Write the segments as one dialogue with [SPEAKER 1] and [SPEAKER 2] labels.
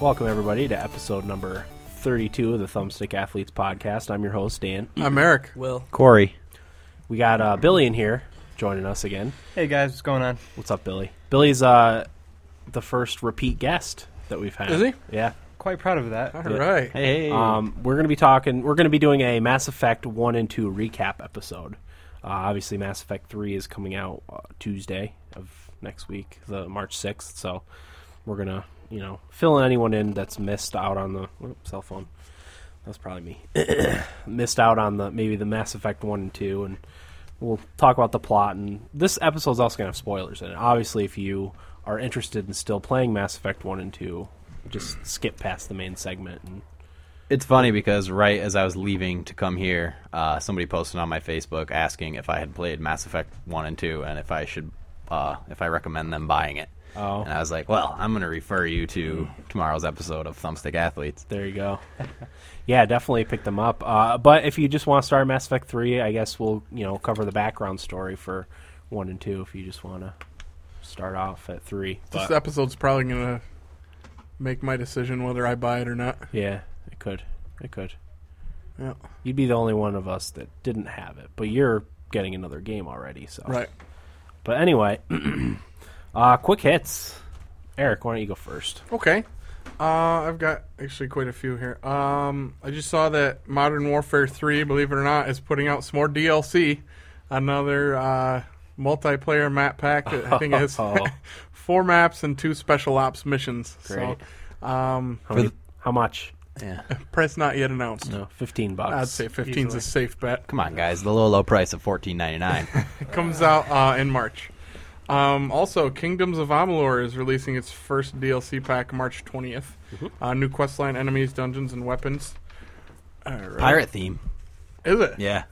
[SPEAKER 1] Welcome, everybody, to episode number 32 of the Thumbstick Athletes Podcast. I'm your host, Dan.
[SPEAKER 2] I'm Eric.
[SPEAKER 3] Will.
[SPEAKER 1] Corey. We got uh, Billy in here joining us again.
[SPEAKER 4] Hey guys, what's going on?
[SPEAKER 1] What's up, Billy? Billy's uh, the first repeat guest that we've had.
[SPEAKER 2] Is he?
[SPEAKER 1] Yeah.
[SPEAKER 4] Quite proud of that.
[SPEAKER 2] All right.
[SPEAKER 3] Hey.
[SPEAKER 1] Um, we're going to be talking. We're going to be doing a Mass Effect one and two recap episode. Uh, obviously, Mass Effect three is coming out uh, Tuesday of next week, the March sixth. So we're gonna, you know, fill anyone in that's missed out on the whoop, cell phone. That's probably me. missed out on the maybe the Mass Effect one and two, and we'll talk about the plot. And this episode's also gonna have spoilers in it. Obviously, if you are interested in still playing Mass Effect one and two, just skip past the main segment and
[SPEAKER 3] It's funny because right as I was leaving to come here, uh, somebody posted on my Facebook asking if I had played Mass Effect One and Two and if I should, uh, if I recommend them buying it.
[SPEAKER 1] Oh.
[SPEAKER 3] And I was like, well, I'm going to refer you to tomorrow's episode of Thumbstick Athletes.
[SPEAKER 1] There you go. yeah, definitely pick them up. Uh, but if you just want to start Mass Effect three, I guess we'll you know cover the background story for one and two. If you just want to start off at three,
[SPEAKER 2] This
[SPEAKER 1] But,
[SPEAKER 2] episode's probably gonna make my decision whether I buy it or not.
[SPEAKER 1] yeah, it could, it could.
[SPEAKER 2] Yeah.
[SPEAKER 1] You'd be the only one of us that didn't have it, but you're getting another game already. So
[SPEAKER 2] Right.
[SPEAKER 1] But anyway, uh, quick hits. Eric, why don't you go first?
[SPEAKER 2] Okay. Uh, I've got actually quite a few here. Um, I just saw that Modern Warfare 3, believe it or not, is putting out some more DLC. Another uh, multiplayer map pack. That I think it has
[SPEAKER 1] Oh.
[SPEAKER 2] four maps and two special ops missions. So, um,
[SPEAKER 1] How, many, how much?
[SPEAKER 3] Yeah.
[SPEAKER 2] price not yet announced.
[SPEAKER 1] No, fifteen bucks.
[SPEAKER 2] I'd say 15's
[SPEAKER 4] Easily.
[SPEAKER 2] a safe bet.
[SPEAKER 3] Come on, guys. The low, low price of fourteen ninety nine.
[SPEAKER 2] comes out uh, in March. Um, also, Kingdoms of Amalur is releasing its first DLC pack March 20th.
[SPEAKER 3] Mm-hmm.
[SPEAKER 2] Uh, new questline, enemies, dungeons, and weapons. All right.
[SPEAKER 3] Pirate theme.
[SPEAKER 2] Is it?
[SPEAKER 3] Yeah.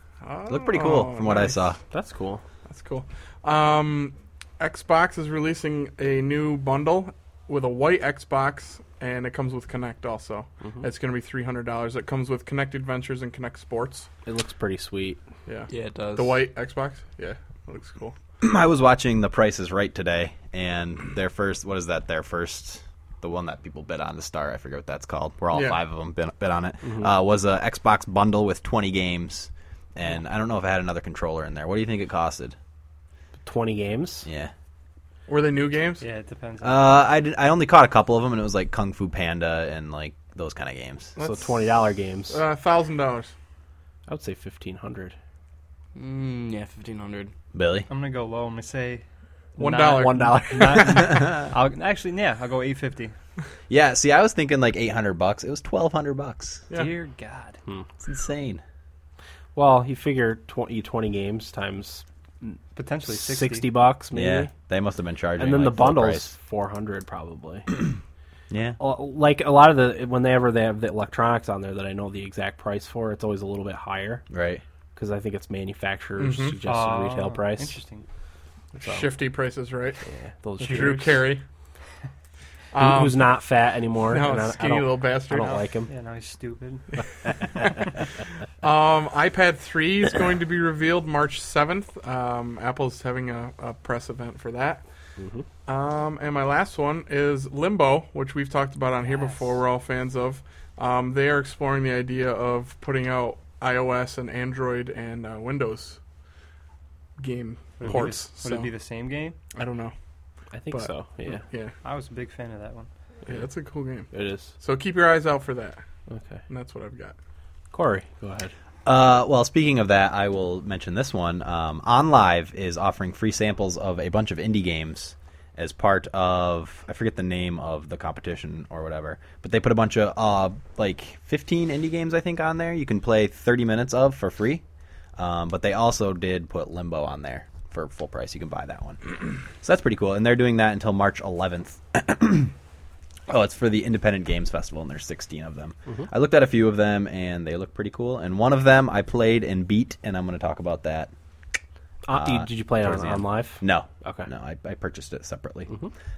[SPEAKER 3] Looked pretty cool from what I
[SPEAKER 2] nice.
[SPEAKER 3] saw.
[SPEAKER 1] That's cool.
[SPEAKER 2] That's cool. Um, Xbox is releasing a new bundle with a white Xbox, and it comes with Connect also.
[SPEAKER 3] Mm-hmm.
[SPEAKER 2] It's going to be $300. It comes with Connect Adventures and Connect Sports.
[SPEAKER 1] It looks pretty sweet.
[SPEAKER 2] Yeah.
[SPEAKER 3] Yeah, it does.
[SPEAKER 2] The white Xbox? Yeah. That looks cool.
[SPEAKER 3] I was watching The Price is Right today, and their first, what is that? Their first, the one that people bid on to star. I forget what that's called. Where all
[SPEAKER 2] Yeah.
[SPEAKER 3] five of them bid, bid on it.
[SPEAKER 1] Mm-hmm.
[SPEAKER 3] Uh, was a Xbox bundle with 20 games, and I don't know if I had another controller in there. What do you think it costed?
[SPEAKER 1] Twenty games.
[SPEAKER 3] Yeah,
[SPEAKER 2] Were they new games?
[SPEAKER 4] Yeah, it depends.
[SPEAKER 3] uh, I did, I only caught a couple of them, and it was like Kung Fu Panda and like those kind of games.
[SPEAKER 1] So
[SPEAKER 2] That's-
[SPEAKER 1] twenty dollar games.
[SPEAKER 2] Uh, $1,000.
[SPEAKER 1] I would say fifteen hundred.
[SPEAKER 5] Mm, yeah, fifteen hundred.
[SPEAKER 3] Billy,
[SPEAKER 4] I'm gonna go low. I'm gonna say
[SPEAKER 2] One
[SPEAKER 4] nine-
[SPEAKER 2] dollar.
[SPEAKER 1] One dollar.
[SPEAKER 4] I'll, actually, yeah, I'll go eight fifty.
[SPEAKER 3] yeah. See, I was thinking like 800 bucks. It was 1,200 bucks.
[SPEAKER 2] Yeah.
[SPEAKER 4] Dear God,
[SPEAKER 3] It's insane.
[SPEAKER 1] well, you figure 20, 20 games times
[SPEAKER 4] potentially
[SPEAKER 1] sixty,
[SPEAKER 4] sixty.
[SPEAKER 1] bucks, maybe.
[SPEAKER 3] Yeah, they must have been charging.
[SPEAKER 1] And then
[SPEAKER 3] like,
[SPEAKER 1] the
[SPEAKER 3] full
[SPEAKER 1] bundles
[SPEAKER 3] price.
[SPEAKER 1] four hundred probably.
[SPEAKER 3] Yeah.
[SPEAKER 1] Uh, like a lot of the whenever they have the electronics on there that I know the exact price for, it's always a little bit higher
[SPEAKER 3] Right.
[SPEAKER 1] because I think it's manufacturer's
[SPEAKER 2] Mm-hmm.
[SPEAKER 1] suggested
[SPEAKER 2] Oh,
[SPEAKER 4] Ah,
[SPEAKER 1] retail price.
[SPEAKER 4] Interesting.
[SPEAKER 2] Shifty prices, right?
[SPEAKER 1] Yeah, those
[SPEAKER 2] Drew
[SPEAKER 1] jerks.
[SPEAKER 2] Carey. Um,
[SPEAKER 1] Who- who's not fat anymore.
[SPEAKER 2] no,
[SPEAKER 1] and I, I
[SPEAKER 2] skinny
[SPEAKER 1] don't,
[SPEAKER 2] little
[SPEAKER 1] I
[SPEAKER 2] bastard.
[SPEAKER 1] don't like him.
[SPEAKER 4] Yeah, no, he's stupid.
[SPEAKER 2] Um, iPad 3 is going to be revealed March 7th. Um, Apple's having a, a press event for that.
[SPEAKER 1] Mm-hmm.
[SPEAKER 2] Um, and my last one is Limbo, which we've talked about on here before. We're all fans of. Um, they are exploring the idea of putting out iOS and Android and uh, Windows game
[SPEAKER 4] Would it be
[SPEAKER 2] ports.
[SPEAKER 4] the- Would
[SPEAKER 2] so,
[SPEAKER 4] it be the same game?
[SPEAKER 2] I don't know.
[SPEAKER 1] I think
[SPEAKER 2] But-
[SPEAKER 1] so. Yeah,
[SPEAKER 2] Yeah,
[SPEAKER 4] I was a big fan of that one.
[SPEAKER 2] yeah, that's a cool game.
[SPEAKER 1] it is.
[SPEAKER 2] So keep your eyes out for that.
[SPEAKER 1] Okay,
[SPEAKER 2] And that's what I've got.
[SPEAKER 1] Corey, go ahead.
[SPEAKER 3] Uh, well, speaking of that, I will mention this one. Um, OnLive is offering free samples of a bunch of indie games as part of I forget the name of the competition or whatever, but they put a bunch of uh, like 15 indie games I think on there. You can play 30 minutes of for free, um, but they also did put Limbo on there for full price. You can buy that one, so that's pretty cool. And they're doing that until March 11th. Oh, it's for the Independent Games Festival, and there's 16 of them. I looked at a few of them, and they look pretty cool. And one of them I played and beat, and I'm going to talk about that.
[SPEAKER 1] Uh, did, did you play it on,
[SPEAKER 3] towards the
[SPEAKER 1] on
[SPEAKER 3] end.
[SPEAKER 1] live?
[SPEAKER 3] No,
[SPEAKER 1] Okay.
[SPEAKER 3] no, I, I purchased it separately.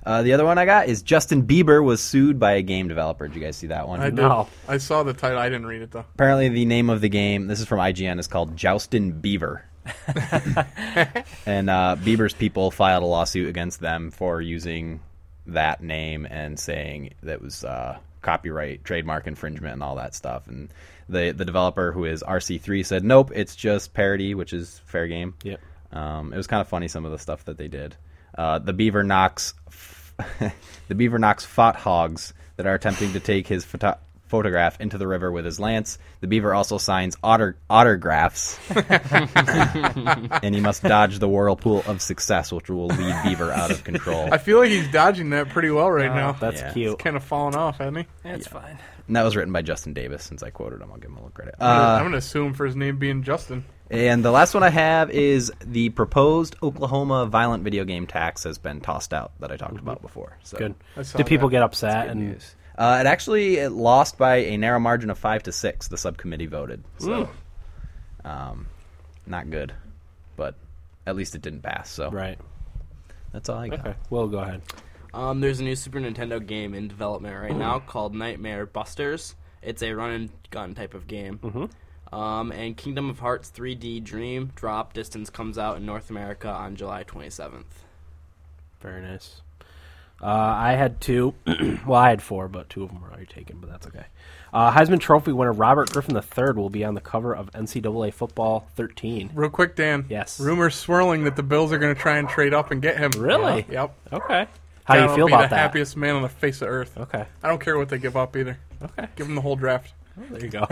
[SPEAKER 3] Uh, the other one I got is Justin Bieber was sued by a game developer. Did you guys see that one?
[SPEAKER 2] I did.
[SPEAKER 1] No.
[SPEAKER 2] I saw the title. I didn't read it though.
[SPEAKER 3] Apparently, the name of the game, this is from IGN, is called Joustin Beaver. and uh, Beaver's people filed a lawsuit against them for using that name and saying that was uh, copyright, trademark infringement, and all that stuff. And the the developer who is RC3 said, nope, it's just parody, which is fair game.
[SPEAKER 1] Yep.
[SPEAKER 3] Um, it was kind of funny some of the stuff that they did. Uh, the beaver knocks, the beaver knocks fought hogs that are attempting to take his photo- photograph into the river with his lance. The beaver also signs otter autographs, and he must dodge the whirlpool of success, which will lead Beaver out of control.
[SPEAKER 2] I feel like he's dodging that pretty well right now.
[SPEAKER 1] That's
[SPEAKER 3] Yeah.
[SPEAKER 1] cute.
[SPEAKER 2] kind of falling off, hasn't he?
[SPEAKER 5] That's fine.
[SPEAKER 3] And that was written by Justin Davis. Since I quoted him, I'll give him a little credit. Uh,
[SPEAKER 2] I'm gonna assume for his name being Justin.
[SPEAKER 3] And the last one I have is the proposed Oklahoma violent video game tax has been tossed out that I talked about before. So
[SPEAKER 1] Mm-hmm. Good.
[SPEAKER 2] I saw
[SPEAKER 1] Did people
[SPEAKER 2] that.
[SPEAKER 1] get upset?
[SPEAKER 3] Good
[SPEAKER 1] and
[SPEAKER 3] news. Uh, it actually it lost by a narrow margin of five to six. The subcommittee voted, so um, not good. But at least it didn't pass. So
[SPEAKER 1] right.
[SPEAKER 3] that's all I got.
[SPEAKER 1] Okay. Well, go ahead.
[SPEAKER 5] Um, there's a new Super Nintendo game in development right now
[SPEAKER 1] Mm-hmm.
[SPEAKER 5] called Nightmare Busters. It's a run and gun type of game. Mm-hmm. Um, and Kingdom of Hearts 3D Dream Drop Distance comes out in North America on July 27th.
[SPEAKER 1] Very nice. Uh, I had two. well, I had four, but two of them were already taken, but that's okay. Uh, Heisman Trophy winner Robert Griffin III will be on the cover of NCAA Football 13.
[SPEAKER 2] Real quick, Dan.
[SPEAKER 1] Yes.
[SPEAKER 2] Rumors swirling that the Bills are going to try and trade up and get him.
[SPEAKER 1] Really?
[SPEAKER 2] Yep.
[SPEAKER 1] Okay. How do you
[SPEAKER 2] That'll
[SPEAKER 1] feel
[SPEAKER 2] be
[SPEAKER 1] about
[SPEAKER 2] the
[SPEAKER 1] that?
[SPEAKER 2] Happiest man on the face of earth.
[SPEAKER 1] Okay.
[SPEAKER 2] I don't care what they give up either.
[SPEAKER 1] Okay.
[SPEAKER 2] Give him the whole draft.
[SPEAKER 1] There you go.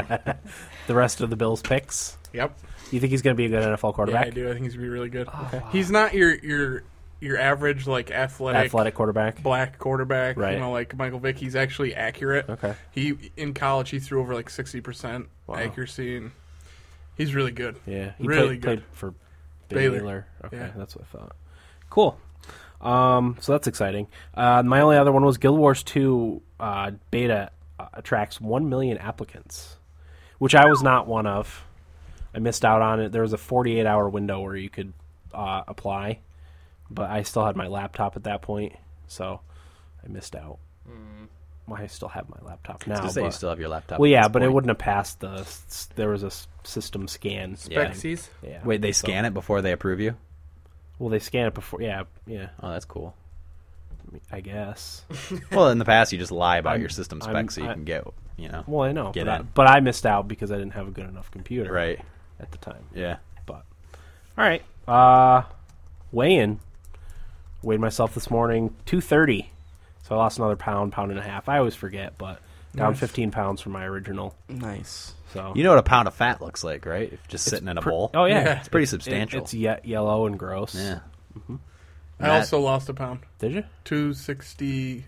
[SPEAKER 1] the rest of the Bills picks.
[SPEAKER 2] Yep.
[SPEAKER 1] You think he's going to be a good NFL
[SPEAKER 2] Yeah,
[SPEAKER 1] quarterback?
[SPEAKER 2] I do. I think he's gonna be really good.
[SPEAKER 1] Oh,
[SPEAKER 2] He's not your your your average like athletic,
[SPEAKER 1] Athletic quarterback.
[SPEAKER 2] black quarterback.
[SPEAKER 1] Right.
[SPEAKER 2] You know, like Michael Vick. He's actually accurate.
[SPEAKER 1] Okay.
[SPEAKER 2] He in college he threw over like sixty percent
[SPEAKER 1] Wow.
[SPEAKER 2] accuracy, and he's really good.
[SPEAKER 1] Yeah, he
[SPEAKER 2] Really
[SPEAKER 1] played,
[SPEAKER 2] good.
[SPEAKER 1] played for
[SPEAKER 2] Baylor.
[SPEAKER 1] Baylor. Okay,
[SPEAKER 2] Yeah.
[SPEAKER 1] that's what I thought. Cool. Um, so that's exciting. Uh, my only other one was Guild Wars Two uh, beta uh, attracts one million applicants, which I was not one of. I missed out on it. There was a forty-eight hour window where you could uh, apply, but I still had my laptop at that point, so I missed out.
[SPEAKER 3] Mm.
[SPEAKER 1] Well, I still have my laptop now.
[SPEAKER 3] To say you
[SPEAKER 1] but-
[SPEAKER 3] still have your laptop.
[SPEAKER 1] well,
[SPEAKER 3] at
[SPEAKER 1] yeah,
[SPEAKER 3] this
[SPEAKER 1] but it
[SPEAKER 3] point.
[SPEAKER 1] wouldn't have passed the. s- s- There was a s- system scan.
[SPEAKER 3] Yeah.
[SPEAKER 2] Spexies.
[SPEAKER 1] Yeah.
[SPEAKER 3] Wait, they scan it before they approve you.
[SPEAKER 1] Well, they scan it before. Yeah, yeah.
[SPEAKER 3] Oh, that's cool.
[SPEAKER 1] I guess.
[SPEAKER 3] well, in the past, you just lie about your system
[SPEAKER 1] I'm-
[SPEAKER 3] specs so you
[SPEAKER 1] I-
[SPEAKER 3] can get, you know,
[SPEAKER 1] Well, I know,
[SPEAKER 3] Get
[SPEAKER 1] but I,
[SPEAKER 3] in.
[SPEAKER 1] but I missed out because I didn't have a good enough computer
[SPEAKER 3] right?
[SPEAKER 1] at the time.
[SPEAKER 3] Yeah.
[SPEAKER 1] But all right, uh, weigh in. Weighed myself this morning, two thirty. So I lost another pound, pound and a half. I always forget, but down fifteen pounds from my original.
[SPEAKER 5] Nice.
[SPEAKER 1] So
[SPEAKER 3] You know what a pound of fat looks like, right? If just sitting in a
[SPEAKER 1] Pre-
[SPEAKER 3] bowl.
[SPEAKER 1] Oh yeah,
[SPEAKER 2] Yeah.
[SPEAKER 3] it's pretty
[SPEAKER 1] It-
[SPEAKER 3] substantial.
[SPEAKER 1] it's ye- yellow and gross.
[SPEAKER 3] yeah.
[SPEAKER 2] I
[SPEAKER 3] That-
[SPEAKER 2] also lost a pound.
[SPEAKER 1] Did you?
[SPEAKER 2] Two sixty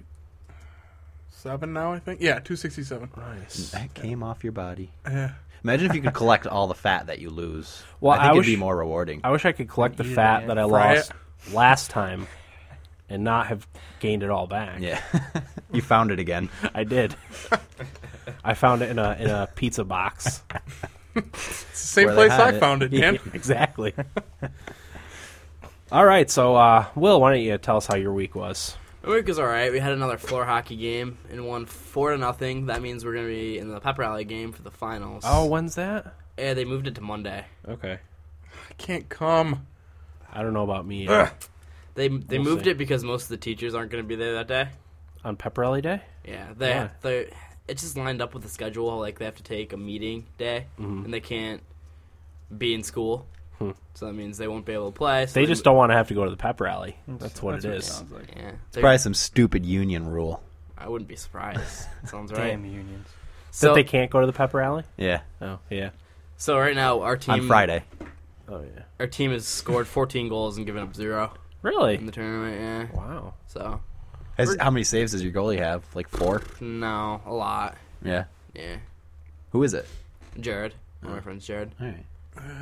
[SPEAKER 2] seven now I think. Yeah, two sixty seven.
[SPEAKER 1] Nice.
[SPEAKER 3] That came off your body.
[SPEAKER 2] Yeah.
[SPEAKER 3] Imagine if you could collect all the fat that you lose.
[SPEAKER 1] Well,
[SPEAKER 3] I think
[SPEAKER 1] I
[SPEAKER 3] it'd be
[SPEAKER 1] wish-
[SPEAKER 3] more rewarding.
[SPEAKER 1] I wish I could collect the
[SPEAKER 4] Eat it,
[SPEAKER 1] fat
[SPEAKER 4] yeah.
[SPEAKER 1] that I
[SPEAKER 2] Fry
[SPEAKER 1] lost last time and not have gained it all back.
[SPEAKER 3] yeah. you found it again.
[SPEAKER 1] I did. I found it in a in a pizza box.
[SPEAKER 2] It's the same
[SPEAKER 3] Where they
[SPEAKER 2] place
[SPEAKER 3] hide
[SPEAKER 2] I
[SPEAKER 3] it.
[SPEAKER 2] found it, Dan.
[SPEAKER 1] exactly. all right, so uh, Will, why don't you tell us how your week was?
[SPEAKER 5] My week was alright. We had another floor hockey game and won 4 to nothing. That means we're going to be in the Pep Rally game for the finals.
[SPEAKER 1] when's that?
[SPEAKER 5] Yeah, they moved it to Monday.
[SPEAKER 1] Okay.
[SPEAKER 2] I can't come.
[SPEAKER 1] I don't know about me uh,
[SPEAKER 2] Ugh.
[SPEAKER 5] They they
[SPEAKER 1] We'll
[SPEAKER 5] moved
[SPEAKER 1] see.
[SPEAKER 5] it because most of the teachers aren't going to be there that day.
[SPEAKER 1] on Pep Rally Day.
[SPEAKER 5] Yeah, they
[SPEAKER 1] Why?
[SPEAKER 5] they it's just lined up with the schedule. Like they have to take a meeting day, and they can't be in school.
[SPEAKER 1] Mm-hmm. Hmm.
[SPEAKER 5] So that means they won't be able to play. So
[SPEAKER 1] They just don't want to have to go to the Pep Rally. That's what it
[SPEAKER 4] That's
[SPEAKER 1] is.
[SPEAKER 4] sounds like.
[SPEAKER 5] Yeah, they-
[SPEAKER 3] Probably some stupid union rule.
[SPEAKER 5] I wouldn't be surprised. Sounds right.
[SPEAKER 4] Damn unions.
[SPEAKER 5] So
[SPEAKER 1] that they can't go to the Pep Rally.
[SPEAKER 3] Yeah.
[SPEAKER 1] Oh yeah.
[SPEAKER 5] so right now our team
[SPEAKER 3] On Friday.
[SPEAKER 1] Oh yeah.
[SPEAKER 5] our team has scored 14 goals and given up zero in
[SPEAKER 1] Really?
[SPEAKER 5] the tournament. Yeah.
[SPEAKER 1] Wow.
[SPEAKER 5] So
[SPEAKER 3] Has, how many saves does your goalie have? Like four?
[SPEAKER 5] no, a lot.
[SPEAKER 3] Yeah.
[SPEAKER 5] Yeah,
[SPEAKER 3] Who is it?
[SPEAKER 5] Jared, one of my friends, Jared.
[SPEAKER 3] All right.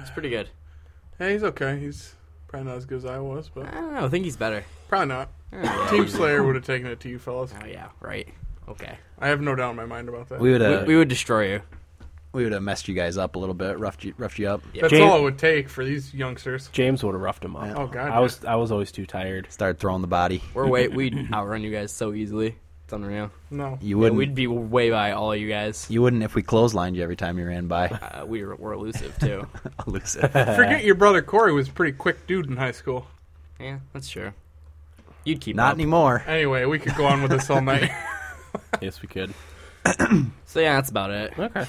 [SPEAKER 5] It's pretty good.
[SPEAKER 2] Yeah, he's okay. He's probably not as good as I was, but
[SPEAKER 5] I don't know. I think he's better.
[SPEAKER 2] probably not.
[SPEAKER 5] I don't know.
[SPEAKER 2] Team Slayer would have taken it to you fellas.
[SPEAKER 5] Oh yeah, right. Okay.
[SPEAKER 2] I have no doubt in my mind about that.
[SPEAKER 3] We would
[SPEAKER 1] Uh,
[SPEAKER 5] We,
[SPEAKER 3] have
[SPEAKER 5] we would destroy you.
[SPEAKER 3] we would have messed you guys up a little bit, roughed you, roughed you up.
[SPEAKER 2] That's
[SPEAKER 1] James-
[SPEAKER 2] all it would take for these youngsters.
[SPEAKER 1] James would have roughed him up.
[SPEAKER 2] Oh god.
[SPEAKER 1] I was I was always too tired.
[SPEAKER 3] Started throwing the body.
[SPEAKER 5] We're way we outrun you guys so easily. It's unreal.
[SPEAKER 2] no.
[SPEAKER 3] You
[SPEAKER 5] Yeah,
[SPEAKER 3] wouldn't.
[SPEAKER 5] we'd be way by all you guys.
[SPEAKER 3] you wouldn't if we clotheslined you every time you ran by.
[SPEAKER 5] Uh, we were, were elusive too.
[SPEAKER 3] I'll lose it.
[SPEAKER 2] Forget your brother Corey was a pretty quick dude in high school.
[SPEAKER 5] yeah, that's true. You'd keep
[SPEAKER 3] Not
[SPEAKER 5] up.
[SPEAKER 3] anymore.
[SPEAKER 2] Anyway, we could go on with this all night.
[SPEAKER 1] yes, we could.
[SPEAKER 5] So yeah, that's about it.
[SPEAKER 1] Okay.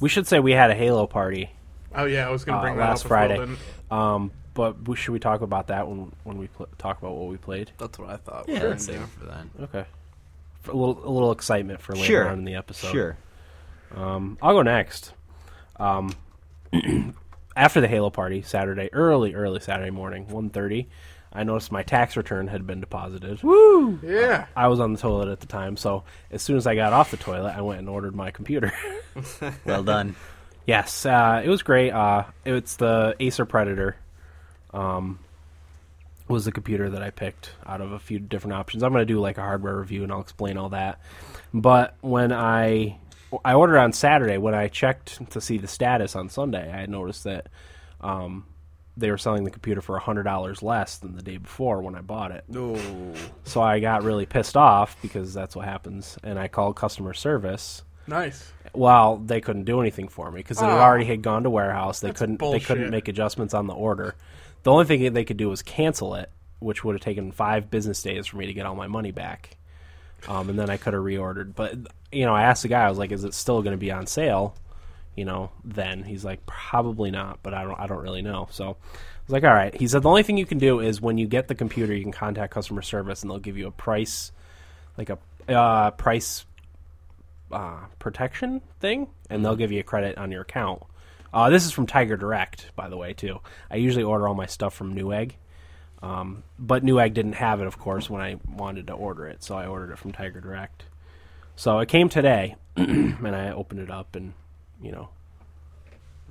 [SPEAKER 1] We should say we had a Halo party,
[SPEAKER 2] Oh yeah, I was gonna
[SPEAKER 1] Uh,
[SPEAKER 2] bring that
[SPEAKER 1] last
[SPEAKER 2] up if Will
[SPEAKER 1] Friday.
[SPEAKER 2] didn't.
[SPEAKER 1] um, but we, should we talk about that when when we pl- talk about what we played?
[SPEAKER 5] That's what I thought.
[SPEAKER 3] Yeah,
[SPEAKER 5] we were
[SPEAKER 3] let's
[SPEAKER 5] gonna
[SPEAKER 3] save
[SPEAKER 5] do.
[SPEAKER 3] it for then.
[SPEAKER 1] Okay. For a little a little excitement for later
[SPEAKER 3] Sure.
[SPEAKER 1] on in the episode.
[SPEAKER 3] Sure.
[SPEAKER 1] Um, I'll go next. Um, after the Halo party Saturday, early early Saturday morning, 1.30, I noticed my tax return had been deposited. Woo!
[SPEAKER 2] Yeah.
[SPEAKER 1] I was on the toilet at the time, so as soon as I got off the toilet, I went and ordered my computer.
[SPEAKER 3] Well done.
[SPEAKER 1] Yes, uh, it was great. Uh, it's the Acer Predator. Um, was the computer that I picked out of a few different options. I'm going to do like a hardware review and I'll explain all that. But when I I ordered on Saturday, when I checked to see the status on Sunday, I had noticed that um, they were selling the computer for hundred dollars less than the day before when I bought it. So I got really pissed off because that's what happens, and I called customer service.
[SPEAKER 2] Nice.
[SPEAKER 1] Well, they couldn't do anything for me because it had
[SPEAKER 2] Aw.
[SPEAKER 1] already had gone to warehouse. They
[SPEAKER 2] Oh. That's
[SPEAKER 1] couldn't they couldn't
[SPEAKER 2] bullshit.
[SPEAKER 1] make adjustments on the order. The only thing that they could do was cancel it, which would have taken five business days for me to get all my money back. Um, and then I could have reordered. But you know, I asked the guy. I was like, "Is it still going to be on sale?" You know, then he's like, "Probably not," but I don't I don't really know. So I was like, "All right." He said the only thing you can do is when you get the computer, you can contact customer service, and they'll give you a price, like a uh, price uh, protection thing, and they'll give you a credit on your account. Uh, this is from Tiger Direct, by the way, too. I usually order all my stuff from Newegg, um, but Newegg didn't have it, of course, when I wanted to order it, so I ordered it from Tiger Direct. So it came today, and I opened it up, and you know,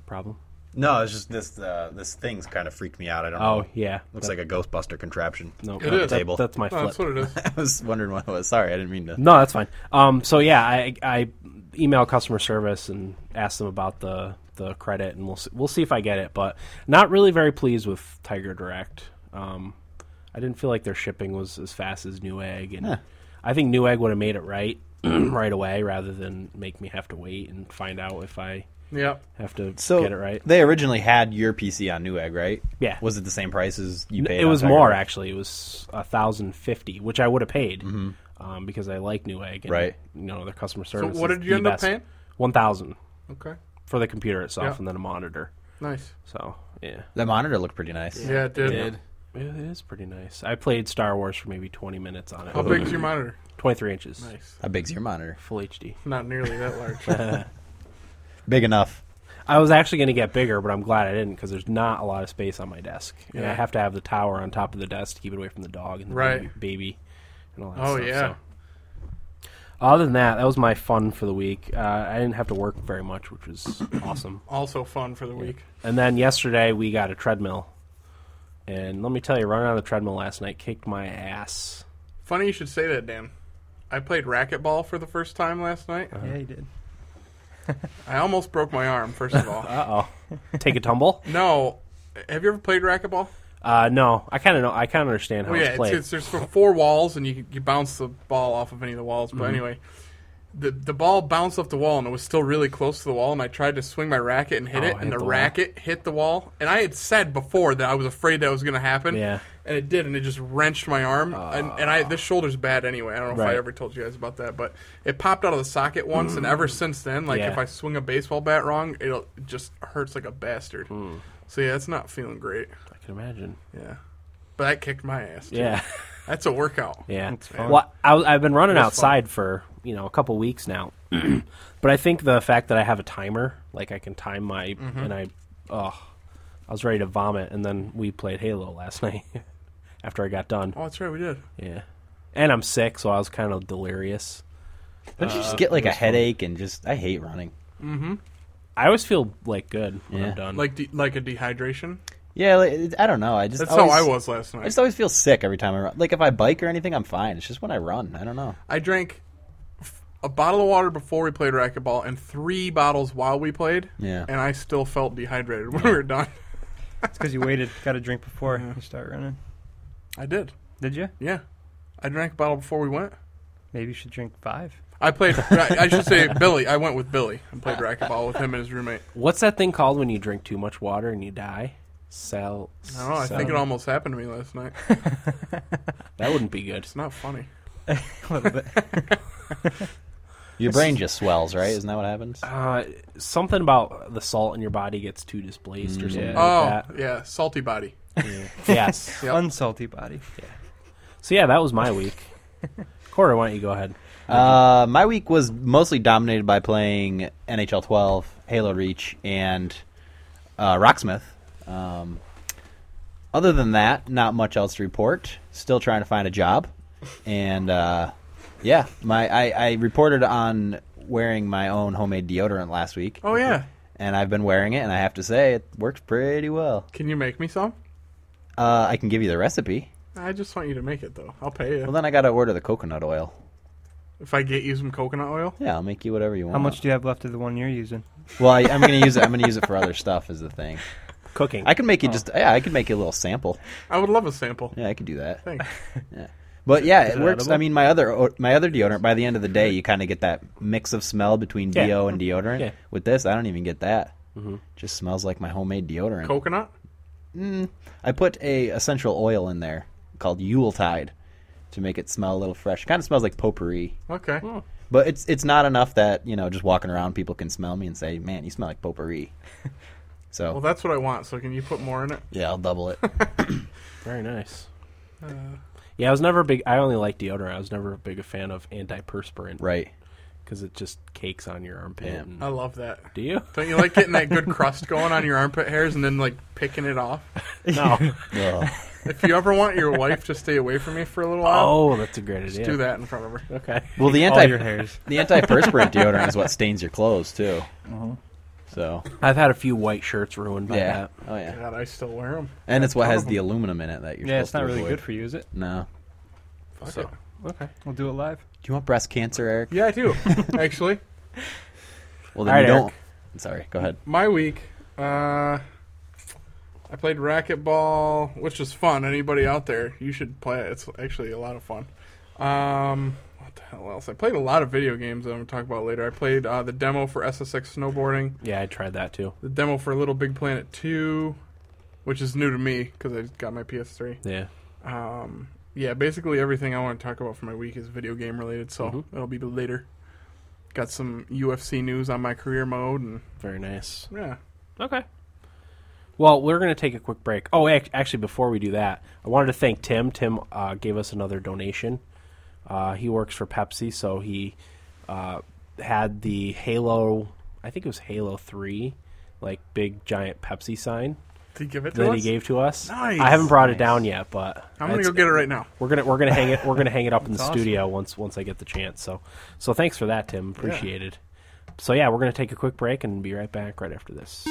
[SPEAKER 1] problem.
[SPEAKER 3] No, it's just this uh, this thing's kind of freaked me out. I don't
[SPEAKER 1] Oh
[SPEAKER 3] know.
[SPEAKER 1] yeah,
[SPEAKER 3] Looks like a Ghostbuster contraption.
[SPEAKER 1] no,
[SPEAKER 2] It is.
[SPEAKER 1] that- that's my
[SPEAKER 2] No,
[SPEAKER 1] flip.
[SPEAKER 2] Oh, that's what it is.
[SPEAKER 3] I was wondering what it was. Sorry, I didn't mean to.
[SPEAKER 1] No, that's fine. Um, so yeah, I, I email customer service and ask them about the, the credit, and we'll see, we'll see if I get it. But not really very pleased with Tiger Direct. Um, I didn't feel like their shipping was as fast as Newegg, and
[SPEAKER 3] Huh.
[SPEAKER 1] I think Newegg would have made it right right away rather than make me have to wait and find out if I
[SPEAKER 2] Yep.
[SPEAKER 1] have to
[SPEAKER 3] So
[SPEAKER 1] get it right.
[SPEAKER 3] they originally had your PC on Newegg, right?
[SPEAKER 1] Yeah.
[SPEAKER 3] Was it the same price as you
[SPEAKER 1] N-
[SPEAKER 3] paid?
[SPEAKER 1] It
[SPEAKER 3] on
[SPEAKER 1] was
[SPEAKER 3] Tiger
[SPEAKER 1] more
[SPEAKER 3] Direct?
[SPEAKER 1] actually. It was a thousand fifty, which I would have paid um, because I like Newegg. And,
[SPEAKER 3] Mm-hmm. Right.
[SPEAKER 1] You know their customer service.
[SPEAKER 2] what
[SPEAKER 1] is
[SPEAKER 2] did you
[SPEAKER 1] the
[SPEAKER 2] end up
[SPEAKER 1] best.
[SPEAKER 2] paying?
[SPEAKER 1] One thousand
[SPEAKER 2] Okay.
[SPEAKER 1] for the computer itself,
[SPEAKER 2] Yeah.
[SPEAKER 1] and then a monitor.
[SPEAKER 2] Nice.
[SPEAKER 1] So yeah,
[SPEAKER 3] The monitor looked pretty nice.
[SPEAKER 2] Yeah, it did.
[SPEAKER 5] Did.
[SPEAKER 1] it is pretty nice. I played Star Wars for maybe twenty minutes on
[SPEAKER 2] How
[SPEAKER 1] it.
[SPEAKER 2] big's your monitor?
[SPEAKER 1] Twenty-three inches,
[SPEAKER 2] Nice.
[SPEAKER 3] How big's your monitor?
[SPEAKER 1] full HD.
[SPEAKER 2] Not nearly that large.
[SPEAKER 3] Big enough.
[SPEAKER 1] I was actually going to get bigger, but I'm glad I didn't because there's not a lot of space on my desk, and I
[SPEAKER 2] Yeah.
[SPEAKER 1] have to have the tower on top of the desk to keep it away from the dog and the
[SPEAKER 2] Right.
[SPEAKER 1] baby, baby and all that.
[SPEAKER 2] Oh,
[SPEAKER 1] stuff,
[SPEAKER 2] yeah.
[SPEAKER 1] so. Other than that, that was my fun for the week. Uh, I didn't have to work very much, which was awesome.
[SPEAKER 2] also fun for the week.
[SPEAKER 1] And then yesterday we got a treadmill. And let me tell you, running on the treadmill last night kicked my ass.
[SPEAKER 2] Funny you should say that, Dan. I played racquetball for the first time last night.
[SPEAKER 1] Uh.
[SPEAKER 4] Yeah, you did.
[SPEAKER 2] I almost broke my arm, first of all.
[SPEAKER 1] Uh oh. Take a tumble?
[SPEAKER 2] no. Have you ever played racquetball?
[SPEAKER 1] Uh, no. I kind of know. I kind of understand how
[SPEAKER 2] Well,
[SPEAKER 1] it's
[SPEAKER 2] Oh, yeah, it's,
[SPEAKER 1] played.
[SPEAKER 2] it's, there's sort of four walls, and you you bounce the ball off of any of the walls.
[SPEAKER 1] Mm-hmm.
[SPEAKER 2] But anyway, the the ball bounced off the wall, and it was still really close to the wall. And I tried to swing my racket and hit
[SPEAKER 1] Oh,
[SPEAKER 2] it,
[SPEAKER 1] hit
[SPEAKER 2] and the,
[SPEAKER 1] the wall.
[SPEAKER 2] racket hit the wall. And I had said before that I was afraid that was going to happen.
[SPEAKER 1] Yeah. Ah.
[SPEAKER 2] and it did, and it just wrenched my arm. and, and I this shoulder's bad anyway. I don't know if
[SPEAKER 1] Right.
[SPEAKER 2] I ever told you guys about that, but it popped out of the socket once, and ever since then, like
[SPEAKER 1] Mm. Yeah.
[SPEAKER 2] if I swing a baseball bat wrong, it'll, it just hurts like a bastard.
[SPEAKER 1] Hmm.
[SPEAKER 2] So yeah, it's not feeling great.
[SPEAKER 1] I can imagine.
[SPEAKER 2] Yeah. But that kicked my ass. Too.
[SPEAKER 1] Yeah.
[SPEAKER 2] That's a workout.
[SPEAKER 1] Yeah.
[SPEAKER 4] It's fun.
[SPEAKER 1] Well, I, was- I've been running
[SPEAKER 2] It is fun.
[SPEAKER 1] outside for you know a couple weeks now, but I think the fact that I have a timer, like I can time my, and I, oh, I was ready to vomit, and then we played Halo last night after I got done.
[SPEAKER 2] Oh, that's right, we did.
[SPEAKER 1] Yeah. And I'm sick, so I was kind of delirious.
[SPEAKER 3] Don't
[SPEAKER 1] Uh,
[SPEAKER 3] you just get like a headache and just? I hate running.
[SPEAKER 1] I always feel like good when
[SPEAKER 3] Yeah.
[SPEAKER 1] I'm done.
[SPEAKER 2] Like de- like a dehydration.
[SPEAKER 3] Yeah, like, it- I don't know. I just
[SPEAKER 2] That's
[SPEAKER 1] Oh,
[SPEAKER 3] always,
[SPEAKER 2] how I was last night.
[SPEAKER 3] I just always feel sick every time I run. Like if I bike or anything, I'm fine. It's just when I run, I don't know.
[SPEAKER 2] I drank f- a bottle of water before we played racquetball and three bottles while we played.
[SPEAKER 3] Yeah.
[SPEAKER 2] And I still felt dehydrated when we were done.
[SPEAKER 4] It's because you waited, got a drink before you start running.
[SPEAKER 2] I did.
[SPEAKER 4] Did you?
[SPEAKER 2] Yeah. I drank a bottle before we went.
[SPEAKER 4] Maybe you should drink five.
[SPEAKER 2] I played. I I should say Billy. I went with Billy and played racquetball with him and his roommate.
[SPEAKER 1] What's that thing called when you drink too much water and you die? Cell.
[SPEAKER 2] I don't know. I think it almost happened to me last night.
[SPEAKER 1] that wouldn't be good.
[SPEAKER 2] It's not funny.
[SPEAKER 4] A little bit.
[SPEAKER 3] Your brain just swells, right? Isn't that what happens?
[SPEAKER 1] Uh, something about the salt in your body gets too displaced
[SPEAKER 3] Mm,
[SPEAKER 1] or something
[SPEAKER 2] Oh,
[SPEAKER 1] like
[SPEAKER 2] yeah, salty body.
[SPEAKER 1] that. yes.
[SPEAKER 2] Yep.
[SPEAKER 4] Unsalty body.
[SPEAKER 1] So yeah, that was my week. Corey, why don't you go ahead?
[SPEAKER 3] Uh, my week was mostly dominated by playing NHL 12, Halo Reach, and uh, Rocksmith. Um, other than that, not much else to report. Still trying to find a job, and uh, yeah, my I, I reported on wearing my own homemade deodorant last week,
[SPEAKER 2] Oh yeah.
[SPEAKER 3] and I've been wearing it, and I have to say it works pretty well.
[SPEAKER 2] Can you make me some?
[SPEAKER 3] Uh, I can give you the recipe.
[SPEAKER 2] I just want you to make it though. I'll pay you
[SPEAKER 3] Well, then I got to order the coconut oil.
[SPEAKER 2] if I get you some coconut oil.
[SPEAKER 3] Yeah, I'll make you whatever you want.
[SPEAKER 4] How much do you have left of the one you're using?
[SPEAKER 3] Well, I, I'm gonna use it. I'm gonna use it for other stuff. Is the thing.
[SPEAKER 1] Cooking.
[SPEAKER 3] I can make
[SPEAKER 4] Oh.
[SPEAKER 3] you just yeah, I can make you a little sample.
[SPEAKER 2] I would love a sample.
[SPEAKER 3] Yeah, I could do that.
[SPEAKER 2] Thanks.
[SPEAKER 3] But yeah,
[SPEAKER 4] Is
[SPEAKER 3] it
[SPEAKER 4] it
[SPEAKER 3] works.
[SPEAKER 4] edible?
[SPEAKER 3] I mean, my other o- my other deodorant by the end of the day, you kind of get that mix of smell between
[SPEAKER 1] Yeah.
[SPEAKER 3] bo and deodorant.
[SPEAKER 1] Yeah.
[SPEAKER 3] With this, I don't even get that.
[SPEAKER 4] Mm-hmm.
[SPEAKER 3] Just smells like my homemade deodorant.
[SPEAKER 2] Coconut?
[SPEAKER 3] Mm, I put a essential oil in there called Yuletide to make it smell a little fresh. Kind of smells like potpourri,
[SPEAKER 2] Okay.
[SPEAKER 3] but it's it's not enough that you know just walking around people can smell me and say, "Man, you smell like potpourri." So
[SPEAKER 2] Well, that's what I want. So can you put more in it?
[SPEAKER 3] yeah, I'll double it.
[SPEAKER 1] Very nice.
[SPEAKER 4] Uh,
[SPEAKER 1] yeah, I was never a big. I only like deodorant. I was never a big fan of antiperspirant
[SPEAKER 3] right.
[SPEAKER 1] because it just cakes on your armpit.
[SPEAKER 3] Yeah.
[SPEAKER 1] and-
[SPEAKER 2] I love that.
[SPEAKER 1] do you?
[SPEAKER 2] Don't you like getting that good crust going on your armpit hairs and then like picking it off?
[SPEAKER 1] No.
[SPEAKER 3] Ugh.
[SPEAKER 2] If you ever want your wife to stay away from me for a little while,
[SPEAKER 1] oh, that's a great idea.
[SPEAKER 2] just do that in front of her.
[SPEAKER 1] Okay.
[SPEAKER 3] Well, the anti
[SPEAKER 4] All your hairs.
[SPEAKER 3] The antiperspirant deodorant is what stains your clothes too. So
[SPEAKER 1] I've had a few white shirts ruined by
[SPEAKER 3] yeah,
[SPEAKER 1] that.
[SPEAKER 3] oh yeah,
[SPEAKER 2] God, I still wear them.
[SPEAKER 3] and it's what has the aluminum in it that you're.
[SPEAKER 4] Yeah,
[SPEAKER 3] supposed
[SPEAKER 4] it's not
[SPEAKER 3] to
[SPEAKER 4] really
[SPEAKER 3] avoid.
[SPEAKER 4] good for you, is it?
[SPEAKER 3] No.
[SPEAKER 2] Fuck
[SPEAKER 3] So-
[SPEAKER 2] it.
[SPEAKER 1] Okay.
[SPEAKER 4] We'll do it live.
[SPEAKER 3] Do you want breast cancer, Eric?
[SPEAKER 2] Yeah, I do. Actually,
[SPEAKER 3] Well, then
[SPEAKER 1] All
[SPEAKER 3] you
[SPEAKER 1] right,
[SPEAKER 3] don't.
[SPEAKER 1] Eric.
[SPEAKER 3] Sorry, go ahead.
[SPEAKER 2] my week, uh, I played racquetball, which is fun. Anybody out there, you should play it. It's actually a lot of fun. Um, what the hell else? I played a lot of video games that I'm going to talk about later. I played uh, the demo for SSX snowboarding.
[SPEAKER 1] Yeah, I tried that too.
[SPEAKER 2] the demo for Little Big Planet 2, which is new to me because I got my PS3.
[SPEAKER 1] Yeah.
[SPEAKER 2] Um, yeah, basically everything I want to talk about for my week is video game related, so
[SPEAKER 1] Mhm.
[SPEAKER 2] it'll be later. Got some UFC news on my career mode, and
[SPEAKER 1] Very nice.
[SPEAKER 2] yeah,
[SPEAKER 1] Okay. Well, we're going to take a quick break. Oh, ac- actually, before we do that, I wanted to thank Tim. Tim uh, gave us another donation. Uh, he works for Pepsi, so he uh, had the Halo, I think it was Halo 3, like big giant Pepsi sign
[SPEAKER 2] did he give it to
[SPEAKER 1] that
[SPEAKER 2] us?
[SPEAKER 1] he gave to us.
[SPEAKER 2] Nice.
[SPEAKER 1] I haven't brought it
[SPEAKER 4] Nice.
[SPEAKER 1] down yet, but
[SPEAKER 2] I'm gonna
[SPEAKER 1] it's-
[SPEAKER 2] go get it right now.
[SPEAKER 1] We're gonna we're gonna hang it we're gonna hang it up in the
[SPEAKER 4] That's awesome.
[SPEAKER 1] studio once once I get the chance. So so thanks for that, Tim. Appreciated. So yeah, we're gonna take a quick break and be right back right after this.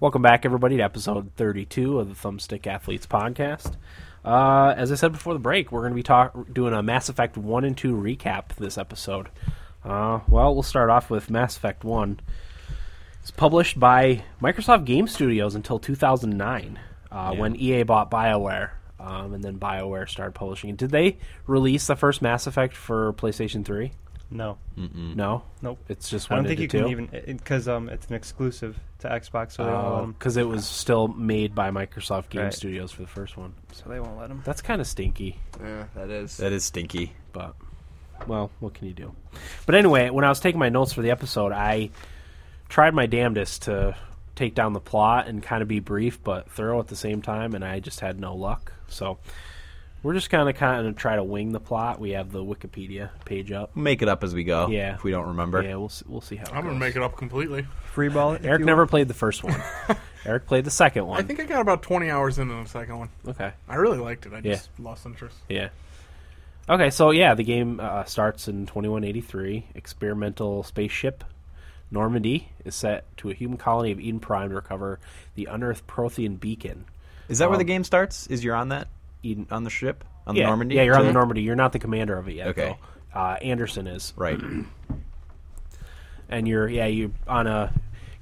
[SPEAKER 1] Welcome back, everybody, to episode 32 of the Thumbstick Athletes podcast. Uh, as I said before the break, we're going to be talk- doing a Mass Effect 1 and 2 recap this episode. Uh, well, we'll start off with Mass Effect 1. It's published by Microsoft Game Studios until 2009, uh, when EA bought BioWare, um, and then BioWare started publishing it. Did they release the first Mass Effect for PlayStation 3?
[SPEAKER 4] No.
[SPEAKER 1] No?
[SPEAKER 4] Hmm. Nope.
[SPEAKER 1] It's just
[SPEAKER 4] I
[SPEAKER 1] one
[SPEAKER 4] don't think
[SPEAKER 1] and
[SPEAKER 4] you
[SPEAKER 1] two?
[SPEAKER 4] can even because um it's an exclusive to Xbox, so they won't let them.
[SPEAKER 1] because Um, it was still made by Microsoft Game
[SPEAKER 4] Um, Right.
[SPEAKER 1] Studios for the first one.
[SPEAKER 4] So they won't let them.
[SPEAKER 1] That's kind of stinky,
[SPEAKER 5] Yeah, that is.
[SPEAKER 3] That is stinky.
[SPEAKER 1] but well, what can you do? But anyway, when I was taking my notes for the episode, I tried my damnedest to take down the plot and kind of be brief but thorough at the same time, and I just had no luck. So we're just kind of kind of try to wing the plot. We have the Wikipedia page up.
[SPEAKER 3] Make it up as we go.
[SPEAKER 1] Yeah.
[SPEAKER 3] If we don't remember.
[SPEAKER 1] Yeah, we'll see, we'll see how. It
[SPEAKER 2] I'm
[SPEAKER 1] goes.
[SPEAKER 2] gonna make it up completely.
[SPEAKER 4] Free ball. it if
[SPEAKER 1] Eric
[SPEAKER 4] you
[SPEAKER 1] never
[SPEAKER 4] will.
[SPEAKER 1] played the first one. Eric played the second one.
[SPEAKER 2] I think I got about 20 hours into the second one.
[SPEAKER 1] okay.
[SPEAKER 2] I really liked it. I just lost interest.
[SPEAKER 1] Yeah. Okay, so yeah, the game uh, starts in 2183. Experimental spaceship Normandy is set to a human colony of Eden Prime to recover the unearthed Prothean beacon.
[SPEAKER 3] Is that where
[SPEAKER 1] Um,
[SPEAKER 3] the game starts? Is you're on that?
[SPEAKER 1] Eden.
[SPEAKER 3] On the ship? On
[SPEAKER 1] yeah,
[SPEAKER 3] the Normandy? Mm-hmm.
[SPEAKER 1] Yeah, you're on the Normandy. You're not the commander of it yet.
[SPEAKER 3] Okay.
[SPEAKER 1] Though. Uh, Anderson is.
[SPEAKER 3] Right.
[SPEAKER 1] and you're yeah you're on a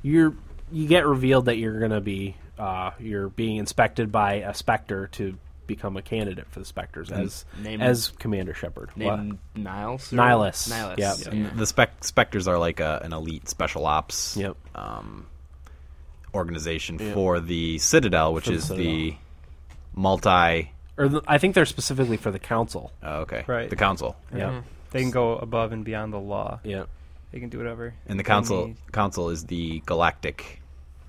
[SPEAKER 1] you're you get revealed that you're gonna be uh, you're being inspected by a specter to become a candidate for the specters
[SPEAKER 3] Mm-hmm.
[SPEAKER 1] as
[SPEAKER 5] Name-
[SPEAKER 1] as commander Shepard. What?
[SPEAKER 5] Named Niles. or-
[SPEAKER 1] Nihilus.
[SPEAKER 5] Nihilus.
[SPEAKER 1] Yep.
[SPEAKER 5] yeah.
[SPEAKER 3] And the spec- Spectres are like a, an elite special ops
[SPEAKER 1] Yep.
[SPEAKER 3] um, organization for the Citadel, which
[SPEAKER 1] For the
[SPEAKER 3] is the multi.
[SPEAKER 1] Or the, I think they're specifically for the council.
[SPEAKER 3] Oh, okay.
[SPEAKER 4] Right.
[SPEAKER 3] The council.
[SPEAKER 1] Yeah.
[SPEAKER 4] They can go above and beyond the law.
[SPEAKER 1] Yeah.
[SPEAKER 4] They can do whatever.
[SPEAKER 3] And the
[SPEAKER 4] they
[SPEAKER 3] council
[SPEAKER 4] need.
[SPEAKER 3] council is the galactic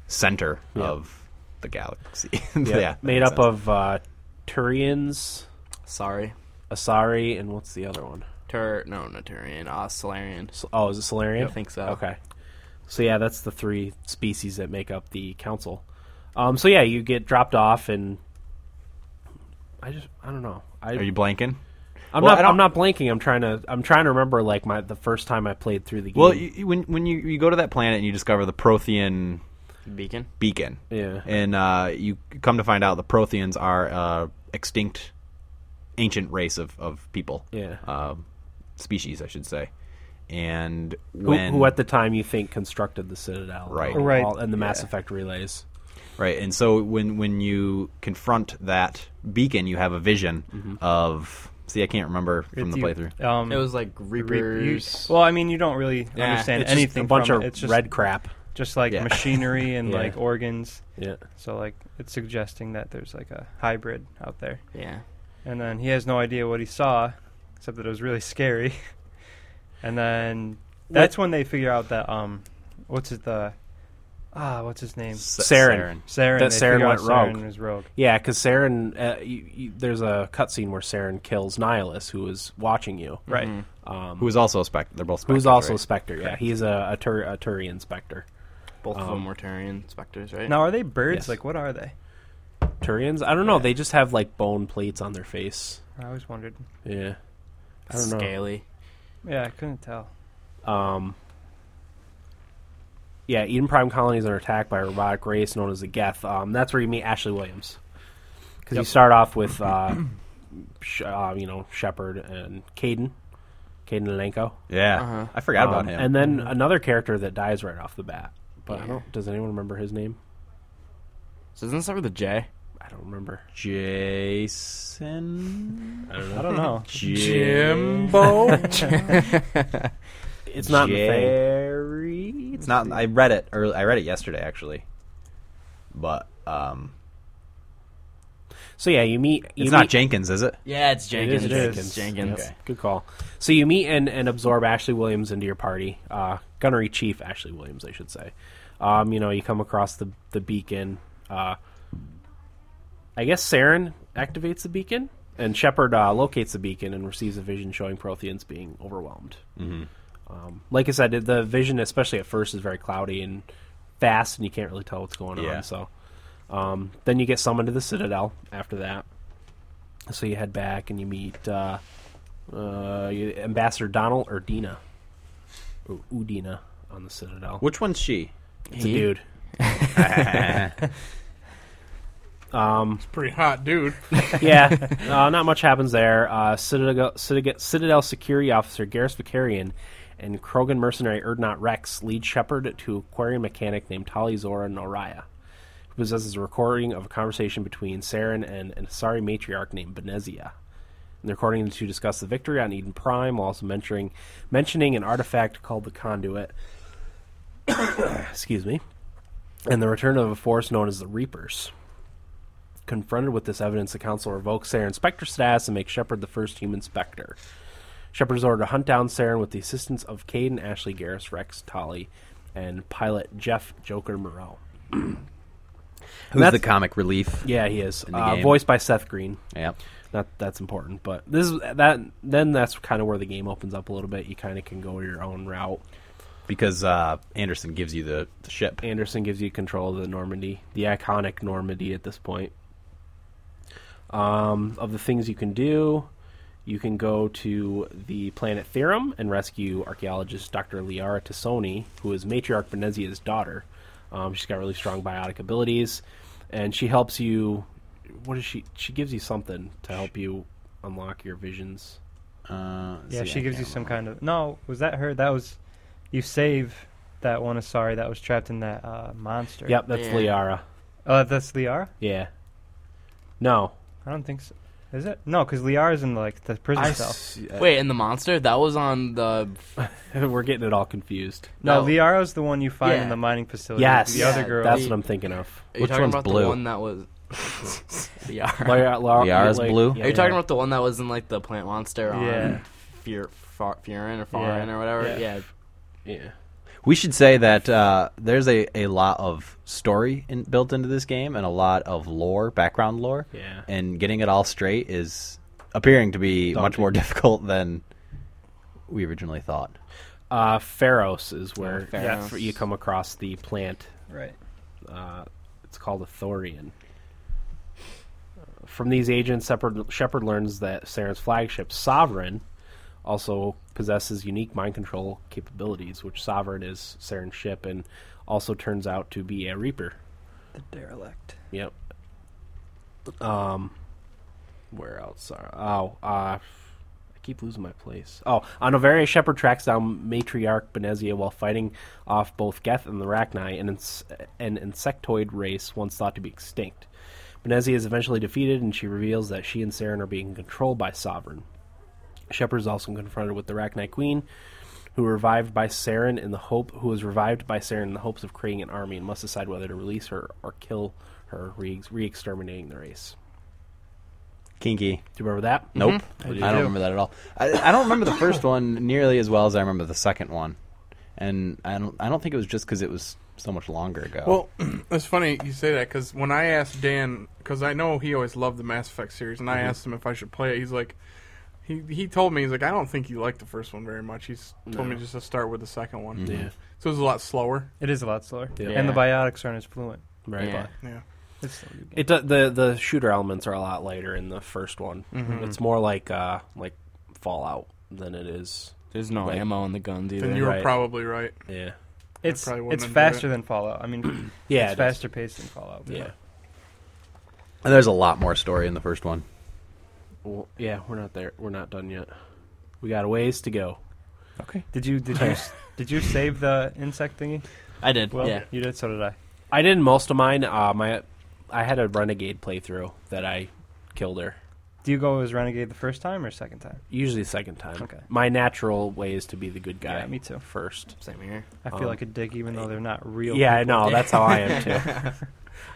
[SPEAKER 3] center
[SPEAKER 1] Yeah.
[SPEAKER 3] of the galaxy.
[SPEAKER 1] Yeah.
[SPEAKER 3] yeah. that
[SPEAKER 1] Made
[SPEAKER 3] makes
[SPEAKER 1] up
[SPEAKER 3] sense.
[SPEAKER 1] of uh, Turians,
[SPEAKER 5] Sorry.
[SPEAKER 1] Asari, and what's the other one?
[SPEAKER 5] Tur. No, not Turian. Uh, Solarian.
[SPEAKER 1] S- Oh, is it Solarian?
[SPEAKER 5] I think so.
[SPEAKER 1] Okay. So yeah, that's the three species that make up the council. Um, so yeah, you get dropped off, and I just I don't know. I,
[SPEAKER 3] Are you blanking?
[SPEAKER 1] I'm
[SPEAKER 3] well,
[SPEAKER 1] not
[SPEAKER 3] I
[SPEAKER 1] I'm
[SPEAKER 3] don't-
[SPEAKER 1] not blanking. I'm trying to I'm trying to remember like my the first time I played through the game.
[SPEAKER 3] Well, you, you- when when you, you go to that planet and you discover the Prothean
[SPEAKER 5] Beacon.
[SPEAKER 3] beacon,
[SPEAKER 1] Yeah.
[SPEAKER 3] and uh, you come to find out the Protheans are uh, extinct, ancient race of of people,
[SPEAKER 1] Yeah.
[SPEAKER 3] uh, species, I should say, and
[SPEAKER 1] who,
[SPEAKER 3] when
[SPEAKER 1] who at the time you think constructed the Citadel,
[SPEAKER 3] Right.
[SPEAKER 1] and
[SPEAKER 4] Right.
[SPEAKER 1] all- and the Mass
[SPEAKER 4] Yeah.
[SPEAKER 1] Effect relays.
[SPEAKER 3] Right, and so when when you confront that beacon, you have a vision
[SPEAKER 1] Mm-hmm.
[SPEAKER 3] of. See, I can't remember from
[SPEAKER 4] It's
[SPEAKER 3] the
[SPEAKER 4] you-
[SPEAKER 3] playthrough.
[SPEAKER 4] Um,
[SPEAKER 5] It was like Reapers.
[SPEAKER 4] reuse. Well, I mean, you don't really
[SPEAKER 5] Yeah,
[SPEAKER 4] understand
[SPEAKER 1] It's just
[SPEAKER 4] anything.
[SPEAKER 1] a bunch
[SPEAKER 4] from
[SPEAKER 1] of
[SPEAKER 4] it. It's just,
[SPEAKER 1] red crap.
[SPEAKER 4] just like
[SPEAKER 3] Yeah.
[SPEAKER 4] machinery and
[SPEAKER 1] Yeah.
[SPEAKER 4] like organs.
[SPEAKER 1] Yeah.
[SPEAKER 4] So like it's suggesting that there's like a hybrid out there.
[SPEAKER 5] yeah.
[SPEAKER 4] And then he has no idea what he saw, except that it was really scary. and then that's when they figure out that um, what's his the ah, what's his name?
[SPEAKER 3] S-
[SPEAKER 1] Saren.
[SPEAKER 4] Saren.
[SPEAKER 1] That
[SPEAKER 4] they
[SPEAKER 1] Saren
[SPEAKER 4] figure out
[SPEAKER 1] went rogue.
[SPEAKER 4] Saren was rogue.
[SPEAKER 1] Yeah, because Saren, uh, you, you, there's a cutscene where Saren kills Nihilus, who is watching you.
[SPEAKER 4] Right.
[SPEAKER 1] Um,
[SPEAKER 3] who is also a spec. They're both.
[SPEAKER 1] Who's
[SPEAKER 3] specters,
[SPEAKER 1] also a
[SPEAKER 3] right?
[SPEAKER 1] Spectre, yeah. He's a, a, Tur- a Turian Spectre.
[SPEAKER 5] Both of
[SPEAKER 1] Um,
[SPEAKER 5] them were Turian specters, right?
[SPEAKER 4] Now are they birds?
[SPEAKER 1] Yes.
[SPEAKER 4] Like what are they?
[SPEAKER 1] Turians? I don't know. They just have, like, bone plates on their face.
[SPEAKER 4] I always wondered.
[SPEAKER 1] Yeah. I don't know.
[SPEAKER 5] Scaly.
[SPEAKER 4] Yeah, I couldn't tell.
[SPEAKER 1] Um, yeah, Eden Prime colonies are attacked by a robotic race known as the Geth. Um, that's where you meet Ashley Williams. Because you
[SPEAKER 4] Yep.
[SPEAKER 1] start off with, uh, sh- uh, you know, Shepard and Caden. Caden Elenko.
[SPEAKER 3] Yeah,
[SPEAKER 5] Uh-huh.
[SPEAKER 3] I forgot
[SPEAKER 1] Um,
[SPEAKER 3] about him. Mm-hmm.
[SPEAKER 1] And then another character that dies right off the bat. But I
[SPEAKER 5] Yeah.
[SPEAKER 1] don't, does anyone remember his name?
[SPEAKER 5] So doesn't it start with a J?
[SPEAKER 1] I don't remember.
[SPEAKER 3] Jason.
[SPEAKER 1] I don't
[SPEAKER 4] I don't know.
[SPEAKER 1] Oh.
[SPEAKER 2] Jimbo.
[SPEAKER 1] It's not in the thing.
[SPEAKER 3] Jerry. It's not. I read it. Early, I read it yesterday actually, but um,
[SPEAKER 1] So yeah, you meet. You
[SPEAKER 3] it's not
[SPEAKER 1] meet-
[SPEAKER 3] Jenkins, is it?
[SPEAKER 5] Yeah, it's Jenkins.
[SPEAKER 1] It is Jenkins.
[SPEAKER 5] Jenkins.
[SPEAKER 1] Yep. Good call. So you meet and, and absorb Ashley Williams into your party, uh, Gunnery Chief Ashley Williams, I should say. Um, you know, you come across the the beacon. Uh, I guess Saren activates the beacon, and Shepard uh, locates the beacon and receives a vision showing Protheans being overwhelmed. Um, like I said, the vision, especially at first, is very cloudy and fast, and you can't really tell what's going
[SPEAKER 3] Yeah.
[SPEAKER 1] on. So, um, then you get summoned to the Citadel after that. So you head back and you meet uh, uh, you- Ambassador Donald or Dina, or Udina on the Citadel.
[SPEAKER 3] Which one's she?
[SPEAKER 1] It's a dude.
[SPEAKER 2] it's a pretty hot, dude.
[SPEAKER 1] yeah, uh, not much happens there. Uh, Citadel, Citadel, Citadel security officer Garrus Vicarian and Krogan mercenary Erdnot Rex lead Shepard to an aquarium mechanic named Tali Zora Noraya, who possesses a recording of a conversation between Saren and an Asari matriarch named Benezia. And the recording is to discuss the victory on Eden Prime, while also mentioning, mentioning an artifact called the Conduit. Excuse me. And the return of a force known as the Reapers. Confronted with this evidence, the Council revokes Saren's Spectre status and makes Shepard the first human Spectre. Shepard is ordered to hunt down Saren with the assistance of Caden, Ashley, Garrus, Rex, Tolly, and pilot Jeff Joker Moreau.
[SPEAKER 3] Who's the
[SPEAKER 1] that's-
[SPEAKER 3] comic relief?
[SPEAKER 1] Yeah, he is.
[SPEAKER 3] In the
[SPEAKER 1] Uh,
[SPEAKER 3] game.
[SPEAKER 1] voiced by Seth Green.
[SPEAKER 3] Yeah.
[SPEAKER 1] That that's important. But this is that then that's kind of where the game opens up a little bit. You kind of can go your own route.
[SPEAKER 3] Because uh, Anderson gives you the, the ship.
[SPEAKER 1] Anderson gives you control of the Normandy, the iconic Normandy at this point. Um, of the things you can do, you can go to the planet Theorem and rescue archaeologist Dr. Liara Tassoni, who is matriarch Venezia's daughter. Um, she's got really strong biotic abilities, and she helps you. What does she? She gives you something to help you unlock your visions.
[SPEAKER 3] Uh,
[SPEAKER 4] Yeah,
[SPEAKER 3] see,
[SPEAKER 4] she
[SPEAKER 3] I
[SPEAKER 4] gives you
[SPEAKER 3] can't
[SPEAKER 4] some
[SPEAKER 3] remember.
[SPEAKER 4] kind of. No, was that her? That was. You save that one Asari that was trapped in that uh, monster.
[SPEAKER 1] Yep, that's
[SPEAKER 5] Yeah.
[SPEAKER 1] Liara.
[SPEAKER 4] Uh, that's Liara?
[SPEAKER 1] Yeah. No.
[SPEAKER 4] I don't think so. Is it? No, because Liara's in like the prison
[SPEAKER 3] I
[SPEAKER 4] cell.
[SPEAKER 3] s- uh,
[SPEAKER 5] Wait, and the monster that was on the
[SPEAKER 1] We're getting it all confused.
[SPEAKER 4] No,
[SPEAKER 5] no.
[SPEAKER 4] Liara's the one you find
[SPEAKER 5] Yeah.
[SPEAKER 4] in the mining facility.
[SPEAKER 1] Yes.
[SPEAKER 4] The other
[SPEAKER 5] Yeah,
[SPEAKER 4] girl.
[SPEAKER 1] That's
[SPEAKER 5] The-
[SPEAKER 1] what I'm thinking of.
[SPEAKER 5] Are you
[SPEAKER 3] Which
[SPEAKER 5] talking
[SPEAKER 3] one's
[SPEAKER 5] about
[SPEAKER 3] blue?
[SPEAKER 5] the one that was? yeah. Are
[SPEAKER 1] Lara, Lara,
[SPEAKER 3] Liara's
[SPEAKER 1] like-
[SPEAKER 3] blue?
[SPEAKER 1] yeah,
[SPEAKER 5] you talking
[SPEAKER 1] yeah.
[SPEAKER 5] about the one that was in like the plant monster on
[SPEAKER 4] Yeah.
[SPEAKER 5] Fear, Far, Furin or Farin or whatever?
[SPEAKER 4] Yeah.
[SPEAKER 5] Yeah.
[SPEAKER 1] Yeah.
[SPEAKER 3] We should say that uh, there's a, a lot of story in, built into this game and a lot of lore, background lore.
[SPEAKER 1] Yeah.
[SPEAKER 3] And getting it all straight is appearing to be much
[SPEAKER 1] Daunting.
[SPEAKER 3] more difficult than we originally thought.
[SPEAKER 1] Uh, Pharos is where
[SPEAKER 5] Yeah, Oh, Pharos.
[SPEAKER 1] you come across the plant.
[SPEAKER 3] Right.
[SPEAKER 1] Uh, it's called a Thorian. From these agents, Shepard, Shepard learns that Saren's flagship, Sovereign, also possesses unique mind control capabilities, which Sovereign is Saren's ship and also turns out to be a Reaper.
[SPEAKER 4] The derelict.
[SPEAKER 1] Yep. Um, where else are? Oh, uh, I keep losing my place. Oh, on Novaria, Shepard tracks down matriarch Benezia while fighting off both Geth and the Rachni, an, ins- an insectoid race once thought to be extinct. Benezia is eventually defeated, and she reveals that she and Saren are being controlled by Sovereign. Shepard is also confronted with the Rachni Queen, who revived by Saren in the hope who was revived by Saren in the hopes of creating an army and must decide whether to release her or kill her, re exterminating the race.
[SPEAKER 3] Kinky.
[SPEAKER 1] Do you remember that?
[SPEAKER 3] Nope.
[SPEAKER 4] I do
[SPEAKER 3] I
[SPEAKER 4] too.
[SPEAKER 3] don't remember that at all. I, I don't remember the first one nearly as well as I remember the second one. And I don't I don't think it was just because it was so much longer ago.
[SPEAKER 2] Well, it's funny you say that because when I asked Dan, because I know he always loved the Mass Effect series, and I asked him if I should play it. He's like, he he told me he's like, I don't think you liked the first one very much. He's told me just to start with the second one.
[SPEAKER 1] Yeah.
[SPEAKER 2] So it was a lot slower.
[SPEAKER 4] It is a lot slower.
[SPEAKER 1] Yeah.
[SPEAKER 4] And the
[SPEAKER 5] Yeah.
[SPEAKER 4] biotics aren't as fluent.
[SPEAKER 1] Right.
[SPEAKER 5] Yeah.
[SPEAKER 2] Yeah.
[SPEAKER 4] It's still a good game.
[SPEAKER 1] It do- the the shooter elements are a lot later in the first one.
[SPEAKER 4] Mm-hmm.
[SPEAKER 1] It's more like uh like Fallout than it is.
[SPEAKER 5] There's no
[SPEAKER 1] Right.
[SPEAKER 5] ammo in the guns either.
[SPEAKER 2] Then you were
[SPEAKER 1] right.
[SPEAKER 2] probably right.
[SPEAKER 1] Yeah.
[SPEAKER 4] it's
[SPEAKER 2] probably wouldn't
[SPEAKER 4] it's
[SPEAKER 2] enjoy
[SPEAKER 4] faster
[SPEAKER 2] it.
[SPEAKER 4] than Fallout. I mean,
[SPEAKER 1] Yeah.
[SPEAKER 4] it's
[SPEAKER 1] it is.
[SPEAKER 4] faster paced than Fallout. but-
[SPEAKER 1] Yeah.
[SPEAKER 3] and there's a lot more story in the first one.
[SPEAKER 1] Well, yeah. We're not there. We're not done yet. We got a ways to go.
[SPEAKER 3] Okay.
[SPEAKER 4] Did you did you s- did you save the insect thingy?
[SPEAKER 5] I did.
[SPEAKER 4] Well,
[SPEAKER 5] yeah.
[SPEAKER 4] you did. So did I.
[SPEAKER 1] I did most of mine. Uh, my I had a renegade playthrough that I killed her.
[SPEAKER 4] Do you go as renegade the first time or second time?
[SPEAKER 1] Usually second time.
[SPEAKER 4] Okay.
[SPEAKER 1] My natural way is to be the good guy.
[SPEAKER 4] Yeah, me too.
[SPEAKER 1] First.
[SPEAKER 5] Same here.
[SPEAKER 4] I feel
[SPEAKER 1] Um,
[SPEAKER 4] like a dick, even though they're not real.
[SPEAKER 1] yeah, I
[SPEAKER 4] people.
[SPEAKER 1] know. That's how I am too.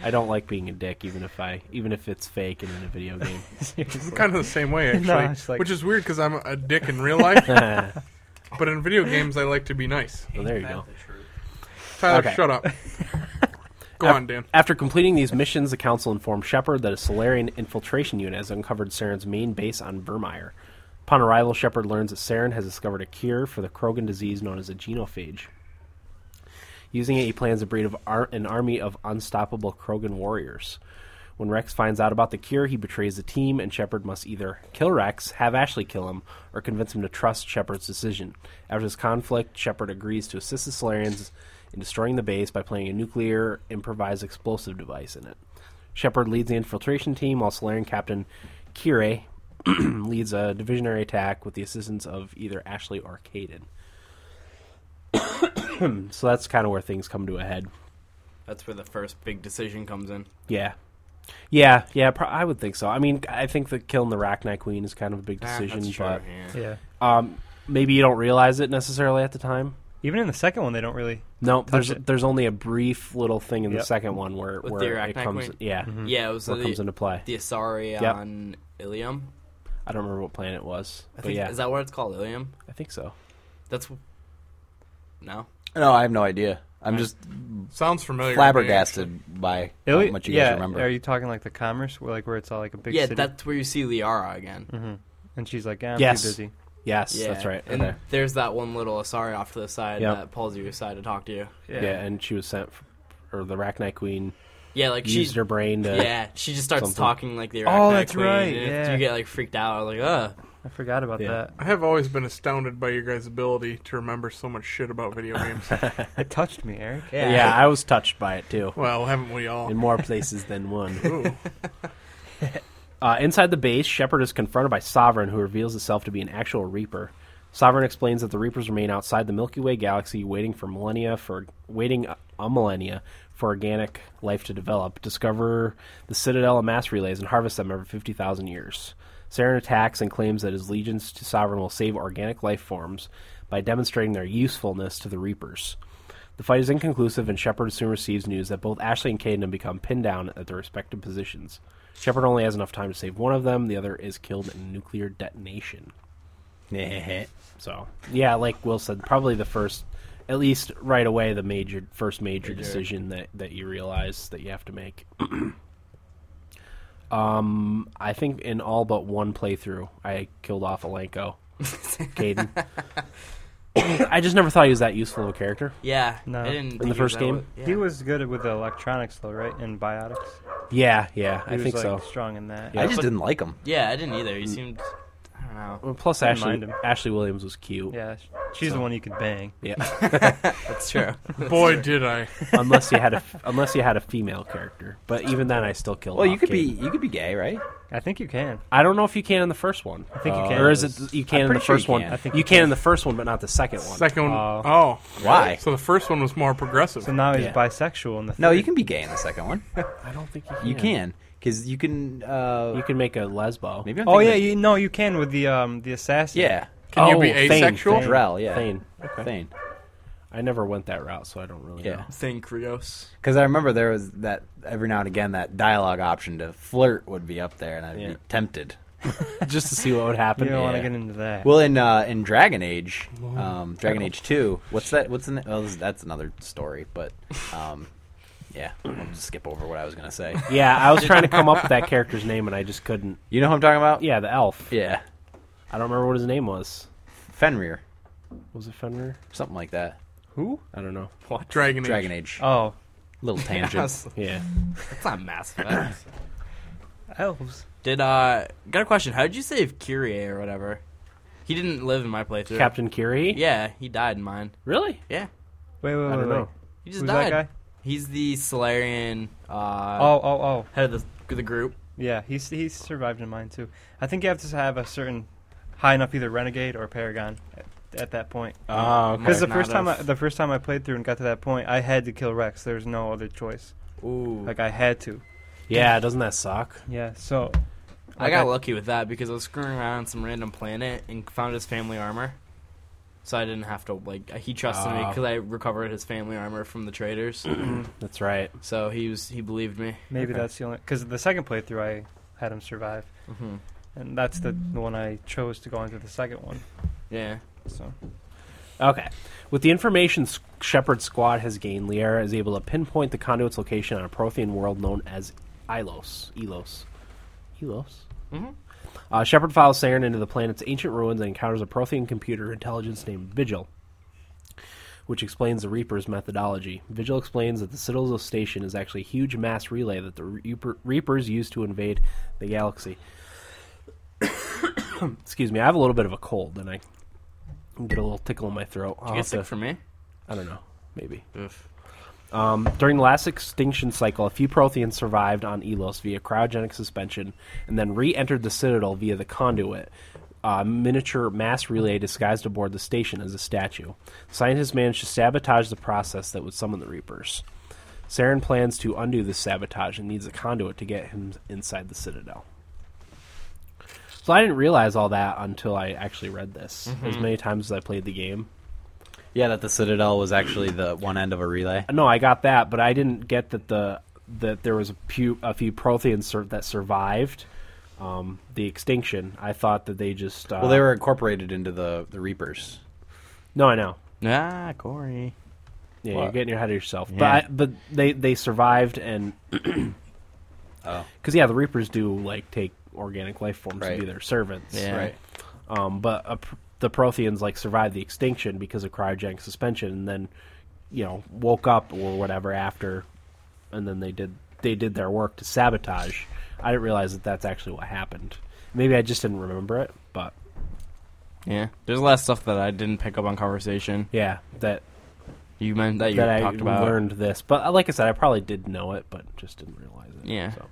[SPEAKER 1] I don't like being a dick, even if I even if it's fake and in a video game.
[SPEAKER 2] I'm kind of the same way actually,
[SPEAKER 4] it's like-
[SPEAKER 2] which is weird because I'm a dick in real life,
[SPEAKER 1] well,
[SPEAKER 2] but in video games I like to be nice.
[SPEAKER 1] there you go.
[SPEAKER 2] Tyler,
[SPEAKER 1] Okay.
[SPEAKER 2] shut up. Go
[SPEAKER 1] Ap-
[SPEAKER 2] on, Dan.
[SPEAKER 1] After completing these missions, the Council informed Shepard that a Solarian infiltration unit has uncovered Saren's main base on Vermeer. Upon arrival, Shepard learns that Saren has discovered a cure for the Krogan disease known as a genophage. Using it, he plans to breed of ar- an army of unstoppable Krogan warriors. When Rex finds out about the cure, he betrays the team, and Shepard must either kill Rex, have Ashley kill him, or convince him to trust Shepard's decision. After this conflict, Shepard agrees to assist the Solarians in destroying the base by planting a nuclear improvised explosive device in it. Shepard leads the infiltration team, while Solarian Captain Kire leads a divisionary attack with the assistance of either Ashley or Caden. so that's kind of where things come to a head.
[SPEAKER 5] That's where the first big decision comes in.
[SPEAKER 1] Yeah. Yeah, yeah, pro- I would think so. I mean, I think the killing the Rachni Queen is kind of a big
[SPEAKER 5] Ah,
[SPEAKER 1] decision,
[SPEAKER 5] that's true,
[SPEAKER 1] but
[SPEAKER 5] yeah.
[SPEAKER 4] Yeah.
[SPEAKER 1] um, maybe you don't realize it necessarily at the time.
[SPEAKER 4] Even in the second one, they don't really.
[SPEAKER 1] No, there's
[SPEAKER 4] it.
[SPEAKER 1] there's only a brief little thing in the
[SPEAKER 4] Yep.
[SPEAKER 1] second one where
[SPEAKER 5] With
[SPEAKER 1] where
[SPEAKER 5] the
[SPEAKER 1] it
[SPEAKER 5] Arachni
[SPEAKER 1] comes,
[SPEAKER 5] Queen?
[SPEAKER 1] yeah,
[SPEAKER 5] Yeah, it was
[SPEAKER 1] where it comes
[SPEAKER 5] the,
[SPEAKER 1] into play.
[SPEAKER 5] the Asari
[SPEAKER 1] Yep.
[SPEAKER 5] on Ilium.
[SPEAKER 1] I don't remember what planet it was,
[SPEAKER 5] I
[SPEAKER 1] but
[SPEAKER 5] think
[SPEAKER 1] yeah,
[SPEAKER 5] is that what it's called, Ilium?
[SPEAKER 1] I think so.
[SPEAKER 5] That's no.
[SPEAKER 3] No, I have no idea. I'm just
[SPEAKER 2] Sounds familiar. to me,
[SPEAKER 3] flabbergasted by how
[SPEAKER 4] Illy-
[SPEAKER 3] much you
[SPEAKER 4] yeah,
[SPEAKER 3] guys remember.
[SPEAKER 4] Are you talking like the commerce, where like where it's all like a big
[SPEAKER 5] yeah,
[SPEAKER 4] city?
[SPEAKER 5] that's where you see Liara again.
[SPEAKER 4] hmm And she's like, yeah, I'm
[SPEAKER 1] Yes.
[SPEAKER 4] too busy.
[SPEAKER 1] Yes,
[SPEAKER 5] Yeah,
[SPEAKER 1] that's right.
[SPEAKER 5] And
[SPEAKER 1] Okay.
[SPEAKER 5] there's that one little Asari off to the side
[SPEAKER 1] Yep.
[SPEAKER 5] that pulls you aside to talk to you.
[SPEAKER 1] Yeah. and she was sent, f or the Rachni Queen
[SPEAKER 5] Yeah, like
[SPEAKER 1] used
[SPEAKER 5] she's
[SPEAKER 1] her brain to.
[SPEAKER 5] yeah, she just starts
[SPEAKER 1] something.
[SPEAKER 5] talking like the
[SPEAKER 4] Oh,
[SPEAKER 5] Arachne
[SPEAKER 4] that's
[SPEAKER 5] Queen,
[SPEAKER 4] right,
[SPEAKER 5] and
[SPEAKER 4] yeah.
[SPEAKER 5] you get like freaked out. I was like, uh
[SPEAKER 4] I forgot about
[SPEAKER 1] Yeah.
[SPEAKER 4] that.
[SPEAKER 2] I have always been astounded by your guys' ability to remember so much shit about video games.
[SPEAKER 4] It touched me, Eric.
[SPEAKER 1] Yeah.
[SPEAKER 5] yeah,
[SPEAKER 1] I was touched by it too,
[SPEAKER 2] well, haven't we all?
[SPEAKER 1] in more places than one.
[SPEAKER 2] Ooh.
[SPEAKER 1] Uh, inside the base, Shepard is confronted by Sovereign, who reveals itself to be an actual Reaper. Sovereign explains that the Reapers remain outside the Milky Way galaxy, waiting for millennia for waiting a millennia for organic life to develop, discover the Citadel and mass relays, and harvest them every fifty thousand years. Saren attacks and claims that his legions to Sovereign will save organic life forms by demonstrating their usefulness to the Reapers. The fight is inconclusive, and Shepard soon receives news that both Ashley and Caden become pinned down at their respective positions. Shepard only has enough time to save one of them; the other is killed in nuclear detonation. So, yeah, like Will said, probably the first, at least right away, the major first major, decision that that you realize that you have to make. um, I think in all but one playthrough, I killed off Alenko, Caden. I just never thought he was that useful of a character.
[SPEAKER 5] yeah.
[SPEAKER 4] No.
[SPEAKER 5] I didn't
[SPEAKER 1] In
[SPEAKER 5] think
[SPEAKER 1] the
[SPEAKER 5] it
[SPEAKER 1] first
[SPEAKER 5] that
[SPEAKER 1] game?
[SPEAKER 5] way- yeah.
[SPEAKER 4] He was good with the electronics, though, right? And biotics.
[SPEAKER 1] Yeah, yeah,
[SPEAKER 4] He
[SPEAKER 1] I
[SPEAKER 4] was
[SPEAKER 1] think
[SPEAKER 4] like
[SPEAKER 1] so.
[SPEAKER 4] strong in that.
[SPEAKER 1] Yeah.
[SPEAKER 3] I just didn't like them.
[SPEAKER 5] Yeah, I didn't either. He
[SPEAKER 1] Mm.
[SPEAKER 5] seemed. I don't know.
[SPEAKER 1] Well, plus
[SPEAKER 4] Didn't
[SPEAKER 1] Ashley
[SPEAKER 4] mind him.
[SPEAKER 1] Ashley Williams was cute.
[SPEAKER 4] Yeah, sh- she's the one you could bang.
[SPEAKER 1] Yeah.
[SPEAKER 5] That's true.
[SPEAKER 2] Boy, did I.
[SPEAKER 1] unless you had a unless you had a female character, but even then I still killed.
[SPEAKER 3] Well, you
[SPEAKER 1] off
[SPEAKER 3] could be
[SPEAKER 1] Caden.
[SPEAKER 3] you could be gay, right?
[SPEAKER 4] I think you can.
[SPEAKER 1] I don't know if you can in the first one. I
[SPEAKER 4] think you can.
[SPEAKER 1] Or is it you can in
[SPEAKER 3] I'm
[SPEAKER 1] the
[SPEAKER 3] pretty sure
[SPEAKER 1] first
[SPEAKER 3] you
[SPEAKER 1] one?
[SPEAKER 3] can.
[SPEAKER 1] I
[SPEAKER 3] I
[SPEAKER 1] think
[SPEAKER 4] think
[SPEAKER 1] you,
[SPEAKER 4] you
[SPEAKER 1] can,
[SPEAKER 4] can.
[SPEAKER 1] in the first one, but not the second one.
[SPEAKER 2] Second.
[SPEAKER 4] Oh.
[SPEAKER 2] oh.
[SPEAKER 3] Why?
[SPEAKER 2] So the first one was more progressive.
[SPEAKER 4] So now he's
[SPEAKER 1] Yeah.
[SPEAKER 4] bisexual in the.
[SPEAKER 3] No,
[SPEAKER 4] third.
[SPEAKER 3] you can be gay in the second one.
[SPEAKER 1] I don't think you can.
[SPEAKER 3] You can because you can. Uh,
[SPEAKER 1] You can make a lesbo.
[SPEAKER 3] maybe I'm
[SPEAKER 4] Oh
[SPEAKER 3] thinking
[SPEAKER 4] yeah,
[SPEAKER 3] of-
[SPEAKER 4] you, no, you can with the um the assassin.
[SPEAKER 3] yeah.
[SPEAKER 2] Can you be
[SPEAKER 1] Oh, Thane,
[SPEAKER 2] asexual?
[SPEAKER 1] Thane.
[SPEAKER 3] Drell, yeah.
[SPEAKER 1] Thane.
[SPEAKER 3] Thane.
[SPEAKER 1] I never went that route, so I don't really
[SPEAKER 3] Yeah.
[SPEAKER 1] know.
[SPEAKER 5] Thing Krios.
[SPEAKER 3] Because I remember there was that every now and again that dialogue option to flirt would be up there, and I'd
[SPEAKER 1] Yeah.
[SPEAKER 3] be tempted.
[SPEAKER 1] Just to see what would
[SPEAKER 4] You
[SPEAKER 1] happen.
[SPEAKER 4] don't want to
[SPEAKER 3] Yeah.
[SPEAKER 4] get into that.
[SPEAKER 3] Well, in uh, in Dragon Age, um, Dragon Age Two, what's that? What's the? na- Oh, this- that's another story, but um, yeah, I'll just skip over what I was gonna say.
[SPEAKER 1] Yeah, I was trying to come up with that character's name and I just couldn't.
[SPEAKER 3] You know who I'm talking about?
[SPEAKER 1] Yeah, the elf.
[SPEAKER 3] yeah,
[SPEAKER 1] I don't remember what his name was.
[SPEAKER 3] Fenrir,
[SPEAKER 1] Was it Fenrir?
[SPEAKER 3] something like that.
[SPEAKER 4] Who?
[SPEAKER 1] I don't know.
[SPEAKER 2] Dragon Age.
[SPEAKER 3] Dragon Age,
[SPEAKER 4] Oh,
[SPEAKER 3] little tangent.
[SPEAKER 5] That's,
[SPEAKER 1] Yeah.
[SPEAKER 5] that's not Mass Effect.
[SPEAKER 4] elves.
[SPEAKER 5] Did uh, got a question? How did you save Kyrie or whatever? He didn't live in my playthrough.
[SPEAKER 1] Captain Curie?
[SPEAKER 5] Yeah, he died in mine.
[SPEAKER 1] Really?
[SPEAKER 5] Yeah,
[SPEAKER 4] Wait, wait, wait.
[SPEAKER 1] I don't
[SPEAKER 4] wait.
[SPEAKER 1] know.
[SPEAKER 5] he
[SPEAKER 4] Who's
[SPEAKER 5] just
[SPEAKER 4] that
[SPEAKER 5] died.
[SPEAKER 4] guy?
[SPEAKER 5] He's the Solarian uh,
[SPEAKER 4] Oh, oh, oh.
[SPEAKER 5] head of the, the group.
[SPEAKER 4] Yeah, he's he survived in mine too. I think you have to have a certain high enough either renegade or paragon at, at that point.
[SPEAKER 1] Oh,
[SPEAKER 3] Um,
[SPEAKER 5] okay.
[SPEAKER 4] Because the
[SPEAKER 5] Not
[SPEAKER 4] first time I,
[SPEAKER 5] if-
[SPEAKER 4] the first time I played through and got to that point, I had to kill Rex. There was no other choice.
[SPEAKER 5] Ooh,
[SPEAKER 4] Like I had to.
[SPEAKER 1] Yeah, doesn't that suck?
[SPEAKER 4] Yeah. So
[SPEAKER 5] I got
[SPEAKER 4] okay.
[SPEAKER 5] lucky with that because I was screwing around on some random planet and found his family armor. So I didn't have to like he trusted me
[SPEAKER 1] Ah.
[SPEAKER 5] because I recovered his family armor from the traders.
[SPEAKER 1] That's right.
[SPEAKER 5] so he was he believed me.
[SPEAKER 4] maybe that's the only. Because the second playthrough, I had him survive,
[SPEAKER 5] hmm
[SPEAKER 4] and that's the, the one I chose to go into the second one.
[SPEAKER 5] Yeah,
[SPEAKER 4] So
[SPEAKER 1] Okay. With the information S- Shepard's squad has gained, Liara is able to pinpoint the conduit's location on a Prothean world known as Ilos. Elos. Elos?
[SPEAKER 5] Mhm.
[SPEAKER 1] Uh, Shepard follows Saren into the planet's ancient ruins and encounters a Prothean computer intelligence named Vigil, which explains the Reaper's methodology. Vigil explains that the Citadel Station is actually a huge mass relay that the Reaper, Reapers use to invade the galaxy. Excuse me, I have a little bit of a cold, and I get a little tickle in my throat. I'll
[SPEAKER 5] you
[SPEAKER 1] have
[SPEAKER 5] get sick
[SPEAKER 1] to-
[SPEAKER 5] for me.
[SPEAKER 1] I don't know, maybe.
[SPEAKER 5] Oof.
[SPEAKER 1] Um, during the last extinction cycle, a few Protheans survived on Elos via cryogenic suspension and then re entered the Citadel via the conduit, a miniature mass relay disguised aboard the station as a statue. Scientists managed to sabotage the process that would summon the Reapers. Saren plans to undo this sabotage and needs a conduit to get him inside the Citadel. So I didn't realize all that until I actually read this. As many times as I played the game,
[SPEAKER 3] Yeah, that the Citadel was actually the one end of a relay.
[SPEAKER 1] No, I got that, but I didn't get that the that there was a few a few Protheans sur- that survived um, the extinction. I thought that they just uh,
[SPEAKER 3] Well, they were incorporated into the the Reapers.
[SPEAKER 1] no, I know.
[SPEAKER 5] Ah, Corey.
[SPEAKER 1] Yeah,
[SPEAKER 3] Well,
[SPEAKER 1] you're getting ahead of yourself. But
[SPEAKER 3] yeah.
[SPEAKER 1] I, but they they survived and
[SPEAKER 3] Oh.
[SPEAKER 1] because yeah, the Reapers do like take organic life forms
[SPEAKER 3] Right.
[SPEAKER 1] to be their servants.
[SPEAKER 5] Yeah.
[SPEAKER 3] Right.
[SPEAKER 1] Um, but uh, pr- the Protheans like survived the extinction because of cryogenic suspension, and then you know woke up or whatever after, and then they did they did their work to sabotage. I didn't realize that that's actually what happened. Maybe I just didn't remember it, but
[SPEAKER 5] Yeah, there's a lot of stuff that I didn't pick up on conversation.
[SPEAKER 1] yeah, that
[SPEAKER 5] You meant that you
[SPEAKER 1] that I
[SPEAKER 5] talked about.
[SPEAKER 1] learned this. But uh, like I said, I probably did know it, but just didn't realize it.
[SPEAKER 5] Yeah.
[SPEAKER 1] So.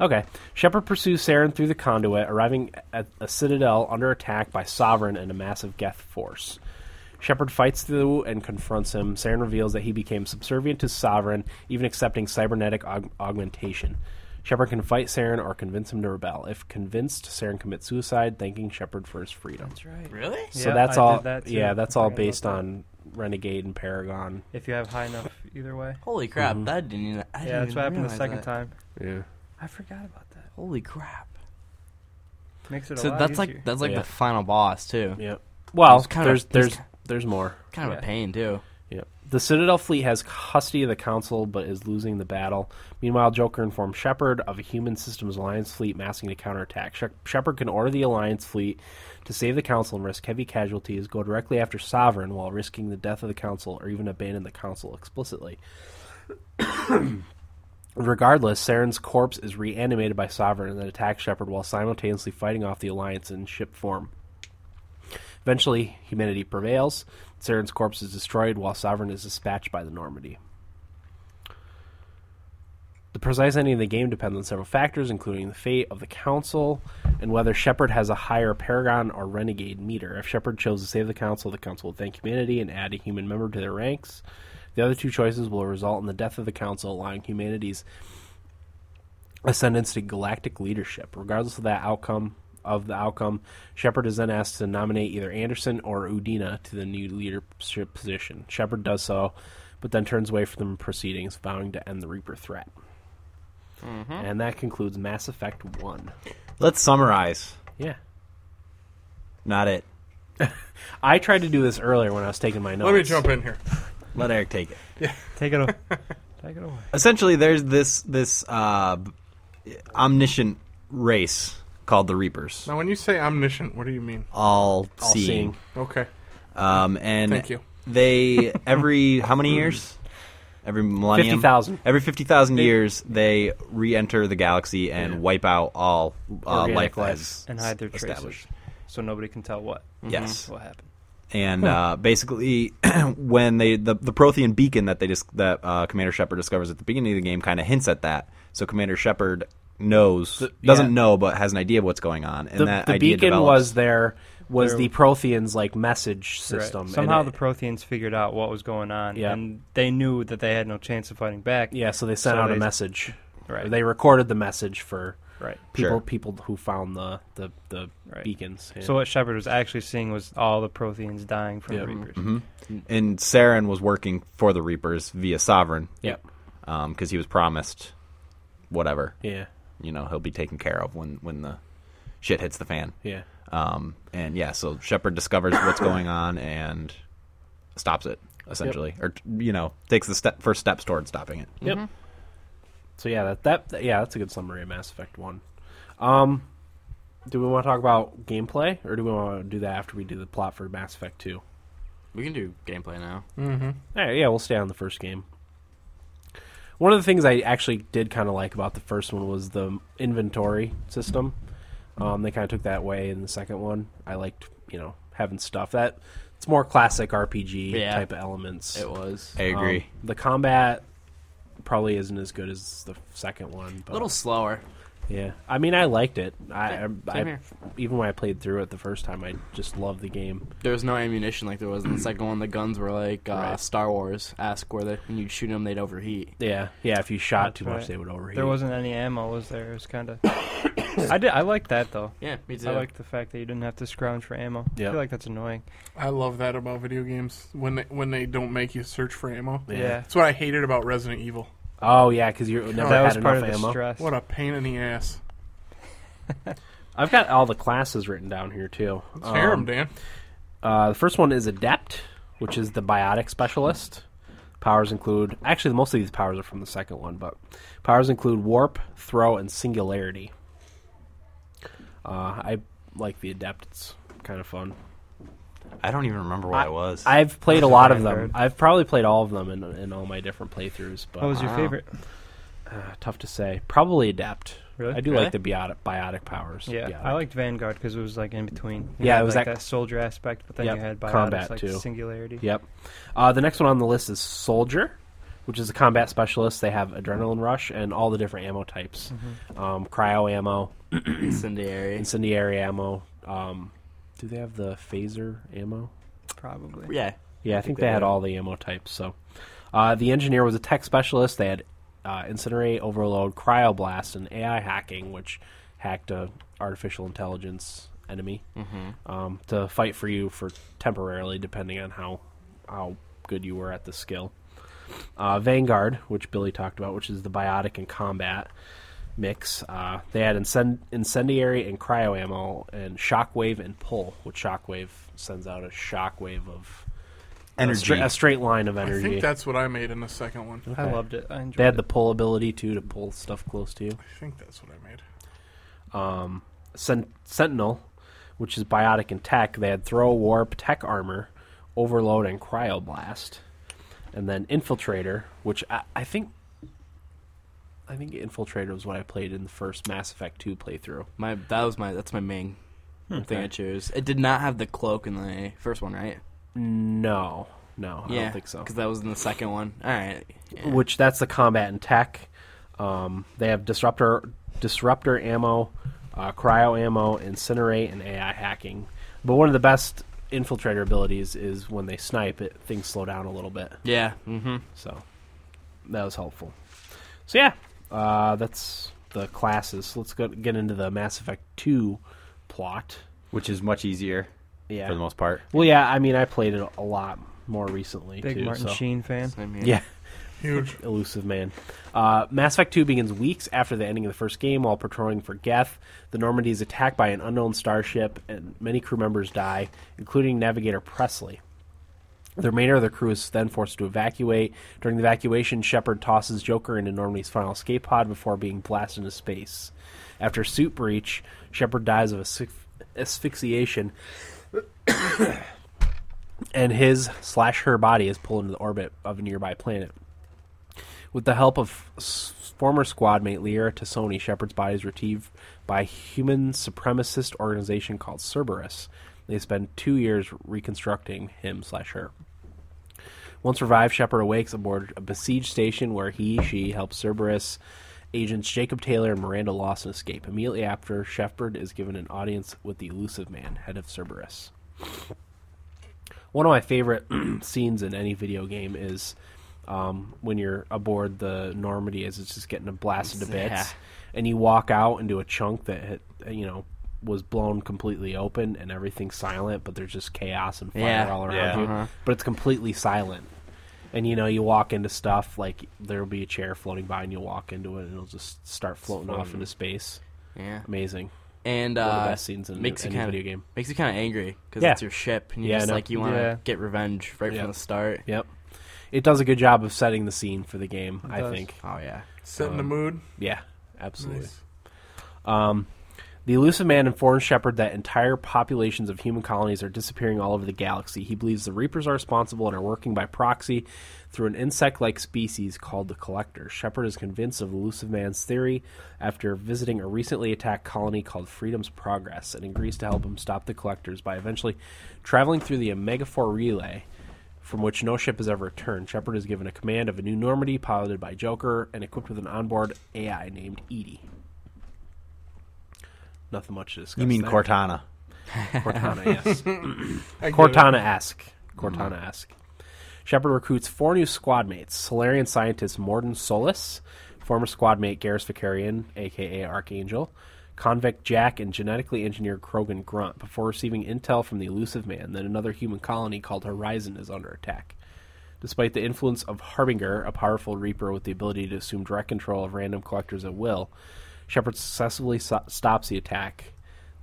[SPEAKER 1] Okay. Shepard pursues Saren through the conduit, arriving at a citadel under attack by Sovereign and a massive Geth force. Shepard fights through and confronts him. Saren reveals that he became subservient to Sovereign, even accepting cybernetic aug- augmentation. Shepard can fight Saren or convince him to rebel. If convinced, Saren commits suicide, thanking Shepard for his freedom.
[SPEAKER 4] That's right.
[SPEAKER 5] Really?
[SPEAKER 1] So
[SPEAKER 4] Yeah,
[SPEAKER 1] that's
[SPEAKER 4] I did
[SPEAKER 1] all.
[SPEAKER 4] that too.
[SPEAKER 1] yeah, that's all
[SPEAKER 4] Forgot about
[SPEAKER 1] based
[SPEAKER 4] that.
[SPEAKER 1] on Renegade and Paragon.
[SPEAKER 4] If you have high enough, either way.
[SPEAKER 5] Holy crap!
[SPEAKER 1] Mm-hmm.
[SPEAKER 5] That didn't. Even, I didn't
[SPEAKER 4] Yeah, that's
[SPEAKER 5] even
[SPEAKER 4] what happened the
[SPEAKER 5] realize
[SPEAKER 4] second
[SPEAKER 5] that.
[SPEAKER 4] time.
[SPEAKER 1] Yeah.
[SPEAKER 4] I forgot about that.
[SPEAKER 5] Holy crap!
[SPEAKER 4] Makes it a
[SPEAKER 5] So
[SPEAKER 4] lot
[SPEAKER 5] that's like
[SPEAKER 4] easier.
[SPEAKER 5] that's like
[SPEAKER 1] Yeah.
[SPEAKER 5] the final boss too.
[SPEAKER 1] Yeah. Well,
[SPEAKER 5] He's kinda-
[SPEAKER 1] there's
[SPEAKER 5] he's
[SPEAKER 1] there's
[SPEAKER 5] ki-
[SPEAKER 1] there's more.
[SPEAKER 5] Kind of
[SPEAKER 4] Yeah.
[SPEAKER 5] a pain too.
[SPEAKER 1] Yeah. The Citadel fleet has custody of the Council, but is losing the battle. Meanwhile, Joker informs Shepard of a Human Systems Alliance fleet massing to counterattack. Shep Shepard can order the Alliance fleet to save the Council and risk heavy casualties, go directly after Sovereign while risking the death of the Council, or even abandon the Council explicitly. Regardless, Saren's corpse is reanimated by Sovereign and then attacks Shepard while simultaneously fighting off the Alliance in ship form. Eventually, humanity prevails. Saren's corpse is destroyed while Sovereign is dispatched by the Normandy. The precise ending of the game depends on several factors, including the fate of the Council and whether Shepard has a higher Paragon or Renegade meter. If Shepard chose to save the Council, the Council will thank humanity and add a human member to their ranks. The other two choices will result in the death of the Council, allowing humanity's ascendance to galactic leadership. Regardless of that outcome, of the outcome, Shepard is then asked to nominate either Anderson or Udina to the new leadership position. Shepard does so, but then turns away from the proceedings, vowing to end the Reaper threat. And that concludes Mass Effect One.
[SPEAKER 3] Let's summarize.
[SPEAKER 1] Yeah,
[SPEAKER 3] Not it.
[SPEAKER 1] I tried to do this earlier when I was taking my notes.
[SPEAKER 2] Let me jump in here.
[SPEAKER 3] Let Eric take it.
[SPEAKER 4] take it. o- take it away.
[SPEAKER 3] essentially there's this this uh, omniscient race called the Reapers,
[SPEAKER 2] Now, when you say omniscient, what do you mean?
[SPEAKER 3] all,
[SPEAKER 1] All-seeing.
[SPEAKER 3] seeing.
[SPEAKER 2] Okay.
[SPEAKER 3] Um, and
[SPEAKER 2] Thank you.
[SPEAKER 3] they every how many years? Every millennium,
[SPEAKER 1] 50,000.
[SPEAKER 3] Every fifty thousand years, they re-enter the galaxy and wipe out all uh,
[SPEAKER 1] Organic
[SPEAKER 3] life
[SPEAKER 1] life.
[SPEAKER 3] as
[SPEAKER 4] And hide their
[SPEAKER 3] established.
[SPEAKER 4] traces, so nobody can tell what
[SPEAKER 3] Yes,
[SPEAKER 4] what happened.
[SPEAKER 3] and uh, basically when they the, the prothean beacon that they just that uh, commander shepard discovers at the beginning of the game kind of hints at that so commander shepard knows doesn't
[SPEAKER 1] yeah.
[SPEAKER 3] know but has an idea of what's going on and
[SPEAKER 1] The,
[SPEAKER 3] that
[SPEAKER 1] the
[SPEAKER 3] idea
[SPEAKER 1] beacon was there was the Protheans like message system. and
[SPEAKER 4] Somehow
[SPEAKER 1] it-
[SPEAKER 4] the Protheans figured out what was going on,
[SPEAKER 1] Yeah.
[SPEAKER 4] and they knew that they had no chance of fighting back.
[SPEAKER 1] yeah, so they sent
[SPEAKER 4] so
[SPEAKER 1] out a
[SPEAKER 4] they-
[SPEAKER 1] message.
[SPEAKER 4] Right.
[SPEAKER 1] They recorded the message for
[SPEAKER 4] Right.
[SPEAKER 1] people
[SPEAKER 3] Sure.
[SPEAKER 1] people who found the the, the
[SPEAKER 4] Right.
[SPEAKER 1] beacons. yeah.
[SPEAKER 4] So what Shepard was actually seeing was all the Protheans dying from
[SPEAKER 1] Yeah.
[SPEAKER 4] the Reapers.
[SPEAKER 3] and saren was working for the reapers via sovereign
[SPEAKER 1] Yep.
[SPEAKER 3] because um, he was promised whatever
[SPEAKER 1] Yeah.
[SPEAKER 3] you know he'll be taken care of when when the shit hits the fan
[SPEAKER 1] Yeah.
[SPEAKER 3] um, and yeah so shepard discovers what's going on and stops it essentially or you know takes the step first steps toward stopping it
[SPEAKER 1] Yep. So yeah, that, that that- yeah, that's a good summary of Mass Effect One. Um, do we want to talk about gameplay, or do we want to do that after we do the plot for Mass Effect Two?
[SPEAKER 5] We can do gameplay now.
[SPEAKER 1] All right, yeah, we'll stay on the first game. One of the things I actually did kind of like about the first one was the inventory system. Um, they kind of took that way in the second one. I liked, you know, having stuff that it's more classic RPG
[SPEAKER 5] Yeah.
[SPEAKER 1] type of elements.
[SPEAKER 5] It was
[SPEAKER 3] I
[SPEAKER 1] Um,
[SPEAKER 3] agree.
[SPEAKER 1] the combat probably isn't as good as the second one.
[SPEAKER 5] a
[SPEAKER 1] But
[SPEAKER 5] little slower.
[SPEAKER 1] yeah. I mean, I liked it. I, I,
[SPEAKER 5] same
[SPEAKER 1] I
[SPEAKER 5] here.
[SPEAKER 1] even when I played through it the first time, I just loved the game.
[SPEAKER 5] There was no ammunition like there was in the second one. The guns were like uh,
[SPEAKER 1] Right.
[SPEAKER 5] Star Wars. Ask where they when you shoot them, they'd overheat.
[SPEAKER 1] Yeah, yeah. If you shot too much,
[SPEAKER 4] right.
[SPEAKER 1] they would overheat.
[SPEAKER 4] There wasn't any ammo, was there? It was kind of. I did. I like that though.
[SPEAKER 5] Yeah, me too.
[SPEAKER 4] I like the fact that you didn't have to scrounge for ammo.
[SPEAKER 1] Yeah.
[SPEAKER 4] I feel like that's annoying.
[SPEAKER 2] I love that about video games when they, when they don't make you search for ammo.
[SPEAKER 1] Yeah.
[SPEAKER 2] That's what I hated about Resident Evil.
[SPEAKER 1] Oh yeah, because you never
[SPEAKER 4] that
[SPEAKER 1] had
[SPEAKER 4] was
[SPEAKER 1] enough
[SPEAKER 4] part of the
[SPEAKER 1] ammo.
[SPEAKER 4] stress.
[SPEAKER 2] What a pain in the ass.
[SPEAKER 1] I've got all the classes written down here too.
[SPEAKER 2] Let's hear 'em,
[SPEAKER 1] Um,
[SPEAKER 2] Dan.
[SPEAKER 1] uh, the first one is adept, which is the biotic specialist, Powers include actually most of these powers are from the second one, but powers include warp, throw, and singularity. Uh, I like the adept; it's kind of fun.
[SPEAKER 3] I don't even remember what Um, I, was.
[SPEAKER 1] I've played a
[SPEAKER 4] Those are
[SPEAKER 1] lot of them.
[SPEAKER 4] Vanguard.
[SPEAKER 1] I've probably played all of them in, in all my different playthroughs. But
[SPEAKER 4] What was your
[SPEAKER 3] Wow.
[SPEAKER 4] favorite?
[SPEAKER 1] uh, tough to say. Probably adept.
[SPEAKER 4] Really?
[SPEAKER 1] I do
[SPEAKER 5] Really?
[SPEAKER 1] like the biotic, biotic powers.
[SPEAKER 4] Yeah,
[SPEAKER 1] Biotic.
[SPEAKER 4] I liked Vanguard because it was like in between. You
[SPEAKER 1] Yeah,
[SPEAKER 4] had,
[SPEAKER 1] it was
[SPEAKER 4] like
[SPEAKER 1] that-
[SPEAKER 4] that, soldier aspect, but then
[SPEAKER 1] Yep,
[SPEAKER 4] you had biotics,
[SPEAKER 1] combat,
[SPEAKER 4] like
[SPEAKER 1] too.
[SPEAKER 4] singularity.
[SPEAKER 1] Yep. Uh, the next one on the list is Soldier, which is a combat specialist. They have adrenaline rush and all the different ammo types: um, cryo ammo,
[SPEAKER 5] Incendiary.
[SPEAKER 1] incendiary ammo. Um, do they have the phaser ammo?
[SPEAKER 4] Probably.
[SPEAKER 5] Yeah.
[SPEAKER 1] Yeah, I, think, they, had
[SPEAKER 5] do.
[SPEAKER 1] all the ammo types. So, uh, the engineer was a tech specialist. They had uh, incinerate, overload, cryoblast, and AI hacking, which hacked a artificial intelligence enemy um, to fight for you for temporarily, depending on how how good you were at the skill. Uh, Vanguard, which Billy talked about, which is the biotic and combat mix. Uh, they had incend- incendiary and cryo ammo, and shockwave and pull, which shockwave sends out a shockwave of a,
[SPEAKER 3] Energy.
[SPEAKER 1] stra- a straight line of
[SPEAKER 2] I
[SPEAKER 1] energy.
[SPEAKER 2] think that's what I made in the second one. I
[SPEAKER 4] I loved it. I enjoyed
[SPEAKER 1] they had
[SPEAKER 4] it.
[SPEAKER 1] the pull ability too to pull stuff close to you.
[SPEAKER 2] think that's what I made.
[SPEAKER 1] Sen- Sentinel, which is biotic and tech, they had throw, warp, tech armor, overload, and cryoblast, and then infiltrator, which I, I think. I think Infiltrator was what I played in the first Mass Effect 2 playthrough.
[SPEAKER 5] My that was my that's my main
[SPEAKER 1] Hmm,
[SPEAKER 5] thing I chose. It did not have the cloak in the first one, right?
[SPEAKER 1] No, no, I
[SPEAKER 5] yeah,
[SPEAKER 1] don't think so.
[SPEAKER 5] Because that was in the second one. All right. Yeah.
[SPEAKER 1] which that's the combat and tech. Um, they have disruptor, disruptor ammo, uh, cryo ammo, incinerate, and AI hacking. But one of the best infiltrator abilities is when they snipe, it things slow down a little bit.
[SPEAKER 5] Yeah. Mm-hmm.
[SPEAKER 1] So that was helpful. So yeah, uh, that's the classes. Let's go get into the Mass Effect Two plot.
[SPEAKER 3] which is much easier
[SPEAKER 1] Yeah.
[SPEAKER 3] for the most part.
[SPEAKER 1] well, yeah. I mean, I played it a lot more recently
[SPEAKER 4] Big
[SPEAKER 1] too.
[SPEAKER 4] Martin
[SPEAKER 1] so.
[SPEAKER 4] Sheen fan.
[SPEAKER 5] Same here.
[SPEAKER 3] Yeah.
[SPEAKER 2] Huge.
[SPEAKER 1] elusive man. Uh, Mass Effect 2 begins weeks after the ending of the first game while patrolling for Geth. The Normandy is attacked by an unknown starship, and many crew members die, including navigator Presley. The remainder of the crew is then forced to evacuate. During the evacuation, Shepard tosses Joker into Normandy's final escape pod before being blasted into space. After suit breach, Shepard dies of asphyx- asphyxiation, and his slash her body is pulled into the orbit of a nearby planet. With the help of s- former squad mate Lear Tassoni, Shepard's body is retrieved by a human supremacist organization called Cerberus. They spend two years reconstructing him slash her. Once revived, Shepard awakes aboard a besieged station where he, she helps Cerberus agents Jacob Taylor and Miranda Lawson escape. Immediately after, Shepard is given an audience with the elusive man, head of Cerberus. One of my favorite scenes in any video game is um, when you're aboard the Normandy as it's just getting blasted to bits,
[SPEAKER 5] Yeah.
[SPEAKER 1] and you walk out into a chunk that had, you know was blown completely open and everything's silent, but there's just chaos and fire
[SPEAKER 5] Yeah.
[SPEAKER 1] all around
[SPEAKER 3] Yeah.
[SPEAKER 1] you
[SPEAKER 5] Uh-huh.
[SPEAKER 1] but it's completely silent. And you know, you walk into stuff like there'll be a chair floating by, and you'll walk into it, and it'll just start floating off into space.
[SPEAKER 5] Yeah.
[SPEAKER 1] Amazing.
[SPEAKER 5] And
[SPEAKER 1] One of
[SPEAKER 5] uh,
[SPEAKER 1] the best scenes in
[SPEAKER 5] makes you
[SPEAKER 1] any
[SPEAKER 5] kinda,
[SPEAKER 1] video game.
[SPEAKER 5] Makes you kind of angry because
[SPEAKER 1] Yeah.
[SPEAKER 5] it's your ship, and you
[SPEAKER 1] Yeah, I
[SPEAKER 5] just
[SPEAKER 1] know.
[SPEAKER 5] like you want to
[SPEAKER 4] Yeah.
[SPEAKER 5] get revenge right
[SPEAKER 1] Yeah.
[SPEAKER 5] from the start.
[SPEAKER 1] Yep, it does a good job of setting the scene for the game. I
[SPEAKER 4] does.
[SPEAKER 1] think.
[SPEAKER 5] Oh yeah.
[SPEAKER 2] Setting the mood.
[SPEAKER 1] Yeah, absolutely.
[SPEAKER 2] Nice.
[SPEAKER 1] The elusive man informs Shepard that entire populations of human colonies are disappearing all over the galaxy. He believes the Reapers are responsible and are working by proxy through an insect like species called the Collector. Shepard is convinced of elusive man's theory after visiting a recently attacked colony called Freedom's Progress and agrees to help him stop the Collectors by eventually traveling through the Omega 4 relay from which no ship has ever returned. Shepard is given a command of a new Normandy piloted by Joker and equipped with an onboard AI named Edie. Nothing much to discuss.
[SPEAKER 3] You mean
[SPEAKER 1] there.
[SPEAKER 3] Cortana?
[SPEAKER 1] Cortana, yes.
[SPEAKER 2] I get it.
[SPEAKER 1] Cortana esque. Cortana esque. Shepard recruits four new squad mates Solarian scientist Morden Solis, former squad mate Garrus Vicarian, aka Archangel, convict Jack, and genetically engineered Krogan Grunt before receiving intel from the elusive man that another human colony called Horizon is under attack. Despite the influence of Harbinger, a powerful Reaper with the ability to assume direct control of random collectors at will, Shepard successfully so- stops the attack.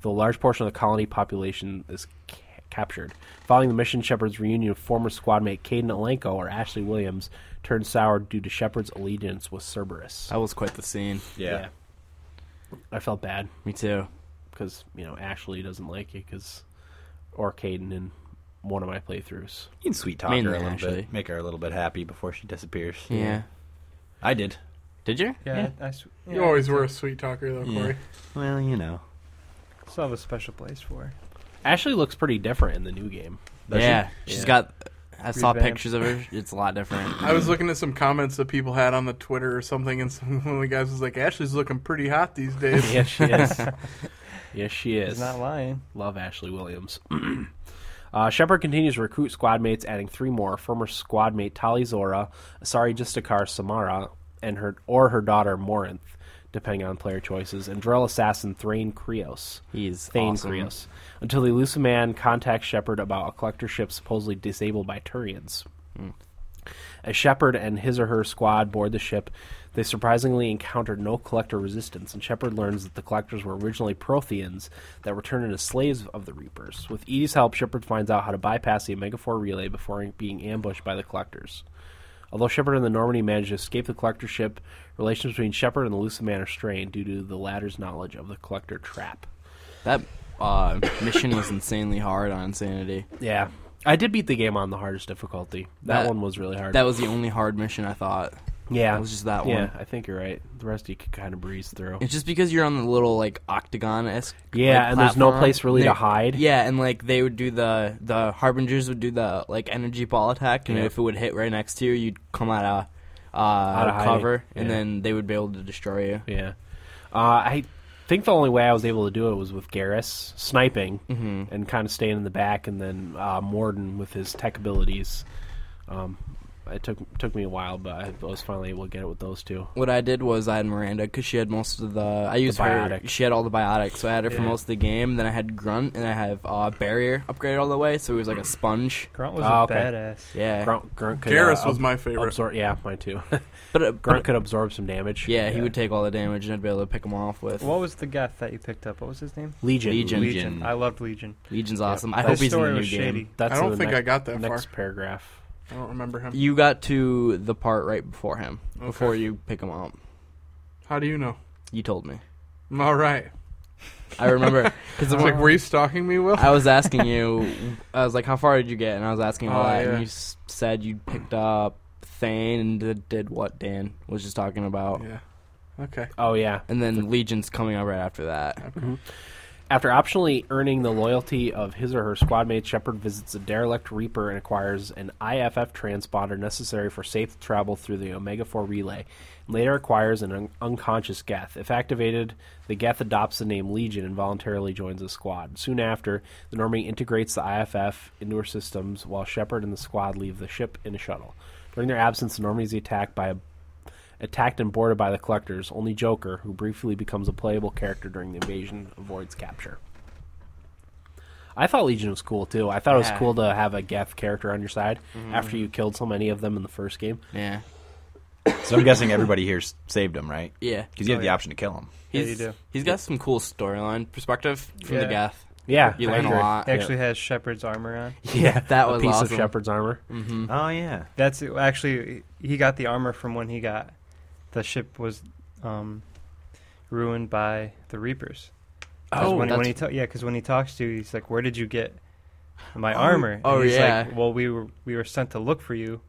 [SPEAKER 1] The large portion of the colony population is ca- captured. Following the mission, Shepard's reunion with former squadmate Caden Elenko or Ashley Williams turned sour due to Shepard's allegiance with Cerberus.
[SPEAKER 5] That was quite the scene.
[SPEAKER 3] Yeah.
[SPEAKER 1] I felt bad
[SPEAKER 5] Me too.
[SPEAKER 1] because you know Ashley doesn't like you because or Caden in one of my playthroughs.
[SPEAKER 3] You can sweet talk
[SPEAKER 5] Mainly,
[SPEAKER 3] her a little
[SPEAKER 5] actually.
[SPEAKER 3] bit, make her a little bit happy before she disappears.
[SPEAKER 5] Yeah.
[SPEAKER 3] I did.
[SPEAKER 5] Did you?
[SPEAKER 4] Yeah, I, I s-
[SPEAKER 2] You always were a sweet talker, though,
[SPEAKER 3] Yeah.
[SPEAKER 2] Corey.
[SPEAKER 3] Well, you know.
[SPEAKER 4] still have a special place for. her.
[SPEAKER 1] Ashley looks pretty different in the new game.
[SPEAKER 3] Does she?
[SPEAKER 5] yeah. She? has
[SPEAKER 1] Yeah.
[SPEAKER 5] got. I saw
[SPEAKER 4] Revamped.
[SPEAKER 5] pictures of her. It's a lot different.
[SPEAKER 2] I was looking at some comments that people had on the Twitter or something, and some, one of the guys was like, "Ashley's looking pretty hot these days."
[SPEAKER 1] Yes, she is. yes, she
[SPEAKER 4] He's
[SPEAKER 1] is.
[SPEAKER 4] not lying.
[SPEAKER 1] Love Ashley Williams. uh, Shepard continues to recruit squad mates, adding three more: former squad mate Tali Zora, Asari Justakar Samara, and her or her daughter Morinth, depending on player choices, and drill assassin Thrain Krios.
[SPEAKER 5] He's
[SPEAKER 1] Thane
[SPEAKER 5] awesome.
[SPEAKER 1] Krios. Until the elusive man contacts Shepard about a collector ship supposedly disabled by Turians. As Shepard and his or her squad board the ship, they surprisingly encountered no collector resistance, and Shepard learns that the collectors were originally Protheans that were turned into slaves of the Reapers. With Edie's help, Shepard finds out how to bypass the Omega 4 relay before being ambushed by the collectors. Although Shepard and the Normandy manage to escape the collector ship, relations between Shepard and the Lucid Man are strained due to the latter's knowledge of the collector trap.
[SPEAKER 5] That uh, mission was insanely hard on Insanity.
[SPEAKER 1] Yeah. I did beat the game on the hardest difficulty. That,
[SPEAKER 5] That-
[SPEAKER 1] one was really hard.
[SPEAKER 5] That was the only hard mission I thought.
[SPEAKER 1] yeah,
[SPEAKER 5] It was just that
[SPEAKER 1] yeah,
[SPEAKER 5] one.
[SPEAKER 1] I think you're right. The rest you could kind of breeze through.
[SPEAKER 5] It's just because you're on the little like octagon esque.
[SPEAKER 1] Yeah, and there's no place really to
[SPEAKER 5] They-
[SPEAKER 1] hide.
[SPEAKER 5] Yeah, and like they would do the the harbingers would do the like energy ball attack, and
[SPEAKER 1] Yeah.
[SPEAKER 5] if it would hit right next to you, you'd come out of uh, out
[SPEAKER 1] of hiding.
[SPEAKER 5] cover, and
[SPEAKER 1] Yeah.
[SPEAKER 5] then they would be able to destroy you.
[SPEAKER 1] Yeah. Uh, I think the only way I was able to do it was with Garrus sniping and kind of staying in the back, and then uh, Morden with his tech abilities. Um, it took took me a while, but I was finally able to get it with those two.
[SPEAKER 5] What I did was I had Miranda because she had most of the I used her.
[SPEAKER 1] biotic.
[SPEAKER 5] She had all the biotics, so I had her for
[SPEAKER 1] Yeah.
[SPEAKER 5] most of the game. Then I had Grunt, and I have uh, Barrier upgraded all the way, so he was like a sponge.
[SPEAKER 4] Grunt was
[SPEAKER 1] Oh,
[SPEAKER 4] a
[SPEAKER 1] okay.
[SPEAKER 4] badass.
[SPEAKER 5] Yeah,
[SPEAKER 1] Grunt, Grunt could,
[SPEAKER 2] Garrus
[SPEAKER 1] uh,
[SPEAKER 2] was my favorite.
[SPEAKER 1] absorb. Yeah, mine too.
[SPEAKER 5] but, uh,
[SPEAKER 1] Grunt
[SPEAKER 5] but
[SPEAKER 1] could absorb some damage.
[SPEAKER 5] yeah, he would take all the damage, and I'd be able to pick him off with.
[SPEAKER 4] What was the Geth that you picked up? What was his name?
[SPEAKER 1] Legion.
[SPEAKER 5] Legion.
[SPEAKER 3] Legion.
[SPEAKER 4] I loved Legion.
[SPEAKER 5] Legion's awesome. I
[SPEAKER 1] That
[SPEAKER 5] hope
[SPEAKER 4] His
[SPEAKER 5] he's in the
[SPEAKER 4] story
[SPEAKER 5] new
[SPEAKER 4] was
[SPEAKER 5] game.
[SPEAKER 4] shady.
[SPEAKER 1] That's
[SPEAKER 2] I don't
[SPEAKER 1] the
[SPEAKER 2] think
[SPEAKER 1] next-
[SPEAKER 2] I got that
[SPEAKER 1] next
[SPEAKER 2] far.
[SPEAKER 1] paragraph.
[SPEAKER 2] I don't remember him.
[SPEAKER 5] You got to the part right before him,
[SPEAKER 2] Okay.
[SPEAKER 5] before you pick him up.
[SPEAKER 2] How do you know?
[SPEAKER 5] You told me.
[SPEAKER 2] All right.
[SPEAKER 5] I remember because
[SPEAKER 2] It's like, were you stalking me, Will?
[SPEAKER 5] I was asking you. I was like, "How far did you get?" And I was asking all
[SPEAKER 2] Oh,
[SPEAKER 5] that,
[SPEAKER 2] yeah.
[SPEAKER 5] and you s- said you picked up Thane and did, did what Dan was just talking about,
[SPEAKER 2] Yeah. Okay.
[SPEAKER 1] Oh yeah.
[SPEAKER 5] and then Legion's coming up right after that.
[SPEAKER 1] After optionally earning the loyalty of his or her squadmate, Shepard visits a derelict Reaper and acquires an IFF transponder necessary for safe travel through the Omega 4 relay. Later acquires an un- unconscious Geth. If activated, the Geth adopts the name Legion and voluntarily joins the squad. Soon after, the Normie integrates the IFF into her systems while Shepard and the squad leave the ship in a shuttle. During their absence, the Normie is attacked by a attacked and boarded by the collectors, only Joker, who briefly becomes a playable character during the invasion, avoids capture. I thought Legion was cool too. I thought it was
[SPEAKER 5] Yeah. Mm-hmm.
[SPEAKER 1] cool to have a Geth character on your side after you killed so many of them in the first game.
[SPEAKER 5] Yeah,
[SPEAKER 3] So I'm guessing everybody here s- saved him, right?
[SPEAKER 5] yeah.
[SPEAKER 3] Because you
[SPEAKER 4] Oh,
[SPEAKER 3] have the
[SPEAKER 4] yeah.
[SPEAKER 3] option to kill him.
[SPEAKER 4] Yeah,
[SPEAKER 5] He's,
[SPEAKER 4] you do.
[SPEAKER 5] he's got some cool storyline perspective from the
[SPEAKER 4] Yeah.
[SPEAKER 5] Geth.
[SPEAKER 1] Yeah,
[SPEAKER 5] You
[SPEAKER 1] I
[SPEAKER 5] learn a
[SPEAKER 1] agree.
[SPEAKER 5] lot.
[SPEAKER 4] He actually has Shepard's armor on.
[SPEAKER 5] Yeah, that
[SPEAKER 1] a
[SPEAKER 5] was
[SPEAKER 1] piece
[SPEAKER 5] awesome.
[SPEAKER 1] of Shepard's armor.
[SPEAKER 5] hmm
[SPEAKER 3] Oh yeah.
[SPEAKER 4] That's actually he got the armor from when he got the ship was um, ruined by the Reapers. 'Cause
[SPEAKER 5] Oh,
[SPEAKER 4] when, when
[SPEAKER 5] that's-
[SPEAKER 4] he ta- yeah, because when he talks to you, he's like, "Where did you get my
[SPEAKER 5] Oh,
[SPEAKER 4] armor?"
[SPEAKER 5] oh,
[SPEAKER 4] and he's
[SPEAKER 5] yeah.
[SPEAKER 4] Like, well, we were we were sent to look for you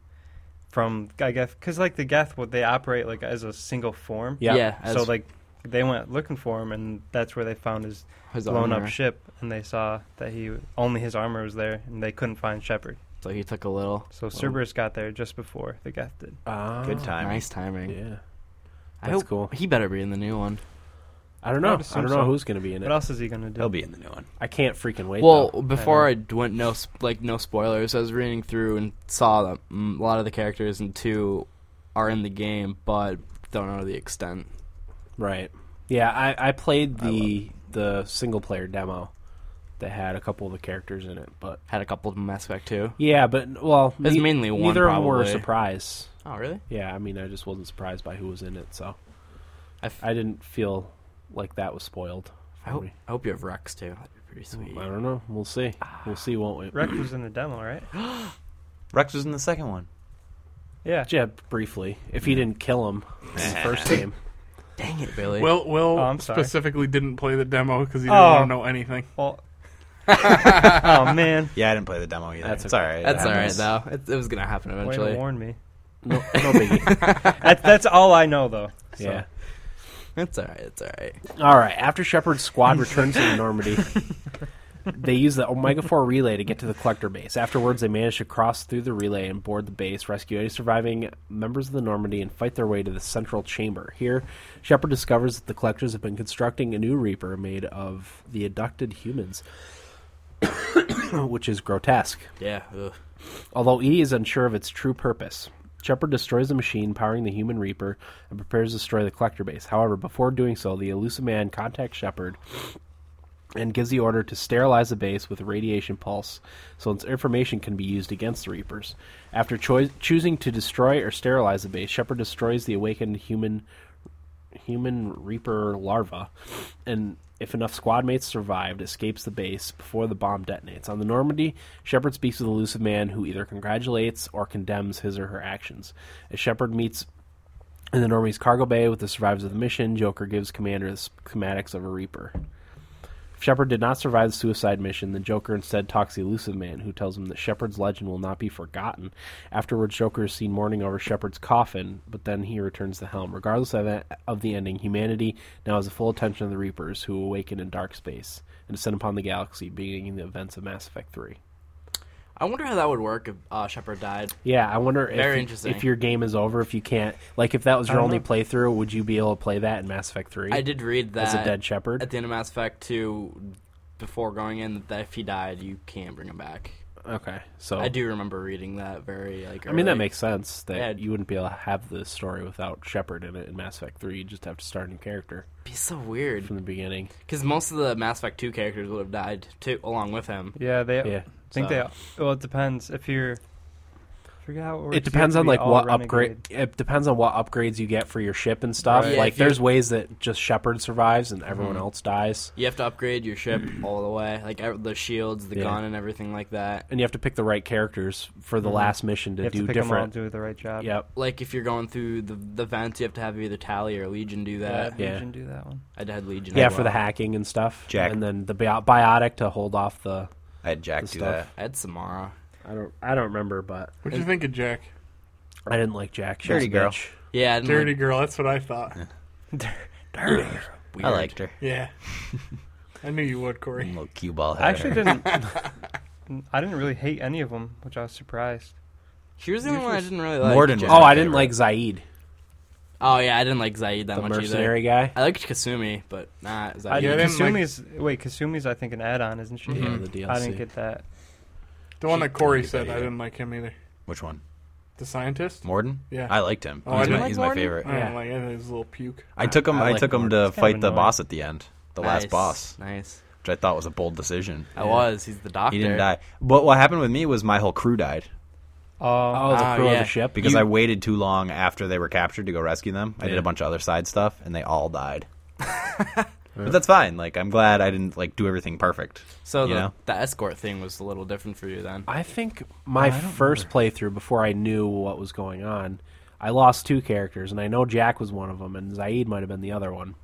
[SPEAKER 4] from I guess because like the Geth, what they operate like as a single form.
[SPEAKER 1] Yeah.
[SPEAKER 5] Yeah,
[SPEAKER 4] So
[SPEAKER 5] as-
[SPEAKER 4] like they went looking for him, and that's where they found his
[SPEAKER 5] his
[SPEAKER 4] blown
[SPEAKER 5] armor.
[SPEAKER 4] up ship, and they saw that he only his armor was there, and they couldn't find Shepard.
[SPEAKER 5] So he took a little.
[SPEAKER 4] So Cerberus got there just before the Geth did.
[SPEAKER 1] Ah,
[SPEAKER 3] Good time.
[SPEAKER 5] Nice timing.
[SPEAKER 1] Yeah,
[SPEAKER 5] I
[SPEAKER 1] that's
[SPEAKER 5] hope
[SPEAKER 1] cool.
[SPEAKER 5] he better be in the new one.
[SPEAKER 1] I don't
[SPEAKER 4] I
[SPEAKER 1] know.
[SPEAKER 4] would
[SPEAKER 1] I,
[SPEAKER 4] assume
[SPEAKER 1] don't know
[SPEAKER 4] so.
[SPEAKER 1] who's going to be in
[SPEAKER 4] What
[SPEAKER 1] it.
[SPEAKER 4] else is he gonna do?
[SPEAKER 3] He'll be in the new one.
[SPEAKER 1] I can't freaking wait.
[SPEAKER 5] Well,
[SPEAKER 1] though.
[SPEAKER 5] before I, went no s- like no spoilers, I was reading through and saw that mm, a lot of the characters in two are in the game, but don't know the extent.
[SPEAKER 1] right? Yeah, I, I played the the single player demo that had a couple of the characters in it, but
[SPEAKER 5] Had a couple of Mass Effect too.
[SPEAKER 1] Yeah, but well,
[SPEAKER 5] It's mainly one,
[SPEAKER 1] Neither of them were a
[SPEAKER 5] probably.
[SPEAKER 1] surprise.
[SPEAKER 5] Oh, really?
[SPEAKER 1] Yeah, I mean, I just wasn't surprised by who was in it, so
[SPEAKER 5] I, f- Oh.
[SPEAKER 1] I didn't feel like that was spoiled.
[SPEAKER 5] I
[SPEAKER 1] for
[SPEAKER 5] hope,
[SPEAKER 1] me.
[SPEAKER 5] I hope you have Rex too. That'd be Pretty sweet.
[SPEAKER 1] Oh, I don't know. We'll see. We'll see, won't we?
[SPEAKER 4] Rex was in the demo, right?
[SPEAKER 3] Rex was in the second one.
[SPEAKER 4] Yeah.
[SPEAKER 1] Yeah, briefly. If he didn't kill him in the first game.
[SPEAKER 5] Dang it, Billy.
[SPEAKER 2] Will Will
[SPEAKER 4] Oh, I'm sorry.
[SPEAKER 2] specifically didn't play the demo because he didn't
[SPEAKER 4] Oh.
[SPEAKER 2] want to know anything.
[SPEAKER 4] Well. oh man,
[SPEAKER 3] Yeah, I didn't play the demo either.
[SPEAKER 1] That's
[SPEAKER 3] That's it's
[SPEAKER 1] okay.
[SPEAKER 3] all right.
[SPEAKER 5] That's
[SPEAKER 3] It
[SPEAKER 5] all right
[SPEAKER 3] happens.
[SPEAKER 5] though. It, it was gonna happen
[SPEAKER 4] way to
[SPEAKER 5] eventually.
[SPEAKER 4] warn me.
[SPEAKER 1] No, no biggie.
[SPEAKER 4] That's that's all I know though. So.
[SPEAKER 1] yeah.
[SPEAKER 5] It's all right. It's all right.
[SPEAKER 1] All right. After Shepard's squad returns to the Normandy, they use the Omega 4 relay to get to the collector base. Afterwards, they manage to cross through the relay and board the base, rescue any surviving members of the Normandy, and fight their way to the central chamber. Here, Shepard discovers that the collectors have been constructing a new Reaper made of the abducted humans, which is grotesque.
[SPEAKER 5] Yeah. Ugh.
[SPEAKER 1] Although Edie is unsure of its true purpose, Shepard destroys the machine powering the human Reaper and prepares to destroy the collector base. However, before doing so, the elusive man contacts Shepard and gives the order to sterilize the base with a radiation pulse so its information can be used against the Reapers. After choi- choosing to destroy or sterilize the base, Shepard destroys the awakened human human Reaper larva, and if enough squad mates survived, escapes the base before the bomb detonates. On the Normandy, Shepard speaks with an elusive man who either congratulates or condemns his or her actions. As Shepard meets in the Normandy's cargo bay with the survivors of the mission, Joker gives Commander the schematics of a Reaper. If Shepard did not survive the suicide mission, the Joker instead talks to the elusive man, who tells him that Shepard's legend will not be forgotten. Afterwards, Joker is seen mourning over Shepard's coffin, but then he returns the helm. Regardless of, that, of the ending, humanity now has the full attention of the Reapers, who awaken in dark space and descend upon the galaxy, beginning the events of Mass Effect 3.
[SPEAKER 5] I wonder how that would work if uh, Shepard died.
[SPEAKER 1] Yeah, I wonder if,
[SPEAKER 5] Very
[SPEAKER 1] you-
[SPEAKER 5] interesting.
[SPEAKER 1] if your game is over, if you can't, like, if that was your
[SPEAKER 4] don't
[SPEAKER 1] only
[SPEAKER 4] know.
[SPEAKER 1] playthrough, would you be able to play that in Mass Effect 3?
[SPEAKER 5] I did read that
[SPEAKER 1] As a dead Shepard?
[SPEAKER 5] at the end of Mass Effect 2, before going in, that if he died, you can't bring him back.
[SPEAKER 1] Okay, so.
[SPEAKER 5] I do remember reading that very like.
[SPEAKER 1] Oh. I mean, that
[SPEAKER 5] early.
[SPEAKER 1] makes sense that
[SPEAKER 5] Yeah.
[SPEAKER 1] you wouldn't be able to have the story without Shepard in it in Mass Effect 3. You'd just have to start a new character
[SPEAKER 5] be so weird
[SPEAKER 1] from the beginning.
[SPEAKER 5] because most of the Mass Effect 2 characters would have died too, along with him.
[SPEAKER 4] Yeah, they
[SPEAKER 1] Yeah.
[SPEAKER 4] think
[SPEAKER 5] so.
[SPEAKER 4] they. Well, it depends if you're. I forget how it works. You
[SPEAKER 1] It depends
[SPEAKER 4] have to
[SPEAKER 1] on
[SPEAKER 4] be
[SPEAKER 1] like
[SPEAKER 4] all
[SPEAKER 1] what
[SPEAKER 4] renegade.
[SPEAKER 1] upgrade. It depends on what upgrades you get for your ship and stuff.
[SPEAKER 5] Right. Yeah,
[SPEAKER 1] like
[SPEAKER 5] if Mm-hmm. you-
[SPEAKER 1] there's ways that just Shepard survives and everyone else dies,
[SPEAKER 5] You have to upgrade your ship all the way, like ev- the shields, the
[SPEAKER 1] Yeah.
[SPEAKER 5] gun, and everything like that.
[SPEAKER 1] and you have to pick the right characters for
[SPEAKER 5] Mm-hmm.
[SPEAKER 1] the last mission to
[SPEAKER 4] You have
[SPEAKER 1] do
[SPEAKER 4] to pick them all and
[SPEAKER 1] different.
[SPEAKER 4] do the right job.
[SPEAKER 1] Yep.
[SPEAKER 5] Like if you're going through the the vents, you have to have either Tally or Legion do that.
[SPEAKER 1] Yeah.
[SPEAKER 4] Legion do that one.
[SPEAKER 5] I'd had Legion.
[SPEAKER 1] Yeah,
[SPEAKER 5] as
[SPEAKER 1] for the
[SPEAKER 5] well.
[SPEAKER 1] hacking and stuff,
[SPEAKER 3] Jack.
[SPEAKER 1] and then the bio- biotic to hold off the.
[SPEAKER 3] I had Jack
[SPEAKER 1] The
[SPEAKER 3] do
[SPEAKER 1] stuff.
[SPEAKER 3] that.
[SPEAKER 5] I had Samara.
[SPEAKER 1] I don't. I don't remember, but
[SPEAKER 2] What do you think of Jack?
[SPEAKER 1] I didn't like Jack. She was
[SPEAKER 3] Dirty
[SPEAKER 1] a
[SPEAKER 3] girl.
[SPEAKER 1] bitch.
[SPEAKER 5] Yeah, I didn't
[SPEAKER 2] Dirty
[SPEAKER 5] Like,
[SPEAKER 2] girl. That's what I thought.
[SPEAKER 5] weird.
[SPEAKER 3] I liked her.
[SPEAKER 2] Yeah. I knew you would, Corey.
[SPEAKER 3] Little cue ball.
[SPEAKER 4] I actually
[SPEAKER 3] header.
[SPEAKER 4] didn't. I didn't really hate any of them, which I was surprised.
[SPEAKER 5] She was the only one I didn't really like.
[SPEAKER 3] Morden was-
[SPEAKER 1] Oh,
[SPEAKER 3] my
[SPEAKER 1] I didn't
[SPEAKER 3] favorite.
[SPEAKER 1] like Zaid,
[SPEAKER 5] Oh yeah, I didn't like Zaid that
[SPEAKER 1] the
[SPEAKER 5] much
[SPEAKER 1] mercenary
[SPEAKER 5] either.
[SPEAKER 1] guy.
[SPEAKER 5] I liked Kasumi, but not
[SPEAKER 4] I,
[SPEAKER 5] Zaid.
[SPEAKER 2] Yeah, I didn't like-
[SPEAKER 4] Kasumi's wait, Kasumi's I think an add-on, isn't she?
[SPEAKER 1] Yeah, the DLC.
[SPEAKER 4] I didn't get that.
[SPEAKER 2] The one
[SPEAKER 3] She
[SPEAKER 2] that Corey
[SPEAKER 3] didn't get that
[SPEAKER 2] said I
[SPEAKER 3] either.
[SPEAKER 2] didn't like him either.
[SPEAKER 3] Which one?
[SPEAKER 2] The scientist.
[SPEAKER 3] Morden.
[SPEAKER 2] Yeah.
[SPEAKER 3] I liked him.
[SPEAKER 2] Oh, I
[SPEAKER 3] he's
[SPEAKER 2] didn't
[SPEAKER 3] my,
[SPEAKER 2] like
[SPEAKER 3] he's my
[SPEAKER 5] Morden?
[SPEAKER 3] favorite.
[SPEAKER 2] I
[SPEAKER 1] Yeah.
[SPEAKER 2] don't like it. His little puke.
[SPEAKER 3] I took him.
[SPEAKER 1] I
[SPEAKER 3] I,
[SPEAKER 1] like
[SPEAKER 3] took him
[SPEAKER 1] Morden.
[SPEAKER 3] to
[SPEAKER 4] It's kind
[SPEAKER 3] fight
[SPEAKER 4] of
[SPEAKER 3] the
[SPEAKER 4] annoying.
[SPEAKER 3] boss at the end, the last
[SPEAKER 5] Nice,
[SPEAKER 3] boss,
[SPEAKER 5] Nice.
[SPEAKER 3] which I thought was a bold decision.
[SPEAKER 5] I was. He's the doctor.
[SPEAKER 3] He didn't die. But what happened with me was my whole crew died
[SPEAKER 1] Oh,
[SPEAKER 4] Oh,
[SPEAKER 1] the
[SPEAKER 5] Ah,
[SPEAKER 1] crew of
[SPEAKER 5] yeah.
[SPEAKER 1] the ship.
[SPEAKER 3] because
[SPEAKER 1] You-
[SPEAKER 3] I waited too long after they were captured to go rescue them. I did
[SPEAKER 1] Yeah.
[SPEAKER 3] a bunch of other side stuff, and they all died. but that's fine. Like I'm glad I didn't like do everything perfect.
[SPEAKER 5] So
[SPEAKER 3] You
[SPEAKER 5] the,
[SPEAKER 3] know?
[SPEAKER 5] the escort thing was a little different for you then.
[SPEAKER 1] I think my first playthrough before I knew what was going on, I lost two characters, and I know Jack was one of them, and Zaid might have been the other one.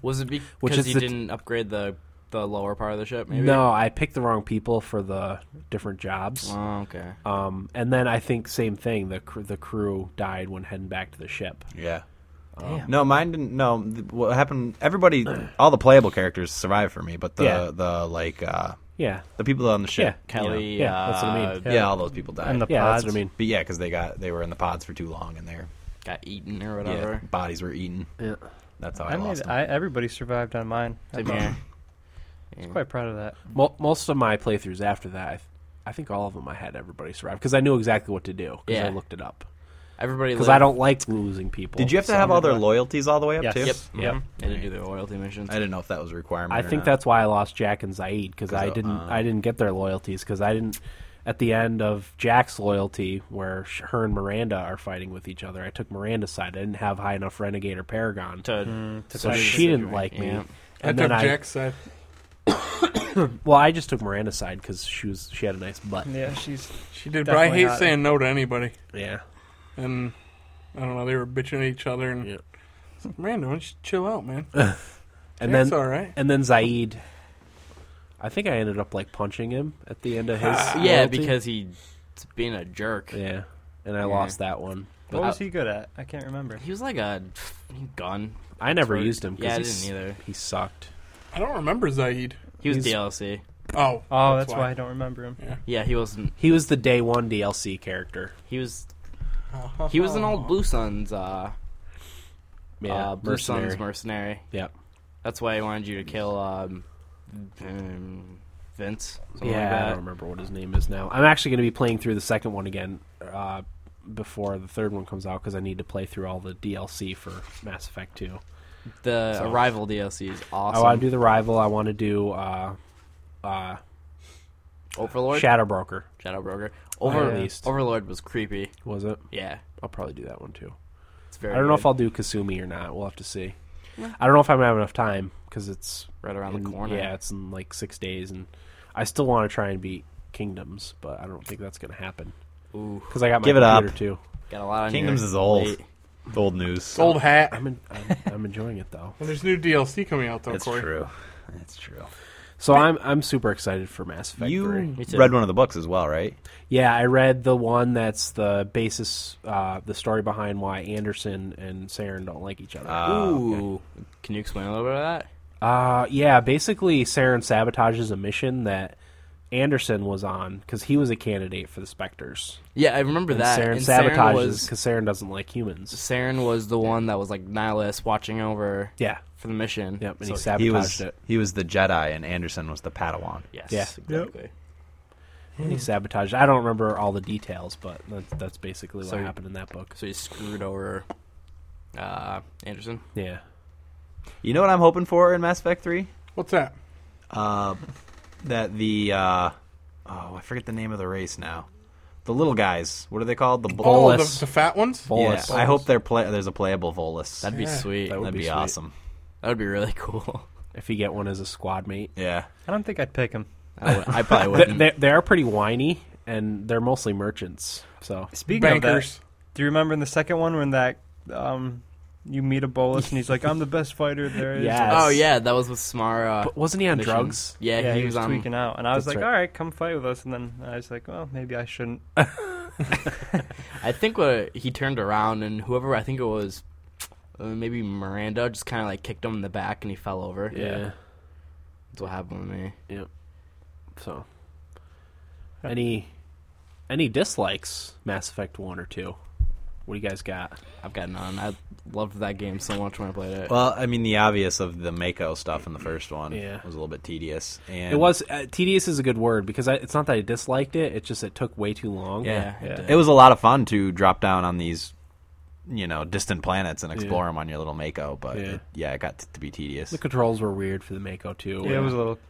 [SPEAKER 5] Was it
[SPEAKER 1] Which
[SPEAKER 5] because
[SPEAKER 1] is
[SPEAKER 5] you
[SPEAKER 1] the-
[SPEAKER 5] didn't upgrade the the lower part of the ship? Maybe.
[SPEAKER 1] No, I picked the wrong people for the different jobs.
[SPEAKER 5] Oh, okay.
[SPEAKER 1] Um, and then I think same thing. The cr- the crew died when heading back to the ship.
[SPEAKER 3] Yeah. No, mine didn't. No, th- what happened? Everybody, all the playable characters survived for me, but the
[SPEAKER 1] Yeah.
[SPEAKER 3] the like uh,
[SPEAKER 1] Yeah,
[SPEAKER 3] the people on the ship,
[SPEAKER 1] Yeah.
[SPEAKER 3] you know,
[SPEAKER 5] Kelly.
[SPEAKER 1] Yeah, that's what I
[SPEAKER 5] uh,
[SPEAKER 1] mean.
[SPEAKER 3] yeah, all those people died.
[SPEAKER 4] and the
[SPEAKER 1] yeah,
[SPEAKER 4] pods.
[SPEAKER 1] that's what I mean.
[SPEAKER 3] but yeah, because they got they were in the pods for too long, and their
[SPEAKER 5] Got eaten or
[SPEAKER 3] yeah,
[SPEAKER 5] whatever.
[SPEAKER 3] bodies were eaten.
[SPEAKER 1] Yeah.
[SPEAKER 3] That's how I,
[SPEAKER 4] I made.
[SPEAKER 3] lost them.
[SPEAKER 4] I, everybody survived on mine.
[SPEAKER 5] Same
[SPEAKER 4] I'm uh,
[SPEAKER 5] here. Yeah.
[SPEAKER 4] quite proud of that.
[SPEAKER 1] Mo- most of my playthroughs after that, I, th- I think all of them, I had everybody survive because I knew exactly what to do because
[SPEAKER 5] Yeah.
[SPEAKER 1] I looked it up.
[SPEAKER 5] Everybody.
[SPEAKER 1] Because
[SPEAKER 5] lived-
[SPEAKER 1] I don't like losing people.
[SPEAKER 3] Did you have to
[SPEAKER 1] so-
[SPEAKER 3] have all their loyalties all the way up
[SPEAKER 4] Yes.
[SPEAKER 3] too?
[SPEAKER 4] Yep.
[SPEAKER 1] Yeah.
[SPEAKER 5] I didn't do the loyalty missions.
[SPEAKER 3] I didn't know if that was a requirement.
[SPEAKER 1] I
[SPEAKER 3] or
[SPEAKER 1] think
[SPEAKER 3] not.
[SPEAKER 1] that's why I lost Jack and Zaid because
[SPEAKER 3] 'Cause
[SPEAKER 1] I
[SPEAKER 3] of,
[SPEAKER 1] didn't
[SPEAKER 3] uh,
[SPEAKER 1] I didn't get their loyalties because I didn't at the end of Jack's loyalty where sh- her and Miranda are fighting with each other. I took Miranda's side. I didn't have high enough Renegade or Paragon,
[SPEAKER 5] To,
[SPEAKER 1] so she didn't like me.
[SPEAKER 5] Yeah.
[SPEAKER 1] And
[SPEAKER 2] I
[SPEAKER 1] then
[SPEAKER 2] took
[SPEAKER 1] I
[SPEAKER 2] Jack's side.
[SPEAKER 1] Well, I just took Miranda's side because she was she had a nice butt.
[SPEAKER 4] Yeah, she's
[SPEAKER 2] She did, but I
[SPEAKER 4] Definitely
[SPEAKER 2] hate
[SPEAKER 4] not.
[SPEAKER 2] saying no to anybody.
[SPEAKER 1] Yeah.
[SPEAKER 2] And I don't know, they were bitching at each other. And
[SPEAKER 1] Yeah.
[SPEAKER 2] Miranda, why don't you chill out, man?
[SPEAKER 1] And
[SPEAKER 2] That's
[SPEAKER 1] then
[SPEAKER 2] all right.
[SPEAKER 1] and then Zaid. I think I ended up like punching him at the end of his.
[SPEAKER 5] uh, yeah,
[SPEAKER 1] loyalty.
[SPEAKER 5] because he's being a jerk.
[SPEAKER 1] yeah, and I
[SPEAKER 5] Yeah.
[SPEAKER 1] lost that one. But
[SPEAKER 4] what was he good at? I can't remember.
[SPEAKER 5] He was like a gun.
[SPEAKER 1] I, I never
[SPEAKER 5] That's what-
[SPEAKER 1] used him
[SPEAKER 5] Yeah, I
[SPEAKER 1] because
[SPEAKER 5] didn't either.
[SPEAKER 1] he sucked.
[SPEAKER 2] I don't remember Zaid.
[SPEAKER 5] He was
[SPEAKER 1] He's-
[SPEAKER 5] DLC.
[SPEAKER 2] Oh,
[SPEAKER 4] Oh, that's, why. I don't remember him.
[SPEAKER 5] Yeah, he wasn't.
[SPEAKER 1] He was the day one DLC character.
[SPEAKER 5] He was. He was
[SPEAKER 1] Oh.
[SPEAKER 5] an old Blue Suns. Uh,
[SPEAKER 1] Yeah,
[SPEAKER 5] uh, Blue
[SPEAKER 1] mercenary.
[SPEAKER 5] Suns mercenary.
[SPEAKER 1] Yep.
[SPEAKER 5] That's why he wanted you to kill um, um, Vince. something like
[SPEAKER 1] yeah, I
[SPEAKER 5] that.
[SPEAKER 1] don't remember what his name is now. I'm actually going to be playing through the second one again uh, before the third one comes out because I need to play through all the DLC for Mass Effect 2.
[SPEAKER 5] The
[SPEAKER 1] So-
[SPEAKER 5] Arrival DLC is
[SPEAKER 1] Oh, I want
[SPEAKER 5] awesome.
[SPEAKER 1] to do the rival. I want to do uh, uh,
[SPEAKER 5] Overlord,
[SPEAKER 1] Shadow Oh, Broker.
[SPEAKER 5] Shadow Broker. Over-
[SPEAKER 1] At least.
[SPEAKER 5] Overlord was creepy.
[SPEAKER 1] Was it?
[SPEAKER 5] Yeah,
[SPEAKER 1] I'll probably do that one too.
[SPEAKER 5] it's very.
[SPEAKER 1] I don't know
[SPEAKER 5] good.
[SPEAKER 1] if I'll do Kasumi or not. We'll have to see. I don't know if I'm gonna have enough time because it's
[SPEAKER 5] right around the
[SPEAKER 1] in-
[SPEAKER 5] corner.
[SPEAKER 1] Yeah, it's in like six days, and I still want to try and beat Kingdoms, but I don't think that's gonna happen
[SPEAKER 5] Ooh,
[SPEAKER 1] because I got my
[SPEAKER 3] Give it
[SPEAKER 1] computer
[SPEAKER 3] up.
[SPEAKER 1] too.
[SPEAKER 5] got a lot on
[SPEAKER 3] Kingdoms
[SPEAKER 5] your
[SPEAKER 3] is old.
[SPEAKER 5] plate.
[SPEAKER 3] It's old news.
[SPEAKER 2] It's old hat.
[SPEAKER 1] I'm, in, I'm I'm enjoying it though.
[SPEAKER 2] Well, there's new DLC coming out
[SPEAKER 1] Oh,
[SPEAKER 2] though,
[SPEAKER 3] It's
[SPEAKER 2] Corey.
[SPEAKER 3] true. It's true.
[SPEAKER 1] So I'm I'm super excited for Mass Effect
[SPEAKER 3] You
[SPEAKER 1] 3.
[SPEAKER 5] Me too.
[SPEAKER 3] read one of the books as well, right?
[SPEAKER 1] Yeah, I read the one that's the basis, uh, the story behind why Anderson and Saren don't like each other.
[SPEAKER 5] Uh.
[SPEAKER 3] Uh,
[SPEAKER 5] Ooh, can you explain a little bit of that?
[SPEAKER 1] Uh, yeah, basically, Saren sabotages a mission that Anderson was on because he was a candidate for the Spectres.
[SPEAKER 5] Yeah, I remember that.
[SPEAKER 1] Saren
[SPEAKER 5] and Saren
[SPEAKER 1] sabotages
[SPEAKER 5] was
[SPEAKER 1] because Saren doesn't like humans.
[SPEAKER 5] Saren was the one that was like nihilist watching over
[SPEAKER 1] Yeah,
[SPEAKER 5] for the mission.
[SPEAKER 1] yep, and he
[SPEAKER 5] So-
[SPEAKER 1] sabotaged
[SPEAKER 3] he was
[SPEAKER 1] it.
[SPEAKER 3] he was the Jedi, and Anderson was the Padawan.
[SPEAKER 5] Yes,
[SPEAKER 1] Yeah.
[SPEAKER 5] exactly.
[SPEAKER 1] And he sabotaged. I don't remember all the details, but that's, that's basically what
[SPEAKER 5] So-
[SPEAKER 1] happened in that book.
[SPEAKER 5] So he screwed over uh, Anderson.
[SPEAKER 1] Yeah,
[SPEAKER 3] You know what I'm hoping for in Mass Effect Three?
[SPEAKER 2] What's that?
[SPEAKER 3] Uh, that the uh, oh, I forget the name of the race now. The little guys. What are they called? The
[SPEAKER 2] Oh,
[SPEAKER 3] bull.
[SPEAKER 2] the,
[SPEAKER 1] Bolus.
[SPEAKER 2] the fat ones.
[SPEAKER 1] Bol- Volus.
[SPEAKER 3] Yeah, I hope they're play- there's a playable Volus.
[SPEAKER 5] That'd be
[SPEAKER 2] Yeah.
[SPEAKER 5] sweet.
[SPEAKER 1] That
[SPEAKER 5] That
[SPEAKER 1] would
[SPEAKER 5] would,
[SPEAKER 3] That'd
[SPEAKER 1] be
[SPEAKER 3] be,
[SPEAKER 1] sweet.
[SPEAKER 3] awesome.
[SPEAKER 5] be really cool.
[SPEAKER 1] if you get one as a squad mate,
[SPEAKER 3] Yeah.
[SPEAKER 4] I don't think I'd pick him.
[SPEAKER 5] I, would, I probably
[SPEAKER 1] they,
[SPEAKER 5] wouldn't.
[SPEAKER 1] they, they are pretty whiny, and they're mostly merchants. So
[SPEAKER 4] Speaking of that,
[SPEAKER 2] Bankers.
[SPEAKER 4] do you remember in the second one when that um you meet a bolus and he's like, "I'm the best fighter there is."
[SPEAKER 1] Yeah.
[SPEAKER 5] oh yeah, that was with Smara.
[SPEAKER 1] but wasn't he on
[SPEAKER 5] mission.
[SPEAKER 1] drugs?
[SPEAKER 5] Yeah,
[SPEAKER 4] Yeah,
[SPEAKER 5] he,
[SPEAKER 4] was,
[SPEAKER 5] was, um, on.
[SPEAKER 4] tweaking out, and I was
[SPEAKER 1] That's
[SPEAKER 4] like,
[SPEAKER 1] right.
[SPEAKER 4] "All right, come fight with us." And then I was like, "Well, maybe I shouldn't."
[SPEAKER 5] I think what he turned around and whoever I think it was, uh, maybe Miranda, just kind of like kicked him in the back and he fell over. that's what happened to me.
[SPEAKER 1] So any any dislikes? Mass Effect one or two? What do you guys got?
[SPEAKER 5] I've got none. I loved that game so much when I played it.
[SPEAKER 3] Well, I mean, the obvious of the Mako stuff in the first one
[SPEAKER 1] Yeah.
[SPEAKER 3] was a little bit tedious. And
[SPEAKER 1] It was uh, tedious is a good word because I, it's not that I disliked it. It's just it took way too long.
[SPEAKER 3] Yeah.
[SPEAKER 5] Yeah, it did.
[SPEAKER 3] It was a lot of fun to drop down on these, you know, distant planets and explore them on your little Mako. But
[SPEAKER 1] Yeah.
[SPEAKER 3] yeah, it, yeah, it got t- to be tedious.
[SPEAKER 1] The controls were weird for the Mako too.
[SPEAKER 4] Yeah, it was a little.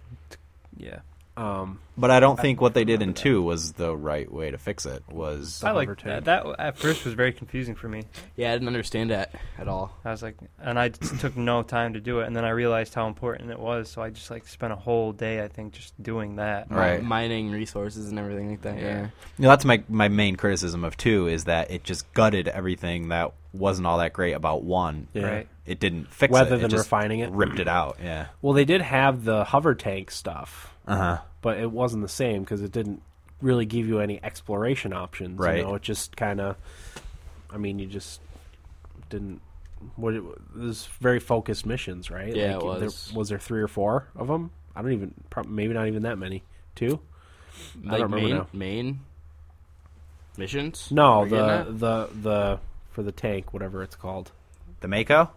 [SPEAKER 4] Yeah,
[SPEAKER 1] Um,
[SPEAKER 3] But I don't think what they did in two was the right way to fix it. Was
[SPEAKER 1] The
[SPEAKER 4] I like
[SPEAKER 1] hover tank.
[SPEAKER 4] that. That at first was very confusing for me.
[SPEAKER 5] yeah, I didn't understand that at all.
[SPEAKER 4] I was like, and I just took no time to do it, and then I realized how important it was, so I just like spent a whole day, I think, just doing that.
[SPEAKER 3] Right.
[SPEAKER 5] mining resources and everything like that. Yeah,
[SPEAKER 3] you know, that's my my main criticism of two is that it just gutted everything that wasn't all that great about one.
[SPEAKER 1] Yeah.
[SPEAKER 4] Right.
[SPEAKER 3] It didn't fix it.
[SPEAKER 1] Rather
[SPEAKER 3] it
[SPEAKER 1] than
[SPEAKER 3] just
[SPEAKER 1] refining it.
[SPEAKER 3] ripped it out. Yeah.
[SPEAKER 1] well, they did have the hover tank stuff,
[SPEAKER 3] Uh huh.
[SPEAKER 1] but it wasn't the same because it didn't really give you any exploration options. You
[SPEAKER 3] Right.
[SPEAKER 1] know, it just kind of. I mean, you just didn't. What it, was very focused missions, right?
[SPEAKER 5] Yeah, it
[SPEAKER 1] there-
[SPEAKER 5] was.
[SPEAKER 1] was there three or four of them? I don't even. Prob- maybe not even that many. Two.
[SPEAKER 5] like
[SPEAKER 1] remember
[SPEAKER 5] main
[SPEAKER 1] now.
[SPEAKER 5] main missions.
[SPEAKER 1] No,
[SPEAKER 5] Are you getting
[SPEAKER 1] the
[SPEAKER 5] that?
[SPEAKER 1] the the for the tank, whatever it's called.
[SPEAKER 3] The Mako.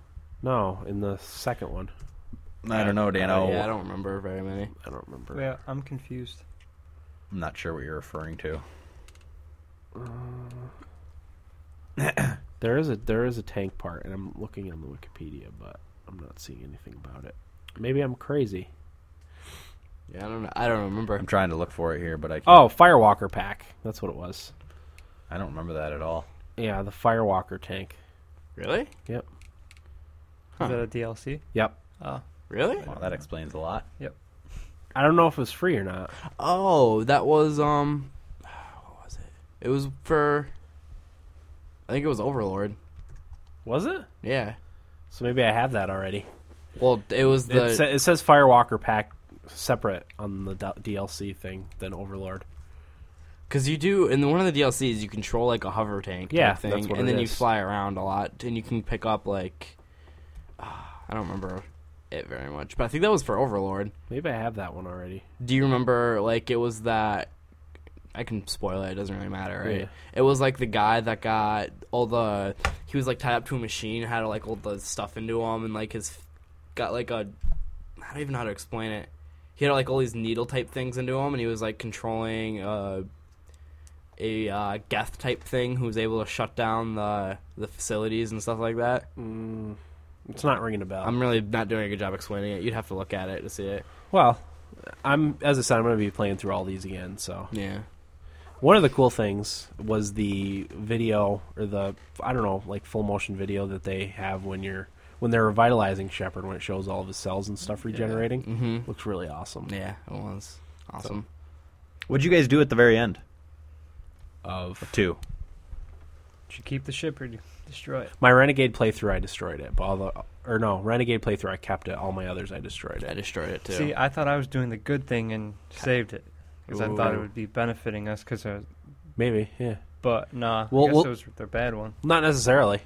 [SPEAKER 1] No, in the second one,
[SPEAKER 3] Uh, I don't know, Oh, Dano.
[SPEAKER 5] yeah, I don't remember very many.
[SPEAKER 1] I don't remember.
[SPEAKER 4] Yeah, I'm confused.
[SPEAKER 3] I'm not sure what you're referring to.
[SPEAKER 1] There is a there is a tank part, and I'm looking on the Wikipedia, but I'm not seeing anything about it. Maybe I'm crazy.
[SPEAKER 5] Yeah, I don't. know. I don't remember.
[SPEAKER 3] I'm trying to look for it here, but I can't,
[SPEAKER 1] Oh, Firewalker pack. That's what it was.
[SPEAKER 3] I don't remember that at all.
[SPEAKER 1] Yeah, the Firewalker tank.
[SPEAKER 5] Really?
[SPEAKER 1] Yep.
[SPEAKER 5] Huh.
[SPEAKER 4] Is that a DLC?
[SPEAKER 1] Yep.
[SPEAKER 4] Oh,
[SPEAKER 5] Really?
[SPEAKER 3] Wow, that explains a lot.
[SPEAKER 4] Yep.
[SPEAKER 1] I don't know if it was free or not.
[SPEAKER 5] Oh, that was um, what was it? It was for. I think it was Overlord.
[SPEAKER 1] Was it?
[SPEAKER 5] Yeah.
[SPEAKER 1] So maybe I have that already.
[SPEAKER 5] Well, it was the.
[SPEAKER 1] it, sa- it says Firewalker pack separate on the d- DLC thing than Overlord.
[SPEAKER 5] Because you do in one of the DLCs, you control like a hover tank,
[SPEAKER 1] Yeah,
[SPEAKER 5] type thing,
[SPEAKER 1] that's what
[SPEAKER 5] and
[SPEAKER 1] it
[SPEAKER 5] then you
[SPEAKER 1] is.
[SPEAKER 5] fly around a lot, and you can pick up like ah, I don't remember it very much, but I think that was for Overlord.
[SPEAKER 1] Maybe I have that one already.
[SPEAKER 5] Do you remember like it was that? I can spoil it; it doesn't really matter, right?
[SPEAKER 1] Yeah.
[SPEAKER 5] It was like the guy that got all the he was like tied up to a machine, had like all the stuff into him, and like his got like a I don't even know how to explain it. He had like all these needle type things into him, and he was like controlling uh, a uh, Geth type thing who was able to shut down the the facilities and stuff like that.
[SPEAKER 1] Mm, it's not ringing a bell.
[SPEAKER 5] I'm really not doing a good job explaining it. You'd have to look at it to see it.
[SPEAKER 1] well, I'm as I said, I'm going to be playing through all these again. So
[SPEAKER 5] Yeah.
[SPEAKER 1] one of the cool things was the video or the I don't know like full motion video that they have when you're when they're revitalizing Shepard when it shows all of his cells and stuff regenerating.
[SPEAKER 5] Mm-hmm.
[SPEAKER 1] Looks really awesome.
[SPEAKER 5] Yeah, it was awesome.
[SPEAKER 3] What'd you guys do at the very end
[SPEAKER 1] Of
[SPEAKER 3] of two?
[SPEAKER 4] Should keep the ship or destroy it.
[SPEAKER 1] my Renegade playthrough, I destroyed it, but all the or no Renegade playthrough, I kept it. All my others, I destroyed
[SPEAKER 5] I
[SPEAKER 1] it.
[SPEAKER 5] destroyed it too.
[SPEAKER 4] See, I thought I was doing the good thing and saved it because I thought it
[SPEAKER 1] Ooh.
[SPEAKER 4] would be benefiting us. Because I was,
[SPEAKER 1] Maybe, yeah,
[SPEAKER 4] but nah,
[SPEAKER 1] Well,
[SPEAKER 4] I guess
[SPEAKER 1] well-
[SPEAKER 4] it was their bad one.
[SPEAKER 1] not necessarily.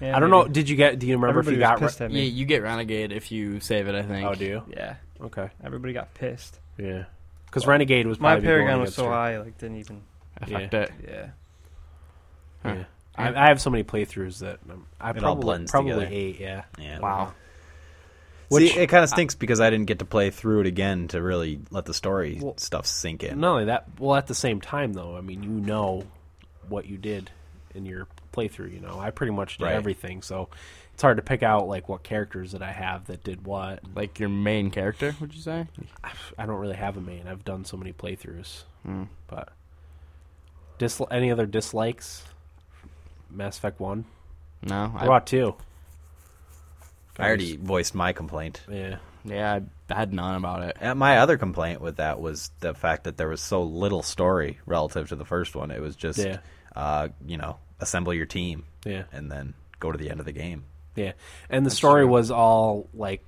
[SPEAKER 4] Yeah,
[SPEAKER 1] I don't know.
[SPEAKER 4] maybe.
[SPEAKER 1] Did you get? Do you remember
[SPEAKER 4] Everybody
[SPEAKER 1] if you
[SPEAKER 4] was
[SPEAKER 1] got?
[SPEAKER 4] pissed at
[SPEAKER 5] yeah,
[SPEAKER 4] me.
[SPEAKER 5] you get renegade if you save it. I think.
[SPEAKER 1] oh, do you?
[SPEAKER 4] Yeah,
[SPEAKER 1] Okay,
[SPEAKER 4] everybody got pissed.
[SPEAKER 1] yeah. Because Renegade was
[SPEAKER 4] My
[SPEAKER 1] probably
[SPEAKER 4] paragon
[SPEAKER 1] going
[SPEAKER 4] was so
[SPEAKER 1] against
[SPEAKER 4] high, like didn't even.
[SPEAKER 5] Affect it.
[SPEAKER 4] Yeah,
[SPEAKER 1] her.
[SPEAKER 5] high.
[SPEAKER 1] Yeah. I, I have so many playthroughs that I'm, I
[SPEAKER 3] It all
[SPEAKER 1] probably
[SPEAKER 3] blends
[SPEAKER 1] probably
[SPEAKER 3] together.
[SPEAKER 1] eight. Yeah.
[SPEAKER 3] Yeah.
[SPEAKER 5] Wow.
[SPEAKER 3] See, it kind of stinks because I didn't get to play through it again to really let the story
[SPEAKER 1] Well,
[SPEAKER 3] stuff sink in.
[SPEAKER 1] Not only that, well, at the same time though, I mean, you know what you did in your playthrough. You know, I pretty much did
[SPEAKER 3] Right.
[SPEAKER 1] everything, so it's hard to pick out like what characters that I have that did what. and-
[SPEAKER 5] Like your main character, would you say?
[SPEAKER 1] I don't really have a main. I've done so many playthroughs,
[SPEAKER 5] Hmm.
[SPEAKER 1] but disl- any other dislikes? Mass Effect One.
[SPEAKER 5] No.
[SPEAKER 1] What
[SPEAKER 5] I,
[SPEAKER 1] about two?
[SPEAKER 3] I already voiced my complaint.
[SPEAKER 1] Yeah.
[SPEAKER 5] yeah, I had none about it.
[SPEAKER 3] And my other complaint with that was the fact that there was so little story relative to the first one. It was just,
[SPEAKER 1] Yeah.
[SPEAKER 3] uh, you know, assemble your team
[SPEAKER 1] Yeah.
[SPEAKER 3] and then go to the end of the game.
[SPEAKER 1] Yeah. And the story was all like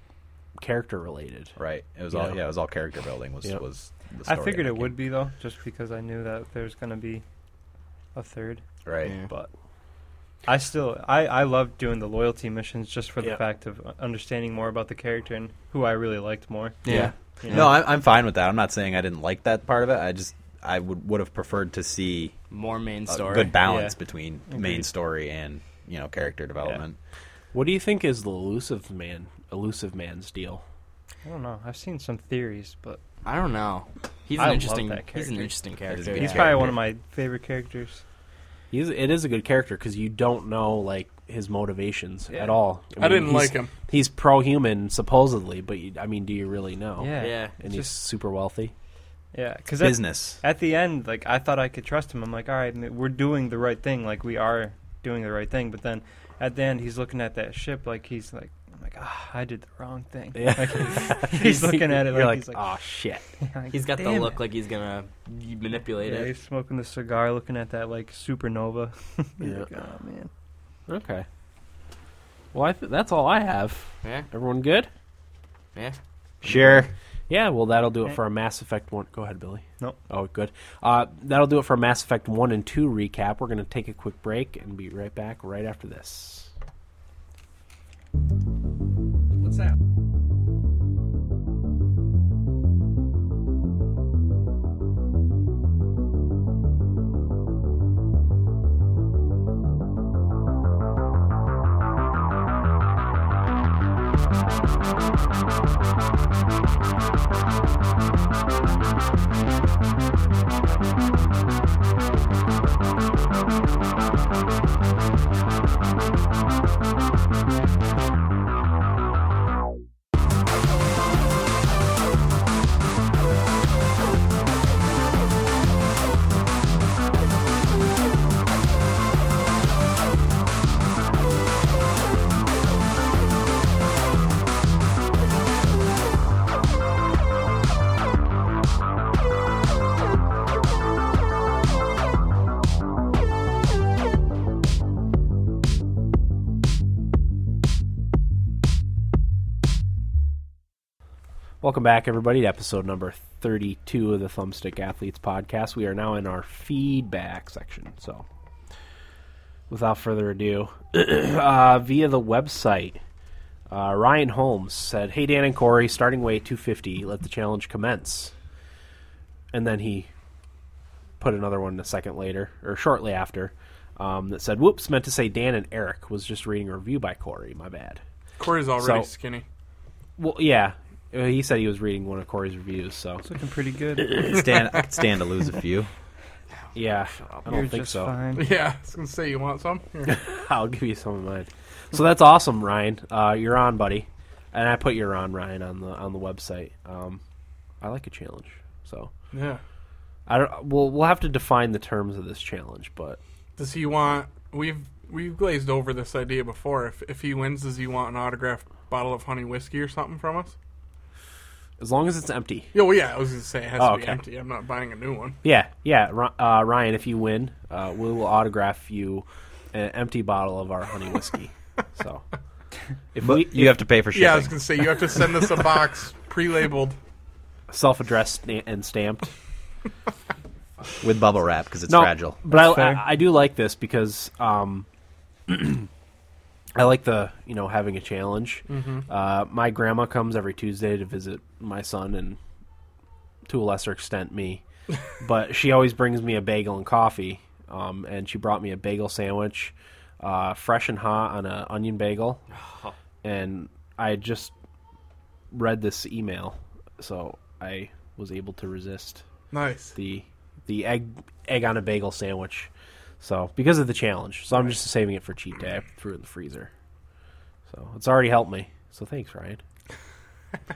[SPEAKER 1] character related.
[SPEAKER 3] Right. It was
[SPEAKER 1] Yeah.
[SPEAKER 3] all yeah. It was all character building. Was
[SPEAKER 1] Yeah.
[SPEAKER 3] was. The
[SPEAKER 4] I
[SPEAKER 3] story
[SPEAKER 4] figured
[SPEAKER 3] in
[SPEAKER 4] it
[SPEAKER 3] that
[SPEAKER 4] would be though, just because I knew that there's gonna be a third.
[SPEAKER 3] game. Right.
[SPEAKER 5] Yeah.
[SPEAKER 3] But
[SPEAKER 4] I still I I loved doing the loyalty missions just for the
[SPEAKER 1] Yeah.
[SPEAKER 4] fact of uh, understanding more about the character and who I really liked more.
[SPEAKER 5] Yeah.
[SPEAKER 4] you
[SPEAKER 3] no,
[SPEAKER 4] know?
[SPEAKER 3] I'm, I'm fine with that. I'm not saying I didn't like that part of it. I just I would would have preferred to see
[SPEAKER 5] More main
[SPEAKER 3] a
[SPEAKER 5] story.
[SPEAKER 3] good balance
[SPEAKER 4] Yeah.
[SPEAKER 3] between main
[SPEAKER 4] Agreed.
[SPEAKER 3] story and you know character development.
[SPEAKER 1] What do you think is the elusive man, elusive man's deal?
[SPEAKER 4] I don't know. I've seen some theories, but
[SPEAKER 5] I don't know. He's
[SPEAKER 4] I
[SPEAKER 5] an
[SPEAKER 4] love
[SPEAKER 5] interesting.
[SPEAKER 4] that
[SPEAKER 5] He's an
[SPEAKER 4] character.
[SPEAKER 5] interesting
[SPEAKER 3] That is a
[SPEAKER 5] character.
[SPEAKER 3] good
[SPEAKER 4] he's
[SPEAKER 5] yeah.
[SPEAKER 4] probably one of my favorite characters.
[SPEAKER 1] He's, it is a good character because you don't know like his motivations
[SPEAKER 4] Yeah.
[SPEAKER 1] at all.
[SPEAKER 2] I
[SPEAKER 1] mean,
[SPEAKER 2] didn't
[SPEAKER 1] he's-
[SPEAKER 2] like him.
[SPEAKER 1] He's pro-human supposedly, but you, I mean, do you really know?
[SPEAKER 4] Oh, Yeah,
[SPEAKER 5] Yeah.
[SPEAKER 1] And
[SPEAKER 4] It's
[SPEAKER 1] he's
[SPEAKER 4] just-
[SPEAKER 1] super wealthy.
[SPEAKER 4] yeah. Because at,
[SPEAKER 3] Business.
[SPEAKER 4] at the end, like I thought I could trust him. I'm like, all right, m- we're doing the right thing. Like we are doing the right thing. But then at the end, he's looking at that ship like he's like, I'm like, ah, I did the wrong thing.
[SPEAKER 1] Yeah.
[SPEAKER 4] Like, he's looking at it
[SPEAKER 1] You're
[SPEAKER 4] like,
[SPEAKER 1] like,
[SPEAKER 4] he's like, "Ah,
[SPEAKER 1] oh shit.
[SPEAKER 5] He's got the
[SPEAKER 4] "Damn
[SPEAKER 5] look
[SPEAKER 4] it."
[SPEAKER 5] like he's gonna manipulate
[SPEAKER 4] Yeah,
[SPEAKER 5] it.
[SPEAKER 4] he's smoking the cigar, looking at that like supernova.
[SPEAKER 1] Yeah.
[SPEAKER 4] Like, oh man.
[SPEAKER 1] Okay. Well, I th- that's all I have.
[SPEAKER 5] Yeah.
[SPEAKER 1] Everyone good?
[SPEAKER 5] Yeah.
[SPEAKER 3] Sure.
[SPEAKER 1] Yeah, well, that'll do it
[SPEAKER 4] Okay.
[SPEAKER 1] for our Mass Effect 1. Go ahead, Billy.
[SPEAKER 4] Nope.
[SPEAKER 1] Oh, good. Uh, that'll do it for our Mass Effect 1 and 2 recap. We're going to take a quick break and be right back right after this. What's that? Welcome back, everybody, to episode number 32 of the Thumbstick Athletes podcast. We are now in our feedback section. So, without further ado, uh, via the website, uh, Ryan Holmes said, Hey, Dan and Corey, starting weight 250, let the challenge commence. And then he put another one a second later, or shortly after, um, that said, Whoops, meant to say Dan and Eric, was just reading a review by Corey. My bad.
[SPEAKER 2] Corey's already
[SPEAKER 1] So-
[SPEAKER 2] skinny.
[SPEAKER 1] Well, yeah. Uh, He said he was reading one of Corey's reviews, so
[SPEAKER 4] It's looking pretty good.
[SPEAKER 3] Could stand, I could stand to lose a few.
[SPEAKER 1] yeah, I don't
[SPEAKER 4] You're
[SPEAKER 1] think
[SPEAKER 4] just
[SPEAKER 1] so.
[SPEAKER 4] fine.
[SPEAKER 2] Yeah, I was gonna say you want some. Here.
[SPEAKER 1] I'll give you some of mine. So that's awesome, Ryan. Uh, you're on, buddy. And I put you're on, Ryan, on the on the website. Um, I like a challenge, so
[SPEAKER 2] Yeah.
[SPEAKER 1] I don't. We'll we'll have to define the terms of this challenge, but
[SPEAKER 2] Does he want? We've we've glazed over this idea before. If if he wins, does he want an autographed bottle of honey whiskey or something from us?
[SPEAKER 1] as long as it's empty,
[SPEAKER 2] Yeah, well, yeah. I was gonna say it has
[SPEAKER 1] Oh,
[SPEAKER 2] to be
[SPEAKER 1] okay.
[SPEAKER 2] empty. I'm not buying a new one.
[SPEAKER 1] yeah, yeah, Ri- uh, Ryan. If you win, uh, we will autograph you an empty bottle of our honey whiskey. so if we
[SPEAKER 3] But you have to pay for shipping.
[SPEAKER 2] Yeah, I was gonna say you have to send us a box pre-labeled.
[SPEAKER 1] self-addressed sta- and stamped,
[SPEAKER 3] with bubble wrap because it's fragile.
[SPEAKER 1] But I,
[SPEAKER 4] fair.
[SPEAKER 1] I, I do like this because um, I like the you know having a challenge. Uh, my grandma comes every Tuesday to visit my son and to a lesser extent me, but she always brings me a bagel and coffee. Um, and she brought me a bagel sandwich, uh, fresh and hot on an onion bagel, and I just read this email, so I was able to resist
[SPEAKER 2] Nice.
[SPEAKER 1] the the egg egg on a bagel sandwich. So because of the challenge, so I'm just saving it for cheat day. I threw it in the freezer. So it's already helped me. So thanks, Ryan.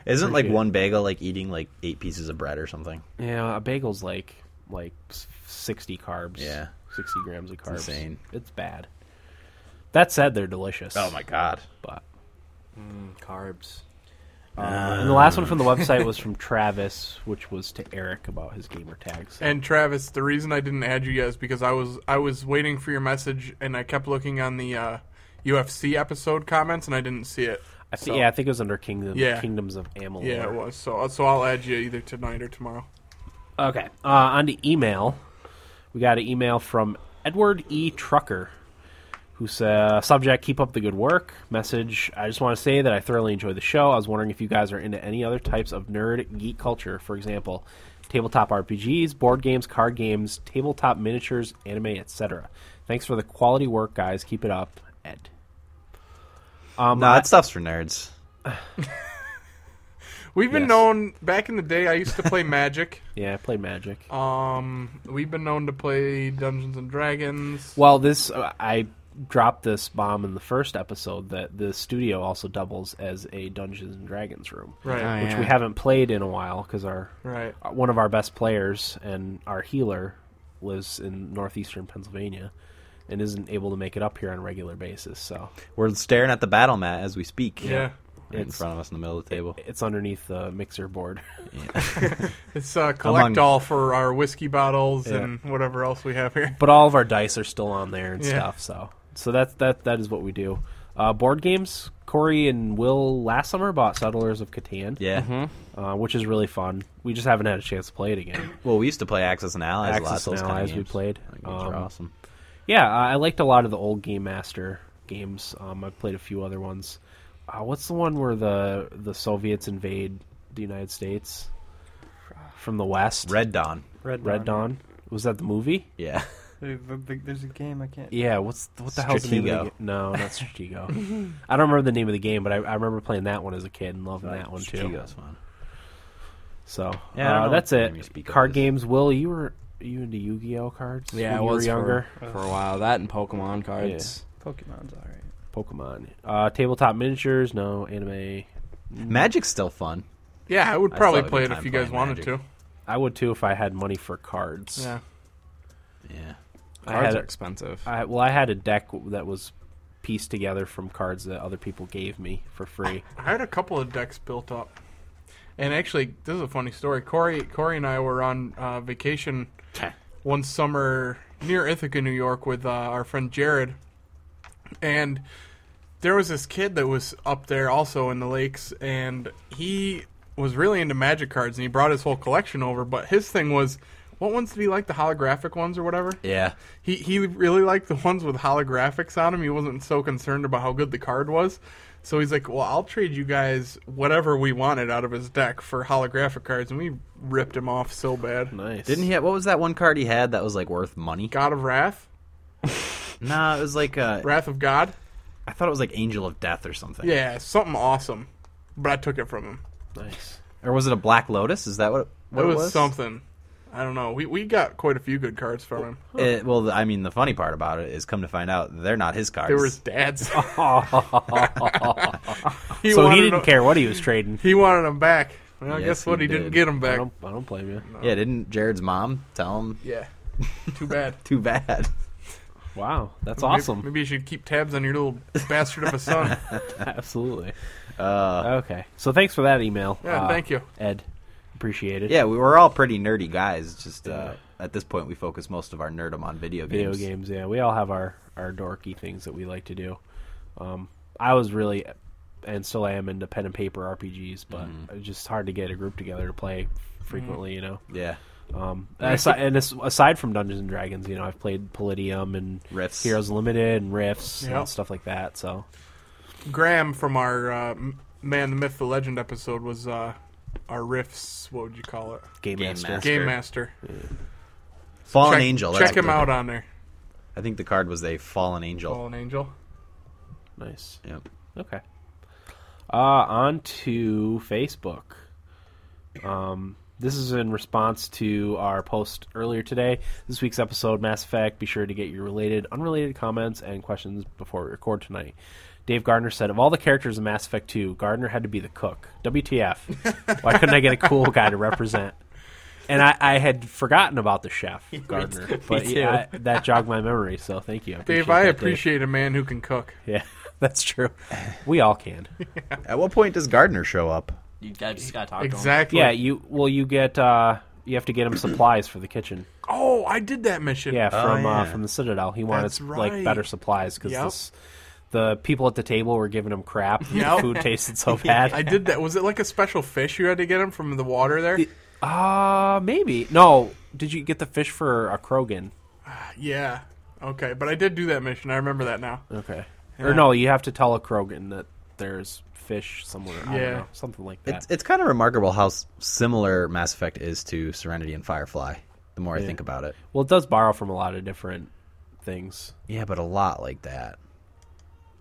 [SPEAKER 3] Isn't like
[SPEAKER 1] appreciate it.
[SPEAKER 3] one bagel like eating like eight pieces of bread or something?
[SPEAKER 1] Yeah, a bagel's like like s- 60 carbs.
[SPEAKER 3] Yeah.
[SPEAKER 1] 60 grams of carbs.
[SPEAKER 3] insane.
[SPEAKER 1] It's bad. That said, they're delicious.
[SPEAKER 3] Oh my god!
[SPEAKER 1] But
[SPEAKER 5] Carbs.
[SPEAKER 1] uh, and the last one from the website was from Travis, which was to Eric about his gamer tags.
[SPEAKER 2] And Travis, the reason I didn't add you yet is because I was I was waiting for your message and I kept looking on the uh, UFC episode comments and I didn't see it.
[SPEAKER 1] I thi- yeah, I think it was under Kingdom
[SPEAKER 2] Yeah.
[SPEAKER 1] Kingdoms of Amalur.
[SPEAKER 2] Yeah, it was. So so I'll add you either tonight or tomorrow.
[SPEAKER 1] Okay. Uh, on to email. We got an email from Edward E. Trucker, who said, Subject, keep up the good work. Message, I just want to say that I thoroughly enjoy the show. I was wondering if you guys are into any other types of nerd geek culture. For example, tabletop RPGs, board games, card games, tabletop miniatures, anime, etc. Thanks for the quality work, guys. Keep it up, Ed. Um,
[SPEAKER 3] No, that stuff's for nerds.
[SPEAKER 2] We've been
[SPEAKER 1] Yes.
[SPEAKER 2] known back in the day. I used to play Magic.
[SPEAKER 1] yeah, I played Magic.
[SPEAKER 2] Um, we've been known to play Dungeons and Dragons.
[SPEAKER 1] Well, this uh, I dropped this bomb in the first episode that the studio also doubles as a Dungeons and Dragons room,
[SPEAKER 2] Right,
[SPEAKER 1] which we haven't played in a while because our
[SPEAKER 2] right.
[SPEAKER 1] uh, one of our best players and our healer lives in northeastern Pennsylvania and isn't able to make it up here on a regular basis. So
[SPEAKER 3] We're staring at the battle mat as we speak.
[SPEAKER 2] Yeah.
[SPEAKER 3] Right in
[SPEAKER 1] It's-
[SPEAKER 3] front of us in the middle of the table.
[SPEAKER 1] it's underneath the mixer board.
[SPEAKER 2] It's uh, collect
[SPEAKER 3] Among-
[SPEAKER 2] all for our whiskey bottles
[SPEAKER 1] Yeah.
[SPEAKER 2] and whatever else we have here.
[SPEAKER 1] but all of our dice are still on there and
[SPEAKER 2] Yeah.
[SPEAKER 1] stuff. So, so that's that. That is what we do. Uh, board games. Corey and Will last summer bought Settlers of Catan,
[SPEAKER 3] Yeah.
[SPEAKER 1] uh, which is really fun. We just haven't had a chance to play it again.
[SPEAKER 3] Well, we used to play Axis and Allies. a lot.
[SPEAKER 1] Axis
[SPEAKER 3] Those
[SPEAKER 1] and
[SPEAKER 3] kind of
[SPEAKER 1] Allies we
[SPEAKER 3] games.
[SPEAKER 1] played.
[SPEAKER 3] Those games are
[SPEAKER 1] Um,
[SPEAKER 3] awesome.
[SPEAKER 1] Yeah, I I liked a lot of the old Game Master games. Um, I've played a few other ones. Uh, what's the one where the the Soviets invade the United States from the west?
[SPEAKER 3] Red Dawn.
[SPEAKER 4] Red,
[SPEAKER 1] Red Dawn. Was that the movie?
[SPEAKER 3] Yeah.
[SPEAKER 4] There- there- There's a game I can't.
[SPEAKER 1] Yeah, what's what the hell's the name of the
[SPEAKER 3] Stratego.
[SPEAKER 1] game? No, not Stratego. I don't remember the name of the game, but I, I remember playing that one as a kid and loving that one too.
[SPEAKER 3] Stratego's fun.
[SPEAKER 1] So
[SPEAKER 3] Yeah, I don't
[SPEAKER 1] uh,
[SPEAKER 3] know
[SPEAKER 1] that's
[SPEAKER 3] what name you
[SPEAKER 1] it.
[SPEAKER 3] speak of
[SPEAKER 1] Card
[SPEAKER 3] is.
[SPEAKER 1] games. Will you were you into Yu-Gi-Oh cards?
[SPEAKER 5] Yeah, I
[SPEAKER 1] when you
[SPEAKER 5] was
[SPEAKER 1] were younger.
[SPEAKER 5] For, for a while. That and Pokemon cards.
[SPEAKER 4] Pokemon's alright.
[SPEAKER 1] Pokemon, uh, tabletop miniatures. No anime.
[SPEAKER 3] Magic's still fun.
[SPEAKER 2] Yeah, I would
[SPEAKER 3] I
[SPEAKER 2] probably
[SPEAKER 3] still have a
[SPEAKER 2] play
[SPEAKER 3] good
[SPEAKER 2] it if
[SPEAKER 3] time
[SPEAKER 2] you guys
[SPEAKER 3] playing
[SPEAKER 2] wanted
[SPEAKER 3] Magic.
[SPEAKER 1] I would too if I had money for cards.
[SPEAKER 2] to. Yeah.
[SPEAKER 3] Yeah.
[SPEAKER 1] I
[SPEAKER 5] Cards
[SPEAKER 1] had
[SPEAKER 5] are
[SPEAKER 1] a-
[SPEAKER 5] expensive.
[SPEAKER 1] I, well, I had a deck that was pieced together from cards that other people gave me for free.
[SPEAKER 2] I had a couple of decks built up, and actually, this is a funny story. Corey, Corey and I were on uh, vacation one summer near Ithaca, New York, with uh, our friend Jared, and there was this kid that was up there also in the lakes, and he was really into magic cards and he brought his whole collection over, but his thing was what ones did he like? The holographic ones or whatever?
[SPEAKER 3] Yeah.
[SPEAKER 2] He he really liked the ones with holographics on them. He wasn't so concerned about how good the card was. So he's like, "Well, I'll trade you guys whatever we wanted out of his deck for holographic cards." And we ripped him off so bad.
[SPEAKER 1] Nice.
[SPEAKER 3] Didn't he? Have, what was that one card he had that was like worth money?
[SPEAKER 2] God of Wrath,
[SPEAKER 3] Nah, it was like uh,
[SPEAKER 2] Wrath of God.
[SPEAKER 3] I thought it was like Angel of Death or something.
[SPEAKER 2] Yeah, something awesome. But I took it from him.
[SPEAKER 1] Nice.
[SPEAKER 3] Or was it a Black Lotus? Is that what? What
[SPEAKER 2] it was, something. I don't know. We we got quite a few good cards from him.
[SPEAKER 3] It, well, I mean, the funny part about it is, come to find out, they're not his cards.
[SPEAKER 2] They were his dad's. he
[SPEAKER 1] Oh, so he
[SPEAKER 2] wanted
[SPEAKER 1] didn't
[SPEAKER 2] them-
[SPEAKER 1] care what he was trading.
[SPEAKER 2] He wanted them back. Well,
[SPEAKER 3] Yes,
[SPEAKER 2] guess what?
[SPEAKER 3] he
[SPEAKER 2] He, didn't
[SPEAKER 3] did.
[SPEAKER 2] get them
[SPEAKER 1] I
[SPEAKER 2] back.
[SPEAKER 1] don't, I don't blame you.
[SPEAKER 3] yeah, didn't Jared's mom tell him?
[SPEAKER 2] Yeah. Too bad.
[SPEAKER 3] Too bad.
[SPEAKER 1] Wow, that's
[SPEAKER 2] Maybe-
[SPEAKER 1] awesome.
[SPEAKER 2] Maybe, you should keep tabs on your little bastard of a son.
[SPEAKER 1] Absolutely.
[SPEAKER 3] Uh,
[SPEAKER 1] Okay. So thanks for that email.
[SPEAKER 2] Yeah,
[SPEAKER 1] uh,
[SPEAKER 2] thank you.
[SPEAKER 1] Ed. Appreciate it.
[SPEAKER 3] yeah, we were all pretty nerdy guys. Just uh, at this point, we focus most of our nerdum on video
[SPEAKER 1] Video
[SPEAKER 3] games.
[SPEAKER 1] games. Yeah, we all have our our dorky things that we like to do. Um, I was really, and still am, into pen and paper RPGs, but it's just hard to get a group together to play frequently. You know.
[SPEAKER 3] Yeah,
[SPEAKER 1] Um, aside, and as, aside from Dungeons and Dragons, you know, I've played Palladium and
[SPEAKER 3] Rifts.
[SPEAKER 1] Heroes Limited and Rifts
[SPEAKER 2] Yep.
[SPEAKER 1] and stuff like that. So
[SPEAKER 2] Graham from our uh, M- Man, the Myth, the Legend episode was uh, our riffs. What would you call it?
[SPEAKER 1] Game,
[SPEAKER 3] Game
[SPEAKER 1] Master.
[SPEAKER 3] Master.
[SPEAKER 2] Game Master.
[SPEAKER 3] Fallen
[SPEAKER 2] check,
[SPEAKER 3] Angel. that's
[SPEAKER 2] Check him
[SPEAKER 3] the-
[SPEAKER 2] out on there.
[SPEAKER 3] I think the card was a Fallen Angel.
[SPEAKER 2] Fallen Angel.
[SPEAKER 1] Nice.
[SPEAKER 3] Yep.
[SPEAKER 1] Okay. Uh, on to Facebook. Um, this is in response to our post earlier today. This week's episode, Mass Effect. Be sure to get your related, unrelated comments and questions before we record tonight. Dave Gardner said, "Of all the characters in Mass Effect 2, Gardner had to be the cook. WTF? Why couldn't I get a cool guy to represent?" And I, I had forgotten about the chef Gardner, but
[SPEAKER 5] me
[SPEAKER 1] yeah, I- that jogged my memory. So thank you, I
[SPEAKER 2] Dave, I
[SPEAKER 1] that,
[SPEAKER 2] appreciate a man who can cook.
[SPEAKER 1] Yeah, that's true. We all can.
[SPEAKER 3] At what point does Gardner show up?
[SPEAKER 5] You guys just gotta talk to him.
[SPEAKER 2] Exactly.
[SPEAKER 1] Yeah, you well, you get uh, you have to get him supplies for the kitchen.
[SPEAKER 2] Oh, I did that mission.
[SPEAKER 1] Yeah, from Uh,
[SPEAKER 3] yeah.
[SPEAKER 1] from the Citadel, he wanted
[SPEAKER 2] Oh, That's
[SPEAKER 1] like
[SPEAKER 2] right.
[SPEAKER 1] better supplies because
[SPEAKER 2] Yep.
[SPEAKER 1] this the people at the table were giving him crap.
[SPEAKER 2] Yep.
[SPEAKER 1] The food tasted so bad.
[SPEAKER 2] I did that. Was it like a special fish you had to get him from the water there?
[SPEAKER 1] Uh maybe no. Did you get the fish for a Krogan?
[SPEAKER 2] Yeah. Okay, but I did do that mission. I remember that now.
[SPEAKER 1] Okay, or no, you have to tell a Krogan that there's fish somewhere. I
[SPEAKER 2] Yeah.
[SPEAKER 1] don't know, something like that.
[SPEAKER 3] It's it's kind of remarkable how s- similar Mass Effect is to Serenity and Firefly. The more I think about it,
[SPEAKER 1] well, it does borrow from a lot of different things.
[SPEAKER 3] yeah, but a lot like that,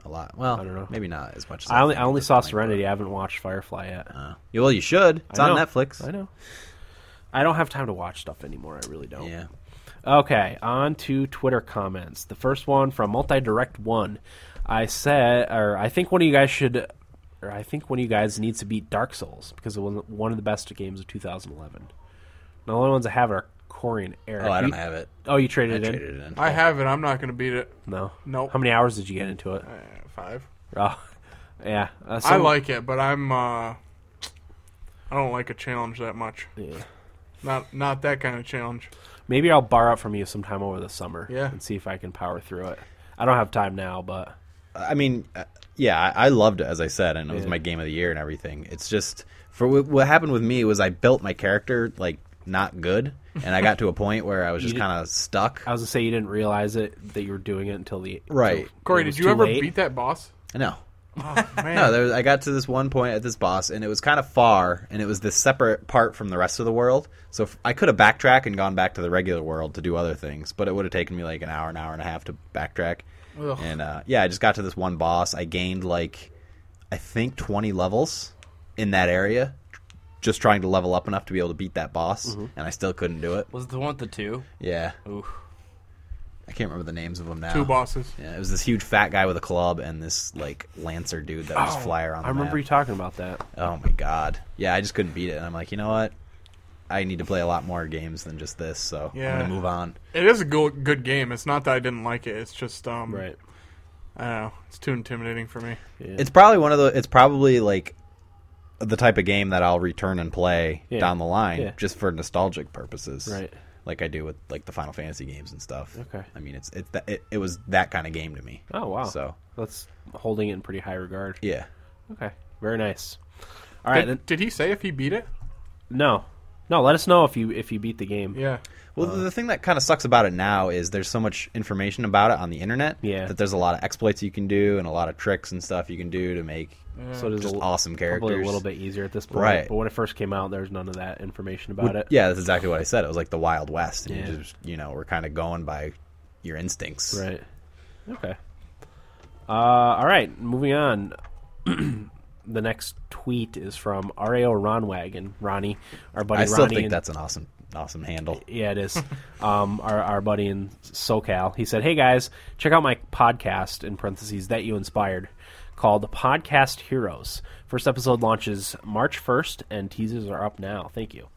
[SPEAKER 3] a lot. Well,
[SPEAKER 1] don't know.
[SPEAKER 3] Maybe not as much. as
[SPEAKER 1] I only
[SPEAKER 3] think
[SPEAKER 1] I
[SPEAKER 3] at
[SPEAKER 1] only
[SPEAKER 3] this
[SPEAKER 1] saw
[SPEAKER 3] point,
[SPEAKER 1] Serenity. I haven't watched Firefly yet.
[SPEAKER 3] but, uh, yeah, well, you should. It's
[SPEAKER 1] I
[SPEAKER 3] on
[SPEAKER 1] know.
[SPEAKER 3] Netflix.
[SPEAKER 1] I know. I don't have time to watch stuff anymore. I really don't.
[SPEAKER 3] Yeah.
[SPEAKER 1] Okay, on to Twitter comments. The first one from Multidirect One. I said, or I think one of you guys should, or I think one of you guys needs to beat Dark Souls because it was one of the best games of 2011. The only ones I have are Corey and Eric.
[SPEAKER 3] Oh, I don't
[SPEAKER 1] You-
[SPEAKER 3] have it.
[SPEAKER 1] Oh, you
[SPEAKER 3] I
[SPEAKER 1] traded it in?
[SPEAKER 3] traded it in.
[SPEAKER 2] I have it. I'm not going to beat it.
[SPEAKER 1] No.
[SPEAKER 2] Nope.
[SPEAKER 1] How many hours did you get into it?
[SPEAKER 2] Uh, five.
[SPEAKER 1] Oh, yeah. Uh,
[SPEAKER 2] I
[SPEAKER 1] some-
[SPEAKER 2] like it, but I'm. uh I don't like a challenge that much.
[SPEAKER 1] yeah.
[SPEAKER 2] Not not that kind of challenge.
[SPEAKER 1] Maybe I'll borrow it from you sometime over the summer.
[SPEAKER 2] Yeah.
[SPEAKER 1] And see if I can power through it. I don't have time now, but
[SPEAKER 3] I mean, uh, yeah, I, I loved it as I said, and it was
[SPEAKER 1] Yeah.
[SPEAKER 3] my game of the year and everything. It's just for what, what happened with me was I built my character like not good, and I got to a point where I was just
[SPEAKER 1] did-
[SPEAKER 3] kind of stuck.
[SPEAKER 1] I was gonna say you didn't realize it that you were doing it until the
[SPEAKER 3] Right.
[SPEAKER 1] until it
[SPEAKER 2] Corey,
[SPEAKER 1] was
[SPEAKER 2] did you
[SPEAKER 1] too
[SPEAKER 2] ever
[SPEAKER 1] late.
[SPEAKER 2] beat that boss?
[SPEAKER 3] No,
[SPEAKER 2] Oh man.
[SPEAKER 3] no, there was, I got to this one point at this boss, and it was kind of far, and it was this separate part from the rest of the world. So if, I could have backtracked and gone back to the regular world to do other things, but it would have taken me like an hour, an hour and a half to backtrack.
[SPEAKER 2] Ugh.
[SPEAKER 3] And uh, yeah, I just got to this one boss. I gained like, I think twenty levels in that area, just trying to level up enough to be able to beat that boss, and I still couldn't do it.
[SPEAKER 5] Was it the one with the two?
[SPEAKER 3] Yeah,
[SPEAKER 5] Ooh.
[SPEAKER 3] I can't remember the names of them now.
[SPEAKER 2] Two bosses.
[SPEAKER 3] Yeah, it was this huge fat guy with a club and this like lancer dude that was fly around.
[SPEAKER 1] I
[SPEAKER 3] The map.
[SPEAKER 1] remember you talking about that.
[SPEAKER 3] Oh my god. Yeah, I just couldn't beat it, and I'm like, you know what? I need to play a lot more games than just this, so I'm
[SPEAKER 2] Yeah.
[SPEAKER 3] gonna move on.
[SPEAKER 2] It is a go- good game. It's not that I didn't like it. It's just um.
[SPEAKER 1] Right.
[SPEAKER 2] I don't know. It's too intimidating for me.
[SPEAKER 1] Yeah.
[SPEAKER 3] It's probably one of the. It's probably like the type of game that I'll return and play
[SPEAKER 1] Yeah.
[SPEAKER 3] down the line,
[SPEAKER 1] Yeah.
[SPEAKER 3] just for nostalgic purposes,
[SPEAKER 1] Right.
[SPEAKER 3] Like I do with like the Final Fantasy games and stuff.
[SPEAKER 1] Okay.
[SPEAKER 3] I mean, it's it that- it, it was that kind of game to me.
[SPEAKER 1] Oh wow.
[SPEAKER 3] So
[SPEAKER 1] that's holding it in pretty high regard.
[SPEAKER 3] yeah,
[SPEAKER 1] Okay. Very nice. All right.
[SPEAKER 2] did,
[SPEAKER 1] then-
[SPEAKER 2] did he say if he beat it?
[SPEAKER 1] no, no. Let us know if you if you beat the game.
[SPEAKER 2] Yeah.
[SPEAKER 3] Well,
[SPEAKER 1] Uh.
[SPEAKER 3] the thing that kind of sucks about it now is there's so much information about it on the internet
[SPEAKER 1] Yeah.
[SPEAKER 3] that there's a lot of exploits you can do and a lot of tricks and stuff you can do to make
[SPEAKER 1] So it is
[SPEAKER 3] just
[SPEAKER 1] a,
[SPEAKER 3] awesome characters.
[SPEAKER 1] probably a little bit easier at this point.
[SPEAKER 3] Right.
[SPEAKER 1] But when it first came out, there was none of that information about
[SPEAKER 3] Would-
[SPEAKER 1] it.
[SPEAKER 3] Yeah, that's exactly what I said. It was like the Wild West, and
[SPEAKER 1] Yeah.
[SPEAKER 3] you just you know we're kind of going by your instincts.
[SPEAKER 1] Right. Okay. Uh, all right. Moving on. the next tweet is from Rio Ronwagon, Ronnie, our buddy
[SPEAKER 3] I still
[SPEAKER 1] Ronnie.
[SPEAKER 3] think
[SPEAKER 1] in-
[SPEAKER 3] that's an awesome, awesome handle.
[SPEAKER 1] yeah, it is. um, our our buddy in SoCal. He said, "Hey guys, check out my podcast in parentheses that you inspired." Called Podcast Heroes. First episode launches March 1st, and teasers are up now. Thank you.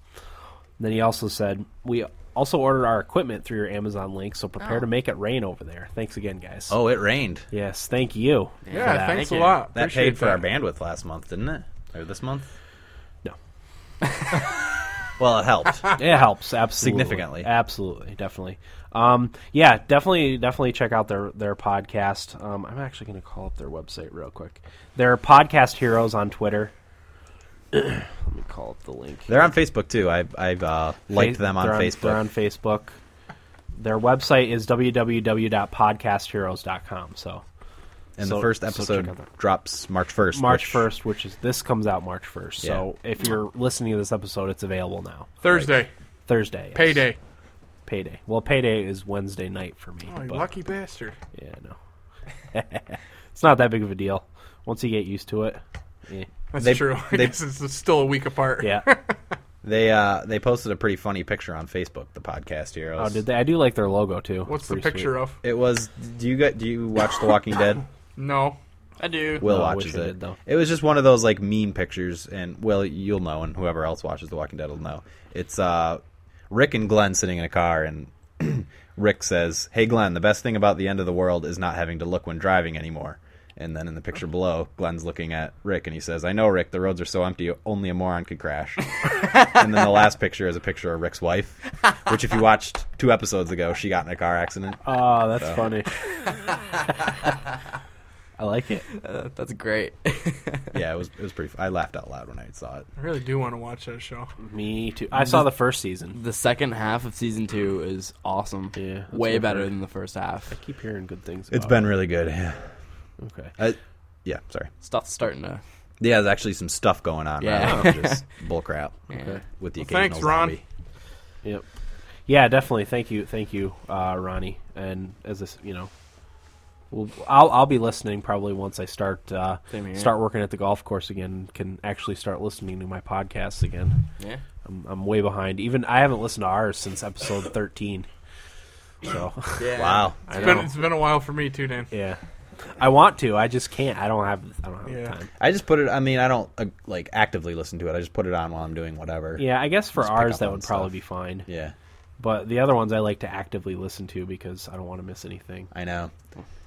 [SPEAKER 1] Then he also said, We also ordered our equipment through your Amazon link, so prepare to make it rain over there. Thanks again, guys.
[SPEAKER 3] Oh, it rained.
[SPEAKER 1] Yes, thank you. for
[SPEAKER 2] Yeah,
[SPEAKER 1] that.
[SPEAKER 2] thanks
[SPEAKER 5] Thank
[SPEAKER 2] a
[SPEAKER 5] you.
[SPEAKER 2] lot.
[SPEAKER 3] That
[SPEAKER 2] Appreciate
[SPEAKER 3] paid for
[SPEAKER 2] that.
[SPEAKER 3] our bandwidth last month, didn't it? Or this month?
[SPEAKER 1] No.
[SPEAKER 3] Well, it helped.
[SPEAKER 1] It helps absolutely
[SPEAKER 3] Significantly.
[SPEAKER 1] Absolutely, definitely. Um, yeah, definitely, definitely check out their their podcast. Um, I'm actually going to call up their website real quick. They're podcast heroes on Twitter. Let me call up the link.
[SPEAKER 3] They're on Facebook too. I've I've uh, liked
[SPEAKER 1] Fa-
[SPEAKER 3] them on
[SPEAKER 1] they're
[SPEAKER 3] Facebook.
[SPEAKER 1] They're on Facebook. Their website is www.podcastheroes.com. So
[SPEAKER 3] and
[SPEAKER 1] so-
[SPEAKER 3] the first
[SPEAKER 1] so
[SPEAKER 3] episode
[SPEAKER 1] check out that.
[SPEAKER 3] drops March first.
[SPEAKER 1] March 1st, which is this comes out March 1st. So if you're listening to this episode, it's available now.
[SPEAKER 2] Thursday,
[SPEAKER 1] Thursday. yes.
[SPEAKER 2] payday.
[SPEAKER 1] Payday. Well, payday is Wednesday night for me.
[SPEAKER 2] Oh, you
[SPEAKER 1] but-
[SPEAKER 2] lucky bastard.
[SPEAKER 1] Yeah, no. it's not that big of a deal. Once you get used to it. Yeah.
[SPEAKER 2] That's
[SPEAKER 3] They-
[SPEAKER 2] true. I
[SPEAKER 3] they-
[SPEAKER 2] guess it's still a week apart.
[SPEAKER 1] Yeah.
[SPEAKER 3] They uh they posted a pretty funny picture on Facebook. The podcast
[SPEAKER 1] Oh,
[SPEAKER 3] heroes.
[SPEAKER 1] did they? I do like their logo too.
[SPEAKER 2] What's
[SPEAKER 1] It's
[SPEAKER 2] the
[SPEAKER 1] pretty
[SPEAKER 2] picture
[SPEAKER 1] sweet.
[SPEAKER 2] of?
[SPEAKER 3] It was. Do you get? Do you watch The Walking Dead?
[SPEAKER 2] No.
[SPEAKER 5] I do.
[SPEAKER 3] Will
[SPEAKER 1] No, Oh, I
[SPEAKER 3] watches
[SPEAKER 1] wish I
[SPEAKER 3] it.
[SPEAKER 1] did, though.
[SPEAKER 3] It was just one of those like meme pictures, and Will, you'll know, and whoever else watches The Walking Dead will know. It's uh, Rick and Glenn sitting in a car, and Rick says, "Hey Glenn, the best thing about the end of the world is not having to look when driving anymore." And then in the picture below, Glenn's looking at Rick, and he says, "I know, Rick. The roads are so empty, only a moron could crash." and then the last picture is a picture of Rick's wife, which, if you watched two episodes ago, she got in a car accident.
[SPEAKER 1] Oh, that's funny. I like it.
[SPEAKER 5] Uh, that's great.
[SPEAKER 3] Yeah, it was it was pretty. F- I laughed out loud when I saw it.
[SPEAKER 2] I really do want to watch that show.
[SPEAKER 1] Me too. I saw the first season.
[SPEAKER 5] the second half of season two is awesome.
[SPEAKER 1] Yeah, that's what
[SPEAKER 5] way
[SPEAKER 1] I've
[SPEAKER 5] better
[SPEAKER 1] heard.
[SPEAKER 5] than the first half.
[SPEAKER 1] Keep hearing good things.
[SPEAKER 3] It's
[SPEAKER 1] about
[SPEAKER 3] been really good. Yeah.
[SPEAKER 1] it. okay.
[SPEAKER 3] I, yeah, sorry.
[SPEAKER 5] Stuff's starting to.
[SPEAKER 3] Yeah, there's actually some stuff going on
[SPEAKER 5] Yeah.
[SPEAKER 3] right now. Just bullcrap.
[SPEAKER 5] Yeah.
[SPEAKER 3] With the
[SPEAKER 2] Well,
[SPEAKER 3] occasional
[SPEAKER 2] thanks, Ron.
[SPEAKER 3] zombie.
[SPEAKER 1] Yep. Yeah, definitely. Thank you, thank you, uh, Ronnie. And as this, you know, we'll, I'll I'll be listening probably once I start uh,
[SPEAKER 5] Same here.
[SPEAKER 1] start working at the golf course again. Can actually start listening to my podcasts again.
[SPEAKER 5] Yeah.
[SPEAKER 1] I'm, I'm way behind. Even I haven't listened to ours since episode 13. So
[SPEAKER 5] yeah.
[SPEAKER 3] Wow.
[SPEAKER 1] I
[SPEAKER 2] It's
[SPEAKER 1] know.
[SPEAKER 2] been, it's been a while for me too, Dan.
[SPEAKER 1] yeah, I want to. I just can't. I don't have. I don't have the
[SPEAKER 2] Yeah.
[SPEAKER 1] time.
[SPEAKER 3] I just put it. I mean, I don't uh, like actively listen to it. I just put it on while I'm doing whatever.
[SPEAKER 1] Yeah, I guess for
[SPEAKER 3] Just pick
[SPEAKER 1] ours
[SPEAKER 3] up
[SPEAKER 1] that
[SPEAKER 3] on
[SPEAKER 1] would probably
[SPEAKER 3] stuff.
[SPEAKER 1] be fine.
[SPEAKER 3] Yeah,
[SPEAKER 1] But the other ones I like to actively listen to because I don't want to miss anything.
[SPEAKER 3] I know.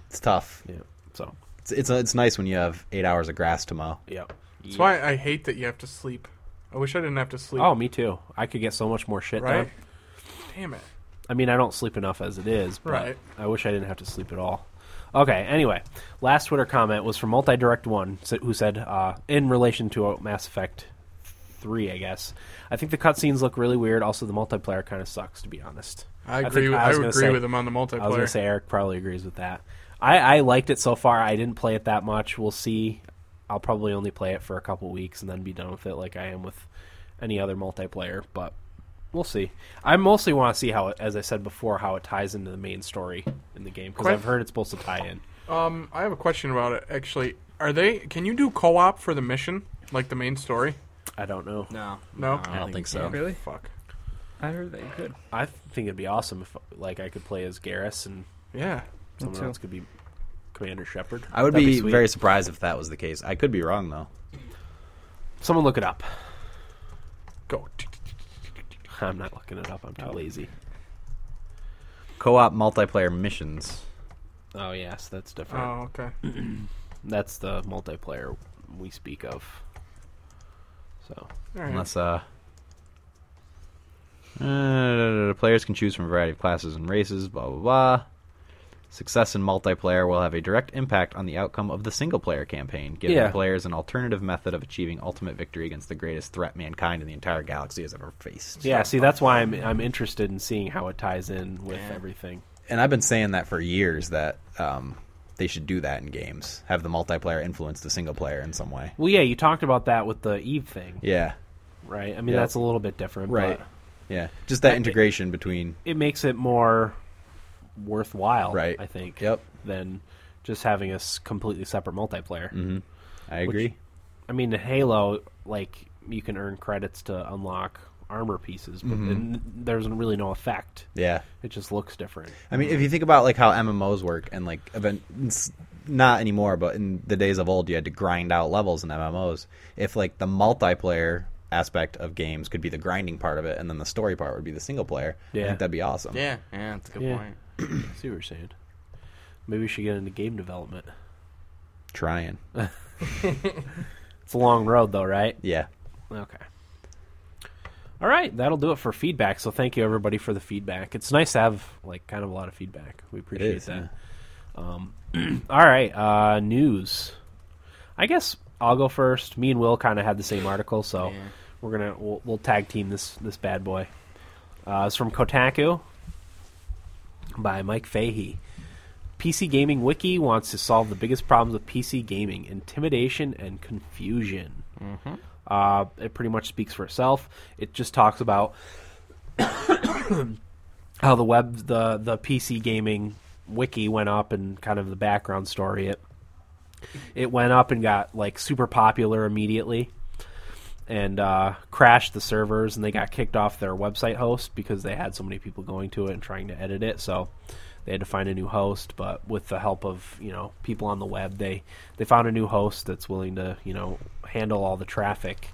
[SPEAKER 3] It's tough.
[SPEAKER 1] Yeah. So
[SPEAKER 3] It's it's, it's nice when you have eight hours of grass to mow.
[SPEAKER 1] yeah.
[SPEAKER 2] That's why I hate that you have to sleep. I wish I didn't have to sleep.
[SPEAKER 1] Oh, me too. I could get so much more shit
[SPEAKER 2] right?
[SPEAKER 1] done.
[SPEAKER 2] Damn it.
[SPEAKER 1] I mean, I don't sleep enough as it is, but
[SPEAKER 2] Right.
[SPEAKER 1] I wish I didn't have to sleep at all. Okay, anyway, last Twitter comment was from Multidirect1, s- who said, uh, in relation to uh, Mass Effect 3, I guess, I think the cutscenes look really weird. Also, the multiplayer kind of sucks, to be honest.
[SPEAKER 2] I
[SPEAKER 1] think-
[SPEAKER 2] agree. with- I,
[SPEAKER 1] was
[SPEAKER 2] would
[SPEAKER 1] gonna
[SPEAKER 2] agree
[SPEAKER 1] say-
[SPEAKER 2] with him on the multiplayer.
[SPEAKER 1] I was going to say Eric probably agrees with that. I, I liked it so far. I didn't play it that much. We'll see. I'll probably only play it for a couple weeks and then be done with it, like I am with any other multiplayer. But we'll see. I mostly want to see how, it, as I said before, how it ties into the main story in the game because
[SPEAKER 2] Quite-
[SPEAKER 1] I've heard it's supposed to tie in.
[SPEAKER 2] um, I have a question about it. Actually, are they? Can you do co-op for the mission, like the main story?
[SPEAKER 1] I don't know.
[SPEAKER 5] No.
[SPEAKER 2] No?
[SPEAKER 5] I
[SPEAKER 2] I
[SPEAKER 5] don't
[SPEAKER 3] don't
[SPEAKER 5] think
[SPEAKER 3] think
[SPEAKER 5] so.
[SPEAKER 3] so.
[SPEAKER 4] Oh, Really?
[SPEAKER 2] Fuck.
[SPEAKER 4] I heard that you could.
[SPEAKER 1] I think it'd be awesome if, like, I could play as Garrus and
[SPEAKER 2] Yeah.
[SPEAKER 1] someone
[SPEAKER 4] too.
[SPEAKER 1] else could be Commander Shepard.
[SPEAKER 3] I would
[SPEAKER 1] That'd
[SPEAKER 3] be,
[SPEAKER 1] sweet.
[SPEAKER 3] very surprised if that was the case. I could be wrong though.
[SPEAKER 1] Someone look it up.
[SPEAKER 2] Go.
[SPEAKER 1] I'm not looking it up. I'm too lazy.
[SPEAKER 3] Co-op multiplayer missions.
[SPEAKER 1] Oh yes, that's different.
[SPEAKER 2] Oh, okay.
[SPEAKER 1] That's the multiplayer we speak of. So
[SPEAKER 2] All right.
[SPEAKER 3] Unless uh, uh, players can choose from a variety of classes and races. Blah blah blah. Success in multiplayer will have a direct impact on the outcome of the single player campaign, giving
[SPEAKER 1] Yeah.
[SPEAKER 3] players an alternative method of achieving ultimate victory against the greatest threat mankind in the entire galaxy has ever faced.
[SPEAKER 1] Yeah, see, that's why I'm I'm interested in seeing how it ties in with everything.
[SPEAKER 3] and I've been saying that for years that um, they should do that in games, have the multiplayer influence the single player in some way.
[SPEAKER 1] Well, yeah, you talked about that with the Eve thing,
[SPEAKER 3] Yeah,
[SPEAKER 1] right? I mean,
[SPEAKER 3] Yeah.
[SPEAKER 1] that's a little bit different,
[SPEAKER 3] right.
[SPEAKER 1] But
[SPEAKER 3] Yeah, just that integration between
[SPEAKER 1] it makes it more worthwhile,
[SPEAKER 3] Right.
[SPEAKER 1] I think.
[SPEAKER 3] Yep.
[SPEAKER 1] Than just having a s- completely separate multiplayer.
[SPEAKER 3] I Mm-hmm. agree.
[SPEAKER 1] I mean, in Halo, like you can earn credits to unlock armor pieces, but then there's really no effect.
[SPEAKER 3] Mm-hmm. yeah.
[SPEAKER 1] It just looks different.
[SPEAKER 3] I mean, if you think about like how MMOs work and like event it's not anymore, but in the days of old you had to grind out levels in MMOs. If like the multiplayer aspect of games could be the grinding part of it and then the story part would be the single player, I
[SPEAKER 1] Yeah.
[SPEAKER 3] think that'd be awesome.
[SPEAKER 5] Yeah, yeah, that's a good
[SPEAKER 1] Yeah.
[SPEAKER 5] point.
[SPEAKER 1] I see what you're saying. Maybe we should get into game development.
[SPEAKER 3] Trying.
[SPEAKER 1] It's a long road, though, right?
[SPEAKER 3] Yeah.
[SPEAKER 1] Okay. All right, that'll do it for feedback. So thank you everybody for the feedback. It's nice to have like kind of a lot of feedback. We appreciate
[SPEAKER 3] is,
[SPEAKER 1] that. Um, all right, uh, news. I guess I'll go first. Me and Will kind of had the same article, so
[SPEAKER 5] Yeah.
[SPEAKER 1] we're gonna we'll, we'll tag team this this bad boy. Uh, it's from Kotaku by Mike Fahey. PC Gaming Wiki wants to solve the biggest problems with PC gaming: intimidation and confusion. Uh, it pretty much speaks for itself. It just talks about how the web, the the PC gaming wiki went up and kind of the background story. It it went up and got like super popular immediately, and uh, crashed the servers, and they got kicked off their website host because they had so many people going to it and trying to edit it. So they had to find a new host. But with the help of you know people on the web, they they found a new host that's willing to you know handle all the traffic.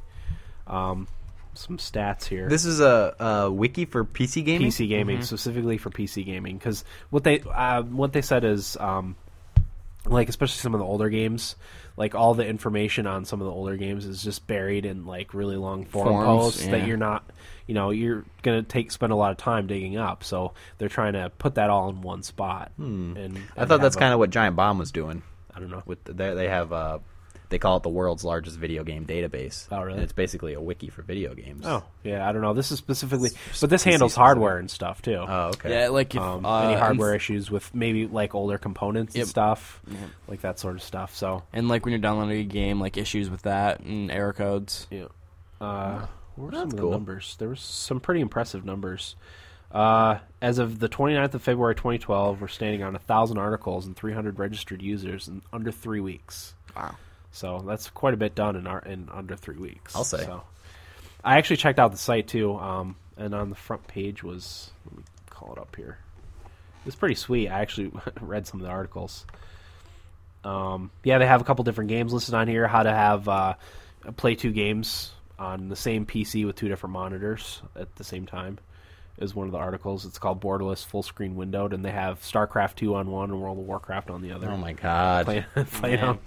[SPEAKER 1] Um, some stats here.
[SPEAKER 3] This is a, a wiki for PC gaming.
[SPEAKER 1] PC gaming, specifically for PC gaming, because what they uh, what they said is um, like especially some of the older games, like all the information on some of the older games is just buried in like really long forum
[SPEAKER 5] Forums,
[SPEAKER 1] posts
[SPEAKER 5] yeah.
[SPEAKER 1] that you're not, you know, you're gonna take spend a lot of time digging up. So they're trying to put that all in one spot. And,
[SPEAKER 3] I thought that's kind of what Giant Bomb was doing.
[SPEAKER 1] I don't know.
[SPEAKER 3] With they they have uh, they call it the world's largest video game database.
[SPEAKER 1] Oh, really?
[SPEAKER 3] And it's basically a wiki for video games.
[SPEAKER 1] Oh yeah, I don't know. This is specifically, but this
[SPEAKER 3] PC
[SPEAKER 1] handles
[SPEAKER 3] specific.
[SPEAKER 1] hardware and stuff too.
[SPEAKER 3] Oh, okay.
[SPEAKER 5] Yeah, like if
[SPEAKER 1] um,
[SPEAKER 5] uh,
[SPEAKER 1] any
[SPEAKER 5] and-
[SPEAKER 1] hardware issues with maybe like older components
[SPEAKER 5] Yep.
[SPEAKER 1] and stuff, like that sort of stuff. So
[SPEAKER 5] and, like when you're downloading a game, like issues with that and error codes.
[SPEAKER 1] Yeah. Uh, what were some
[SPEAKER 3] That's
[SPEAKER 1] of the
[SPEAKER 3] cool.
[SPEAKER 1] numbers? There was some pretty impressive numbers. Uh, as of the 29th of February 2012, we're standing on 1,000 articles and 300 registered users in under three weeks.
[SPEAKER 5] Wow.
[SPEAKER 1] So that's quite a bit done in, our, in under three weeks.
[SPEAKER 3] I'll say.
[SPEAKER 1] So I actually checked out the site too, um, and on the front page was, let me call it up here. It's pretty sweet. I actually read some of the articles. Um, yeah, they have a couple different games listed on here. How to have uh, play two games on the same PC with two different monitors at the same time is one of the articles. It's called Borderless Full Screen Windowed, and they have StarCraft two on one and World of Warcraft on the other.
[SPEAKER 3] Oh my god.
[SPEAKER 1] Playing, playing on,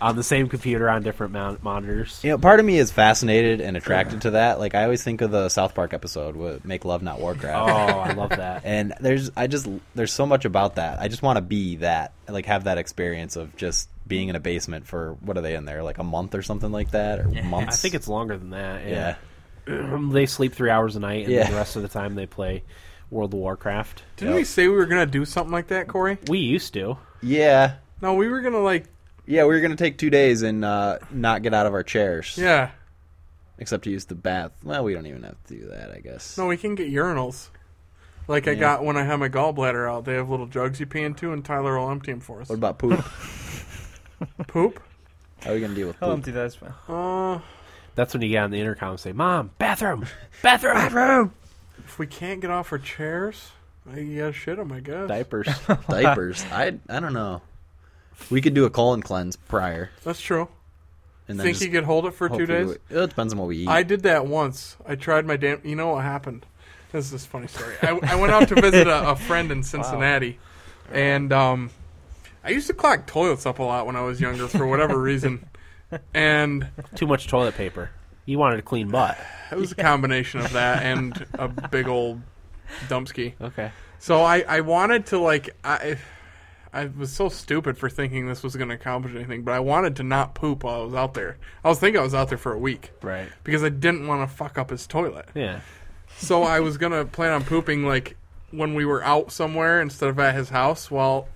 [SPEAKER 1] on the same computer on different mount- monitors.
[SPEAKER 3] You know, part of me is fascinated and attracted to that. Like I always think of the South Park episode with "Make Love Not
[SPEAKER 1] Oh,
[SPEAKER 3] Warcraft,"
[SPEAKER 1] I love that.
[SPEAKER 3] and there's I just there's so much about that. I just want to be that, like have that experience of just being in a basement for what are they in there like a month or something like that or
[SPEAKER 1] I
[SPEAKER 3] months.
[SPEAKER 1] think it's longer than that.
[SPEAKER 3] yeah.
[SPEAKER 1] they sleep three hours a night, and
[SPEAKER 3] Yeah.
[SPEAKER 1] the rest of the time they play World of Warcraft.
[SPEAKER 2] Didn't we say we were gonna do something like that, Corey?
[SPEAKER 1] We used to.
[SPEAKER 3] yeah,
[SPEAKER 2] No, we were gonna like
[SPEAKER 3] yeah. We were gonna take two days and uh, not get out of our chairs.
[SPEAKER 2] yeah.
[SPEAKER 3] except to use the bath. Well, we don't even have to do that, I guess.
[SPEAKER 2] No, we can get urinals. Like I
[SPEAKER 3] Yeah.
[SPEAKER 2] got when I had my gallbladder out. They have little jugs you pee into, and Tyler will empty them for us.
[SPEAKER 3] What about poop?
[SPEAKER 2] Poop?
[SPEAKER 3] How are we gonna deal with
[SPEAKER 1] Oh,
[SPEAKER 4] I'll
[SPEAKER 3] poop?
[SPEAKER 4] empty that. That's fine.
[SPEAKER 2] Uh,
[SPEAKER 1] That's when you get on the intercom and say, "Mom, bathroom, bathroom, bathroom,
[SPEAKER 2] if we can't get off our chairs, I- you gotta shit them, I guess.
[SPEAKER 1] diapers."
[SPEAKER 3] Diapers. I I don't know. We could do a colon cleanse prior,
[SPEAKER 2] That's true.
[SPEAKER 3] and then
[SPEAKER 2] Think
[SPEAKER 3] just
[SPEAKER 2] you could hold it for two
[SPEAKER 3] hopefully
[SPEAKER 2] days?
[SPEAKER 3] we- it depends on what we eat.
[SPEAKER 2] I did that once. I tried my damn. You know what happened? This is a funny story. I, I went out to visit a, a friend in Cincinnati, and um, I used to clog toilets up a lot when I was younger for whatever reason. And
[SPEAKER 1] Too much toilet paper. You wanted a clean butt.
[SPEAKER 2] it was a combination of that and a big old dumpski.
[SPEAKER 1] Okay.
[SPEAKER 2] So I, I wanted to like I I was so stupid for thinking this was going to accomplish anything, but I wanted to not poop while I was out there. I was thinking I was out there for a week
[SPEAKER 1] Right.
[SPEAKER 2] because I didn't want to fuck up his toilet.
[SPEAKER 1] Yeah.
[SPEAKER 2] So I was gonna plan on pooping like when we were out somewhere instead of at his house. Well,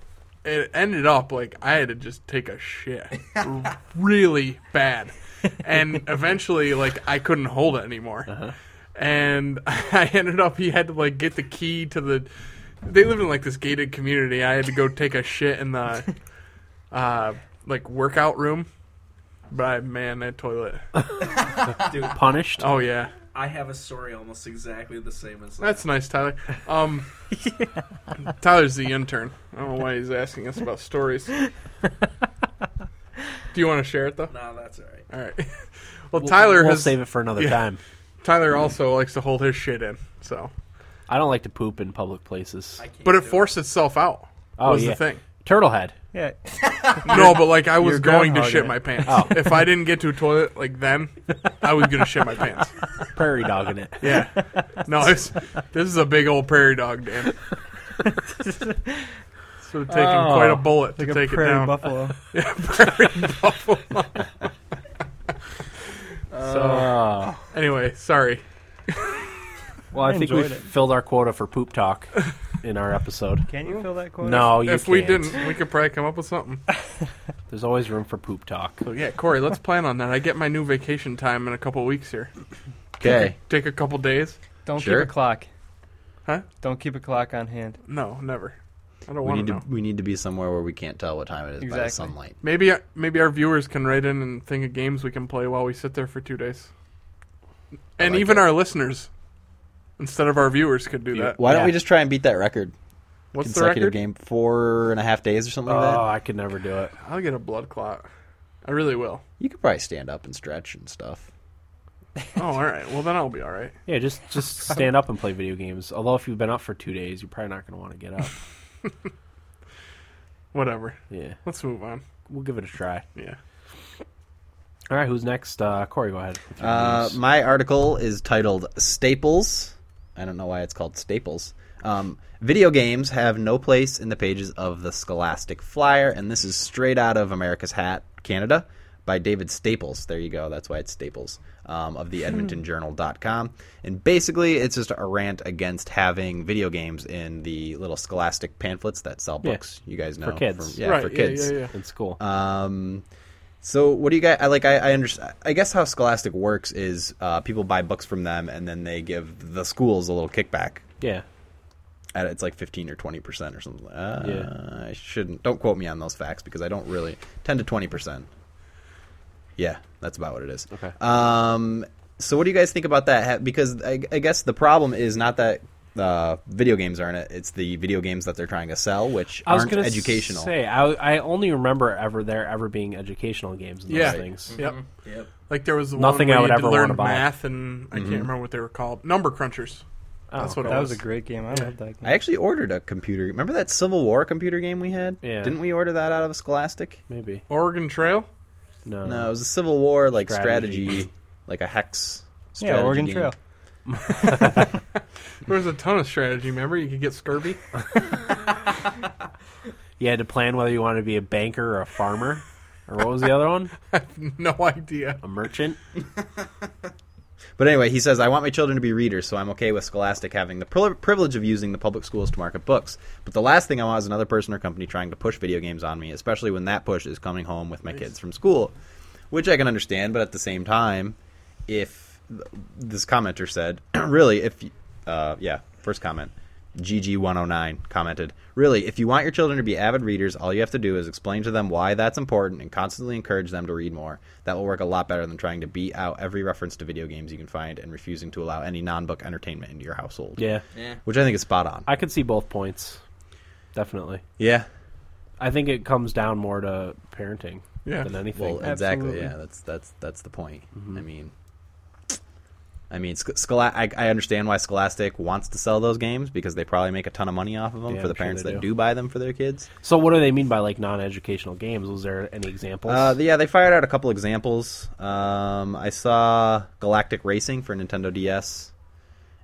[SPEAKER 2] it ended up like I had to just take a shit r- really bad, and eventually like I couldn't hold it anymore, and I ended up he had to like get the key to the. They live in like this gated community. I had to go take a shit in the uh, like workout room, but I, man, that toilet.
[SPEAKER 1] Punished.
[SPEAKER 2] Oh yeah.
[SPEAKER 6] I have a story almost exactly the same as that.
[SPEAKER 2] That's nice, Tyler. Um, Tyler's the intern. I don't know why he's asking us about stories. Do you want to share it though?
[SPEAKER 6] no, that's all right.
[SPEAKER 2] All right. Well, Tyler
[SPEAKER 1] we'll
[SPEAKER 2] has
[SPEAKER 1] save it for another
[SPEAKER 2] Yeah.
[SPEAKER 1] time.
[SPEAKER 2] Tyler also likes to hold his shit in. So,
[SPEAKER 1] I don't like to poop in public places.
[SPEAKER 6] I can't
[SPEAKER 2] but it
[SPEAKER 6] do
[SPEAKER 2] forced itself out.
[SPEAKER 1] Oh,
[SPEAKER 2] was
[SPEAKER 1] yeah.
[SPEAKER 2] the thing.
[SPEAKER 1] Turtlehead.
[SPEAKER 4] Yeah.
[SPEAKER 2] No, but like I was
[SPEAKER 4] You're
[SPEAKER 2] going to
[SPEAKER 4] groundhog
[SPEAKER 2] shit
[SPEAKER 4] it.
[SPEAKER 2] my pants.
[SPEAKER 1] Oh.
[SPEAKER 2] If I didn't get to a toilet like then, I was gonna shit my pants.
[SPEAKER 1] Prairie dogging it.
[SPEAKER 2] Yeah. No, it's, this is a big old prairie dog, Dan. It's would have taken
[SPEAKER 4] Oh,
[SPEAKER 2] quite a bullet to
[SPEAKER 4] Like a
[SPEAKER 2] take it
[SPEAKER 4] prairie
[SPEAKER 2] down.
[SPEAKER 4] buffalo.
[SPEAKER 1] Uh,
[SPEAKER 2] Anyway, sorry.
[SPEAKER 1] well, I,
[SPEAKER 4] I
[SPEAKER 1] think we've
[SPEAKER 4] enjoyed it.
[SPEAKER 1] filled our quota for poop talk in our episode.
[SPEAKER 4] Can you fill that quota?
[SPEAKER 1] No, you
[SPEAKER 2] if we
[SPEAKER 1] can't.
[SPEAKER 2] didn't, we could probably come up with something.
[SPEAKER 1] There's always room for poop talk.
[SPEAKER 2] So yeah, Corey, let's plan on that. I get my new vacation time in a couple weeks here.
[SPEAKER 3] Okay.
[SPEAKER 2] Take a couple days.
[SPEAKER 4] Don't
[SPEAKER 3] Sure.
[SPEAKER 4] keep a clock.
[SPEAKER 2] Huh?
[SPEAKER 4] Don't keep a clock on hand.
[SPEAKER 2] No, never. I don't
[SPEAKER 3] We
[SPEAKER 2] want
[SPEAKER 3] need
[SPEAKER 2] to
[SPEAKER 3] to
[SPEAKER 2] know.
[SPEAKER 3] we need to be somewhere where we can't tell what time it is by the
[SPEAKER 4] Exactly.
[SPEAKER 3] sunlight.
[SPEAKER 2] Maybe uh, maybe our viewers can write in and think of games we can play while we sit there for two days. And
[SPEAKER 3] like
[SPEAKER 2] even
[SPEAKER 3] it.
[SPEAKER 2] our listeners, instead of our viewers, could do that.
[SPEAKER 3] Why don't
[SPEAKER 1] Yeah.
[SPEAKER 3] we just try and beat that record?
[SPEAKER 2] What's the
[SPEAKER 3] Consecutive
[SPEAKER 2] record? Uh,
[SPEAKER 3] game four and a half days or something
[SPEAKER 1] Oh,
[SPEAKER 3] like that.
[SPEAKER 1] I could never do it.
[SPEAKER 2] I'll get a blood clot. I really will.
[SPEAKER 3] You could probably stand up and stretch and stuff.
[SPEAKER 2] Oh, all right. Well, then I'll be all right.
[SPEAKER 1] Yeah, just just stand up and play video games. Although if you've been up for two days, you're probably not going to want to get up.
[SPEAKER 2] Whatever.
[SPEAKER 1] Yeah,
[SPEAKER 2] Let's move on.
[SPEAKER 1] we'll give it a try.
[SPEAKER 2] Yeah.
[SPEAKER 1] All right, who's next? Uh, Corey, go ahead. with your
[SPEAKER 3] Uh,
[SPEAKER 1] news.
[SPEAKER 3] my article is titled Staples. I don't know why it's called Staples. Um, video games have no place in the pages of the Scholastic Flyer, and this is straight out of America's Hat, Canada, by David Staples. There you go. That's why it's Staples um, of the EdmontonJournal.com. And basically, it's just a rant against having video games in the little Scholastic pamphlets that sell
[SPEAKER 1] Yeah.
[SPEAKER 3] books. You guys know
[SPEAKER 1] kids.
[SPEAKER 3] yeah,
[SPEAKER 2] right.
[SPEAKER 3] for kids.
[SPEAKER 2] Yeah, yeah, yeah.
[SPEAKER 1] in school.
[SPEAKER 3] Um, so what do you guys I like? I, I understand. I guess how Scholastic works is uh, people buy books from them, and then they give the schools a little kickback.
[SPEAKER 1] yeah,
[SPEAKER 3] At it's like fifteen or twenty percent or something. Uh,
[SPEAKER 1] Yeah.
[SPEAKER 3] I shouldn't. Don't quote me on those facts because I don't really ten to twenty percent. Yeah, that's about what it is.
[SPEAKER 1] Okay.
[SPEAKER 3] Um, so what do you guys think about that? Ha- Because I, I guess the problem is not that uh, video games aren't it; it's the video games that they're trying to sell, which
[SPEAKER 1] I was
[SPEAKER 3] aren't
[SPEAKER 1] gonna
[SPEAKER 3] educational.
[SPEAKER 1] Say, I, I only remember ever there ever being educational games in those
[SPEAKER 2] Yeah.
[SPEAKER 1] things.
[SPEAKER 2] Yep.
[SPEAKER 6] it. Yep.
[SPEAKER 2] Like there was the
[SPEAKER 1] Nothing
[SPEAKER 2] one where
[SPEAKER 1] I would
[SPEAKER 2] you had to
[SPEAKER 1] ever
[SPEAKER 2] learn
[SPEAKER 1] wanna buy.
[SPEAKER 2] math, and I can't remember what they were called. Number crunchers.
[SPEAKER 1] Oh,
[SPEAKER 2] That's what
[SPEAKER 1] okay.
[SPEAKER 2] it
[SPEAKER 4] That was a great game. I love that game.
[SPEAKER 3] I actually ordered a computer. Remember that Civil War computer game we had?
[SPEAKER 1] Yeah.
[SPEAKER 3] Didn't we order that out of Scholastic?
[SPEAKER 1] Maybe
[SPEAKER 2] Oregon Trail.
[SPEAKER 1] no.
[SPEAKER 4] Uh-huh.
[SPEAKER 3] No, it was a Civil War like strategy,
[SPEAKER 1] Strategy.
[SPEAKER 3] like a hex. Strategy
[SPEAKER 4] yeah, Oregon
[SPEAKER 3] game.
[SPEAKER 4] Trail.
[SPEAKER 2] There was a ton of strategy. Remember, you could get scurvy.
[SPEAKER 1] You had to plan whether you wanted to be a banker or a farmer, or what was the other one?
[SPEAKER 2] no idea.
[SPEAKER 1] A merchant.
[SPEAKER 3] But anyway, he says, I want my children to be readers, so I'm okay with Scholastic having the pri- privilege of using the public schools to market books. But the last thing I want is another person or company trying to push video games on me, especially when that push is coming home with my kids from school. Which I can understand, but at the same time, if th- this commenter said, really, if, y- uh, yeah, first comment. GG109 commented, Really, if you want your children to be avid readers, all you have to do is explain to them why that's important and constantly encourage them to read more. That will work a lot better than trying to beat out every reference to video games you can find and refusing to allow any non book entertainment into your household.
[SPEAKER 1] Yeah,
[SPEAKER 5] Yeah.
[SPEAKER 3] Which I think is spot on.
[SPEAKER 1] I could see both points. Definitely,
[SPEAKER 3] yeah.
[SPEAKER 1] I think it comes down more to parenting
[SPEAKER 2] Yeah.
[SPEAKER 1] than anything.
[SPEAKER 3] Well, exactly.
[SPEAKER 4] Absolutely.
[SPEAKER 3] Yeah, that's that's that's the point.
[SPEAKER 1] Mm-hmm.
[SPEAKER 3] I mean, I mean, Sc- Schola- I, I understand why Scholastic wants to sell those games because they probably make a ton of money off of them
[SPEAKER 1] Yeah,
[SPEAKER 3] for the
[SPEAKER 1] I'm sure
[SPEAKER 3] parents
[SPEAKER 1] they
[SPEAKER 3] that
[SPEAKER 1] do.
[SPEAKER 3] do buy them for their kids.
[SPEAKER 1] so, what do they mean by like non-educational games? Was there any examples?
[SPEAKER 3] Uh, yeah, they fired out a couple examples. Um, I saw Galactic Racing for Nintendo DS,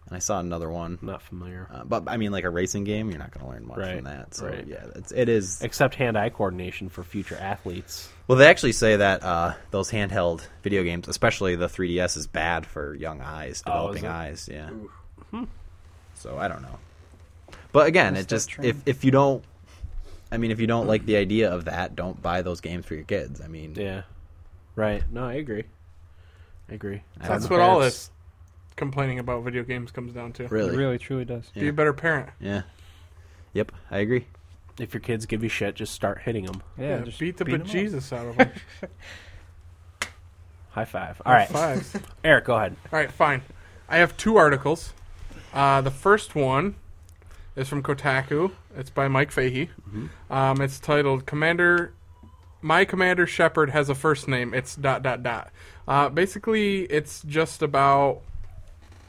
[SPEAKER 3] and I saw another one.
[SPEAKER 1] I'm not familiar.
[SPEAKER 3] Uh, but I mean, like a racing game, you're not going to learn much
[SPEAKER 1] Right,
[SPEAKER 3] from that. So
[SPEAKER 1] right.
[SPEAKER 3] yeah, it's, it is.
[SPEAKER 1] Except hand-eye coordination for future athletes.
[SPEAKER 3] Well, they actually say that uh, those handheld video games, especially the 3DS, is bad for young eyes,
[SPEAKER 1] Oh, is
[SPEAKER 3] developing
[SPEAKER 1] it?
[SPEAKER 3] eyes. Yeah. So I don't know. But again, it just if if you don't, I mean, if you don't like the idea of that, don't buy those games for your kids. I mean,
[SPEAKER 1] Yeah. Right. No, I agree. I agree.
[SPEAKER 3] I
[SPEAKER 2] That's
[SPEAKER 3] don't know.
[SPEAKER 2] what all this complaining about video games comes down to.
[SPEAKER 3] really,
[SPEAKER 4] It really, truly does.
[SPEAKER 2] Be
[SPEAKER 3] Yeah.
[SPEAKER 2] a better parent.
[SPEAKER 3] yeah, yep, I agree.
[SPEAKER 1] If your kids give you shit, just start hitting them.
[SPEAKER 2] Yeah,
[SPEAKER 4] Yeah, just
[SPEAKER 2] beat the
[SPEAKER 4] 'em up.
[SPEAKER 2] bejesus out of them.
[SPEAKER 1] High five. All right,
[SPEAKER 2] Fives.
[SPEAKER 1] Eric, go ahead.
[SPEAKER 2] All right, fine. I have two articles. Uh, the first one is from Kotaku. It's by Mike Fahey. Um, it's titled "Commander." My commander Shepard has a first name. It's dot dot dot. Uh, basically, it's just about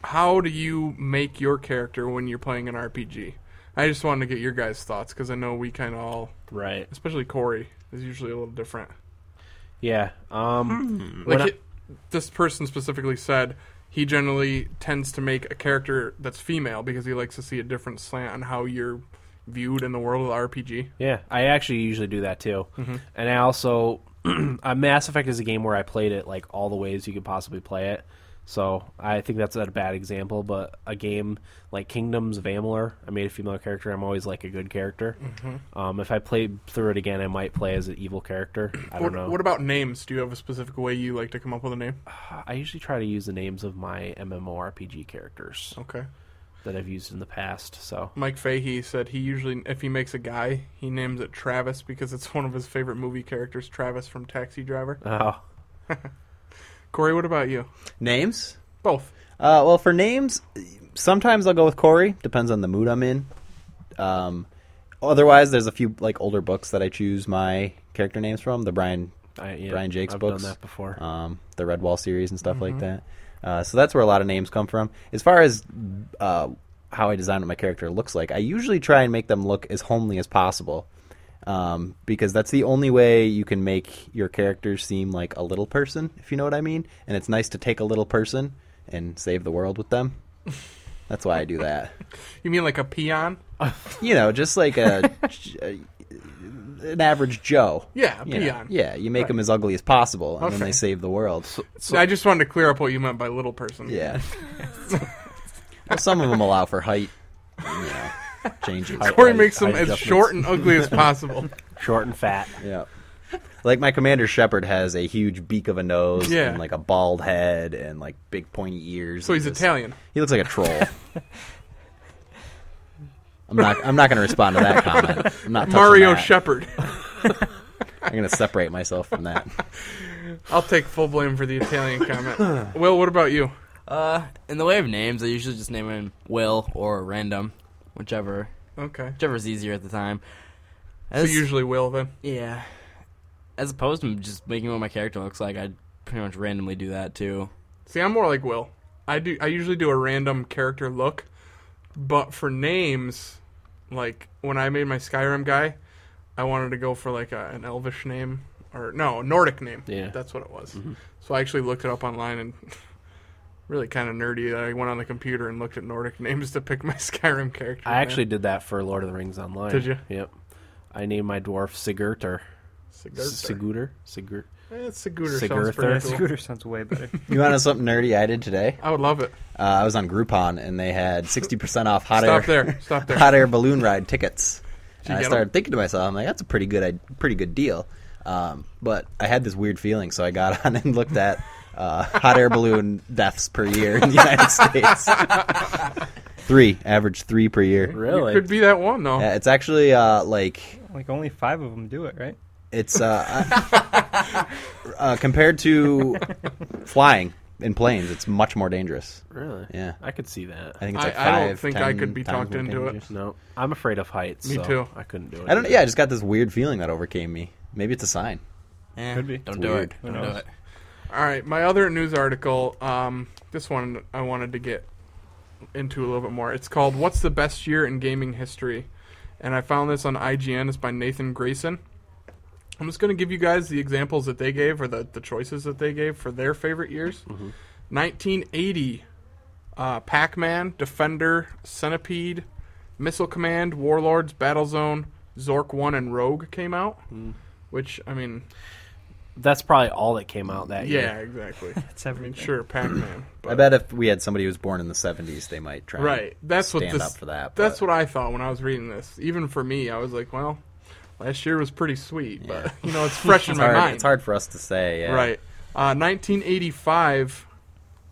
[SPEAKER 2] how do you make your character when you're playing an RPG. I just wanted to get your guys' thoughts because I know we kind of all,
[SPEAKER 1] Right.
[SPEAKER 2] especially Corey, is usually a little different.
[SPEAKER 1] Yeah.
[SPEAKER 2] Hmm.
[SPEAKER 1] Um. when
[SPEAKER 2] Like
[SPEAKER 1] I-
[SPEAKER 2] it, this person specifically said, he generally tends to make a character that's female because he likes to see a different slant on how you're viewed in the world of RPG.
[SPEAKER 1] Yeah, I actually usually do that too.
[SPEAKER 2] Mm-hmm.
[SPEAKER 1] And I also, uh, Mass Effect is a game where I played it like all the ways you could possibly play it. So I think that's a bad example. But a game like Kingdoms of Amalur, I made a female character. I'm always like a good character.
[SPEAKER 2] Mm-hmm.
[SPEAKER 1] Um, if I play through it again, I might play as an evil character. I don't
[SPEAKER 2] What,
[SPEAKER 1] know.
[SPEAKER 2] what about names? Do you have a specific way you like to come up with a name?
[SPEAKER 1] I usually try to use the names of my MMORPG characters
[SPEAKER 2] Okay.
[SPEAKER 1] that I've used in the past. So
[SPEAKER 2] Mike Fahey said he usually, if he makes a guy, he names it Travis because it's one of his favorite movie characters, Travis from Taxi Driver.
[SPEAKER 1] oh,
[SPEAKER 2] Corey, what about you?
[SPEAKER 3] Names.
[SPEAKER 2] Both.
[SPEAKER 3] Uh, well, for names, sometimes I'll go with Corey. Depends on the mood I'm in. Um, otherwise, there's a few like older books that I choose my character names from. The Brian
[SPEAKER 1] I, yeah,
[SPEAKER 3] Brian Jake's
[SPEAKER 1] I've
[SPEAKER 3] books,
[SPEAKER 1] done that before.
[SPEAKER 3] um, the Red Wall series and stuff
[SPEAKER 2] Mm-hmm.
[SPEAKER 3] like that. Uh, so that's where a lot of names come from. As far as uh, how I design what my character looks like, I usually try and make them look as homely as possible. Um, because that's the only way you can make your character seem like a little person, if you know what I mean. And it's nice to take a little person and save the world with them. That's why I do that.
[SPEAKER 2] You mean like a peon?
[SPEAKER 3] You know, just like a, uh, an average Joe.
[SPEAKER 2] Yeah, a
[SPEAKER 3] You know,
[SPEAKER 2] peon.
[SPEAKER 3] yeah, you make them as ugly as possible, and then
[SPEAKER 2] Okay.
[SPEAKER 3] they save the world.
[SPEAKER 2] So I just wanted to clear up what you meant by little person.
[SPEAKER 3] Yeah. well, some of them allow for height, you know, changes.
[SPEAKER 2] Corey
[SPEAKER 1] I-
[SPEAKER 2] makes them
[SPEAKER 1] I
[SPEAKER 2] as
[SPEAKER 1] adjustments.
[SPEAKER 2] short and ugly as possible.
[SPEAKER 1] Short and fat.
[SPEAKER 3] Yeah. Like my commander Shepard has a huge beak of a nose
[SPEAKER 2] Yeah.
[SPEAKER 3] and like a bald head and like big pointy ears.
[SPEAKER 2] So
[SPEAKER 3] and
[SPEAKER 2] he's
[SPEAKER 3] just-
[SPEAKER 2] Italian.
[SPEAKER 3] He looks like a troll. I'm not. I'm not going to respond to that comment. I'm not touching
[SPEAKER 2] Mario
[SPEAKER 3] that.
[SPEAKER 2] Shepard.
[SPEAKER 3] I'm going to separate myself from that.
[SPEAKER 2] I'll take full blame for the Italian comment. Will, what about you?
[SPEAKER 5] Uh, in the way of names, I usually just name him Will or Random, whichever
[SPEAKER 2] Okay.
[SPEAKER 5] whichever's easier at the time.
[SPEAKER 2] So
[SPEAKER 5] As,
[SPEAKER 2] usually Will then.
[SPEAKER 5] yeah. As opposed to just making what my character looks like, I pretty much randomly do that too.
[SPEAKER 2] See, I'm more like Will. I do. I usually do a random character look, but for names, like when I made my Skyrim guy, I wanted to go for like a, an Elvish name or no a Nordic name.
[SPEAKER 1] Yeah. Mm-hmm.
[SPEAKER 2] that's what it was. So I actually looked it up online and. Really kind of nerdy that I went on the computer and looked at Nordic names to pick my Skyrim character.
[SPEAKER 1] I actually did that for Lord of the Rings Online.
[SPEAKER 2] Did you?
[SPEAKER 1] Yep. I named my dwarf Sigurdur.
[SPEAKER 2] Sigurd.
[SPEAKER 1] Sigurdur? Sigurd.
[SPEAKER 2] Eh, Sigurd sounds
[SPEAKER 1] Sigurdur.
[SPEAKER 4] That
[SPEAKER 2] pretty cool.
[SPEAKER 4] scooter sounds way better.
[SPEAKER 3] You want to know something nerdy I did today?
[SPEAKER 2] I would love it.
[SPEAKER 3] Uh, I was on Groupon and they had 60% off hot air.
[SPEAKER 2] Stop there. Stop there.
[SPEAKER 3] hot air balloon ride tickets.
[SPEAKER 2] you
[SPEAKER 3] And I
[SPEAKER 2] get 'em?
[SPEAKER 3] started thinking to myself, I'm like, that's a pretty good, i- pretty good deal. Um, but I had this weird feeling, so I got on and looked at uh, hot air balloon deaths per year in the United States. three, average three per year.
[SPEAKER 1] Really?
[SPEAKER 2] Could be that one though.
[SPEAKER 3] Yeah, it's actually uh, like
[SPEAKER 4] like only five of them do it, right?
[SPEAKER 3] it's uh, uh, compared to flying in planes, it's much more dangerous.
[SPEAKER 1] Really?
[SPEAKER 3] Yeah.
[SPEAKER 1] I could see that.
[SPEAKER 3] I think it's
[SPEAKER 2] I-
[SPEAKER 3] like
[SPEAKER 2] I
[SPEAKER 3] five.
[SPEAKER 2] don't think I
[SPEAKER 3] 10
[SPEAKER 2] could be
[SPEAKER 3] times
[SPEAKER 2] talked
[SPEAKER 3] more
[SPEAKER 2] into it.
[SPEAKER 3] dangerous.
[SPEAKER 1] No, I'm afraid of heights.
[SPEAKER 2] Me
[SPEAKER 1] so
[SPEAKER 2] too.
[SPEAKER 1] I couldn't do it.
[SPEAKER 3] I don't. Yeah, I just got this weird feeling that overcame me. Maybe it's a sign.
[SPEAKER 5] Eh,
[SPEAKER 4] Could be.
[SPEAKER 5] Don't
[SPEAKER 3] It's
[SPEAKER 5] do
[SPEAKER 3] weird.
[SPEAKER 5] it.
[SPEAKER 4] Who
[SPEAKER 5] Don't
[SPEAKER 4] knows?
[SPEAKER 5] do it.
[SPEAKER 2] All right, my other news article. Um, this one I wanted to get into a little bit more. It's called "What's the Best Year in Gaming History," and I found this on IGN. It's by Nathan Grayson. I'm just going to give you guys the examples that they gave, or the, the choices that they gave for their favorite years. 1980, uh, Pac Man, Defender, Centipede, Missile Command, Warlords, Battlezone, Zork 1, and Rogue came out. Which, I mean,
[SPEAKER 1] That's probably all that came out that year.
[SPEAKER 2] yeah, exactly.
[SPEAKER 4] It's
[SPEAKER 2] I mean,
[SPEAKER 4] everything.
[SPEAKER 2] sure, Pac Man.
[SPEAKER 3] I bet if we had somebody who was born in the 70s, they might try. and
[SPEAKER 2] Right. That's what
[SPEAKER 3] stand
[SPEAKER 2] this.
[SPEAKER 3] up for that.
[SPEAKER 2] That's
[SPEAKER 3] but-
[SPEAKER 2] what I thought when I was reading this. Even for me, I was like, well, last year was pretty sweet, but you know, it's fresh in
[SPEAKER 3] it's
[SPEAKER 2] my
[SPEAKER 3] hard,
[SPEAKER 2] mind.
[SPEAKER 3] It's hard for us to say. Yeah.
[SPEAKER 2] Right. Uh, 1985,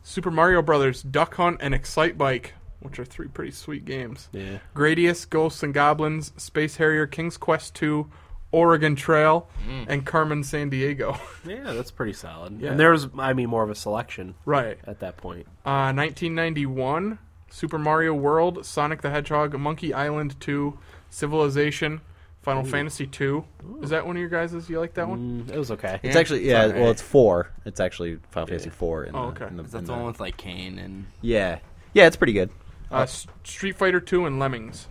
[SPEAKER 2] Super Mario Brothers, Duck Hunt, and Excite Bike, which are three pretty sweet games.
[SPEAKER 1] Yeah.
[SPEAKER 2] Gradius, Ghosts and Goblins, Space Harrier, King's Quest 2, Oregon Trail, and Carmen San Diego.
[SPEAKER 1] Yeah, that's pretty solid.
[SPEAKER 2] Yeah.
[SPEAKER 1] And there was, I mean, more of a selection
[SPEAKER 2] right.
[SPEAKER 1] at that point.
[SPEAKER 2] Uh, 1991, Super Mario World, Sonic the Hedgehog, Monkey Island 2, Civilization, Final Fantasy 2. Is that one of your guys'? You like that one?
[SPEAKER 1] Mm, it was okay.
[SPEAKER 3] It's
[SPEAKER 2] Yeah.
[SPEAKER 3] actually yeah.
[SPEAKER 2] It's all
[SPEAKER 3] Well,
[SPEAKER 2] right.
[SPEAKER 3] it's four. It's actually Final Fantasy four. In
[SPEAKER 2] Oh,
[SPEAKER 3] the,
[SPEAKER 2] okay.
[SPEAKER 3] in the-
[SPEAKER 5] Is that
[SPEAKER 3] in
[SPEAKER 5] the
[SPEAKER 3] the-
[SPEAKER 5] one with like Kane and
[SPEAKER 3] yeah. Yeah, it's pretty good.
[SPEAKER 2] Uh, S- Street Fighter 2 and Lemmings.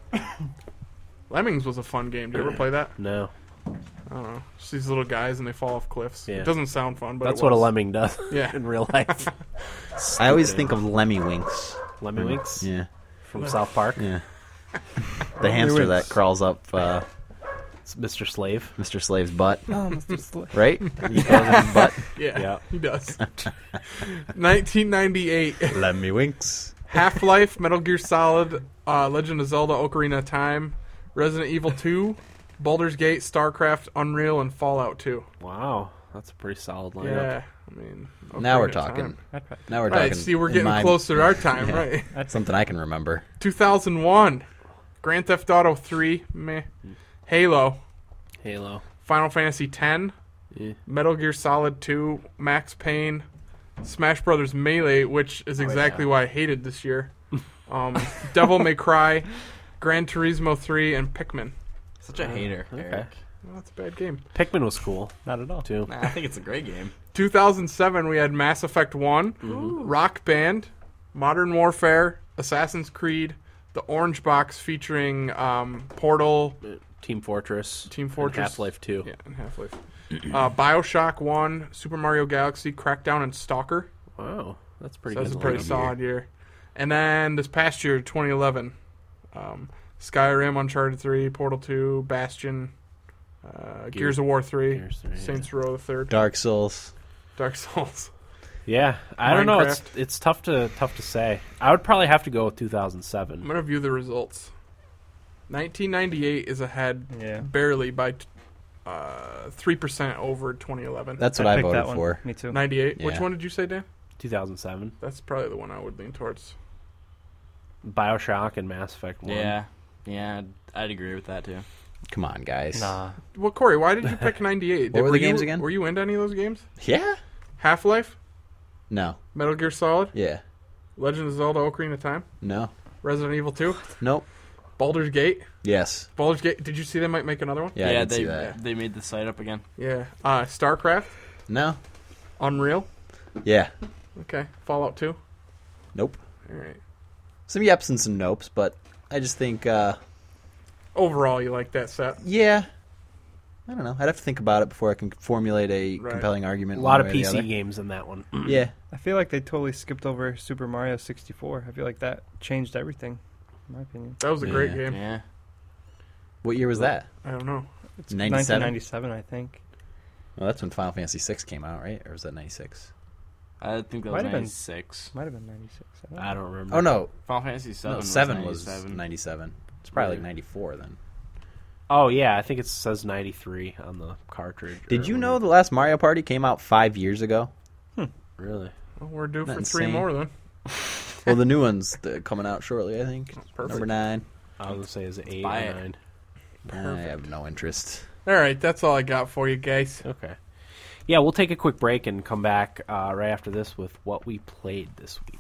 [SPEAKER 2] Lemmings was a fun game. Did you ever play that?
[SPEAKER 1] No,
[SPEAKER 2] I don't know. Just these little guys and they fall off cliffs.
[SPEAKER 1] Yeah.
[SPEAKER 2] It doesn't sound fun, but
[SPEAKER 1] that's
[SPEAKER 2] it
[SPEAKER 1] what a
[SPEAKER 2] was.
[SPEAKER 1] lemming does
[SPEAKER 2] Yeah.
[SPEAKER 1] in real life.
[SPEAKER 3] I always
[SPEAKER 1] Stupid.
[SPEAKER 3] think of Lemmy Winks.
[SPEAKER 1] Lemmy Winks
[SPEAKER 3] Yeah.
[SPEAKER 1] from South Park.
[SPEAKER 3] Yeah. The hamster that
[SPEAKER 4] Winks.
[SPEAKER 3] crawls up uh,
[SPEAKER 1] It's Mr. Slave.
[SPEAKER 3] Mr. Slave's butt,
[SPEAKER 4] Oh, Mr. Slay.
[SPEAKER 3] right? He crawls up his butt.
[SPEAKER 2] Yeah,
[SPEAKER 1] Yeah.
[SPEAKER 2] he does. 1998,
[SPEAKER 3] Lemmy Winks.
[SPEAKER 2] Half Life, Metal Gear Solid, uh, Legend of Zelda: Ocarina of Time, Resident Evil 2, Baldur's Gate, StarCraft, Unreal, and Fallout 2.
[SPEAKER 1] Wow, that's a pretty solid lineup.
[SPEAKER 2] Yeah, I mean,
[SPEAKER 3] Now
[SPEAKER 2] Ocarina
[SPEAKER 3] we're
[SPEAKER 2] of
[SPEAKER 3] talking.
[SPEAKER 2] Time.
[SPEAKER 4] I'd probably-
[SPEAKER 3] Now we're
[SPEAKER 2] Right,
[SPEAKER 3] talking.
[SPEAKER 2] see, we're
[SPEAKER 3] in
[SPEAKER 2] getting
[SPEAKER 3] my-
[SPEAKER 2] close to our time,
[SPEAKER 3] Yeah.
[SPEAKER 2] right?
[SPEAKER 3] Something I can remember.
[SPEAKER 2] 2001, Grand Theft Auto 3, meh, Halo,
[SPEAKER 1] Halo.
[SPEAKER 2] Final Fantasy X,
[SPEAKER 1] Yeah.
[SPEAKER 2] Metal Gear Solid 2, Max Payne, Smash Brothers Melee, which is exactly why I hated this year. Um, Devil May Cry, Gran Turismo 3, and Pikmin.
[SPEAKER 5] such a hater. Eric.
[SPEAKER 2] Well, that's a bad game.
[SPEAKER 1] Pikmin was cool
[SPEAKER 4] Not at all.
[SPEAKER 1] too.
[SPEAKER 5] Nah, I think it's a great game.
[SPEAKER 2] 2007, we had Mass Effect one Rock Band, Modern Warfare, Assassin's Creed, The Orange Box featuring um, Portal,
[SPEAKER 1] Team Fortress.
[SPEAKER 2] Team Fortress.
[SPEAKER 1] Half Life Two.
[SPEAKER 2] yeah, and Half Life, uh, Bioshock 1, Super Mario Galaxy, Crackdown, and Stalker.
[SPEAKER 1] Wow, that's pretty.
[SPEAKER 2] So
[SPEAKER 1] good
[SPEAKER 2] that's a pretty
[SPEAKER 1] lineup.
[SPEAKER 2] solid year. And then this past year, 2011, um, Skyrim, Uncharted 3, Portal 2, Bastion, uh, Gears of War 3,
[SPEAKER 1] Gears three,
[SPEAKER 2] Saints Row the Third,
[SPEAKER 3] Dark Souls.
[SPEAKER 2] Dark Souls.
[SPEAKER 1] Yeah, I don't know. It's
[SPEAKER 2] Minecraft.
[SPEAKER 1] it's tough to tough to say. I would probably have to go with 2007.
[SPEAKER 2] I'm gonna view the results. 1998 is ahead
[SPEAKER 4] Yeah.
[SPEAKER 2] barely by t- uh, three percent over 2011.
[SPEAKER 3] That's what
[SPEAKER 4] I'd
[SPEAKER 3] I
[SPEAKER 4] pick
[SPEAKER 3] voted
[SPEAKER 4] that one.
[SPEAKER 3] for.
[SPEAKER 4] Me too.
[SPEAKER 2] 98. Which
[SPEAKER 3] Yeah.
[SPEAKER 2] one did you say, Dan?
[SPEAKER 1] 2007.
[SPEAKER 2] That's probably the one I would lean towards.
[SPEAKER 1] Bioshock and Mass Effect One.
[SPEAKER 5] Yeah, yeah, I'd agree with that too.
[SPEAKER 3] Come on, guys.
[SPEAKER 4] Nah.
[SPEAKER 2] Well, Corey, why did you pick 98?
[SPEAKER 3] What were the
[SPEAKER 2] you-
[SPEAKER 3] games again?
[SPEAKER 2] Were you into any of those games?
[SPEAKER 3] Yeah.
[SPEAKER 2] Half Life,
[SPEAKER 3] No.
[SPEAKER 2] Metal Gear Solid,
[SPEAKER 3] Yeah.
[SPEAKER 2] Legend of Zelda: Ocarina of Time,
[SPEAKER 3] No.
[SPEAKER 2] Resident Evil 2,
[SPEAKER 3] Nope.
[SPEAKER 2] Baldur's Gate.
[SPEAKER 3] Yes.
[SPEAKER 2] Baldur's Gate. Did you see they might make another one?
[SPEAKER 3] Yeah. I did
[SPEAKER 5] they
[SPEAKER 3] see that.
[SPEAKER 5] they made the site up again.
[SPEAKER 2] Yeah. Uh, Starcraft,
[SPEAKER 3] No.
[SPEAKER 2] Unreal.
[SPEAKER 3] Yeah.
[SPEAKER 2] Okay. Fallout 2.
[SPEAKER 3] Nope.
[SPEAKER 2] All right.
[SPEAKER 3] Some yeps and some nopes, but I just think, uh,
[SPEAKER 2] Overall, you like that set?
[SPEAKER 3] yeah. I don't know. I'd have to think about it before I can formulate a
[SPEAKER 2] Right.
[SPEAKER 3] compelling argument.
[SPEAKER 1] A lot of
[SPEAKER 3] one way or the
[SPEAKER 1] PC games in that one.
[SPEAKER 3] other. Yeah.
[SPEAKER 4] I feel like they totally skipped over Super Mario 64. I feel like that changed everything, in my opinion.
[SPEAKER 2] That was a great
[SPEAKER 3] Yeah.
[SPEAKER 2] game.
[SPEAKER 5] Yeah,
[SPEAKER 3] What year was that?
[SPEAKER 2] I don't know.
[SPEAKER 4] It's
[SPEAKER 3] 97?
[SPEAKER 4] 1997, I think.
[SPEAKER 3] Well, that's when Final Fantasy VI came out, right? Or was that 96?
[SPEAKER 5] I think that
[SPEAKER 4] Might
[SPEAKER 5] was
[SPEAKER 4] have been-
[SPEAKER 5] ninety six.
[SPEAKER 4] Might have been 96. I don't know.
[SPEAKER 1] I don't remember.
[SPEAKER 3] Oh, no.
[SPEAKER 5] Final Fantasy seven.
[SPEAKER 3] no, 7 was
[SPEAKER 5] 97.
[SPEAKER 3] 97. It's probably like
[SPEAKER 1] Yeah.
[SPEAKER 3] 94 then.
[SPEAKER 1] Oh yeah, I think it says 93 on the cartridge. or
[SPEAKER 3] Did you know
[SPEAKER 1] whatever.
[SPEAKER 3] the last Mario Party came out five years ago?
[SPEAKER 1] Really?
[SPEAKER 2] Well, we're due for
[SPEAKER 3] Not
[SPEAKER 2] three
[SPEAKER 3] insane.
[SPEAKER 2] more then.
[SPEAKER 3] well, the new one's uh, coming out shortly, I think.
[SPEAKER 2] Perfect.
[SPEAKER 3] Number nine.
[SPEAKER 1] I was gonna say is it eight or
[SPEAKER 5] buy it.
[SPEAKER 1] nine?
[SPEAKER 3] I have no interest.
[SPEAKER 2] All right, that's all I got for you guys.
[SPEAKER 1] Okay. Yeah, we'll take a quick break and come back uh, right after this with what we played this week.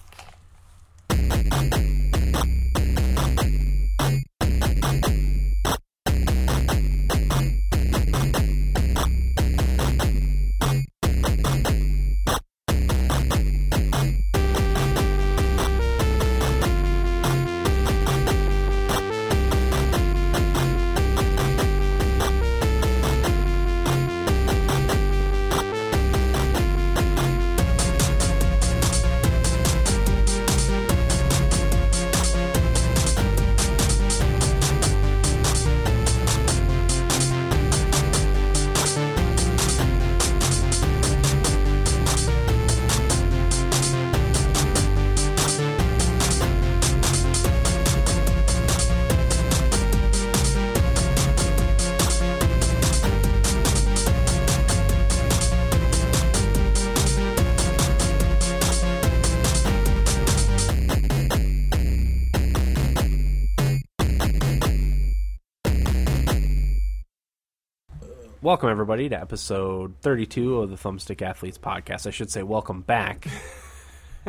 [SPEAKER 1] welcome everybody to episode 32 of the Thumbstick Athletes podcast. I should say welcome back.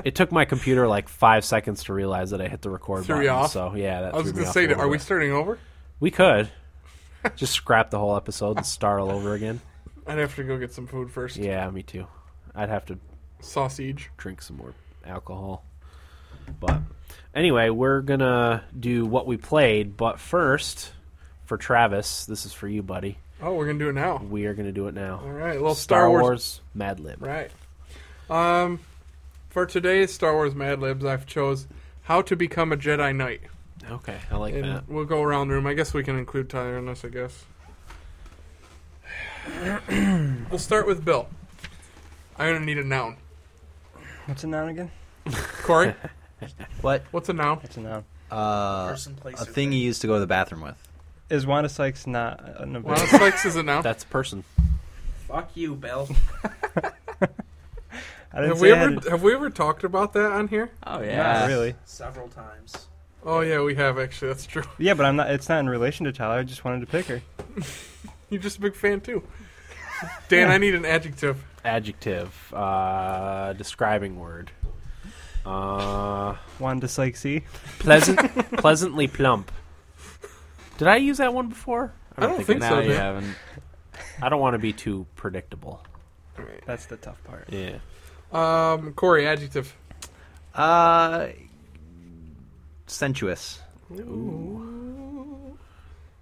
[SPEAKER 1] it took my computer like five seconds to realize that I hit the record
[SPEAKER 2] Threw you
[SPEAKER 1] button.
[SPEAKER 2] off?
[SPEAKER 1] So yeah, that
[SPEAKER 2] I was
[SPEAKER 1] threw me
[SPEAKER 2] going to
[SPEAKER 1] off
[SPEAKER 2] say,
[SPEAKER 1] a little
[SPEAKER 2] are we
[SPEAKER 1] bit.
[SPEAKER 2] starting over?
[SPEAKER 1] We could just scrap the whole episode and start all over again.
[SPEAKER 2] I'd have to go get some food first.
[SPEAKER 1] Yeah, me too. I'd have to
[SPEAKER 2] Sausage.
[SPEAKER 1] drink some more alcohol. But anyway, we're gonna do what we played. But first, for Travis, this is for you, buddy.
[SPEAKER 2] Oh, we're going to do it now.
[SPEAKER 1] We are gonna do it now.
[SPEAKER 2] All right, a little
[SPEAKER 1] Star,
[SPEAKER 2] Star, Wars.
[SPEAKER 1] Wars, Mad Lib.
[SPEAKER 2] Right. Um, for today's Star Wars Mad Libs, I've chose How to Become a Jedi Knight.
[SPEAKER 1] Okay, I like
[SPEAKER 2] And
[SPEAKER 1] that.
[SPEAKER 2] we'll go around the room. I guess we can include Tyler in this, I guess. we'll start with Bill. I'm going to need a noun.
[SPEAKER 4] What's a noun again?
[SPEAKER 2] Corey,
[SPEAKER 3] What?
[SPEAKER 2] what's a noun?
[SPEAKER 4] What's a noun?
[SPEAKER 3] Uh,
[SPEAKER 6] Person, place,
[SPEAKER 3] a
[SPEAKER 6] or
[SPEAKER 3] thing you used to go to the bathroom with.
[SPEAKER 4] Is Wanda Sykes not an
[SPEAKER 2] Well,
[SPEAKER 4] avail-
[SPEAKER 2] sex is a noun.
[SPEAKER 1] That's a person.
[SPEAKER 6] Fuck you, Bill.
[SPEAKER 4] I didn't
[SPEAKER 2] Have
[SPEAKER 4] say
[SPEAKER 2] we
[SPEAKER 4] I had
[SPEAKER 2] ever have we ever talked about that on here?
[SPEAKER 5] Oh
[SPEAKER 4] a-
[SPEAKER 5] yeah.
[SPEAKER 4] Not really.
[SPEAKER 6] Several times.
[SPEAKER 2] Oh yeah, we have actually. That's true.
[SPEAKER 4] Yeah, but I'm not. It's not in relation to Tyler. I just wanted to pick her.
[SPEAKER 2] You're just a big fan too. Dan, I need an adjective.
[SPEAKER 1] Adjective. Uh, describing word. Uh,
[SPEAKER 4] Wanda Sykes.
[SPEAKER 1] pleasant, pleasantly plump. Did I use that one before?
[SPEAKER 2] I don't think
[SPEAKER 1] I,
[SPEAKER 2] so,
[SPEAKER 5] Now you
[SPEAKER 2] Dan.
[SPEAKER 5] haven't.
[SPEAKER 1] I don't want to be too predictable.
[SPEAKER 4] That's the tough part.
[SPEAKER 1] Yeah.
[SPEAKER 2] Um, Corey, adjective.
[SPEAKER 3] Uh, sensuous.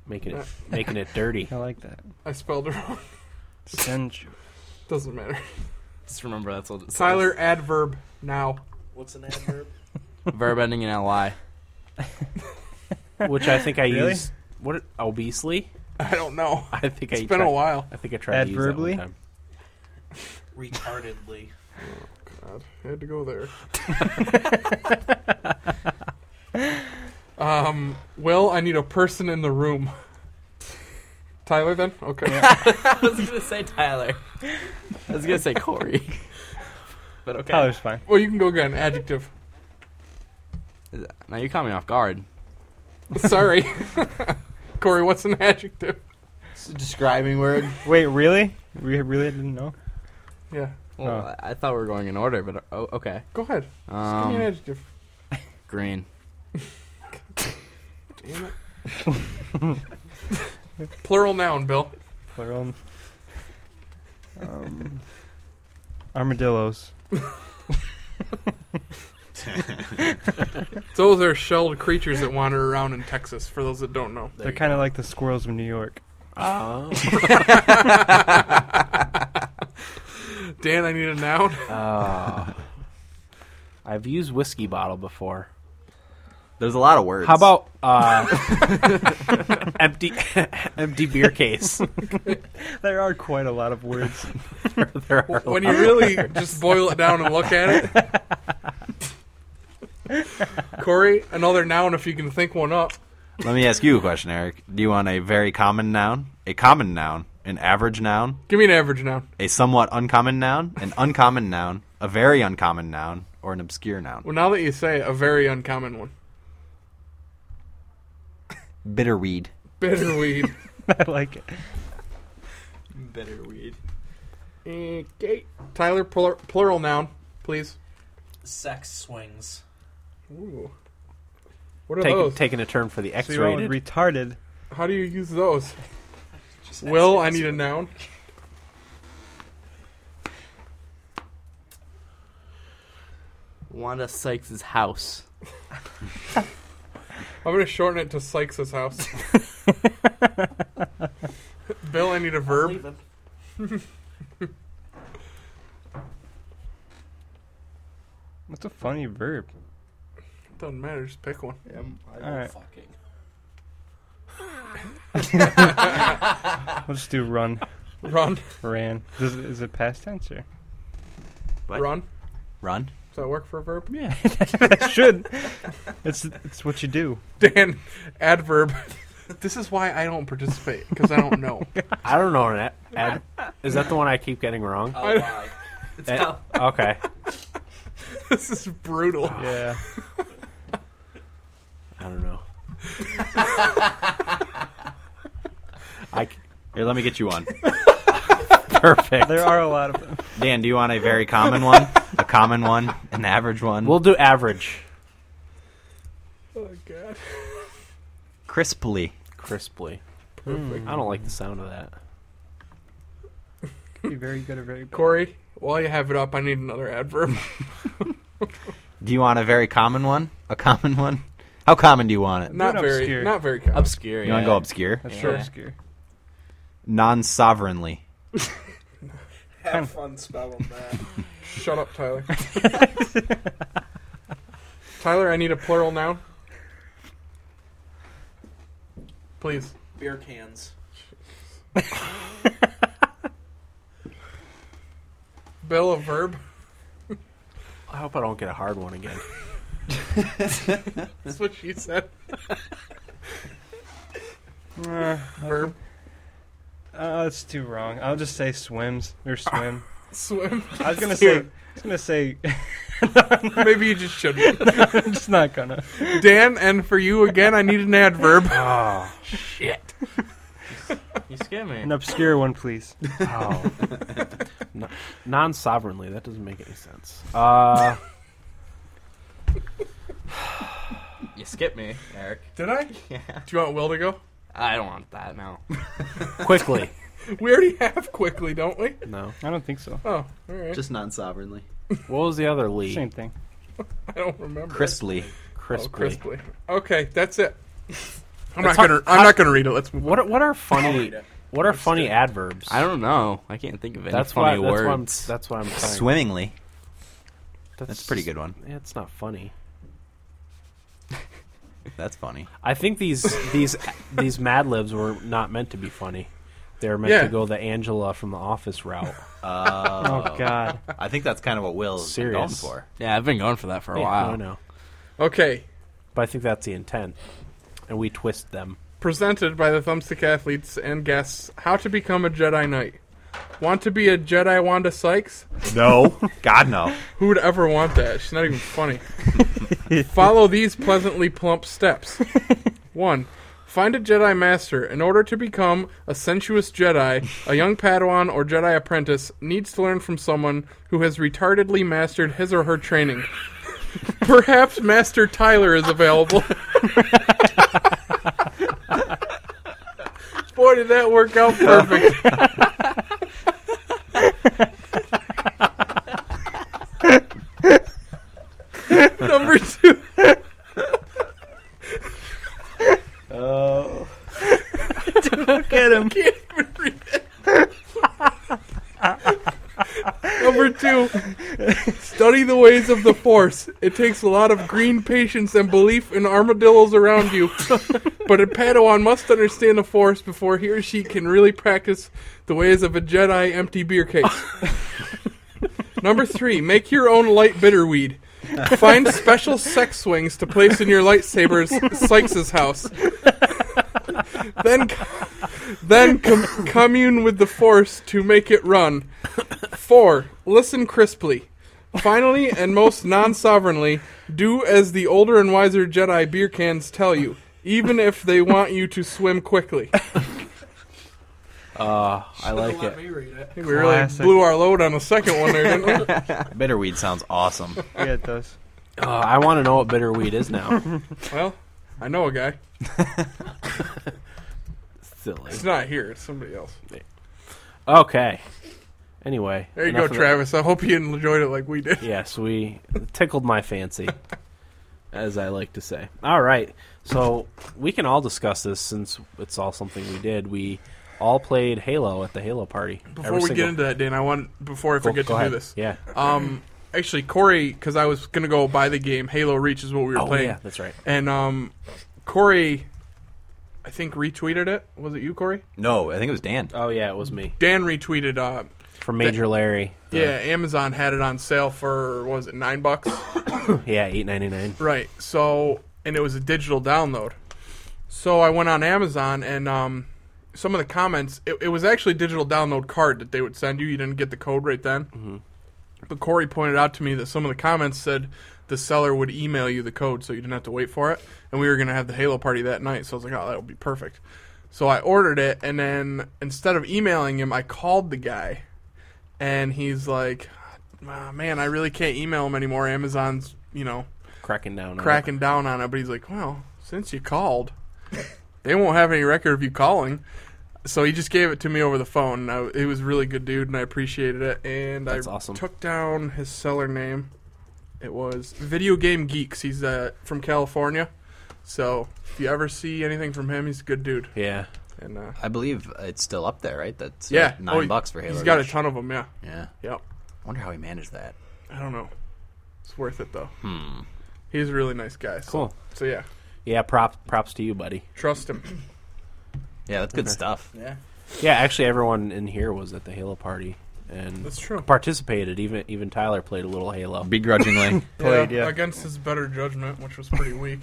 [SPEAKER 1] Making it, making it dirty.
[SPEAKER 4] I like that.
[SPEAKER 2] I spelled it wrong.
[SPEAKER 4] Sensual.
[SPEAKER 2] Doesn't matter.
[SPEAKER 5] Just remember that's what it's
[SPEAKER 2] Tyler, adverb now.
[SPEAKER 6] What's an adverb?
[SPEAKER 5] Verb ending in ly.
[SPEAKER 1] which I think I
[SPEAKER 4] Really?
[SPEAKER 1] used. What obesely?
[SPEAKER 2] I don't know.
[SPEAKER 1] I think I
[SPEAKER 2] It's been a
[SPEAKER 1] tried-
[SPEAKER 2] while.
[SPEAKER 1] I think I tried to use
[SPEAKER 4] Adverbally?
[SPEAKER 1] that one time.
[SPEAKER 6] Retardedly.
[SPEAKER 2] God, I had to go there. um, Will, I need a person in the room. Tyler, then? Okay.
[SPEAKER 5] I was gonna say Tyler. I was gonna say Corey. but okay.
[SPEAKER 4] Tyler's fine.
[SPEAKER 2] Well, you can go again. Adjective.
[SPEAKER 5] Now you caught me off guard.
[SPEAKER 2] Sorry. Corey, what's an adjective?
[SPEAKER 5] It's a describing word.
[SPEAKER 4] Wait, really? We really didn't know. Oh,
[SPEAKER 2] Yeah.
[SPEAKER 4] uh,
[SPEAKER 5] Well, I thought we were going in order, but oh, okay.
[SPEAKER 2] Go ahead. Just give me an
[SPEAKER 5] Um,
[SPEAKER 2] adjective.
[SPEAKER 5] green.
[SPEAKER 2] Damn it. Plural noun, Bill.
[SPEAKER 4] Plural. Um, armadillos.
[SPEAKER 2] Those are shelled creatures that wander around in Texas, for those that don't know.
[SPEAKER 4] They're kind of like the squirrels of New York.
[SPEAKER 1] Oh.
[SPEAKER 2] Dan, I need a noun.
[SPEAKER 1] Oh. I've used whiskey bottle before.
[SPEAKER 3] There's a lot of words.
[SPEAKER 1] How about uh, empty empty beer case?
[SPEAKER 4] There are quite a lot of words.
[SPEAKER 1] There are
[SPEAKER 2] When you really just boil it down and look at it. Corey, another noun if you can think one up.
[SPEAKER 3] Let me ask you a question, Eric. Do you want a very common noun, a common noun, an average noun,
[SPEAKER 2] Give me an average noun.
[SPEAKER 3] a somewhat uncommon noun, an uncommon noun, a very uncommon noun, or an obscure noun?
[SPEAKER 2] Well, now that you say it, a very uncommon one.
[SPEAKER 3] Bitterweed.
[SPEAKER 2] Bitterweed.
[SPEAKER 4] I like it.
[SPEAKER 5] Bitter weed.
[SPEAKER 2] okay. Tyler, plur- plural noun, please.
[SPEAKER 6] Sex swings.
[SPEAKER 2] Ooh. What are
[SPEAKER 1] taking,
[SPEAKER 2] those?
[SPEAKER 1] taking a turn for the
[SPEAKER 4] So you went
[SPEAKER 1] X-rated.
[SPEAKER 4] with retarded.
[SPEAKER 2] How do you use those?
[SPEAKER 6] Just
[SPEAKER 2] Will, I
[SPEAKER 6] sex
[SPEAKER 2] need a
[SPEAKER 6] swings.
[SPEAKER 2] noun.
[SPEAKER 5] Wanda Sykes' house.
[SPEAKER 2] I'm going to shorten it to Sykes' house. Bill, I need a verb.
[SPEAKER 6] Leave him.
[SPEAKER 4] What's a funny verb?
[SPEAKER 2] Doesn't matter, just pick one.
[SPEAKER 4] All right,
[SPEAKER 6] Fucking.
[SPEAKER 4] we'll just do run.
[SPEAKER 2] Run.
[SPEAKER 4] Ran. Does, is it past tense or?
[SPEAKER 3] What?
[SPEAKER 2] Run.
[SPEAKER 3] Run.
[SPEAKER 2] Does that work for a verb?
[SPEAKER 4] Yeah, it should. It's it's what you do.
[SPEAKER 2] Dan, adverb. This is why I don't participate because I don't know.
[SPEAKER 1] I don't know. what An ad, is that the one I keep getting wrong?
[SPEAKER 6] Oh, why? It's
[SPEAKER 1] Eh,
[SPEAKER 6] out.
[SPEAKER 1] okay.
[SPEAKER 2] this is brutal.
[SPEAKER 4] Yeah.
[SPEAKER 1] I don't know. I c-
[SPEAKER 3] Here, let me get you one.
[SPEAKER 1] Perfect.
[SPEAKER 4] There are a lot of them.
[SPEAKER 3] Dan, do you want a very common one, a common one, an average one?
[SPEAKER 1] We'll do average
[SPEAKER 2] Oh god.
[SPEAKER 3] crisply.
[SPEAKER 1] crisply.
[SPEAKER 2] Perfect.
[SPEAKER 1] I don't like the sound of that.
[SPEAKER 4] Could be very good or very bad.
[SPEAKER 2] Corey, while you have it up, I need another adverb.
[SPEAKER 3] Do you want a very common one, a common one? How common do you want it?
[SPEAKER 2] not very
[SPEAKER 4] obscure.
[SPEAKER 2] not very common.
[SPEAKER 5] Obscure.
[SPEAKER 3] You want
[SPEAKER 5] yeah.
[SPEAKER 3] to go obscure?
[SPEAKER 4] That's
[SPEAKER 5] Sure.
[SPEAKER 4] so obscure.
[SPEAKER 3] Non-sovereignly.
[SPEAKER 6] Have fun spelling that.
[SPEAKER 2] Shut up, Tyler. Tyler, I need a plural noun. Please.
[SPEAKER 6] Beer cans.
[SPEAKER 2] Bill a verb.
[SPEAKER 1] I hope I don't get a hard one again.
[SPEAKER 2] That's what she said.
[SPEAKER 4] Uh,
[SPEAKER 2] Verb.
[SPEAKER 4] uh, that's too wrong. I'll just say swims or swim.
[SPEAKER 2] Swim.
[SPEAKER 4] I was gonna say. I was gonna say.
[SPEAKER 2] Maybe you just shouldn't.
[SPEAKER 4] I'm just not gonna.
[SPEAKER 2] Dan, and for you again, I need an adverb.
[SPEAKER 1] Oh,
[SPEAKER 5] Shit. you scared me.
[SPEAKER 4] An obscure one, please.
[SPEAKER 1] oh. No- non-sovereignly. That doesn't make any sense. Uh,
[SPEAKER 5] You skipped me, Eric.
[SPEAKER 2] Did I? Do you want Will to go?
[SPEAKER 5] I don't want that now.
[SPEAKER 1] quickly.
[SPEAKER 2] We already have quickly, don't we?
[SPEAKER 1] No.
[SPEAKER 4] I don't think so.
[SPEAKER 2] Oh, all right.
[SPEAKER 3] Just non-sovereignly.
[SPEAKER 1] What was the other Lee?
[SPEAKER 4] Same thing.
[SPEAKER 2] I don't remember.
[SPEAKER 3] Crisply.
[SPEAKER 2] Oh,
[SPEAKER 1] Crisply.
[SPEAKER 2] crisply. Okay, that's it. I'm not
[SPEAKER 1] That's
[SPEAKER 2] gonna.
[SPEAKER 1] hot-
[SPEAKER 2] I'm not gonna read it. Let's move.
[SPEAKER 1] What are, what are
[SPEAKER 2] Oh,
[SPEAKER 1] funny? What are funny adverbs?
[SPEAKER 5] I don't know. I can't think of any
[SPEAKER 1] That's why.
[SPEAKER 5] funny
[SPEAKER 1] That's why I'm.
[SPEAKER 5] words.
[SPEAKER 1] That's why I'm trying.
[SPEAKER 3] Swimmingly.
[SPEAKER 1] That's,
[SPEAKER 3] That's a pretty good one.
[SPEAKER 1] Yeah, it's not funny.
[SPEAKER 3] That's funny.
[SPEAKER 1] I think these these these Mad Libs were not meant to be funny. they were meant
[SPEAKER 2] Yeah.
[SPEAKER 1] to go the Angela from the Office route.
[SPEAKER 3] Uh,
[SPEAKER 4] Oh God.
[SPEAKER 3] I think that's kind of what Will's been
[SPEAKER 1] Serious.
[SPEAKER 3] going for.
[SPEAKER 5] Yeah, I've been going for that for a
[SPEAKER 1] Yeah, I
[SPEAKER 5] while.
[SPEAKER 1] know,
[SPEAKER 2] Okay,
[SPEAKER 1] but I think that's the intent, and we twist them.
[SPEAKER 2] presented by the Thumbstick athletes and guests. How to become a Jedi Knight? Want to be a Jedi Wanda Sykes?
[SPEAKER 3] No. God, no.
[SPEAKER 2] Who would ever want that? She's not even funny. Follow these pleasantly plump steps. One, find a Jedi Master. In order to become a sensuous Jedi, a young Padawan or Jedi apprentice needs to learn from someone who has retardedly mastered his or her training. Perhaps Master Tyler is available. Boy, did that work out perfect. Number two.
[SPEAKER 3] Oh.
[SPEAKER 4] Get him.
[SPEAKER 2] can't even read it. Number two, study the ways of the Force. It takes a lot of green patience and belief in armadillos around you, but a Padawan must understand the Force before he or she can really practice the ways of a Jedi empty beer case. Number three, make your own light bitterweed. Find special sex swings to place in your lightsabers, Sykes' house. then then com- commune with the force to make it run. Four, listen crisply. Finally, and most non sovereignly, do as the older and wiser Jedi beer cans tell you, even if they want you to swim quickly. I
[SPEAKER 1] Uh, I like
[SPEAKER 6] Let
[SPEAKER 1] it.
[SPEAKER 6] me read it.
[SPEAKER 2] think we really
[SPEAKER 4] Classic.
[SPEAKER 2] blew our load on the second one there, didn't we?
[SPEAKER 3] Bitterweed sounds awesome.
[SPEAKER 4] Yeah, it does.
[SPEAKER 1] Uh, I want to know what bitterweed is now.
[SPEAKER 2] Well, I know a guy.
[SPEAKER 1] Silly.
[SPEAKER 2] It's not here, it's somebody else.
[SPEAKER 1] Okay. Anyway.
[SPEAKER 2] There you
[SPEAKER 1] enough
[SPEAKER 2] go,
[SPEAKER 1] of that.
[SPEAKER 2] Travis. I hope you enjoyed it like we did.
[SPEAKER 1] Yes, we it tickled my fancy, as I like to say. All right, so we can all discuss this since it's all something we did. We all played Halo at the Halo party.
[SPEAKER 2] Before
[SPEAKER 1] Every
[SPEAKER 2] we
[SPEAKER 1] single-
[SPEAKER 2] get into that, Dan, I want, before I
[SPEAKER 1] Go-
[SPEAKER 2] forget
[SPEAKER 1] go
[SPEAKER 2] to
[SPEAKER 1] ahead.
[SPEAKER 2] do this,
[SPEAKER 1] Yeah.
[SPEAKER 2] um, actually, Corey, because I was going to go buy the game, Halo Reach is what we were
[SPEAKER 1] Oh
[SPEAKER 2] playing.
[SPEAKER 1] yeah, that's right.
[SPEAKER 2] And um, Corey, I think retweeted it. Was it you, Corey?
[SPEAKER 3] No, I think it was Dan.
[SPEAKER 1] Oh yeah, it was me
[SPEAKER 2] Dan retweeted. Uh,
[SPEAKER 1] from Major Larry. the-
[SPEAKER 2] yeah, Amazon had it on sale for what was it nine bucks?
[SPEAKER 1] yeah, eight ninety nine.
[SPEAKER 2] right. So, and it was a digital download. So I went on Amazon and um, some of the comments. It, it was actually a digital download card that they would send you. You didn't get the code right then. But Corey pointed out to me that some of the comments said the seller would email you the code so you didn't have to wait for it. And we were going to have the Halo party that night. So I was like, oh, that would be perfect. So I ordered it. And then instead of emailing him, I called the guy and he's like, "Ah, "Man, I really can't email him anymore. Amazon's, you know,
[SPEAKER 1] cracking down. on it.
[SPEAKER 2] cracking down on it." But he's like, "Well, since you called, they won't have any record of you calling." So he just gave it to me over the phone. And I, he was a really good dude, and I appreciated it. And
[SPEAKER 1] That's
[SPEAKER 2] I
[SPEAKER 1] awesome.
[SPEAKER 2] took down his seller name. It was Video Game Geeks. He's uh, from California. So if you ever see anything from him, he's a good dude.
[SPEAKER 1] Yeah.
[SPEAKER 2] And uh,
[SPEAKER 3] I believe it's still up there, right? That's
[SPEAKER 2] yeah,
[SPEAKER 3] like nine
[SPEAKER 2] Oh, he-
[SPEAKER 3] bucks for Halo.
[SPEAKER 2] He's got a
[SPEAKER 3] Reach.
[SPEAKER 2] ton of them. Yeah,
[SPEAKER 3] Yeah,
[SPEAKER 2] yep.
[SPEAKER 3] I wonder how he managed that.
[SPEAKER 2] I don't know. It's worth it though. Hmm. He's a really nice guy. So,
[SPEAKER 1] Cool.
[SPEAKER 2] So yeah,
[SPEAKER 1] Yeah. Props. Props to you, buddy.
[SPEAKER 2] trust him.
[SPEAKER 3] Yeah, that's good stuff.
[SPEAKER 6] Yeah.
[SPEAKER 1] Yeah. Actually, everyone in here was at the Halo party and
[SPEAKER 2] That's true.
[SPEAKER 1] participated. Even even Tyler played a little Halo.
[SPEAKER 3] Begrudgingly,
[SPEAKER 4] Played, yeah.
[SPEAKER 2] Against his better judgment, which was pretty weak.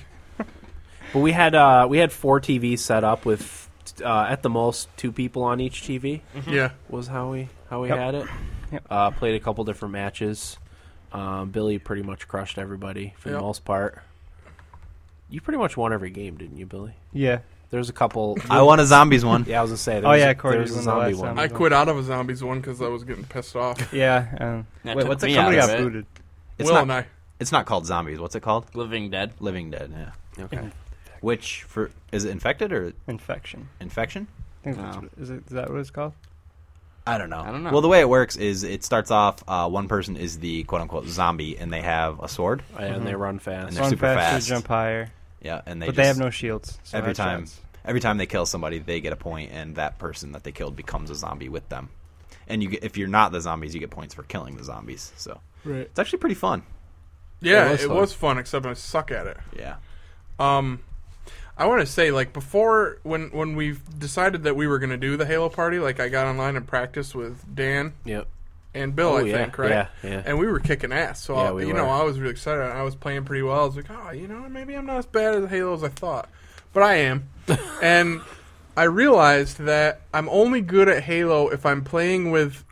[SPEAKER 1] But we had uh, we had four TVs set up with uh, at the most two people on each TV.
[SPEAKER 2] yeah.
[SPEAKER 1] was how we how we
[SPEAKER 4] Yep.
[SPEAKER 1] had it.
[SPEAKER 4] Yep.
[SPEAKER 1] Uh, played a couple different matches. Um, Billy pretty much crushed everybody for
[SPEAKER 2] Yep.
[SPEAKER 1] the most part. You pretty much won every game, didn't you, Billy?
[SPEAKER 4] Yeah.
[SPEAKER 1] There's a couple.
[SPEAKER 3] I want a zombies one.
[SPEAKER 1] yeah, I was gonna say. There
[SPEAKER 4] Oh,
[SPEAKER 1] was,
[SPEAKER 4] yeah,
[SPEAKER 1] a,
[SPEAKER 4] Corey
[SPEAKER 1] there was a
[SPEAKER 4] won the
[SPEAKER 1] zombie
[SPEAKER 4] last
[SPEAKER 1] one.
[SPEAKER 4] time.
[SPEAKER 2] I quit out of a zombies one because I was getting pissed off.
[SPEAKER 4] Yeah. Um,
[SPEAKER 5] That
[SPEAKER 3] Wait,
[SPEAKER 5] took
[SPEAKER 3] what's it
[SPEAKER 5] me
[SPEAKER 3] called?
[SPEAKER 4] somebody
[SPEAKER 5] out of
[SPEAKER 4] got
[SPEAKER 5] it.
[SPEAKER 4] booted.
[SPEAKER 3] It's
[SPEAKER 2] Will
[SPEAKER 3] not.
[SPEAKER 2] and I.
[SPEAKER 3] It's not called zombies. What's it called?
[SPEAKER 5] Living Dead.
[SPEAKER 3] Living Dead. Yeah.
[SPEAKER 1] Okay.
[SPEAKER 3] Which for is it infected or
[SPEAKER 4] Infection.
[SPEAKER 3] infection?
[SPEAKER 4] I think that's
[SPEAKER 5] No.
[SPEAKER 4] what, is, it, is that what it's called?
[SPEAKER 3] I don't know.
[SPEAKER 5] I don't know.
[SPEAKER 3] Well, the way it works is it starts off uh, one person is the quote unquote zombie and they have a sword.
[SPEAKER 1] And
[SPEAKER 4] Mm-hmm.
[SPEAKER 1] they run fast.
[SPEAKER 3] And they're
[SPEAKER 4] Run
[SPEAKER 3] super
[SPEAKER 4] faster,
[SPEAKER 3] fast.
[SPEAKER 4] jump higher.
[SPEAKER 3] Yeah, and they
[SPEAKER 4] but
[SPEAKER 3] just,
[SPEAKER 4] they have no shields. So
[SPEAKER 3] every time
[SPEAKER 4] headshots.
[SPEAKER 3] every time they kill somebody, they get a point, and that person that they killed becomes a zombie with them. And you get, if you're not the zombies, you get points for killing the zombies. So
[SPEAKER 2] Right.
[SPEAKER 3] it's actually pretty fun.
[SPEAKER 2] Yeah,
[SPEAKER 1] It
[SPEAKER 2] it
[SPEAKER 1] was
[SPEAKER 2] was,
[SPEAKER 1] fun.
[SPEAKER 2] fun. except I suck at it.
[SPEAKER 3] Yeah.
[SPEAKER 2] Um, I want to say like before when when we decided that we were gonna do the Halo party, like I got online and practiced with Dan
[SPEAKER 1] Yep.
[SPEAKER 2] and Bill,
[SPEAKER 1] Oh,
[SPEAKER 2] I
[SPEAKER 1] yeah,
[SPEAKER 2] think, right?
[SPEAKER 1] yeah, yeah.
[SPEAKER 2] And we were kicking ass. So,
[SPEAKER 1] Yeah,
[SPEAKER 2] I,
[SPEAKER 1] we
[SPEAKER 2] you
[SPEAKER 1] were.
[SPEAKER 2] know, I was really excited. I was playing pretty well. I was like, oh, you know, maybe I'm not as bad as Halo as I thought. But I am. and I realized that I'm only good at Halo if I'm playing with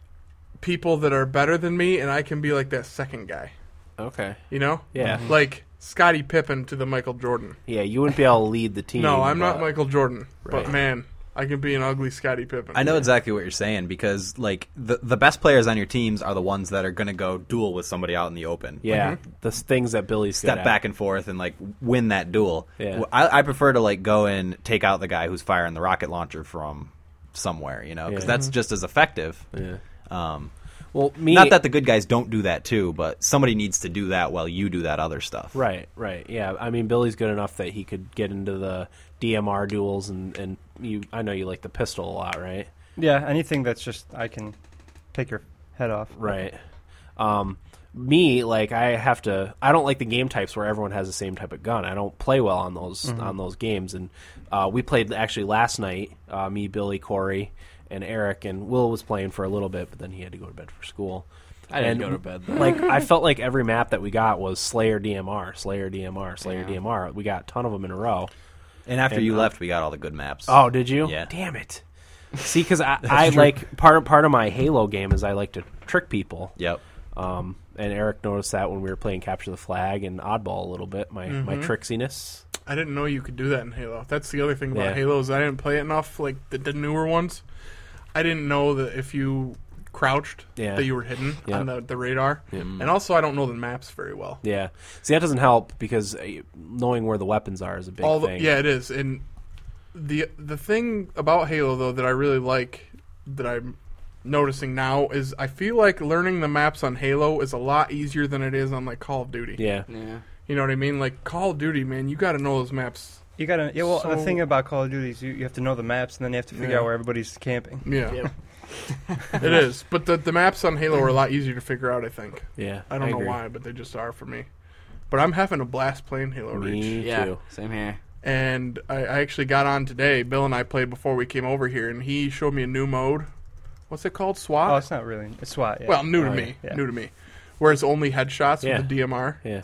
[SPEAKER 2] people that are better than me and I can be like that second guy,
[SPEAKER 1] Okay.
[SPEAKER 2] you know?
[SPEAKER 1] Yeah.
[SPEAKER 2] Like Scottie Pippen to the Michael Jordan.
[SPEAKER 1] Yeah, you wouldn't be able to lead the team. uh,
[SPEAKER 2] no, I'm not
[SPEAKER 1] but-
[SPEAKER 2] Michael Jordan.
[SPEAKER 1] Right.
[SPEAKER 2] But man, I can be an ugly Scottie Pippen.
[SPEAKER 3] I know exactly what you're saying because like the the best players on your teams are the ones that are going to go duel with somebody out in the open.
[SPEAKER 1] Yeah,
[SPEAKER 2] Mm-hmm.
[SPEAKER 1] the s- things that Billy's good
[SPEAKER 3] step
[SPEAKER 1] at.
[SPEAKER 3] back and forth and like win that duel.
[SPEAKER 1] Yeah.
[SPEAKER 3] I, I prefer to like go and take out the guy who's firing the rocket launcher from somewhere, you know, because
[SPEAKER 1] Yeah.
[SPEAKER 3] that's just as effective.
[SPEAKER 1] Yeah.
[SPEAKER 3] Um,
[SPEAKER 1] Well, me.
[SPEAKER 3] not that the good guys don't do that too, but somebody needs to do that while you do that other stuff.
[SPEAKER 1] Right, right. Yeah, I mean Billy's good enough that he could get into the DMR duels and and you I know you like the pistol a lot, right?
[SPEAKER 4] Yeah, anything that's just I can take your head off.
[SPEAKER 1] Right. Um me like I have to I don't like the game types where everyone has the same type of gun. I don't play well on those
[SPEAKER 5] Mm-hmm.
[SPEAKER 1] on those games and uh, we played actually last night uh, me Billy Corey and Eric and Will was playing for a little bit but then he had to go to bed for school.
[SPEAKER 5] I
[SPEAKER 1] And
[SPEAKER 5] didn't go to bed. Though.
[SPEAKER 1] like I felt like every map that we got was Slayer DMR, Slayer DMR, Slayer DMR. We got a ton of them in a row.
[SPEAKER 3] And after
[SPEAKER 1] And,
[SPEAKER 3] you
[SPEAKER 1] uh,
[SPEAKER 3] left, we got all the good maps.
[SPEAKER 1] Oh, did you?
[SPEAKER 3] Yeah.
[SPEAKER 1] Damn it. See, because I, I like part part of my Halo game is I like to trick people.
[SPEAKER 3] yep.
[SPEAKER 1] Um, and Eric noticed that when we were playing Capture the Flag and Oddball a little bit, my my
[SPEAKER 2] Mm-hmm.
[SPEAKER 1] tricksiness.
[SPEAKER 2] I didn't know you could do that in Halo. That's the other thing about
[SPEAKER 1] Yeah.
[SPEAKER 2] Halo is I didn't play it enough, like the, the newer ones. I didn't know that if you crouched
[SPEAKER 1] Yeah.
[SPEAKER 2] that you were hidden
[SPEAKER 1] Yeah. Mm.
[SPEAKER 2] on the, the radar. And also I don't know the maps very well.
[SPEAKER 1] Yeah. See, that doesn't help because uh, knowing where the weapons are is a big
[SPEAKER 2] All the,
[SPEAKER 1] thing.
[SPEAKER 2] yeah, it is. And the the thing about Halo though that I really like that I'm noticing now is I feel like learning the maps on Halo is a lot easier than it is on like Call of Duty.
[SPEAKER 1] Yeah.
[SPEAKER 5] yeah.
[SPEAKER 2] You know what I mean? Like Call of Duty, man, you got to know those maps.
[SPEAKER 4] You gotta. Yeah, well, the
[SPEAKER 2] So-
[SPEAKER 4] thing about Call of Duty is you, you have to know the maps, and then you have to figure
[SPEAKER 2] Yeah. Uh,
[SPEAKER 4] out where everybody's camping.
[SPEAKER 2] Yeah. it is. But the, the maps on Halo are a lot easier to figure out, I think.
[SPEAKER 1] Yeah.
[SPEAKER 2] I don't know
[SPEAKER 1] agree.
[SPEAKER 2] why, but they just are for me. But I'm having a blast playing Halo Reach.
[SPEAKER 1] Me
[SPEAKER 5] Yeah.
[SPEAKER 1] too.
[SPEAKER 5] Same here.
[SPEAKER 2] And I, I actually got on today. Bill and I played before we came over here, and he showed me a new mode. What's it called? SWAT?
[SPEAKER 4] Oh, it's not really. It's SWAT. Yeah.
[SPEAKER 2] well, new to
[SPEAKER 1] Oh,
[SPEAKER 2] me.
[SPEAKER 4] yeah. Yeah.
[SPEAKER 2] New to me. Where it's only headshots
[SPEAKER 1] Yeah.
[SPEAKER 2] with the DMR.
[SPEAKER 1] Yeah.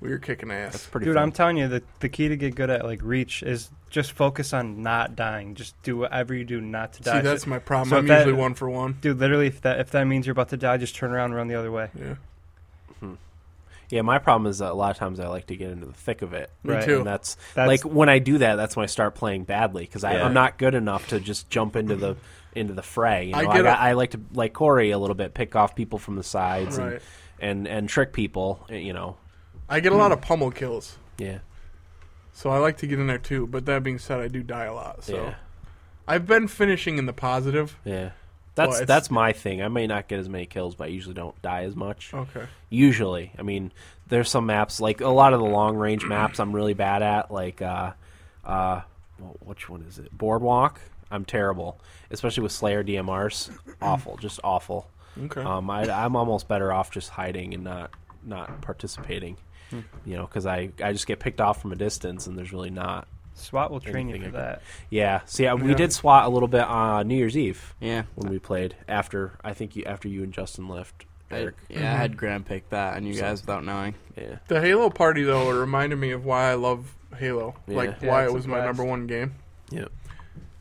[SPEAKER 2] We were kicking ass.
[SPEAKER 1] That's pretty
[SPEAKER 4] dude,
[SPEAKER 1] fun.
[SPEAKER 4] I'm telling you, the the key to get good at like reach is just focus on not dying. Just do whatever you do not to
[SPEAKER 2] See,
[SPEAKER 4] die. So-
[SPEAKER 2] that's my problem.
[SPEAKER 4] so
[SPEAKER 2] I'm
[SPEAKER 4] if that-
[SPEAKER 2] usually one for one.
[SPEAKER 4] Dude, literally, if that if that means you're about to die, just turn around and run the other way.
[SPEAKER 2] Yeah.
[SPEAKER 1] Yeah, my problem is that a lot of times I like to get into the thick of it.
[SPEAKER 2] Me
[SPEAKER 4] Right.
[SPEAKER 2] too.
[SPEAKER 1] And that's,
[SPEAKER 4] That's-
[SPEAKER 1] like when I do that, that's when I start playing badly because
[SPEAKER 3] Yeah.
[SPEAKER 1] I'm not good enough to just jump into the into the fray. You know,
[SPEAKER 2] I
[SPEAKER 1] I,
[SPEAKER 2] get
[SPEAKER 1] got-
[SPEAKER 2] it.
[SPEAKER 1] I like to like Corey a little bit, pick off people from the sides
[SPEAKER 2] Right.
[SPEAKER 1] and, and and trick people. eh, You know,
[SPEAKER 2] I get a lot of pummel kills,
[SPEAKER 1] yeah,
[SPEAKER 2] so I like to get in there too. But that being said, I do die a lot. So
[SPEAKER 1] yeah,
[SPEAKER 2] I've been finishing in the positive.
[SPEAKER 1] yeah. That's
[SPEAKER 2] it's-
[SPEAKER 1] that's my thing. I may not get as many kills, but I usually don't die as much.
[SPEAKER 2] Okay.
[SPEAKER 1] Usually, I mean, there's some maps like a lot of the long range maps I'm really bad at. Like, uh, uh, well, which one is it? Boardwalk. I'm terrible, especially with Slayer DMRs. Awful, just awful.
[SPEAKER 2] Okay.
[SPEAKER 1] Um, I, I'm almost better off just hiding and not not participating. You know, because I I just get picked off from a distance, and there's really not.
[SPEAKER 4] SWAT will train you for
[SPEAKER 1] Anything I
[SPEAKER 4] that.
[SPEAKER 1] Yeah. See, I, we
[SPEAKER 2] Yeah.
[SPEAKER 1] did SWAT a little bit on New Year's Eve
[SPEAKER 5] Yeah.
[SPEAKER 1] when we played after I think you after you and Justin left.
[SPEAKER 5] I,
[SPEAKER 1] Eric.
[SPEAKER 5] yeah, I had Graham pick that and you guys without knowing.
[SPEAKER 1] Yeah.
[SPEAKER 2] The Halo party though it reminded me of why I love Halo.
[SPEAKER 1] Yeah.
[SPEAKER 2] Like
[SPEAKER 4] Yeah,
[SPEAKER 2] why
[SPEAKER 4] it's
[SPEAKER 2] it
[SPEAKER 4] a
[SPEAKER 2] was my
[SPEAKER 4] blast.
[SPEAKER 2] number one game.
[SPEAKER 1] Yep.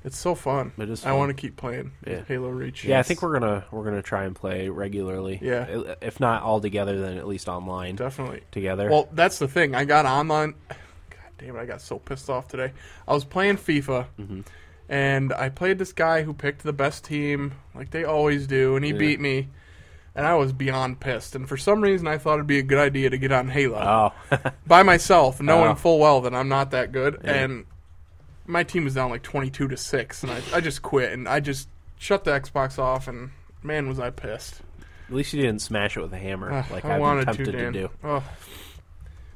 [SPEAKER 2] It's so fun.
[SPEAKER 1] It is
[SPEAKER 2] I
[SPEAKER 1] fun.
[SPEAKER 2] want to keep playing
[SPEAKER 1] Yeah.
[SPEAKER 2] Halo Reach.
[SPEAKER 1] Yeah, I think we're gonna we're gonna try and play regularly.
[SPEAKER 2] Yeah.
[SPEAKER 1] I- if not all together, then at least online
[SPEAKER 2] definitely.
[SPEAKER 1] together.
[SPEAKER 2] Well, that's the thing. I got online. God damn it! I got so pissed off today. I was playing FIFA, and I played this guy who picked the best team, like they always do, and he
[SPEAKER 1] Yeah.
[SPEAKER 2] beat me. And I was beyond pissed. And for some reason, I thought it'd be a good idea to get on Halo
[SPEAKER 1] oh,
[SPEAKER 2] by myself, knowing
[SPEAKER 1] Oh.
[SPEAKER 2] full well that I'm not that good. And my team was down like 22 to six, and I, I just quit and I just shut the Xbox off. And man, was I pissed!
[SPEAKER 1] at least you didn't smash it with a hammer
[SPEAKER 2] Ugh,
[SPEAKER 1] like
[SPEAKER 2] Ah, I
[SPEAKER 1] I've been
[SPEAKER 2] wanted to,
[SPEAKER 1] tempted to
[SPEAKER 2] Dan.
[SPEAKER 1] do.
[SPEAKER 2] Ugh.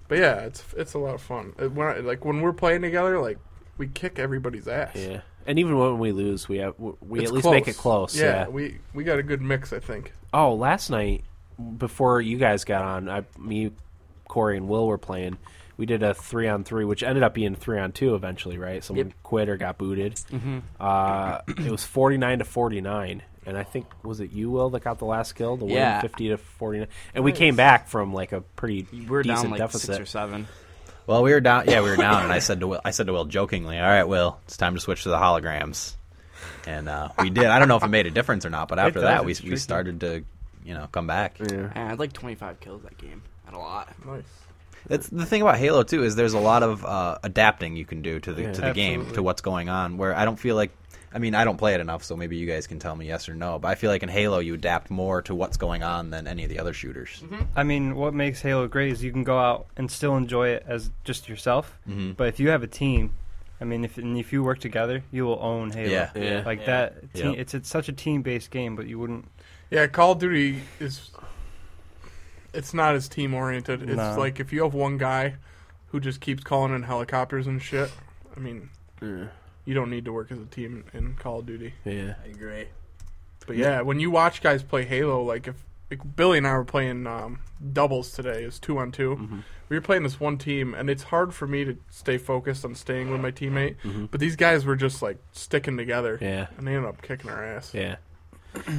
[SPEAKER 2] But yeah, it's it's a lot of fun. It- when I- like when we're playing together, like we kick everybody's ass.
[SPEAKER 1] Yeah, and even when we lose, we have we- we
[SPEAKER 2] It's
[SPEAKER 1] at least make it close.
[SPEAKER 2] Yeah,
[SPEAKER 1] Yeah.
[SPEAKER 2] we we got a good mix, I think.
[SPEAKER 1] Oh, last night before you guys got on, I me, Corey, and Will were playing. We did a three on three, which ended up being three on two eventually, right? Someone quit or got booted. Mm-hmm. Uh, it was forty nine to forty nine, and I think was it you, Will, that got the last kill, the
[SPEAKER 5] Yeah.
[SPEAKER 1] win fifty to forty nine, and we came back from like a pretty
[SPEAKER 5] We're
[SPEAKER 1] decent
[SPEAKER 5] down like
[SPEAKER 1] deficit.
[SPEAKER 5] six or seven.
[SPEAKER 3] Well, we were down. Yeah, we were down, and I said to Will, I said to Will jokingly, "All right, Will, it's time to switch to the holograms." And uh, we did. I don't know if it made a difference or not, but after
[SPEAKER 4] does,
[SPEAKER 3] that, we
[SPEAKER 4] it's
[SPEAKER 3] we
[SPEAKER 4] tricky.
[SPEAKER 3] started to, you know, come back.
[SPEAKER 5] I had like 25 kills that game. Had a lot.
[SPEAKER 2] Nice.
[SPEAKER 3] That's the thing about Halo too is there's a lot of uh, adapting you can do to the to the game
[SPEAKER 4] Absolutely.
[SPEAKER 3] to what's going on. Where I don't feel like, I mean, I don't play it enough, so maybe you guys can tell me yes or no. But I feel like in Halo you adapt more to what's going on than any of the other shooters.
[SPEAKER 4] I mean, what makes Halo great is you can go out and still enjoy it as just yourself.
[SPEAKER 1] Mm-hmm.
[SPEAKER 3] Mhm.
[SPEAKER 4] But if you have a team, I mean, if and if you work together, you will own Halo.
[SPEAKER 3] Yeah.
[SPEAKER 1] Yeah.
[SPEAKER 4] Like
[SPEAKER 5] Yeah.
[SPEAKER 4] that. Team,
[SPEAKER 3] Yep.
[SPEAKER 4] It's it's such a team based game, but you wouldn't.
[SPEAKER 2] Yeah, Call of Duty is it's not as team oriented. It's
[SPEAKER 4] No.
[SPEAKER 2] like if you have one guy who just keeps calling in helicopters and shit. I mean, you don't need to work as a team in Call of Duty.
[SPEAKER 1] Yeah.
[SPEAKER 5] I agree.
[SPEAKER 2] But yeah, when you watch guys play Halo, like if like Billy and I were playing um, doubles today, it's two on 2
[SPEAKER 1] Mm-hmm.
[SPEAKER 2] We were playing this one team, and it's hard for me to stay focused on staying with my teammate. But these guys were just like sticking together,
[SPEAKER 1] Mm-hmm. Yeah.
[SPEAKER 2] and they ended up kicking our ass.
[SPEAKER 1] Yeah.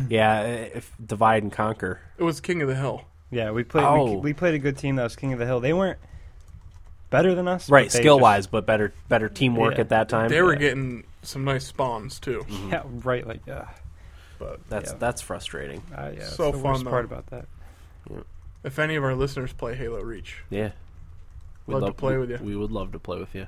[SPEAKER 1] Yeah, if divide and conquer.
[SPEAKER 2] It was King of the Hill.
[SPEAKER 4] Yeah, we played.
[SPEAKER 1] Oh.
[SPEAKER 4] We, we played a good team that was King of the Hill. They weren't better than us, but
[SPEAKER 1] Right,
[SPEAKER 4] they
[SPEAKER 1] skill wise, but better better teamwork
[SPEAKER 4] Yeah.
[SPEAKER 1] at that time.
[SPEAKER 2] They were
[SPEAKER 1] Yeah.
[SPEAKER 2] getting some nice spawns too.
[SPEAKER 1] Mm-hmm.
[SPEAKER 4] just- Yeah, right. Like, yeah,
[SPEAKER 2] But
[SPEAKER 1] That's
[SPEAKER 4] yeah.
[SPEAKER 1] that's frustrating.
[SPEAKER 4] uh, yeah.
[SPEAKER 2] So
[SPEAKER 4] So the
[SPEAKER 2] fun,
[SPEAKER 4] worst part
[SPEAKER 2] though.
[SPEAKER 4] about that.
[SPEAKER 2] if any of our listeners play Halo Reach,
[SPEAKER 1] Yeah. We'd
[SPEAKER 2] Love to play with you.
[SPEAKER 1] We would love to play with you.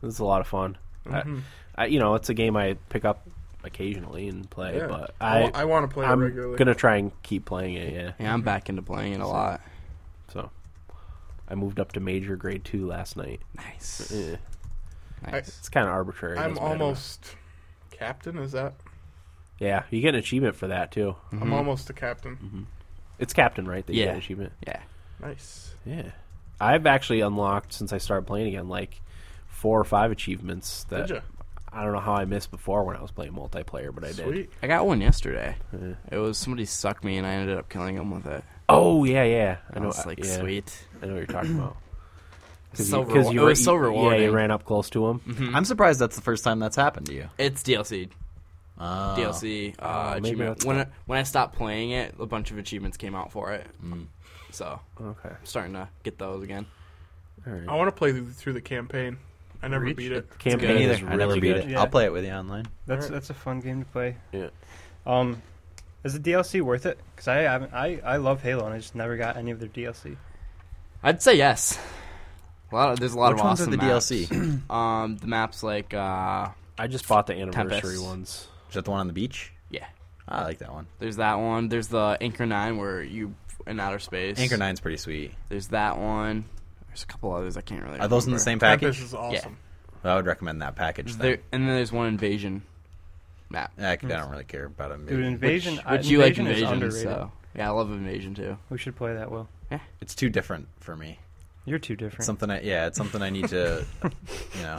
[SPEAKER 1] This is a lot of fun.
[SPEAKER 2] Mhm.
[SPEAKER 1] I, I, you know, it's a game I pick up occasionally and play,
[SPEAKER 2] yeah. Oh,
[SPEAKER 1] but
[SPEAKER 2] I,
[SPEAKER 1] I,
[SPEAKER 2] want to play
[SPEAKER 1] I
[SPEAKER 2] it
[SPEAKER 1] am
[SPEAKER 2] regularly.
[SPEAKER 1] gonna try and keep playing it. Yeah.
[SPEAKER 5] Yeah, I'm back into playing it a lot.
[SPEAKER 1] So I moved up to major grade two last night.
[SPEAKER 5] Nice.
[SPEAKER 1] Eh,
[SPEAKER 5] Nice.
[SPEAKER 1] It's kind of arbitrary. It
[SPEAKER 2] I'm
[SPEAKER 1] doesn't matter.
[SPEAKER 2] almost captain. Is that?
[SPEAKER 1] Yeah, you get an achievement for that too.
[SPEAKER 2] I'm almost a captain.
[SPEAKER 1] Mm-hmm. It's captain, right? That you get an
[SPEAKER 5] Yeah.
[SPEAKER 1] achievement.
[SPEAKER 5] yeah.
[SPEAKER 2] Nice.
[SPEAKER 1] Yeah. I've actually unlocked since I started playing again, like four or five achievements that
[SPEAKER 2] Did you?
[SPEAKER 1] I don't know how I missed before when I was playing multiplayer, but I did.
[SPEAKER 2] Sweet.
[SPEAKER 5] I got one yesterday. It was somebody sucked me and I ended up killing him with it.
[SPEAKER 1] Oh yeah, yeah.
[SPEAKER 5] I was like,
[SPEAKER 1] yeah,
[SPEAKER 5] sweet.
[SPEAKER 1] I know what you're talking about.
[SPEAKER 5] So
[SPEAKER 1] you-
[SPEAKER 5] rewar-
[SPEAKER 1] you
[SPEAKER 5] it
[SPEAKER 1] ra-
[SPEAKER 5] was so
[SPEAKER 1] you- Yeah,
[SPEAKER 5] rewarding.
[SPEAKER 1] you ran up close to him.
[SPEAKER 3] I'm surprised that's the first time that's happened to you.
[SPEAKER 5] It's DLC.
[SPEAKER 3] Oh.
[SPEAKER 5] DLC uh,
[SPEAKER 1] maybe
[SPEAKER 5] achievement.
[SPEAKER 1] that's
[SPEAKER 5] When I, when I stopped playing it, a bunch of achievements came out for it. So
[SPEAKER 1] Okay.
[SPEAKER 5] I'm starting to get those again.
[SPEAKER 1] All right.
[SPEAKER 2] I want to play th- through the campaign. I never
[SPEAKER 4] Reach
[SPEAKER 2] beat it.
[SPEAKER 1] Campaign
[SPEAKER 3] Me
[SPEAKER 5] good.
[SPEAKER 1] is
[SPEAKER 3] neither. I never
[SPEAKER 1] really
[SPEAKER 3] beat
[SPEAKER 1] good.
[SPEAKER 3] it.
[SPEAKER 4] Yeah.
[SPEAKER 3] I'll play it with you online.
[SPEAKER 4] That's
[SPEAKER 2] Alright.
[SPEAKER 4] that's a fun game to play.
[SPEAKER 1] Yeah.
[SPEAKER 4] Um, is the DLC worth it? Because I haven't. I I love Halo and I just never got any of their DLC.
[SPEAKER 5] I'd say yes. A lot of, there's a lot
[SPEAKER 3] Which
[SPEAKER 5] of
[SPEAKER 3] ones are
[SPEAKER 5] awesome
[SPEAKER 3] the
[SPEAKER 5] maps.
[SPEAKER 3] DLC?
[SPEAKER 5] Um, the maps like uh,
[SPEAKER 1] I just bought the anniversary
[SPEAKER 5] Tempest.
[SPEAKER 1] ones.
[SPEAKER 3] Is that the one on the beach?
[SPEAKER 5] yeah.
[SPEAKER 3] I like that one.
[SPEAKER 5] There's that one. There's the Anchor Nine where you in outer space.
[SPEAKER 3] Anchor Nine's pretty sweet.
[SPEAKER 5] There's that one. There's a couple others I can't really.
[SPEAKER 3] Are those in the
[SPEAKER 5] remember.
[SPEAKER 3] same
[SPEAKER 2] Tempest
[SPEAKER 3] package?
[SPEAKER 2] is awesome.
[SPEAKER 3] I would recommend that package. Then.
[SPEAKER 5] There, and then there's one invasion map.
[SPEAKER 3] I, I don't really care about it.
[SPEAKER 4] Dude, Invasion.
[SPEAKER 3] Uh,
[SPEAKER 5] Which,
[SPEAKER 4] I-
[SPEAKER 5] which you like
[SPEAKER 4] Invasion is
[SPEAKER 5] invasion?
[SPEAKER 4] underrated.
[SPEAKER 5] So yeah, I love invasion too.
[SPEAKER 4] We should play that. Will
[SPEAKER 3] It's too different for me.
[SPEAKER 4] you're too
[SPEAKER 3] It's
[SPEAKER 4] different.
[SPEAKER 3] something I yeah, it's something I need to, you know.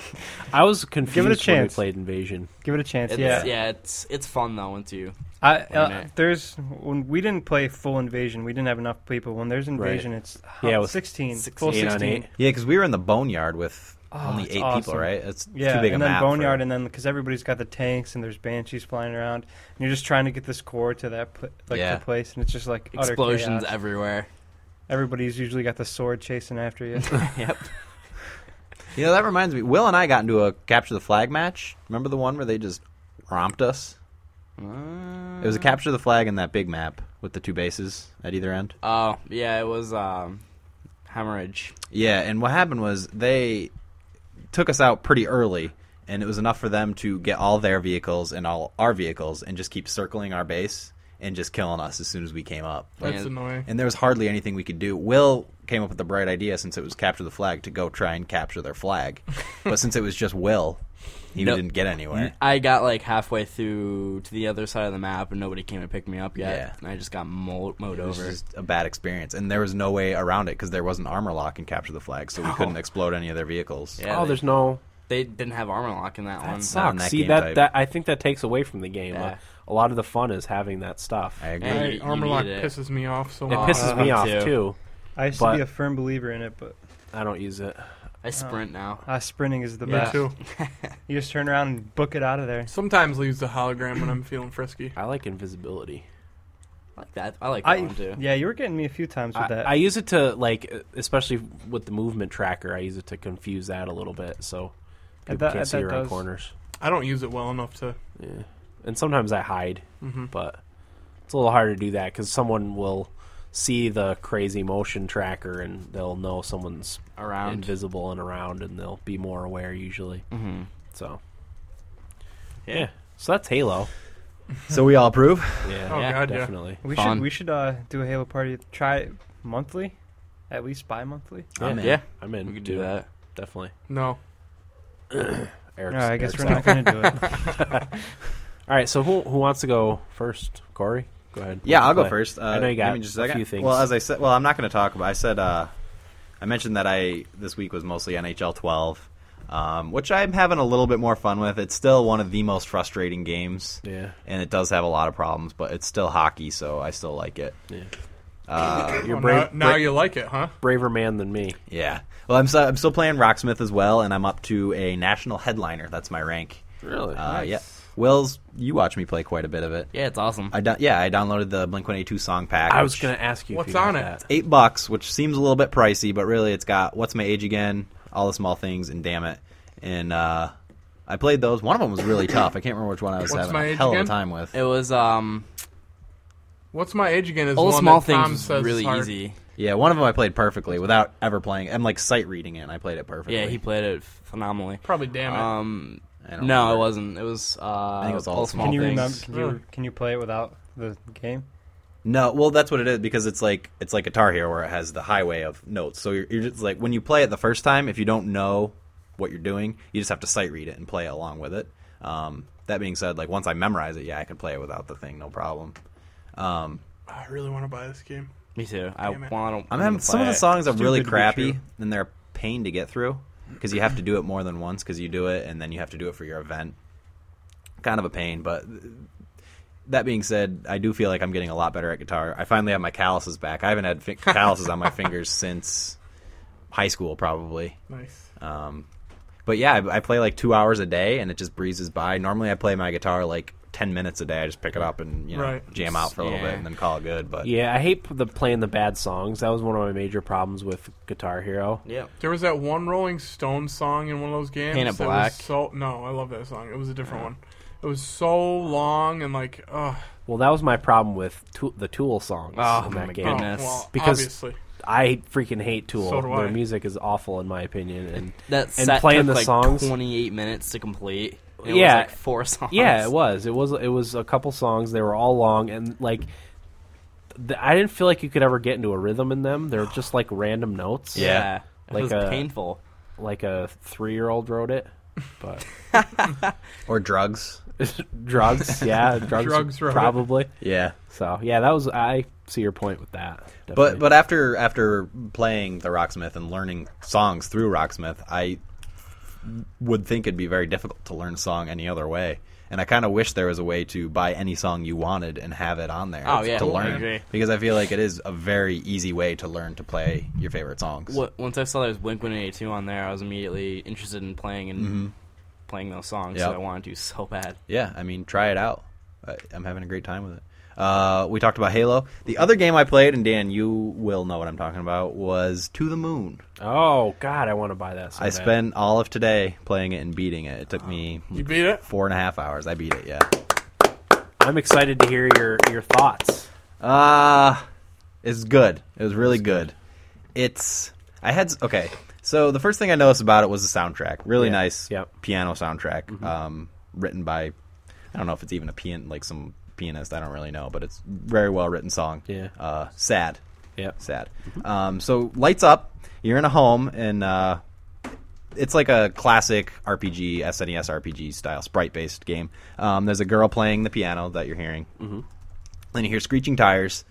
[SPEAKER 1] I was confused when we
[SPEAKER 4] chance.
[SPEAKER 1] played Invasion.
[SPEAKER 4] Give it a chance.
[SPEAKER 5] It's,
[SPEAKER 4] yeah,
[SPEAKER 5] yeah. it's it's fun though once you.
[SPEAKER 4] I,
[SPEAKER 5] Wait a
[SPEAKER 4] uh,
[SPEAKER 5] minute.
[SPEAKER 4] there's when we didn't play full invasion. We didn't have enough people. When there's invasion, it's
[SPEAKER 1] Yeah,
[SPEAKER 4] yeah,
[SPEAKER 1] with
[SPEAKER 4] 16, full
[SPEAKER 5] 16.
[SPEAKER 1] Eight
[SPEAKER 4] 16.
[SPEAKER 1] on eight.
[SPEAKER 3] Yeah, because we were in the boneyard with
[SPEAKER 4] Oh,
[SPEAKER 3] only
[SPEAKER 4] it's
[SPEAKER 3] eight
[SPEAKER 4] awesome.
[SPEAKER 3] people, right? It's
[SPEAKER 4] Yeah,
[SPEAKER 3] too big
[SPEAKER 4] and
[SPEAKER 3] a
[SPEAKER 4] then
[SPEAKER 3] map.
[SPEAKER 4] Boneyard,
[SPEAKER 3] for,
[SPEAKER 4] and then because everybody's got the tanks and there's banshees flying around, and you're just trying to get this core to that pl- like
[SPEAKER 3] Yeah.
[SPEAKER 4] the place, and it's just like utter
[SPEAKER 5] Explosions
[SPEAKER 4] chaos.
[SPEAKER 5] everywhere.
[SPEAKER 4] Everybody's usually got the sword chasing after you.
[SPEAKER 5] yep.
[SPEAKER 3] you know that reminds me. Will and I got into a capture the flag match. Remember the one where they just romped us? It
[SPEAKER 4] Uh.
[SPEAKER 3] was a capture the flag in that big map with the two bases at either end.
[SPEAKER 5] Oh yeah, it was um, hemorrhage.
[SPEAKER 3] Yeah, and what happened was they took us out pretty early, and it was enough for them to get all their vehicles and all our vehicles and just keep circling our base and just killing us as soon as we came up.
[SPEAKER 5] Yeah.
[SPEAKER 2] That's annoying.
[SPEAKER 3] And there was hardly anything we could do. Will came up with the bright idea since it was capture the flag to go try and capture their flag. but since it was just Will, he
[SPEAKER 5] Nope.
[SPEAKER 3] didn't get anywhere.
[SPEAKER 5] I got like halfway through to the other side of the map, and nobody came to pick me up yet.
[SPEAKER 3] Yeah.
[SPEAKER 5] And I just got mo- mowed
[SPEAKER 3] It was
[SPEAKER 5] over.
[SPEAKER 3] just a bad experience, and there was no way around it because there wasn't armor lock in capture the flag, so we couldn't explode any of their vehicles.
[SPEAKER 5] Yeah,
[SPEAKER 1] oh,
[SPEAKER 5] they-
[SPEAKER 1] there's no.
[SPEAKER 5] They didn't have armor lock in that, one.
[SPEAKER 1] That
[SPEAKER 3] not in
[SPEAKER 1] sucks.
[SPEAKER 3] that
[SPEAKER 1] See
[SPEAKER 3] game
[SPEAKER 1] that,
[SPEAKER 3] type.
[SPEAKER 1] that I think that takes away from the game.
[SPEAKER 5] Yeah.
[SPEAKER 1] A, a lot of the fun is having that stuff.
[SPEAKER 3] I
[SPEAKER 1] It
[SPEAKER 3] agree.
[SPEAKER 5] Yeah,
[SPEAKER 2] Hey,
[SPEAKER 5] you- you
[SPEAKER 2] armor lock
[SPEAKER 5] need it.
[SPEAKER 2] pisses me off so much. Uh,
[SPEAKER 1] pisses
[SPEAKER 5] Uh, me
[SPEAKER 1] me off
[SPEAKER 5] too.
[SPEAKER 1] too.
[SPEAKER 4] I used
[SPEAKER 1] But-
[SPEAKER 4] to be a firm believer in it, but
[SPEAKER 1] I don't use it.
[SPEAKER 5] I sprint now.
[SPEAKER 4] uh, sprinting is the
[SPEAKER 2] Me
[SPEAKER 4] best.
[SPEAKER 2] too.
[SPEAKER 4] You just turn around and book it out of there.
[SPEAKER 2] Sometimes I use the hologram when I'm feeling frisky.
[SPEAKER 1] I like invisibility.
[SPEAKER 5] I like that. I like that
[SPEAKER 4] I
[SPEAKER 5] one too.
[SPEAKER 4] yeah, you were getting me a few times with
[SPEAKER 1] I,
[SPEAKER 4] that.
[SPEAKER 1] I use it to like, uh, especially with the movement tracker. I use it to confuse that a little bit, so people
[SPEAKER 4] that-
[SPEAKER 1] can't
[SPEAKER 4] and
[SPEAKER 1] see
[SPEAKER 4] that
[SPEAKER 1] around
[SPEAKER 4] does-
[SPEAKER 1] corners.
[SPEAKER 2] I don't use it well enough to.
[SPEAKER 1] Yeah. And sometimes I hide,
[SPEAKER 2] hmm
[SPEAKER 1] but it's a little harder to do that because someone will see the crazy motion tracker and they'll know someone's
[SPEAKER 5] Around.
[SPEAKER 1] invisible and around, and they'll be more aware usually.
[SPEAKER 5] Mm-hmm.
[SPEAKER 1] So
[SPEAKER 5] Yeah.
[SPEAKER 1] yeah, so that's Halo.
[SPEAKER 3] So we all approve.
[SPEAKER 1] Yeah,
[SPEAKER 2] Oh,
[SPEAKER 5] Yeah,
[SPEAKER 2] God, yeah.
[SPEAKER 1] definitely.
[SPEAKER 4] we
[SPEAKER 5] Fun.
[SPEAKER 4] should we should uh, do a Halo party. Try it monthly, at least bi-monthly.
[SPEAKER 3] I'm in.
[SPEAKER 5] Yeah,
[SPEAKER 1] I'm in.
[SPEAKER 5] we could
[SPEAKER 1] too.
[SPEAKER 5] do that.
[SPEAKER 1] Definitely.
[SPEAKER 2] No.
[SPEAKER 1] Eric's,
[SPEAKER 4] No, I
[SPEAKER 1] Eric's
[SPEAKER 4] guess we're
[SPEAKER 1] out.
[SPEAKER 4] not going to do it.
[SPEAKER 1] All right, so who who wants to go first? Corey, go ahead.
[SPEAKER 3] Yeah, I'll go
[SPEAKER 1] Play.
[SPEAKER 3] first. Uh,
[SPEAKER 1] I know you
[SPEAKER 3] give
[SPEAKER 1] got
[SPEAKER 3] me just
[SPEAKER 1] a
[SPEAKER 3] second.
[SPEAKER 1] few things.
[SPEAKER 3] Well, as I said, well, I'm not going to talk about. I said uh, I mentioned that I this week was mostly NHL 12, um, which I'm having a little bit more fun with. It's still one of the most frustrating games,
[SPEAKER 1] Yeah,
[SPEAKER 3] and it does have a lot of problems, but it's still hockey, so I still like it.
[SPEAKER 1] yeah.
[SPEAKER 3] Uh,
[SPEAKER 1] You're
[SPEAKER 2] Oh,
[SPEAKER 1] brave,
[SPEAKER 2] now, now
[SPEAKER 1] bra-
[SPEAKER 2] you like it, huh?
[SPEAKER 1] braver man than me.
[SPEAKER 3] yeah. Well, I'm so, I'm still playing Rocksmith as well, and I'm up to a national headliner. That's my rank.
[SPEAKER 1] Really?
[SPEAKER 3] Uh, yeah. Will's, you watch me play quite a bit of it.
[SPEAKER 5] Yeah, it's awesome.
[SPEAKER 3] I do- yeah, I downloaded the Blink One Eight Two song pack.
[SPEAKER 1] I was
[SPEAKER 3] which-
[SPEAKER 1] gonna ask you. if
[SPEAKER 2] What's
[SPEAKER 1] you got
[SPEAKER 2] on it?
[SPEAKER 1] that.
[SPEAKER 3] eight bucks, which seems a little bit pricey, but really it's got what's my age again, all the small things, and damn it. And uh, I played those. One of them was really tough. I can't remember which one I was
[SPEAKER 2] What's
[SPEAKER 3] having
[SPEAKER 2] My
[SPEAKER 3] a
[SPEAKER 2] Age
[SPEAKER 3] hell of
[SPEAKER 2] Again?
[SPEAKER 3] a time with.
[SPEAKER 5] it was um
[SPEAKER 2] What's my age again? Is
[SPEAKER 5] all the
[SPEAKER 2] one
[SPEAKER 5] small
[SPEAKER 2] that Tom
[SPEAKER 5] things was
[SPEAKER 2] says
[SPEAKER 5] really
[SPEAKER 2] is hard.
[SPEAKER 5] easy.
[SPEAKER 3] Yeah, one of them I played perfectly without ever playing. it. I'm like sight reading it, and I played it perfectly.
[SPEAKER 5] Yeah, he played it phenomenally.
[SPEAKER 2] Probably damn it.
[SPEAKER 5] Um,
[SPEAKER 3] I
[SPEAKER 5] no,
[SPEAKER 3] don't remember.
[SPEAKER 5] it wasn't. It was uh,
[SPEAKER 3] think it was all
[SPEAKER 5] all
[SPEAKER 3] the
[SPEAKER 5] small
[SPEAKER 4] Can you
[SPEAKER 5] things.
[SPEAKER 4] remember? Can you,
[SPEAKER 2] Really?
[SPEAKER 4] can you play it without the game?
[SPEAKER 3] No, well that's what it is because it's like it's like Guitar Hero where it has the highway of notes. So you're, you're just like when you play it the first time, if you don't know what you're doing, you just have to sight read it and play along with it. Um, that being said, like once I memorize it, yeah, I can play it without the thing, no problem. Um,
[SPEAKER 2] I really want to buy this game.
[SPEAKER 5] Me too. I
[SPEAKER 2] Damn it.
[SPEAKER 5] want to.
[SPEAKER 3] I'm having, some of the songs are
[SPEAKER 4] It's too
[SPEAKER 3] really
[SPEAKER 4] good to be
[SPEAKER 3] crappy
[SPEAKER 4] true.
[SPEAKER 3] and they're a pain to get through because you have to do it more than once because you do it and then you have to do it for your event. Kind of a pain, but that being said, I do feel like I'm getting a lot better at guitar. I finally have my calluses back. I haven't had fi- calluses on my fingers since high school, probably.
[SPEAKER 2] Nice.
[SPEAKER 5] uh,
[SPEAKER 3] Um, but yeah, I, I play like two hours a day and it just breezes by. Normally, I play my guitar like 10 minutes a day. I just pick it up and you know,
[SPEAKER 2] Right.
[SPEAKER 3] jam out for a little
[SPEAKER 5] Yeah.
[SPEAKER 3] bit and then call it good. But
[SPEAKER 1] Yeah, I hate the playing the bad songs. That was one of my major problems with Guitar Hero.
[SPEAKER 5] Yeah.
[SPEAKER 2] There was that one Rolling Stone song in one of those games.
[SPEAKER 5] Paint It
[SPEAKER 2] that
[SPEAKER 5] Black.
[SPEAKER 2] Was so no, I love that song. It was a different one. It was so long and like, ugh.
[SPEAKER 1] Well, that was my problem with Tool- the Tool songs
[SPEAKER 5] Oh
[SPEAKER 1] in
[SPEAKER 5] my
[SPEAKER 1] that game
[SPEAKER 5] goodness.
[SPEAKER 2] oh, well,
[SPEAKER 1] Because-
[SPEAKER 2] obviously,
[SPEAKER 1] I freaking hate Tool.
[SPEAKER 2] So do
[SPEAKER 1] Their
[SPEAKER 2] I.
[SPEAKER 1] music is awful in my opinion, and
[SPEAKER 5] That
[SPEAKER 1] and
[SPEAKER 5] set
[SPEAKER 1] playing
[SPEAKER 5] took
[SPEAKER 1] the
[SPEAKER 5] like
[SPEAKER 1] songs.
[SPEAKER 5] 28 minutes to complete. It
[SPEAKER 1] Yeah.
[SPEAKER 5] was like four songs.
[SPEAKER 1] Yeah, it was. It was. It was a couple songs. They were all long, and like, th- I didn't feel like you could ever get into a rhythm in them. They're just like random notes.
[SPEAKER 5] Yeah, it
[SPEAKER 1] Like uh,
[SPEAKER 5] was
[SPEAKER 1] a-
[SPEAKER 5] painful.
[SPEAKER 1] like a three-year-old wrote it. But
[SPEAKER 3] or drugs.
[SPEAKER 1] drugs, yeah, drugs,
[SPEAKER 2] Drugs wrote it.
[SPEAKER 1] probably.
[SPEAKER 3] Yeah,
[SPEAKER 1] So yeah, that was. I see your point with that.
[SPEAKER 3] but
[SPEAKER 1] definitely.
[SPEAKER 3] but after after playing the Rocksmith and learning songs through Rocksmith, I would think it'd be very difficult to learn a song any other way. And I kind of wish there was a way to buy any song you wanted and have it on there
[SPEAKER 5] Oh,
[SPEAKER 3] to
[SPEAKER 5] yeah, I
[SPEAKER 3] learn
[SPEAKER 5] agree.
[SPEAKER 3] because I feel like it is a very easy way to learn to play your favorite songs.
[SPEAKER 5] Wh- Once I saw there was Blink 182 on there, I was immediately interested in playing and playing those songs
[SPEAKER 3] Yep.
[SPEAKER 5] that I wanted to so bad.
[SPEAKER 3] yeah, I mean, try it out. I, I'm having a great time with it. Uh, we talked about Halo. The other game I played, and Dan, you will know what I'm talking about, was To the Moon.
[SPEAKER 1] oh god, I want to buy that. So
[SPEAKER 3] I
[SPEAKER 1] bad.
[SPEAKER 3] spent all of today playing it and beating it. It took me
[SPEAKER 2] You beat it.
[SPEAKER 3] four and a half hours. I beat it. Yeah.
[SPEAKER 1] I'm excited to hear your your thoughts.
[SPEAKER 3] Uh it's good. It was really good. It's I had s- okay. So the first thing I noticed about it was the soundtrack. Really
[SPEAKER 1] Yeah. Mm-hmm.
[SPEAKER 3] nice
[SPEAKER 1] Yep.
[SPEAKER 3] piano soundtrack. Um, written by I don't know if it's even a pian like some pianist. I don't really know, but it's very well written song.
[SPEAKER 1] Yeah.
[SPEAKER 3] Uh, sad.
[SPEAKER 1] Yep.
[SPEAKER 3] Sad. Um, so lights up. You're in a home, and uh, it's like a classic RPG, SNES RPG style sprite based game. Um, there's a girl playing the piano that you're hearing. Mm-hmm. Then you hear screeching tires.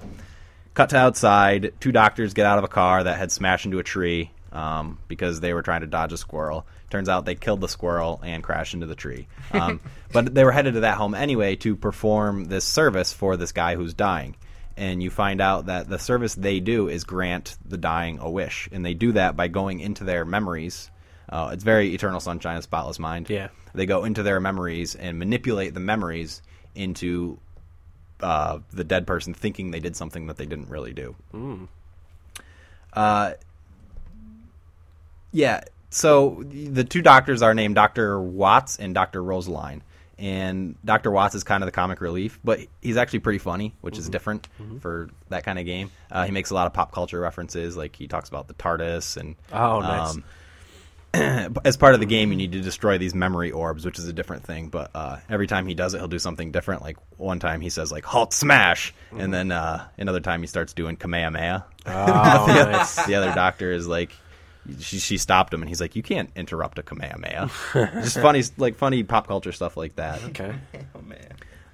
[SPEAKER 3] Cut to outside. Two doctors get out of a car that had smashed into a tree um, because they were trying to dodge a squirrel. Turns out they killed the squirrel and crashed into the tree. Um, but they were headed to that home anyway to perform this service for this guy who's dying. And you find out that the service they do is grant the dying a wish. And they do that by going into their memories. Uh, it's very Eternal Sunshine of Spotless Mind.
[SPEAKER 1] Yeah.
[SPEAKER 3] They go into their memories and manipulate the memories into uh, the dead person thinking they did something that they didn't really do.
[SPEAKER 1] Hmm.
[SPEAKER 3] Uh, yeah. So the two doctors are named Dr. Watts and Dr. Rosaline. And Dr. Watts is kind of the comic relief, but he's actually pretty funny, which
[SPEAKER 1] Mm-hmm.
[SPEAKER 3] is different for that kind of game. Uh, he makes a lot of pop culture references, like he talks about the TARDIS and
[SPEAKER 1] Oh,
[SPEAKER 3] um,
[SPEAKER 1] nice.
[SPEAKER 3] as part of the game, you need to destroy these memory orbs, which is a different thing. But uh, every time he does it, he'll do something different. Like one time he says like "Halt, smash," and then uh, another time he starts doing Kamehameha.
[SPEAKER 1] Oh, nice.
[SPEAKER 3] the other doctor is like, she she stopped him, and he's like, "You can't interrupt a Kamehameha." Just funny, like funny pop culture stuff like that.
[SPEAKER 1] Okay.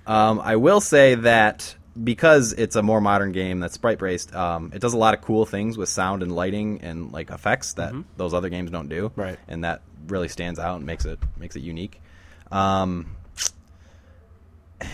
[SPEAKER 3] Um, I will say that because it's a more modern game that's sprite based, um, it does a lot of cool things with sound and lighting and like effects that those other games don't do.
[SPEAKER 1] Mm-hmm. Right.
[SPEAKER 3] and that really stands out and makes it makes it unique. Um, I-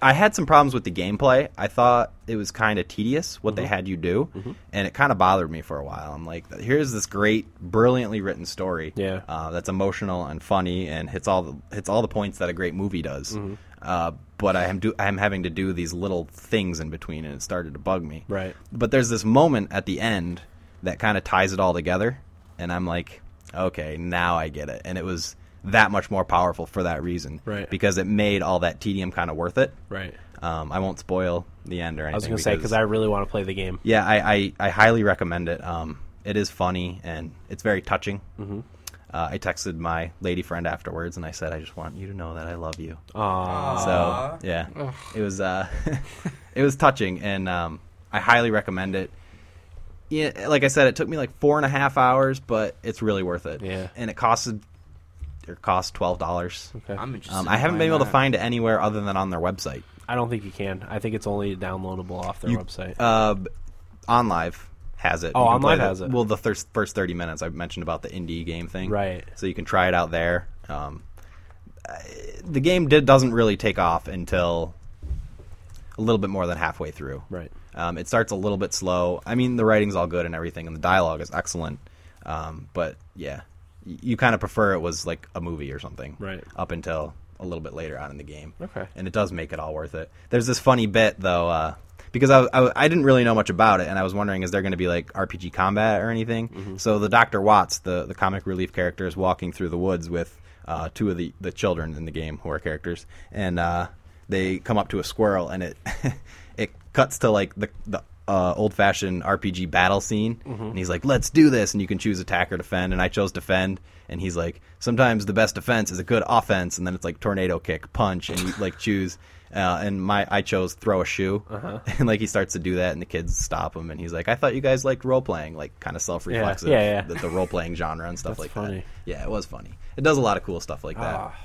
[SPEAKER 3] I had some problems with the gameplay. I thought it was kind of tedious what they
[SPEAKER 1] Mm-hmm.
[SPEAKER 3] had you do, and it kind of bothered me for a while. I'm like, here's this great, brilliantly written story,
[SPEAKER 1] Yeah.
[SPEAKER 3] uh, that's emotional and funny and hits all the hits all the points that a great movie does.
[SPEAKER 1] Mm-hmm.
[SPEAKER 3] Uh, but I am do I'm having to do these little things in between, and it started to bug me.
[SPEAKER 1] Right.
[SPEAKER 3] But there's this moment at the end that kind of ties it all together, and I'm like, okay, now I get it. And it was that much more powerful for that reason,
[SPEAKER 1] Right.
[SPEAKER 3] Because it made all that tedium kind of worth it.
[SPEAKER 1] Right.
[SPEAKER 3] Um, I won't spoil the end or anything.
[SPEAKER 1] I was gonna say because I really want to play the game.
[SPEAKER 3] yeah, I, I, I highly recommend it. Um, it is funny and it's very touching. Mm-hmm. Uh, I texted my lady friend afterwards and I said, I just want you to know that I love you.
[SPEAKER 2] Uh,
[SPEAKER 1] Aw.
[SPEAKER 3] So yeah, it was uh, it was touching, and um, I highly recommend it. Yeah, like I said, it took me like four and a half hours, but it's really worth it.
[SPEAKER 1] Yeah.
[SPEAKER 3] and it costed or cost twelve dollars.
[SPEAKER 1] Okay.
[SPEAKER 5] I'm interested.
[SPEAKER 3] Um,
[SPEAKER 5] in
[SPEAKER 3] I haven't been
[SPEAKER 5] playing
[SPEAKER 3] able to
[SPEAKER 5] that.
[SPEAKER 3] find it anywhere other than on their website.
[SPEAKER 1] I don't think you can. I think it's only downloadable off their
[SPEAKER 3] You-
[SPEAKER 1] website.
[SPEAKER 3] Uh, OnLive has it.
[SPEAKER 1] Oh,
[SPEAKER 3] You can
[SPEAKER 1] OnLive
[SPEAKER 3] play the-
[SPEAKER 1] has it.
[SPEAKER 3] Well, the first first thirty minutes I mentioned about the indie game thing,
[SPEAKER 1] Right.
[SPEAKER 3] So you can try it out there. Um, uh, the game did doesn't really take off until a little bit more than halfway through.
[SPEAKER 1] Right.
[SPEAKER 3] Um, it starts a little bit slow. I mean, the writing's all good and everything, and the dialogue is excellent. Um, but yeah, y- you kind of prefer it was like a movie or something,
[SPEAKER 1] Right.
[SPEAKER 3] Up until a little bit later on in the game.
[SPEAKER 1] Okay.
[SPEAKER 3] And it does make it all worth it. There's this funny bit though, uh, because I, I I didn't really know much about it, and I was wondering is there going to be like RPG combat or anything?
[SPEAKER 1] Mm-hmm.
[SPEAKER 3] So the Doctor Watts, the the comic relief character, is walking through the woods with uh, two of the the children in the game who are characters, and uh, they come up to a squirrel, and it it cuts to like the the uh, old fashioned RPG battle scene, and he's like, "Let's do this," and you can choose attack or defend, and I chose defend, and he's like, "Sometimes the best defense is a good offense," and then it's like tornado kick, punch, and you like choose. Uh, and my I chose throw a shoe,
[SPEAKER 1] Uh-huh.
[SPEAKER 3] and like he starts to do that, and the kids stop him, and he's like, "I thought you guys liked role playing, like kind of self reflexive,
[SPEAKER 1] Yeah, yeah.
[SPEAKER 3] The, the role playing genre and stuff
[SPEAKER 1] That's
[SPEAKER 3] like that."
[SPEAKER 1] funny.
[SPEAKER 3] Yeah, it was funny. It does a lot of cool stuff like that.
[SPEAKER 1] Ah,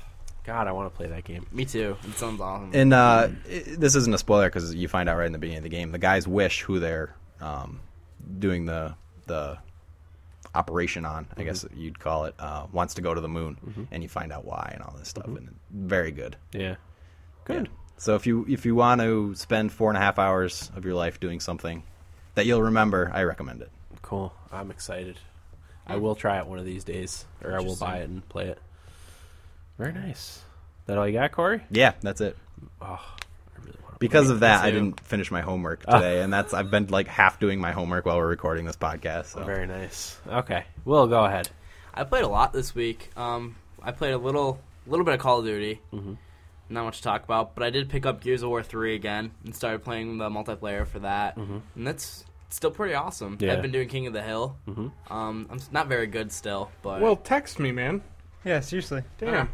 [SPEAKER 1] God, I want to play that game.
[SPEAKER 5] Me too. It sounds awesome.
[SPEAKER 3] And uh, i this isn't a spoiler because you find out right in the beginning of the game. The guys wish who they're um, doing the the operation on,
[SPEAKER 1] Mm-hmm.
[SPEAKER 3] I guess you'd call it, uh, wants to go to the moon, and you find out why and all this stuff. And very good,
[SPEAKER 1] Yeah. Mm-hmm. Good.
[SPEAKER 3] Yeah. So if you if you want to spend four and a half hours of your life doing something that you'll remember, I recommend it.
[SPEAKER 1] Cool. I'm excited. I will try it one of these days, or I will buy it and play it. Very nice. That all you got, Corey?
[SPEAKER 3] Yeah, that's it.
[SPEAKER 1] I really want to.
[SPEAKER 3] Because of that, I
[SPEAKER 5] too.
[SPEAKER 3] didn't finish my homework
[SPEAKER 1] Ah.
[SPEAKER 3] today, and that's I've been like half doing my homework while we're recording this podcast. So.
[SPEAKER 1] Very nice. Oh. Okay. Will, go ahead.
[SPEAKER 5] I played a lot this week. Um, I played a little, little bit of Call of Duty. Mm-hmm. Not much to talk about, but I did pick up Gears of War three again and started playing the multiplayer for that, and that's still pretty awesome.
[SPEAKER 1] Mm-hmm. Yeah.
[SPEAKER 5] I've been doing King of the Hill. Mm-hmm. Um, I'm s- not very good still, but
[SPEAKER 2] Well, text me, man.
[SPEAKER 4] Yeah, seriously.
[SPEAKER 2] Damn.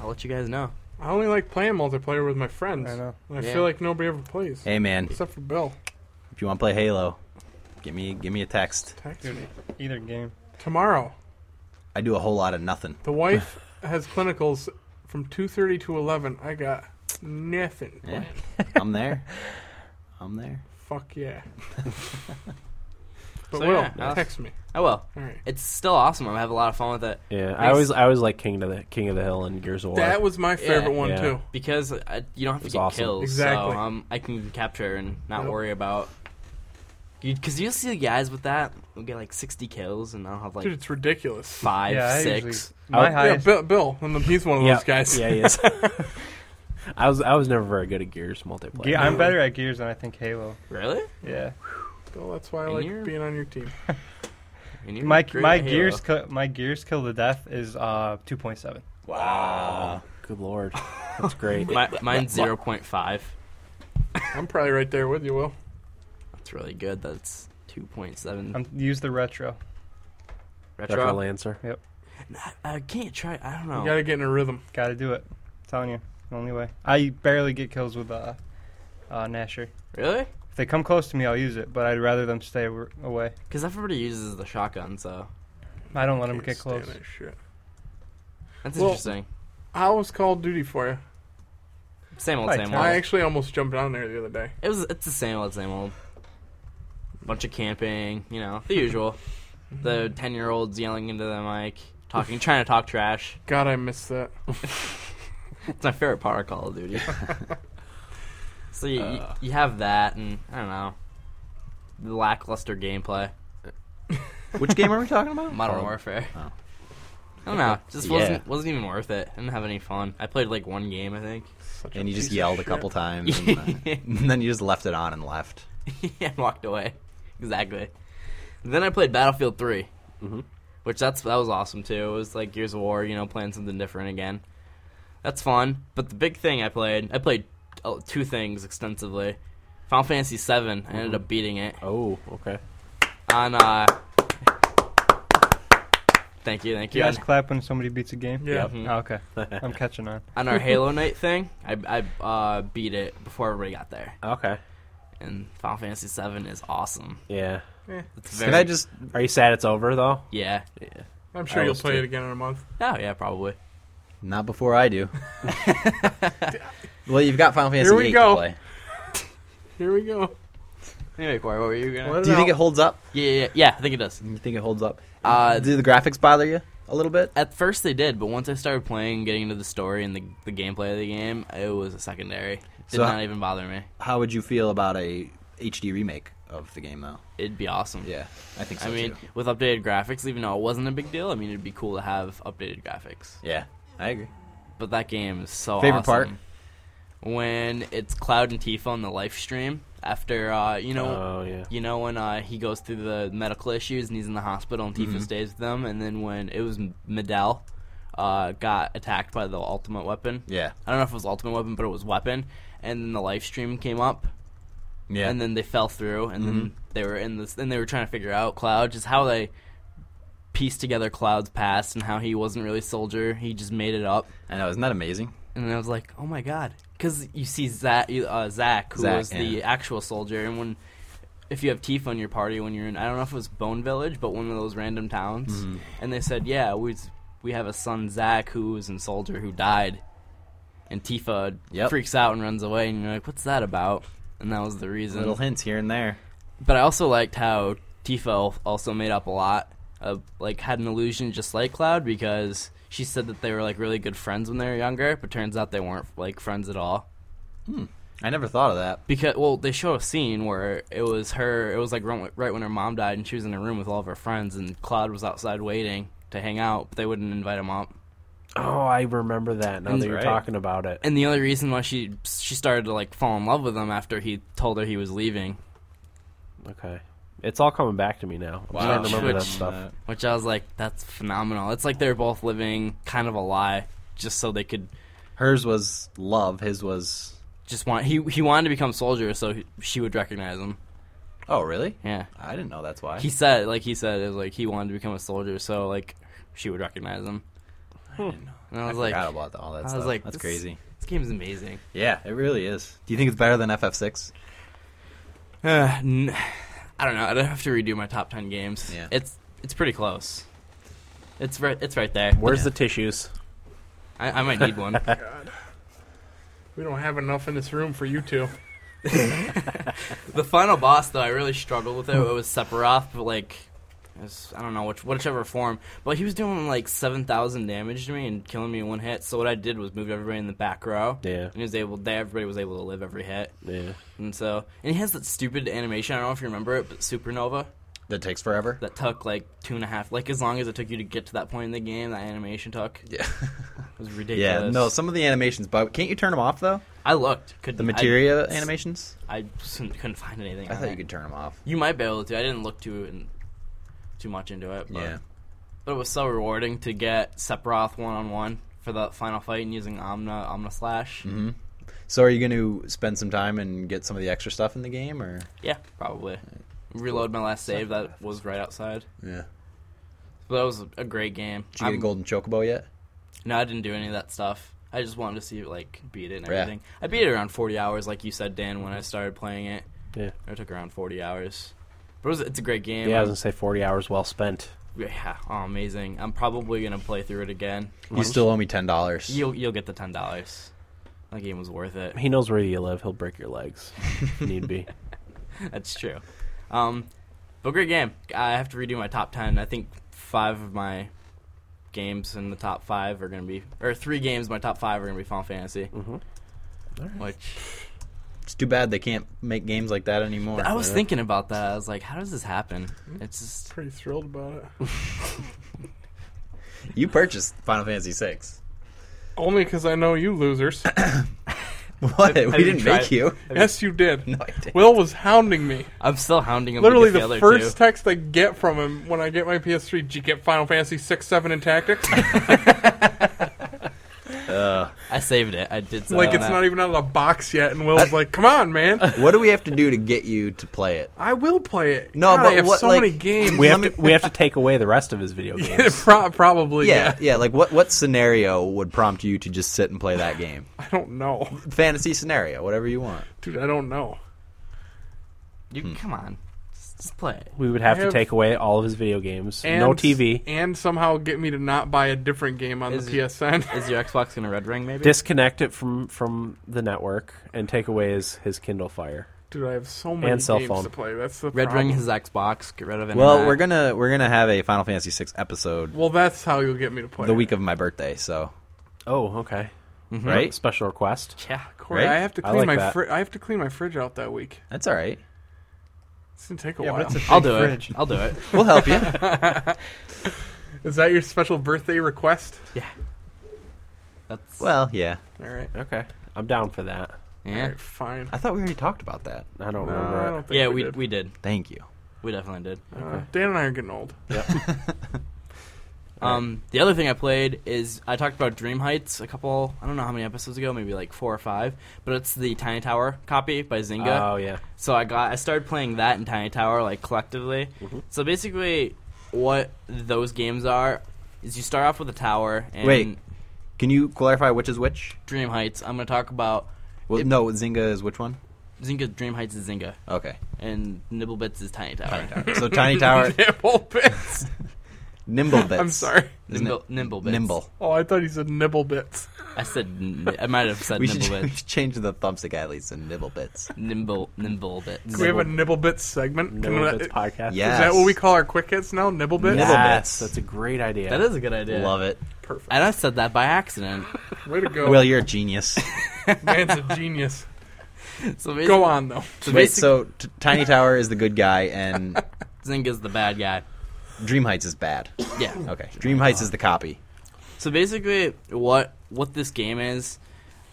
[SPEAKER 5] I'll let you guys know.
[SPEAKER 2] I only like playing multiplayer with my friends.
[SPEAKER 4] I know.
[SPEAKER 2] And I
[SPEAKER 5] Yeah.
[SPEAKER 2] feel like nobody ever plays.
[SPEAKER 3] Hey man,
[SPEAKER 2] Except for Bill.
[SPEAKER 3] If you want to play Halo, give me give me a text.
[SPEAKER 2] Text
[SPEAKER 4] Dude,
[SPEAKER 2] me.
[SPEAKER 4] Uh, either game.
[SPEAKER 2] Tomorrow,
[SPEAKER 3] I do a whole lot of nothing.
[SPEAKER 2] the wife has clinicals from 2.30 to 11. I got nothing.
[SPEAKER 3] Yeah. I'm there. I'm there.
[SPEAKER 2] Fuck yeah. but
[SPEAKER 5] So,
[SPEAKER 2] Will,
[SPEAKER 5] yeah, I'll-
[SPEAKER 2] text me.
[SPEAKER 5] I will.
[SPEAKER 2] All right.
[SPEAKER 5] Oh, It's still awesome. I'm having a lot of fun with it.
[SPEAKER 1] Yeah, I
[SPEAKER 5] Nice.
[SPEAKER 1] always I always like King of the King of the Hill and Gears of War.
[SPEAKER 2] That was my favorite one,
[SPEAKER 1] Yeah.
[SPEAKER 2] too.
[SPEAKER 5] because I, you don't have to
[SPEAKER 1] It's
[SPEAKER 5] get
[SPEAKER 1] awesome.
[SPEAKER 5] kills.
[SPEAKER 2] Exactly.
[SPEAKER 5] So um, I can capture and not
[SPEAKER 2] Yep.
[SPEAKER 5] worry about. Because you, will see guys with that will get like 60 kills, and I'll have like
[SPEAKER 2] Dude, it's ridiculous.
[SPEAKER 5] five,
[SPEAKER 4] yeah, I usually-
[SPEAKER 5] six. Oh,
[SPEAKER 1] I
[SPEAKER 4] my
[SPEAKER 1] would-
[SPEAKER 2] Yeah,
[SPEAKER 4] highest.
[SPEAKER 2] Bill, Bill and then he's one of
[SPEAKER 1] yeah,
[SPEAKER 2] those guys.
[SPEAKER 1] Yeah, he is. I was I was never very good at Gears multiplayer.
[SPEAKER 4] Ge- I'm better at Gears than I think Halo.
[SPEAKER 5] Really?
[SPEAKER 4] Yeah.
[SPEAKER 2] Bill, that's why I
[SPEAKER 5] And
[SPEAKER 2] like
[SPEAKER 5] you're-
[SPEAKER 2] being on your team.
[SPEAKER 5] And you're
[SPEAKER 4] My
[SPEAKER 5] great
[SPEAKER 4] my
[SPEAKER 5] at Halo.
[SPEAKER 4] Gears ki- my Gears kill to death is uh 2.7.
[SPEAKER 1] Wow. Good lord, that's great.
[SPEAKER 5] My, mine's 0.5.
[SPEAKER 2] I'm probably right there with you, Will.
[SPEAKER 5] That's really good. That's 2.7.
[SPEAKER 4] I'm use the retro.
[SPEAKER 1] Retro
[SPEAKER 5] retro.
[SPEAKER 1] Lancer.
[SPEAKER 5] I can't try. I don't know.
[SPEAKER 2] You gotta get in a rhythm.
[SPEAKER 4] Got to do it. telling you, only way. I barely get kills with uh, uh Nasher.
[SPEAKER 5] Really?
[SPEAKER 4] If they come close to me, I'll use it, but I'd rather them stay aw- away.
[SPEAKER 5] Because everybody uses the shotgun, so
[SPEAKER 4] I don't let them
[SPEAKER 2] Can't
[SPEAKER 4] get
[SPEAKER 2] stand
[SPEAKER 4] close.
[SPEAKER 2] that shit.
[SPEAKER 5] that's
[SPEAKER 2] Well-
[SPEAKER 5] interesting.
[SPEAKER 2] How was Call of Duty for you?
[SPEAKER 5] Same old,
[SPEAKER 4] Play
[SPEAKER 5] same
[SPEAKER 4] Tower.
[SPEAKER 2] I
[SPEAKER 5] old.
[SPEAKER 2] actually almost jumped on there the other day.
[SPEAKER 5] It was. It's the same old, same old. Bunch of camping, you know, the usual.
[SPEAKER 4] Mm-hmm.
[SPEAKER 5] the ten-year-olds yelling into the mic, talking, trying to talk trash.
[SPEAKER 2] God, I missed that.
[SPEAKER 5] It's my favorite part of Call of Duty. so you, you- you have that, and I don't know, the lackluster gameplay,
[SPEAKER 3] Which game are we talking about?
[SPEAKER 5] Modern
[SPEAKER 3] Oh,
[SPEAKER 5] Warfare.
[SPEAKER 3] Oh.
[SPEAKER 5] I don't know, just
[SPEAKER 3] Yeah.
[SPEAKER 5] wasn't wasn't even worth it. I didn't have any fun. I played like one game, I think.
[SPEAKER 2] Such
[SPEAKER 3] And you just
[SPEAKER 2] piece of
[SPEAKER 3] yelled a
[SPEAKER 2] shit.
[SPEAKER 3] couple times, and, uh, and then you just left it on and left.
[SPEAKER 5] and walked away. Exactly. Then I played Battlefield 3
[SPEAKER 3] Mm-hmm.
[SPEAKER 5] which that's that was awesome too. It was like Gears of War, you know, playing something different again. That's fun. But the big thing I played, I played uh, two things extensively. Final Fantasy 7 I
[SPEAKER 3] Mm-hmm.
[SPEAKER 5] ended up beating it
[SPEAKER 1] Oh, okay.
[SPEAKER 5] on. uh Thank you, thank
[SPEAKER 4] Do
[SPEAKER 5] you.
[SPEAKER 4] you guys
[SPEAKER 5] On-
[SPEAKER 4] clap when somebody beats a game?
[SPEAKER 2] Yeah.
[SPEAKER 1] Yep.
[SPEAKER 5] Mhm.
[SPEAKER 4] Oh, okay, I'm catching on.
[SPEAKER 5] On our Halo Night thing, I, I uh, beat it before everybody got there.
[SPEAKER 1] Okay.
[SPEAKER 5] And Final Fantasy 7 is awesome.
[SPEAKER 1] Yeah.
[SPEAKER 5] It's
[SPEAKER 3] Can I just?
[SPEAKER 1] Are you sad it's over though?
[SPEAKER 5] Yeah.
[SPEAKER 2] I'm sure
[SPEAKER 3] I
[SPEAKER 2] you'll
[SPEAKER 3] was
[SPEAKER 2] play
[SPEAKER 3] too.
[SPEAKER 2] it again in a month.
[SPEAKER 5] Oh, yeah, probably.
[SPEAKER 3] Not before I do. well, you've got Final Fantasy
[SPEAKER 2] Here we
[SPEAKER 3] VIII
[SPEAKER 2] go.
[SPEAKER 3] to play.
[SPEAKER 2] Here we go.
[SPEAKER 5] Anyway, Corey, what were you gonna?
[SPEAKER 2] Let
[SPEAKER 3] Do you think
[SPEAKER 2] out.
[SPEAKER 3] it holds up?
[SPEAKER 5] Yeah, yeah, yeah, yeah. I think it does.
[SPEAKER 3] You think it holds up?
[SPEAKER 5] Uh,
[SPEAKER 3] do the graphics bother you a little bit?
[SPEAKER 5] At first they did, but once I started playing, getting into the story and the, the gameplay of the game, it was a secondary. Did
[SPEAKER 3] So-
[SPEAKER 5] not even bother me.
[SPEAKER 3] How would you feel about a HD remake of the game, though?
[SPEAKER 5] It'd be awesome.
[SPEAKER 3] Yeah, I think so
[SPEAKER 5] I mean,
[SPEAKER 3] too.
[SPEAKER 5] with updated graphics, even though it wasn't a big deal, I mean, it'd be cool to have updated graphics.
[SPEAKER 3] Yeah, I agree.
[SPEAKER 5] But that game is so
[SPEAKER 3] Favorite
[SPEAKER 5] awesome. When it's Cloud and Tifa on the live stream after uh, you know
[SPEAKER 1] Oh yeah.
[SPEAKER 5] You know when uh, he goes through the medical issues and he's in the hospital and Tifa
[SPEAKER 3] Mm-hmm.
[SPEAKER 5] stays with them, and then when it was M- Medell uh, got attacked by the ultimate weapon.
[SPEAKER 3] Yeah.
[SPEAKER 5] I don't know if it was ultimate weapon, but it was weapon, and then the live stream came up,
[SPEAKER 3] Yeah. Mm-hmm.
[SPEAKER 5] and then they fell through, and then they were in this, and they were trying to figure out Cloud, just how they pieced together Cloud's past and how he wasn't really a soldier. He just made it up,
[SPEAKER 3] I know, isn't that amazing?
[SPEAKER 5] and then I was like, oh my god, because you see Zach, uh, Zach, who
[SPEAKER 3] Zack,
[SPEAKER 5] was the
[SPEAKER 3] yeah.
[SPEAKER 5] actual soldier, and when. If you have Tifa in your party when you're in, I don't know if it was Bone Village, but one of those random towns,
[SPEAKER 3] Mm-hmm.
[SPEAKER 5] and they said, "Yeah, we we have a son Zach who was in soldier who died," and Tifa
[SPEAKER 3] Yep.
[SPEAKER 5] freaks out and runs away, and you're like, "What's that about?" And that was the reason.
[SPEAKER 3] Little hints here and there.
[SPEAKER 5] But I also liked how Tifa also made up a lot of like had an illusion just like Cloud because she said that they were like really good friends when they were younger, but turns out they weren't like friends at all.
[SPEAKER 3] I never thought of that.
[SPEAKER 5] Because well, they show a scene where it was her. It was like right right when her mom died, and she was in a room with all of her friends, and Cloud was outside waiting to hang out, but they wouldn't invite him up.
[SPEAKER 1] Oh, I remember that now that you're
[SPEAKER 3] Right.
[SPEAKER 1] talking about it.
[SPEAKER 5] And the only reason why she she started to like fall in love with him after he told her he was leaving,
[SPEAKER 1] Okay. It's all coming back to me now. I'm starting to remember that
[SPEAKER 5] Switch.
[SPEAKER 1] stuff.
[SPEAKER 5] which I was like, that's phenomenal. It's like they're both living kind of a lie just so they could
[SPEAKER 3] Hers was love. His was.
[SPEAKER 5] just want he he wanted to become soldier so he, she would recognize him.
[SPEAKER 3] Oh, really?
[SPEAKER 5] Yeah.
[SPEAKER 3] I didn't know that's why.
[SPEAKER 5] He said like he said it was like he wanted to become a soldier so like she would recognize him. And Hmm. I
[SPEAKER 3] I
[SPEAKER 5] was like
[SPEAKER 3] forgot about all that
[SPEAKER 5] I was
[SPEAKER 3] stuff.
[SPEAKER 5] like,
[SPEAKER 3] that's
[SPEAKER 5] this-
[SPEAKER 3] crazy.
[SPEAKER 5] this game's amazing.
[SPEAKER 3] Yeah, it really is. Do you think it's better than FF6?
[SPEAKER 5] Uh, n- I don't know. I'd have to redo my top 10 games.
[SPEAKER 3] Yeah.
[SPEAKER 5] It's it's pretty close. It's right it's right there.
[SPEAKER 1] Where's the tissues?
[SPEAKER 5] I, I might need one.
[SPEAKER 2] We don't have enough in this room for you two.
[SPEAKER 5] The final boss, though, I really struggled with it. It was Sephiroth, but like, it was- I don't know which whichever form. But he was doing like seven thousand damage to me and killing me in one hit. So what I did was moved everybody in the back row.
[SPEAKER 1] Yeah.
[SPEAKER 5] And he was able. They everybody was able to live every hit.
[SPEAKER 1] Yeah.
[SPEAKER 5] And so, and he has that stupid animation. I don't know if you remember it, but Supernova
[SPEAKER 3] That takes forever.
[SPEAKER 5] that took like two and a half, like as long as it took you to get to that point in the game. That animation took.
[SPEAKER 3] Yeah.
[SPEAKER 5] It was ridiculous.
[SPEAKER 3] yeah. No, some of the animations, but can't you turn them off though?
[SPEAKER 5] I looked. Could
[SPEAKER 3] The materia animations.
[SPEAKER 5] I, couldn't find anything.
[SPEAKER 3] I
[SPEAKER 5] on
[SPEAKER 3] thought
[SPEAKER 5] it.
[SPEAKER 3] you could turn them off.
[SPEAKER 5] You might be able to. I didn't look too in, too much into it. But,
[SPEAKER 3] Yeah.
[SPEAKER 5] but it was so rewarding to get Sephiroth one on one for the final fight and using Omna Omna Slash.
[SPEAKER 3] Mm-hmm. So are you going to spend some time and get some of the extra stuff in the game, or?
[SPEAKER 5] Yeah, probably. Reload my last save. That was right outside.
[SPEAKER 3] Yeah.
[SPEAKER 5] But that was a great game.
[SPEAKER 3] Did you get
[SPEAKER 5] I'm-
[SPEAKER 3] a golden chocobo yet?
[SPEAKER 5] No, I didn't do any of that stuff. I just wanted to see like beat it and
[SPEAKER 3] Yeah.
[SPEAKER 5] everything. I beat it around forty hours, like you said, Dan. When I started playing it,
[SPEAKER 1] Yeah.
[SPEAKER 5] it took around forty hours. But it was, it's a great game.
[SPEAKER 1] Yeah, I was
[SPEAKER 5] I'm-
[SPEAKER 1] gonna say 40 hours well spent.
[SPEAKER 5] yeah, oh, amazing. I'm probably gonna play through it again.
[SPEAKER 3] You still owe me ten dollars.
[SPEAKER 5] You'll you'll get the ten dollars. That game was worth it.
[SPEAKER 1] He knows where you live. He'll break your legs, if need be.
[SPEAKER 5] That's true. Um, but great game. I have to redo my top ten. I think five of my games in the top five are gonna be, or three games in my top five are gonna be Final Fantasy. Mm-hmm. Which
[SPEAKER 3] It's too bad they can't make games like that anymore.
[SPEAKER 5] I was thinking about that. I was like, how does this happen? It's just
[SPEAKER 2] Pretty thrilled about it.
[SPEAKER 3] You purchased Final Fantasy VI.
[SPEAKER 2] Only because I know you losers.
[SPEAKER 3] What?
[SPEAKER 5] you
[SPEAKER 3] we didn't
[SPEAKER 5] tried-
[SPEAKER 3] make you.
[SPEAKER 2] yes, you did.
[SPEAKER 3] No, I didn't.
[SPEAKER 2] Will was hounding me.
[SPEAKER 5] I'm still hounding him. to
[SPEAKER 2] Literally,
[SPEAKER 5] get
[SPEAKER 2] the,
[SPEAKER 5] other
[SPEAKER 2] first
[SPEAKER 5] two.
[SPEAKER 2] text I get from him when I get my PS3, did you get Final Fantasy 6, 7, and Tactics?
[SPEAKER 5] I saved it. I did.
[SPEAKER 2] like, it's not e- even out of the box yet, and Will's like, come on, man.
[SPEAKER 3] What do we have to do to get you to play it?
[SPEAKER 2] I will play it.
[SPEAKER 3] No,
[SPEAKER 2] God,
[SPEAKER 3] but
[SPEAKER 2] I have
[SPEAKER 3] what,
[SPEAKER 2] so
[SPEAKER 3] like-
[SPEAKER 2] many games.
[SPEAKER 1] We have to we have to take away the rest of his video
[SPEAKER 2] Yeah,
[SPEAKER 1] games.
[SPEAKER 2] pro- probably,
[SPEAKER 3] Yeah,
[SPEAKER 2] yeah.
[SPEAKER 3] yeah. Like, what what scenario would prompt you to just sit and play that game?
[SPEAKER 2] I don't know.
[SPEAKER 3] Fantasy scenario, whatever you want.
[SPEAKER 2] Dude, I don't know.
[SPEAKER 5] You come on, just, just play it.
[SPEAKER 1] We would have to
[SPEAKER 2] have-
[SPEAKER 1] take away all of his video games. no TV.
[SPEAKER 2] And somehow get me to not buy a different game on
[SPEAKER 5] Is-
[SPEAKER 2] the PSN.
[SPEAKER 5] Is your Xbox gonna red ring? Maybe.
[SPEAKER 1] Disconnect it from from the network and take away his his Kindle Fire.
[SPEAKER 2] Dude, I have so many
[SPEAKER 1] And cell
[SPEAKER 2] games
[SPEAKER 1] phone.
[SPEAKER 2] to play. That's the
[SPEAKER 5] red ring
[SPEAKER 2] problem.
[SPEAKER 5] his Xbox. Get rid of it.
[SPEAKER 3] Well, we're gonna we're gonna have a Final Fantasy VI episode
[SPEAKER 2] Well, that's how you'll get me to play.
[SPEAKER 3] the
[SPEAKER 2] it.
[SPEAKER 3] week of my birthday. So
[SPEAKER 1] Oh, okay.
[SPEAKER 3] right,
[SPEAKER 1] Special request.
[SPEAKER 5] Yeah.
[SPEAKER 2] Ah, Corey,
[SPEAKER 3] Right?
[SPEAKER 2] I have to
[SPEAKER 1] I
[SPEAKER 2] clean
[SPEAKER 1] like
[SPEAKER 2] my
[SPEAKER 1] that.
[SPEAKER 2] fri- I have to clean my fridge out that week.
[SPEAKER 3] that's all right.
[SPEAKER 2] It's gonna take a
[SPEAKER 4] Yeah,
[SPEAKER 2] while.
[SPEAKER 4] but it's a big
[SPEAKER 5] I'll do
[SPEAKER 4] fridge.
[SPEAKER 5] it. I'll do it.
[SPEAKER 3] We'll help you.
[SPEAKER 2] Is that your special birthday request?
[SPEAKER 5] That's
[SPEAKER 3] well, yeah.
[SPEAKER 2] All right.
[SPEAKER 1] Okay, I'm down for that.
[SPEAKER 5] yeah.
[SPEAKER 2] All right, fine.
[SPEAKER 3] I thought we already talked about that.
[SPEAKER 1] I don't
[SPEAKER 2] No,
[SPEAKER 1] remember.
[SPEAKER 2] I
[SPEAKER 1] it.
[SPEAKER 2] don't think
[SPEAKER 5] Yeah,
[SPEAKER 2] we,
[SPEAKER 5] we
[SPEAKER 2] did.
[SPEAKER 5] we did.
[SPEAKER 3] Thank you.
[SPEAKER 5] We definitely did.
[SPEAKER 2] Uh, Dan and I are getting old.
[SPEAKER 5] Um, the other thing I played is I talked about Dream Heights a couple, I don't know how many episodes ago, maybe like four or five, but it's the Tiny Tower copy by Zynga.
[SPEAKER 1] Oh yeah.
[SPEAKER 5] So I got I started playing that and Tiny Tower like collectively. So basically, what those games are is you start off with a tower and
[SPEAKER 3] Wait. Can you clarify which is which?
[SPEAKER 5] Dream Heights. I'm gonna talk about
[SPEAKER 3] Well, no, Zynga is which one?
[SPEAKER 5] Zynga. Dream Heights is Zynga,
[SPEAKER 3] Okay.
[SPEAKER 5] and Nibblebits is Tiny Tower.
[SPEAKER 3] So Tiny Tower,
[SPEAKER 2] Nibble bits.
[SPEAKER 3] Nimble Bits.
[SPEAKER 2] I'm sorry.
[SPEAKER 3] isn't
[SPEAKER 5] Nimble,
[SPEAKER 3] it?
[SPEAKER 5] Nimblebits.
[SPEAKER 3] Nimble.
[SPEAKER 2] Oh, I thought he said nibble bits.
[SPEAKER 5] I said n- I might have said
[SPEAKER 3] We should, we
[SPEAKER 5] Nibblebits.
[SPEAKER 3] should change the thumbstick at least to Nibble Bits.
[SPEAKER 5] Nimble, Nimblebits.
[SPEAKER 2] Can we have a nibble bits segment? Can
[SPEAKER 1] Nibble
[SPEAKER 2] we-
[SPEAKER 1] Bits podcast.
[SPEAKER 3] Yeah.
[SPEAKER 2] Is that what we call our quick hits now? Nibble bits?
[SPEAKER 3] Nibble-
[SPEAKER 1] Yes,
[SPEAKER 3] Nibblebits.
[SPEAKER 1] that's a great idea.
[SPEAKER 5] That is a good idea.
[SPEAKER 3] Love it.
[SPEAKER 2] Perfect.
[SPEAKER 5] And I said that by accident.
[SPEAKER 2] Way to go.
[SPEAKER 3] Will, you're a genius.
[SPEAKER 2] Man's a genius.
[SPEAKER 5] So
[SPEAKER 2] Go on, though.
[SPEAKER 5] So
[SPEAKER 3] Wait,
[SPEAKER 5] basically,
[SPEAKER 3] so t- Tiny Tower is the good guy and
[SPEAKER 5] Zynga's the bad guy.
[SPEAKER 3] Dream Heights is bad.
[SPEAKER 5] Yeah.
[SPEAKER 3] Okay. Dream Heights is the copy.
[SPEAKER 5] So basically, what what this game is,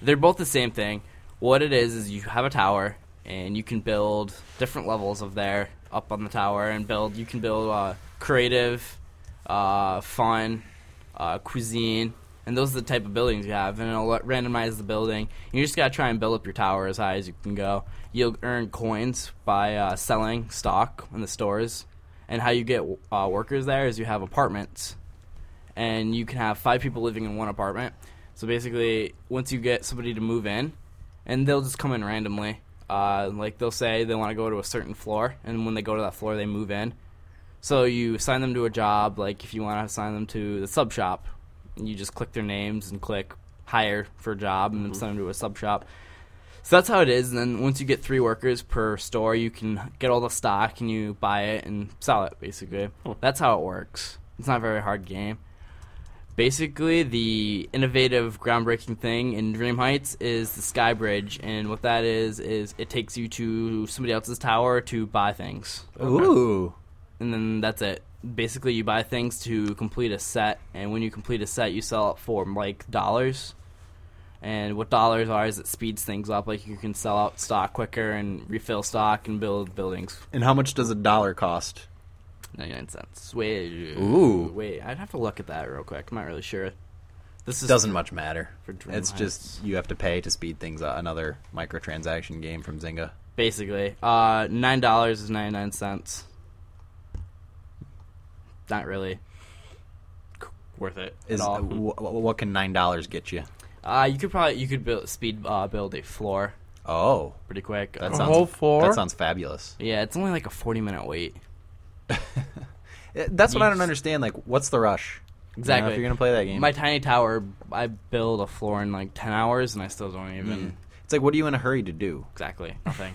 [SPEAKER 5] they're both the same thing. What it is is you have a tower, and you can build different levels of there up on the tower, and build. You can build uh, creative, uh, fun, uh, cuisine, and those are the type of buildings you have. And it'll let- randomize the building. And you just gotta try and build up your tower as high as you can go. You'll earn coins by uh, selling stock in the stores. And how you get uh, workers there is you have apartments and you can have five people living in one apartment. So basically, once you get somebody to move in, and they'll just come in randomly. Uh, like they'll say they want to go to a certain floor, and when they go to that floor, they move in. So you assign them to a job. Like if you want to assign them to the sub shop, you just click their names and click hire for a job, and then send them to a sub shop. So that's how it is. And then once you get three workers per store, you can get all the stock and you buy it and sell it. Basically, that's how it works. It's not a very hard game. Basically, the innovative, groundbreaking thing in Dream Heights is the Sky Bridge, and what that is is it takes you to somebody else's tower to buy things,
[SPEAKER 3] Ooh.
[SPEAKER 5] and then that's it. Basically, you buy things to complete a set, and when you complete a set, you sell it for like dollars. And what dollars are is it speeds things up. Like you can sell out stock quicker and refill stock and build buildings.
[SPEAKER 3] And how much does a dollar cost?
[SPEAKER 5] Ninety nine cents. Wait,
[SPEAKER 3] Ooh.
[SPEAKER 5] wait. I'd have to look at that real quick. I'm not really sure. This is
[SPEAKER 3] Doesn't much matter.
[SPEAKER 5] For Dream
[SPEAKER 3] It's
[SPEAKER 5] Heights.
[SPEAKER 3] just you have to pay to speed things up. Another microtransaction game from Zynga.
[SPEAKER 5] basically. Uh, nine dollars is ninety nine cents. Not really c- worth it
[SPEAKER 3] Is
[SPEAKER 5] at all.
[SPEAKER 3] w- what can nine dollars get you?
[SPEAKER 5] Uh, you could probably you could build speed uh, build a floor
[SPEAKER 3] Oh,
[SPEAKER 5] pretty quick.
[SPEAKER 3] that
[SPEAKER 5] Uh,
[SPEAKER 3] sounds
[SPEAKER 2] whole floor?
[SPEAKER 3] that sounds fabulous.
[SPEAKER 5] yeah, it's only like a forty minute wait.
[SPEAKER 3] Eh, That's what I don't
[SPEAKER 5] Yes.
[SPEAKER 3] understand. Like, what's the rush? You know,
[SPEAKER 5] Exactly.
[SPEAKER 3] if you're gonna play that game,
[SPEAKER 5] My tiny tower, I build a floor in like ten hours, and I still don't even
[SPEAKER 3] Mm. it's like, what are you in a hurry to do?
[SPEAKER 5] exactly nothing.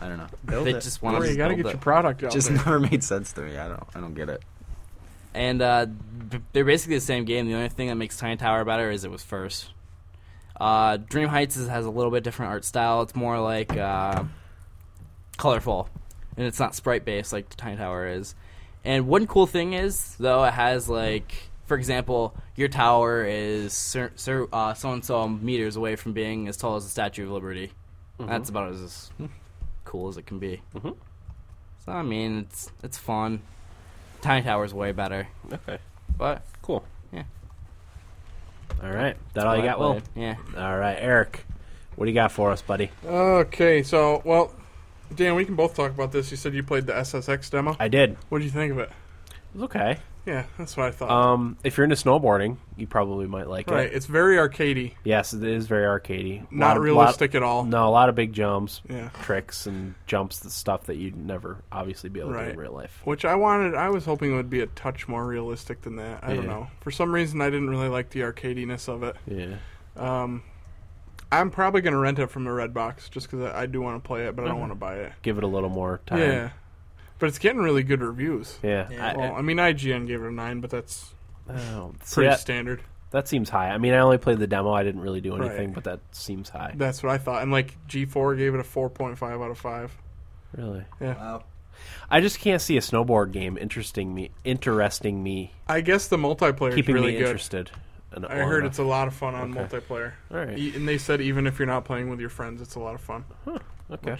[SPEAKER 3] I don't know.
[SPEAKER 4] Build
[SPEAKER 5] they
[SPEAKER 4] it.
[SPEAKER 5] just
[SPEAKER 2] Corey,
[SPEAKER 5] want to
[SPEAKER 2] you gotta
[SPEAKER 5] build
[SPEAKER 2] get
[SPEAKER 5] it.
[SPEAKER 2] your product out.
[SPEAKER 3] It just
[SPEAKER 2] there.
[SPEAKER 3] never made sense to me. I don't. I don't get it.
[SPEAKER 5] and uh, b- they're basically the same game. The only thing that makes Tiny Tower better is it was first. Uh, Dream Heights is, has a little bit different art style. It's more like uh, colorful, and it's not sprite based like Tiny Tower is. And one cool thing is though it has like, for example, your tower is so and so meters away from being as tall as the Statue of Liberty. That's about as cool as it can be.
[SPEAKER 1] Mhm.
[SPEAKER 5] So I mean, it's it's fun. Tiny Tower's way better.
[SPEAKER 1] Okay.
[SPEAKER 5] But
[SPEAKER 1] Cool.
[SPEAKER 5] Yeah.
[SPEAKER 1] All right. That all you got, Will?
[SPEAKER 5] Yeah.
[SPEAKER 1] All right, Eric. What do you got for us, buddy?
[SPEAKER 2] Okay, so, well, Dan, we can both talk about this. You said you played the SSX demo.
[SPEAKER 1] I did. It
[SPEAKER 2] What did you think of it?
[SPEAKER 1] was okay.
[SPEAKER 2] Yeah, that's what I thought.
[SPEAKER 1] Um, if you're into snowboarding, you probably might like
[SPEAKER 2] right,
[SPEAKER 1] it.
[SPEAKER 2] it's very arcadey,
[SPEAKER 1] Yes, it is very arcadey.
[SPEAKER 2] not
[SPEAKER 1] Lot-
[SPEAKER 2] realistic at all.
[SPEAKER 1] lot- no, a lot of big jumps,
[SPEAKER 2] Yeah.
[SPEAKER 1] tricks, and jumps. The stuff that you'd never obviously be able to do
[SPEAKER 2] Right.
[SPEAKER 1] in real life.
[SPEAKER 2] Which I wanted, I was hoping it would be a touch more realistic than that. I don't
[SPEAKER 1] Yeah.
[SPEAKER 2] know. For some reason, I didn't really like the arcadiness of it.
[SPEAKER 1] Yeah.
[SPEAKER 2] Um, I'm probably going to rent it from the Red Box just because I, I do want to play it, but I don't want to buy it.
[SPEAKER 1] Give it a little more time.
[SPEAKER 2] Yeah. But it's getting really good reviews.
[SPEAKER 1] Um, Yeah.
[SPEAKER 5] Yeah.
[SPEAKER 1] I-
[SPEAKER 2] Well, I mean, IGN gave it a 9, but that's
[SPEAKER 1] Oh, see,
[SPEAKER 2] pretty
[SPEAKER 1] that-
[SPEAKER 2] standard.
[SPEAKER 1] that seems high. I mean, I only played the demo. I didn't really do anything,
[SPEAKER 2] Right.
[SPEAKER 1] but that seems high.
[SPEAKER 2] That's what I thought. And like G4 gave it a 4.5 out of 5.
[SPEAKER 1] Really.
[SPEAKER 3] Wow.
[SPEAKER 1] I just can't see a snowboard game interesting me, interesting me,
[SPEAKER 2] I guess the multiplayer is
[SPEAKER 1] keeping
[SPEAKER 2] really
[SPEAKER 1] me
[SPEAKER 2] good.
[SPEAKER 1] interested. and
[SPEAKER 2] I
[SPEAKER 1] long
[SPEAKER 2] heard
[SPEAKER 1] enough.
[SPEAKER 2] it's a lot of fun on
[SPEAKER 1] Okay.
[SPEAKER 2] multiplayer.
[SPEAKER 1] All right.
[SPEAKER 2] E- And they said even if you're not playing with your friends, it's a lot of fun.
[SPEAKER 1] okay.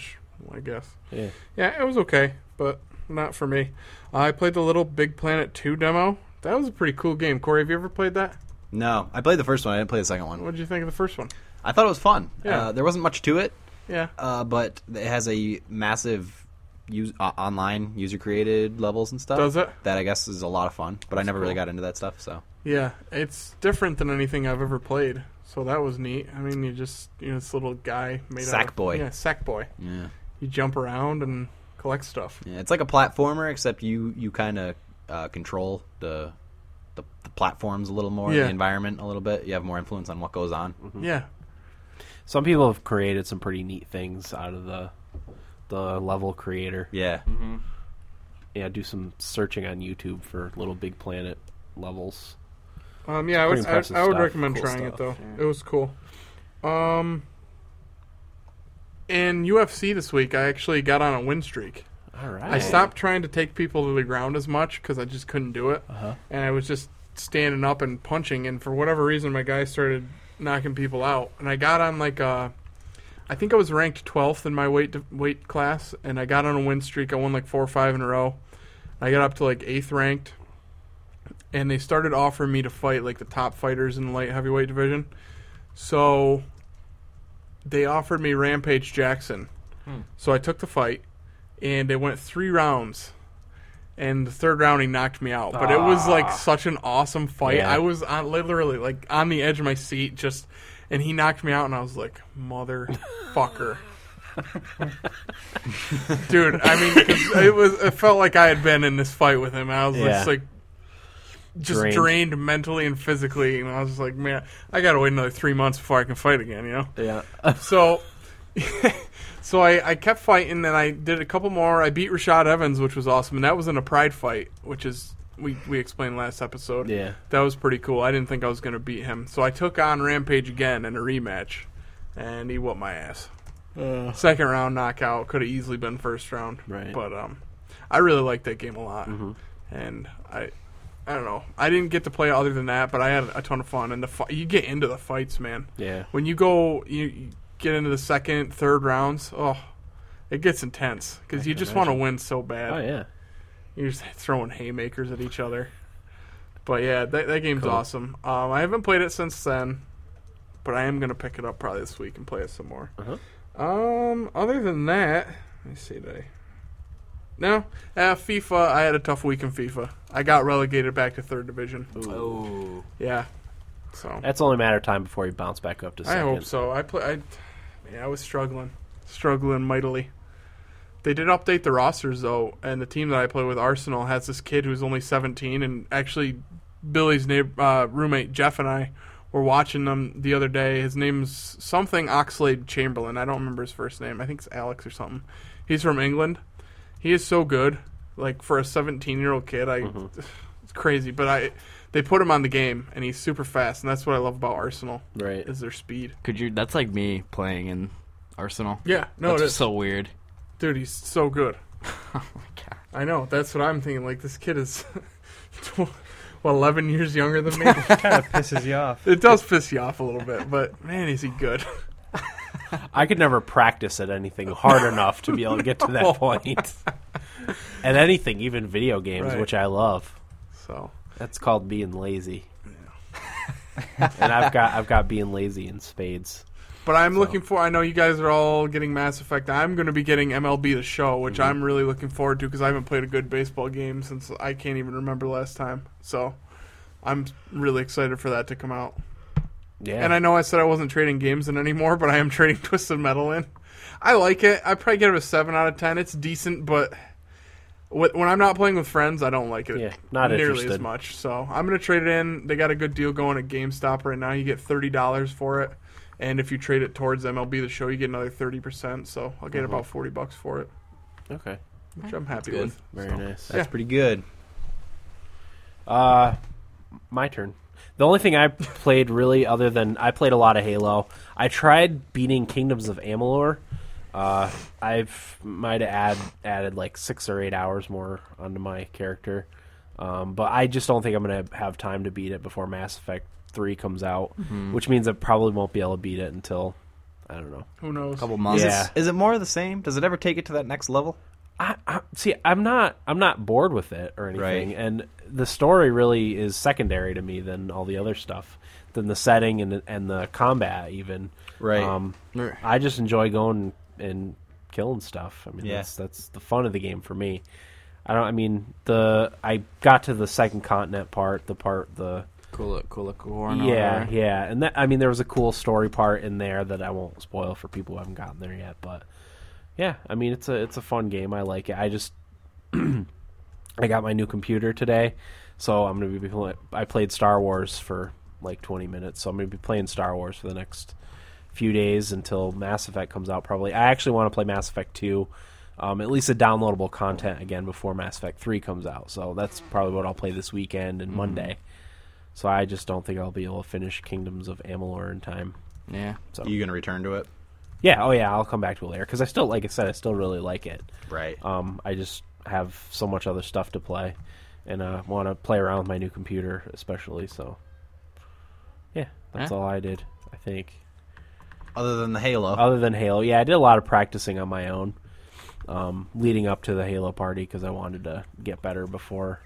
[SPEAKER 2] I guess.
[SPEAKER 1] Yeah.
[SPEAKER 2] Yeah, it was okay, but not for me. I played the Little Big Planet 2 demo That was a pretty cool game. Corey, have you ever played that?
[SPEAKER 3] No, I played the first one. I didn't play the second one.
[SPEAKER 2] What did you think of the first one?
[SPEAKER 3] I thought it was fun.
[SPEAKER 2] Yeah.
[SPEAKER 3] Uh, there wasn't much to it,
[SPEAKER 2] Yeah.
[SPEAKER 3] uh, but it has a massive use, uh, online user created levels and stuff.
[SPEAKER 2] Does it?
[SPEAKER 3] That I guess is a lot of fun. But I never really got into that stuff. So
[SPEAKER 2] Yeah, it's different than anything I've ever played. So that was neat. I mean, you just you know this little guy made out of-
[SPEAKER 3] Sackboy.
[SPEAKER 2] Yeah, sack boy.
[SPEAKER 3] yeah,
[SPEAKER 2] You jump around and collect stuff.
[SPEAKER 3] yeah it's like a platformer except you you kind of uh, control the, the the platforms a little more,
[SPEAKER 2] Yeah.
[SPEAKER 3] the environment a little bit. You have more influence on what goes on.
[SPEAKER 1] Mm-hmm.
[SPEAKER 2] Yeah,
[SPEAKER 1] Some people have created some pretty neat things out of the the level creator.
[SPEAKER 3] Yeah,
[SPEAKER 1] Yeah, do some searching on YouTube for Little Big Planet levels.
[SPEAKER 2] um, yeah. I
[SPEAKER 1] Pretty
[SPEAKER 2] would I,
[SPEAKER 1] impressive
[SPEAKER 2] I would
[SPEAKER 1] stuff.
[SPEAKER 2] recommend
[SPEAKER 1] Cool
[SPEAKER 2] trying it
[SPEAKER 1] stuff.
[SPEAKER 2] though. It was cool. Um, in UFC this week, I actually got on a win streak.
[SPEAKER 1] All right.
[SPEAKER 2] I stopped trying to take people to the ground as much because I just couldn't do it, and I was just standing up and punching. And for whatever reason, my guy started knocking people out, and I got on like a, I think I was ranked 12th in my weight weight class, and I got on a win streak. I won like four or five in a row. I got up to like eighth ranked, and they started offering me to fight like the top fighters in the light heavyweight division. So they offered me Rampage Jackson.
[SPEAKER 1] Hmm.
[SPEAKER 2] So I took the fight, and it went three rounds. And the third round, he knocked me out. But it was like such an awesome fight.
[SPEAKER 1] Ah. Yeah.
[SPEAKER 2] I was on, literally like on the edge of my seat, just and he knocked me out, and I was like, motherfucker. Dude, I mean, 'cause it was. It felt like I had been in this fight with him. I was
[SPEAKER 1] Yeah.
[SPEAKER 2] just like, just
[SPEAKER 1] Drained.
[SPEAKER 2] drained. mentally and physically, and I was just like, man, I gotta wait another three months before I can fight again. You know.
[SPEAKER 1] Yeah.
[SPEAKER 2] So, so I, I kept fighting, and I did a couple more. I beat Rashad Evans, which was awesome, and that was in a pride fight, which is we we explained last episode.
[SPEAKER 1] Yeah.
[SPEAKER 2] that was pretty cool. I didn't think I was gonna beat him, so I took on Rampage again in a rematch, and he whooped my ass. Second round knockout could have easily been first round,
[SPEAKER 1] Uh. Right. Mm-hmm.
[SPEAKER 2] But um, I really liked that game a lot, and I. I don't know. I didn't get to play other than that, but I had a ton of fun. And the fi- you get into the fights, man
[SPEAKER 1] Yeah.
[SPEAKER 2] when you go you, you get into the second third rounds oh it gets intense because you just want to win so bad
[SPEAKER 1] Oh yeah.
[SPEAKER 2] you're just throwing haymakers at each other but yeah that, that game's awesome um, i haven't played it since then but i am going to pick it up probably this week and play it some more
[SPEAKER 1] Uh-huh.
[SPEAKER 2] um, other than that let me see did I... no uh, fifa i had a tough week in fifa i got relegated back to third division
[SPEAKER 5] Oh.
[SPEAKER 2] yeah so
[SPEAKER 1] That's only a matter of time before you bounce back up to second.
[SPEAKER 2] I hope so. I play. I, man, I was struggling, struggling mightily. They did update the rosters though, and the team that I play with, Arsenal, has this kid who's only 17, and actually, Billy's neighbor, uh, roommate Jeff and I were watching them the other day. His name's something Oxlade Chamberlain. I don't remember his first name. I think it's Alex or something. He's from England. He is so good. Like for a 17 year old kid, I
[SPEAKER 1] Mm-hmm.
[SPEAKER 2] it's crazy. But I they put him on the game, and he's super fast, and that's what I love about Arsenal
[SPEAKER 1] Right.
[SPEAKER 2] is their speed.
[SPEAKER 5] Could you? That's like me playing in Arsenal.
[SPEAKER 2] Yeah, no,
[SPEAKER 5] that's
[SPEAKER 2] it is.
[SPEAKER 5] so weird.
[SPEAKER 2] Dude, he's so good.
[SPEAKER 5] oh my god.
[SPEAKER 2] I know. That's what I'm thinking. Like this kid is, tw- well, 11 years younger than me.
[SPEAKER 4] kind of pisses you off.
[SPEAKER 2] it does piss you off a little bit, but man, is he good?
[SPEAKER 1] I could never practice at anything hard enough to be able to get to
[SPEAKER 2] Oh.
[SPEAKER 1] that point. at anything, even video games,
[SPEAKER 2] Right.
[SPEAKER 1] which I love.
[SPEAKER 2] So
[SPEAKER 1] That's called being lazy. and I've got I've got being lazy in spades.
[SPEAKER 2] But I'm looking for. I know you guys are all getting Mass Effect. I'm going to be getting MLB The Show, which
[SPEAKER 5] Mm-hmm.
[SPEAKER 2] I'm really looking forward to because I haven't played a good baseball game since I can't even remember last time. So I'm really excited for that to come out.
[SPEAKER 1] Yeah.
[SPEAKER 2] And I know I said I wasn't trading games in anymore, but I am trading Twisted Metal in. I like it. I probably give it a seven out of ten. It's decent, but wh- when I'm not playing with friends, I don't like it.
[SPEAKER 1] Yeah, not
[SPEAKER 2] nearly as
[SPEAKER 1] interested.
[SPEAKER 2] much. So I'm gonna trade it in. They got a good deal going at GameStop right now. You get thirty dollars for it, and if you trade it towards MLB the Show, you get another thirty percent. So I'll get about forty bucks for it,
[SPEAKER 1] okay.
[SPEAKER 2] which I'm happy
[SPEAKER 5] good.
[SPEAKER 2] with.
[SPEAKER 1] Very nice.
[SPEAKER 3] that's pretty good.
[SPEAKER 1] Uh, my turn. The only thing I played really, other than I played a lot of Halo. I tried beating Kingdoms of Amalur. Uh, I've might have add, added like six or eight hours more onto my character, um, but I just don't think I'm gonna have time to beat it before Mass Effect Three comes out, which means I probably won't be able to beat it until I don't know.
[SPEAKER 2] Who knows?
[SPEAKER 5] Couple months.
[SPEAKER 1] Yeah.
[SPEAKER 3] Is it more of the same? Does it ever take it to that next level?
[SPEAKER 1] I, I see. I'm not. I'm not bored with it or anything.
[SPEAKER 3] Right.
[SPEAKER 1] And the story really is secondary to me than all the other stuff, than the setting and and the combat even.
[SPEAKER 3] Right.
[SPEAKER 1] Um,
[SPEAKER 5] Right.
[SPEAKER 1] I just enjoy going and killing stuff. I mean,
[SPEAKER 3] Yeah.
[SPEAKER 1] that's that's the fun of the game for me. I don't. I mean, the I got to the second continent part, the part the
[SPEAKER 5] Cool, cool, cool.
[SPEAKER 1] yeah, yeah, and that I mean, there was a cool story part in there that I won't spoil for people who haven't gotten there yet. But yeah, I mean, it's a it's a fun game. I like it. I just I got my new computer today, so I'm gonna be playing. I played Star Wars for like 20 minutes, so I'm gonna be playing Star Wars for the next few days until Mass Effect comes out. Probably. I actually want to play Mass Effect 2. Um, at least the downloadable content again before Mass Effect 3 comes out. So that's probably what I'll play this weekend and Monday. So I just don't think I'll be able to finish Kingdoms of Amalur in time.
[SPEAKER 5] Yeah.
[SPEAKER 1] So
[SPEAKER 3] you gonna return to it?
[SPEAKER 1] yeah, oh yeah, I'll come back to it later because I still, like I said, I still really like it.
[SPEAKER 3] Right.
[SPEAKER 1] Um, I just have so much other stuff to play, and uh, want to play around with my new computer, especially. So yeah, that's
[SPEAKER 5] Huh?
[SPEAKER 1] all I did. I think.
[SPEAKER 3] Other than the Halo.
[SPEAKER 1] Other than Halo, yeah, I did a lot of practicing on my own, um, leading up to the Halo party because I wanted to get better before.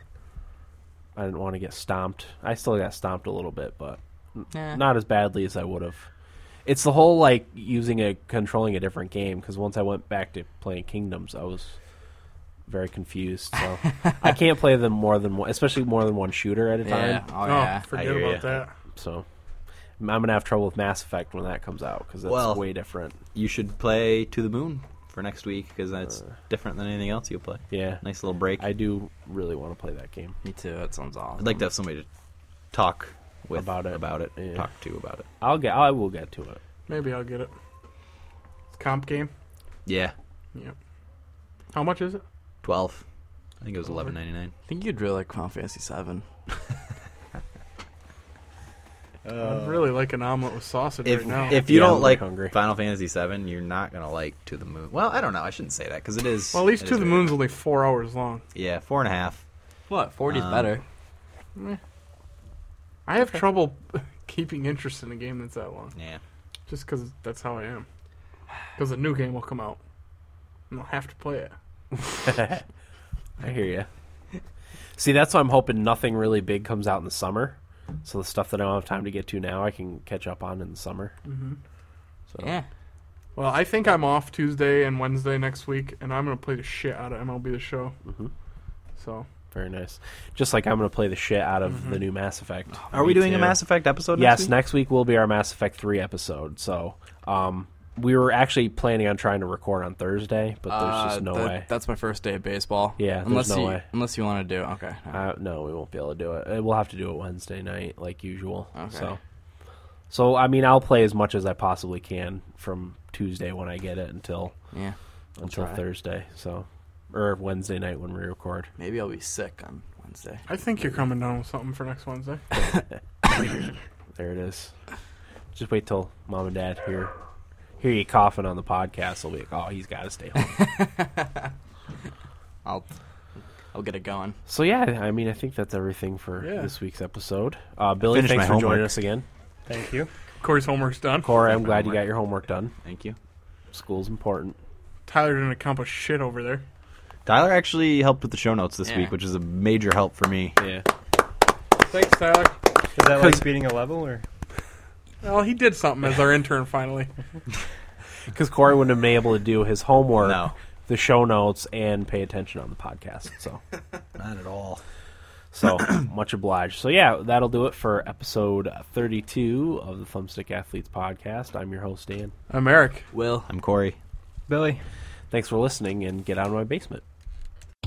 [SPEAKER 1] I didn't want to get stomped. I still got stomped a little bit, but
[SPEAKER 5] Yeah.
[SPEAKER 1] not as badly as I would have. It's the whole like using a controlling a different game because once I went back to playing Kingdoms, I was very confused. So I can't play them more than one, especially more than one shooter at a time.
[SPEAKER 5] Yeah. Oh,
[SPEAKER 2] Oh,
[SPEAKER 5] yeah.
[SPEAKER 2] forget
[SPEAKER 3] I hear
[SPEAKER 2] about
[SPEAKER 3] ya.
[SPEAKER 2] that.
[SPEAKER 1] So I'm gonna have trouble with Mass Effect when that comes out because that's
[SPEAKER 3] Well-
[SPEAKER 1] way different.
[SPEAKER 3] you should play To the Moon for next week because that's different than anything else you'll play.
[SPEAKER 1] Yeah,
[SPEAKER 3] Nice little break.
[SPEAKER 1] I do really want to play that game.
[SPEAKER 5] Me too. That sounds awesome.
[SPEAKER 3] I'd like to have somebody to talk with
[SPEAKER 1] About it.
[SPEAKER 3] about it
[SPEAKER 1] Yeah.
[SPEAKER 3] talk to about it.
[SPEAKER 1] I'll get. I will get to it.
[SPEAKER 2] Maybe I'll get it. It's a comp game.
[SPEAKER 3] Yeah,
[SPEAKER 2] Yep. How much is it?
[SPEAKER 3] twelve. I think it was eleven ninety nine.
[SPEAKER 5] I think you'd really like Final Fantasy Seven.
[SPEAKER 2] I'd really like an omelet with sausage
[SPEAKER 3] Uh, If
[SPEAKER 2] right now.
[SPEAKER 3] if you
[SPEAKER 1] Yeah, I'm
[SPEAKER 3] don't
[SPEAKER 1] really
[SPEAKER 3] like
[SPEAKER 1] hungry.
[SPEAKER 3] Final Fantasy VII, you're not gonna like To the Moon. Well, I don't know. I shouldn't say that because it is.
[SPEAKER 2] well, at least
[SPEAKER 3] it
[SPEAKER 2] two of
[SPEAKER 3] is
[SPEAKER 2] the
[SPEAKER 3] very-
[SPEAKER 2] moon's only four hours long.
[SPEAKER 3] Yeah, four and a half.
[SPEAKER 5] What? 40's
[SPEAKER 3] Um,
[SPEAKER 5] better.
[SPEAKER 2] I have trouble keeping interest in a game that's that long,
[SPEAKER 3] Yeah.
[SPEAKER 2] just because that's how I am. Because a new game will come out, and I'll have to play it.
[SPEAKER 1] I hear you. See, that's why I'm hoping nothing really big comes out in the summer. So the stuff that I don't have time to get to now, I can catch up on in the summer. Mm-hmm. So
[SPEAKER 5] Yeah.
[SPEAKER 2] Well, I think I'm off Tuesday and Wednesday next week, and I'm gonna play the shit out of MLB The Show.
[SPEAKER 3] Mm-hmm.
[SPEAKER 1] Mhm.
[SPEAKER 2] So
[SPEAKER 1] Very nice. Just like I'm going to play the shit out of the new Mass Effect.
[SPEAKER 3] Are we doing a Mass Effect episode?
[SPEAKER 1] yes,
[SPEAKER 3] Oh, Next week?
[SPEAKER 1] next week will be our Mass Effect 3 episode. So um, we were actually planning on trying to record on Thursday, but there's
[SPEAKER 5] Uh,
[SPEAKER 1] just no
[SPEAKER 5] that-
[SPEAKER 1] way.
[SPEAKER 5] That's my first day of baseball.
[SPEAKER 1] Yeah, there's
[SPEAKER 5] Unless
[SPEAKER 1] no
[SPEAKER 5] you,
[SPEAKER 1] way.
[SPEAKER 5] unless you want to do. Okay.
[SPEAKER 1] Uh, no, we won't be able to do it. Uh, We'll have to do it Wednesday night, like usual.
[SPEAKER 5] Okay.
[SPEAKER 1] So, so I mean, I'll play as much as I possibly can from Tuesday when I get it until
[SPEAKER 5] yeah.
[SPEAKER 1] until
[SPEAKER 5] try.
[SPEAKER 1] Thursday. So, or Wednesday night when we record.
[SPEAKER 5] Maybe I'll be sick on Wednesday.
[SPEAKER 2] I think you're coming down with something for next Wednesday.
[SPEAKER 1] There it is. Just wait till mom and dad hear hear you coughing on the podcast. They'll be like, "Oh, he's got to stay home."
[SPEAKER 5] I'll I'll get it going.
[SPEAKER 1] so yeah, I mean, I think that's everything for
[SPEAKER 2] Yeah.
[SPEAKER 1] this week's episode. Uh, Billy,
[SPEAKER 3] Finished
[SPEAKER 1] thanks
[SPEAKER 3] my
[SPEAKER 1] for joining
[SPEAKER 3] homework.
[SPEAKER 1] us again.
[SPEAKER 4] Thank you.
[SPEAKER 2] Corey's homework's done.
[SPEAKER 1] Cora, I'm
[SPEAKER 3] my
[SPEAKER 1] glad you
[SPEAKER 3] homework.
[SPEAKER 1] got your homework done.
[SPEAKER 3] Thank you.
[SPEAKER 1] School's important.
[SPEAKER 2] Tyler didn't accomplish shit over there.
[SPEAKER 3] Tyler actually helped with the show notes this
[SPEAKER 5] Yeah.
[SPEAKER 3] week, which is a major help for me.
[SPEAKER 1] Yeah.
[SPEAKER 2] Thanks, Tyler.
[SPEAKER 4] Is that like beating a level or?
[SPEAKER 2] Well, he did something as our intern finally.
[SPEAKER 1] Because Corey wouldn't have been able to do his homework,
[SPEAKER 3] No.
[SPEAKER 1] the show notes, and pay attention on the podcast. So,
[SPEAKER 3] Not at all.
[SPEAKER 1] so much obliged. So yeah, that'll do it for episode 32 of the Thumbstick Athletes podcast. I'm your host Dan.
[SPEAKER 2] I'm Eric.
[SPEAKER 5] Will.
[SPEAKER 3] I'm Corey.
[SPEAKER 4] Billy.
[SPEAKER 1] Thanks for listening, and get out of my basement.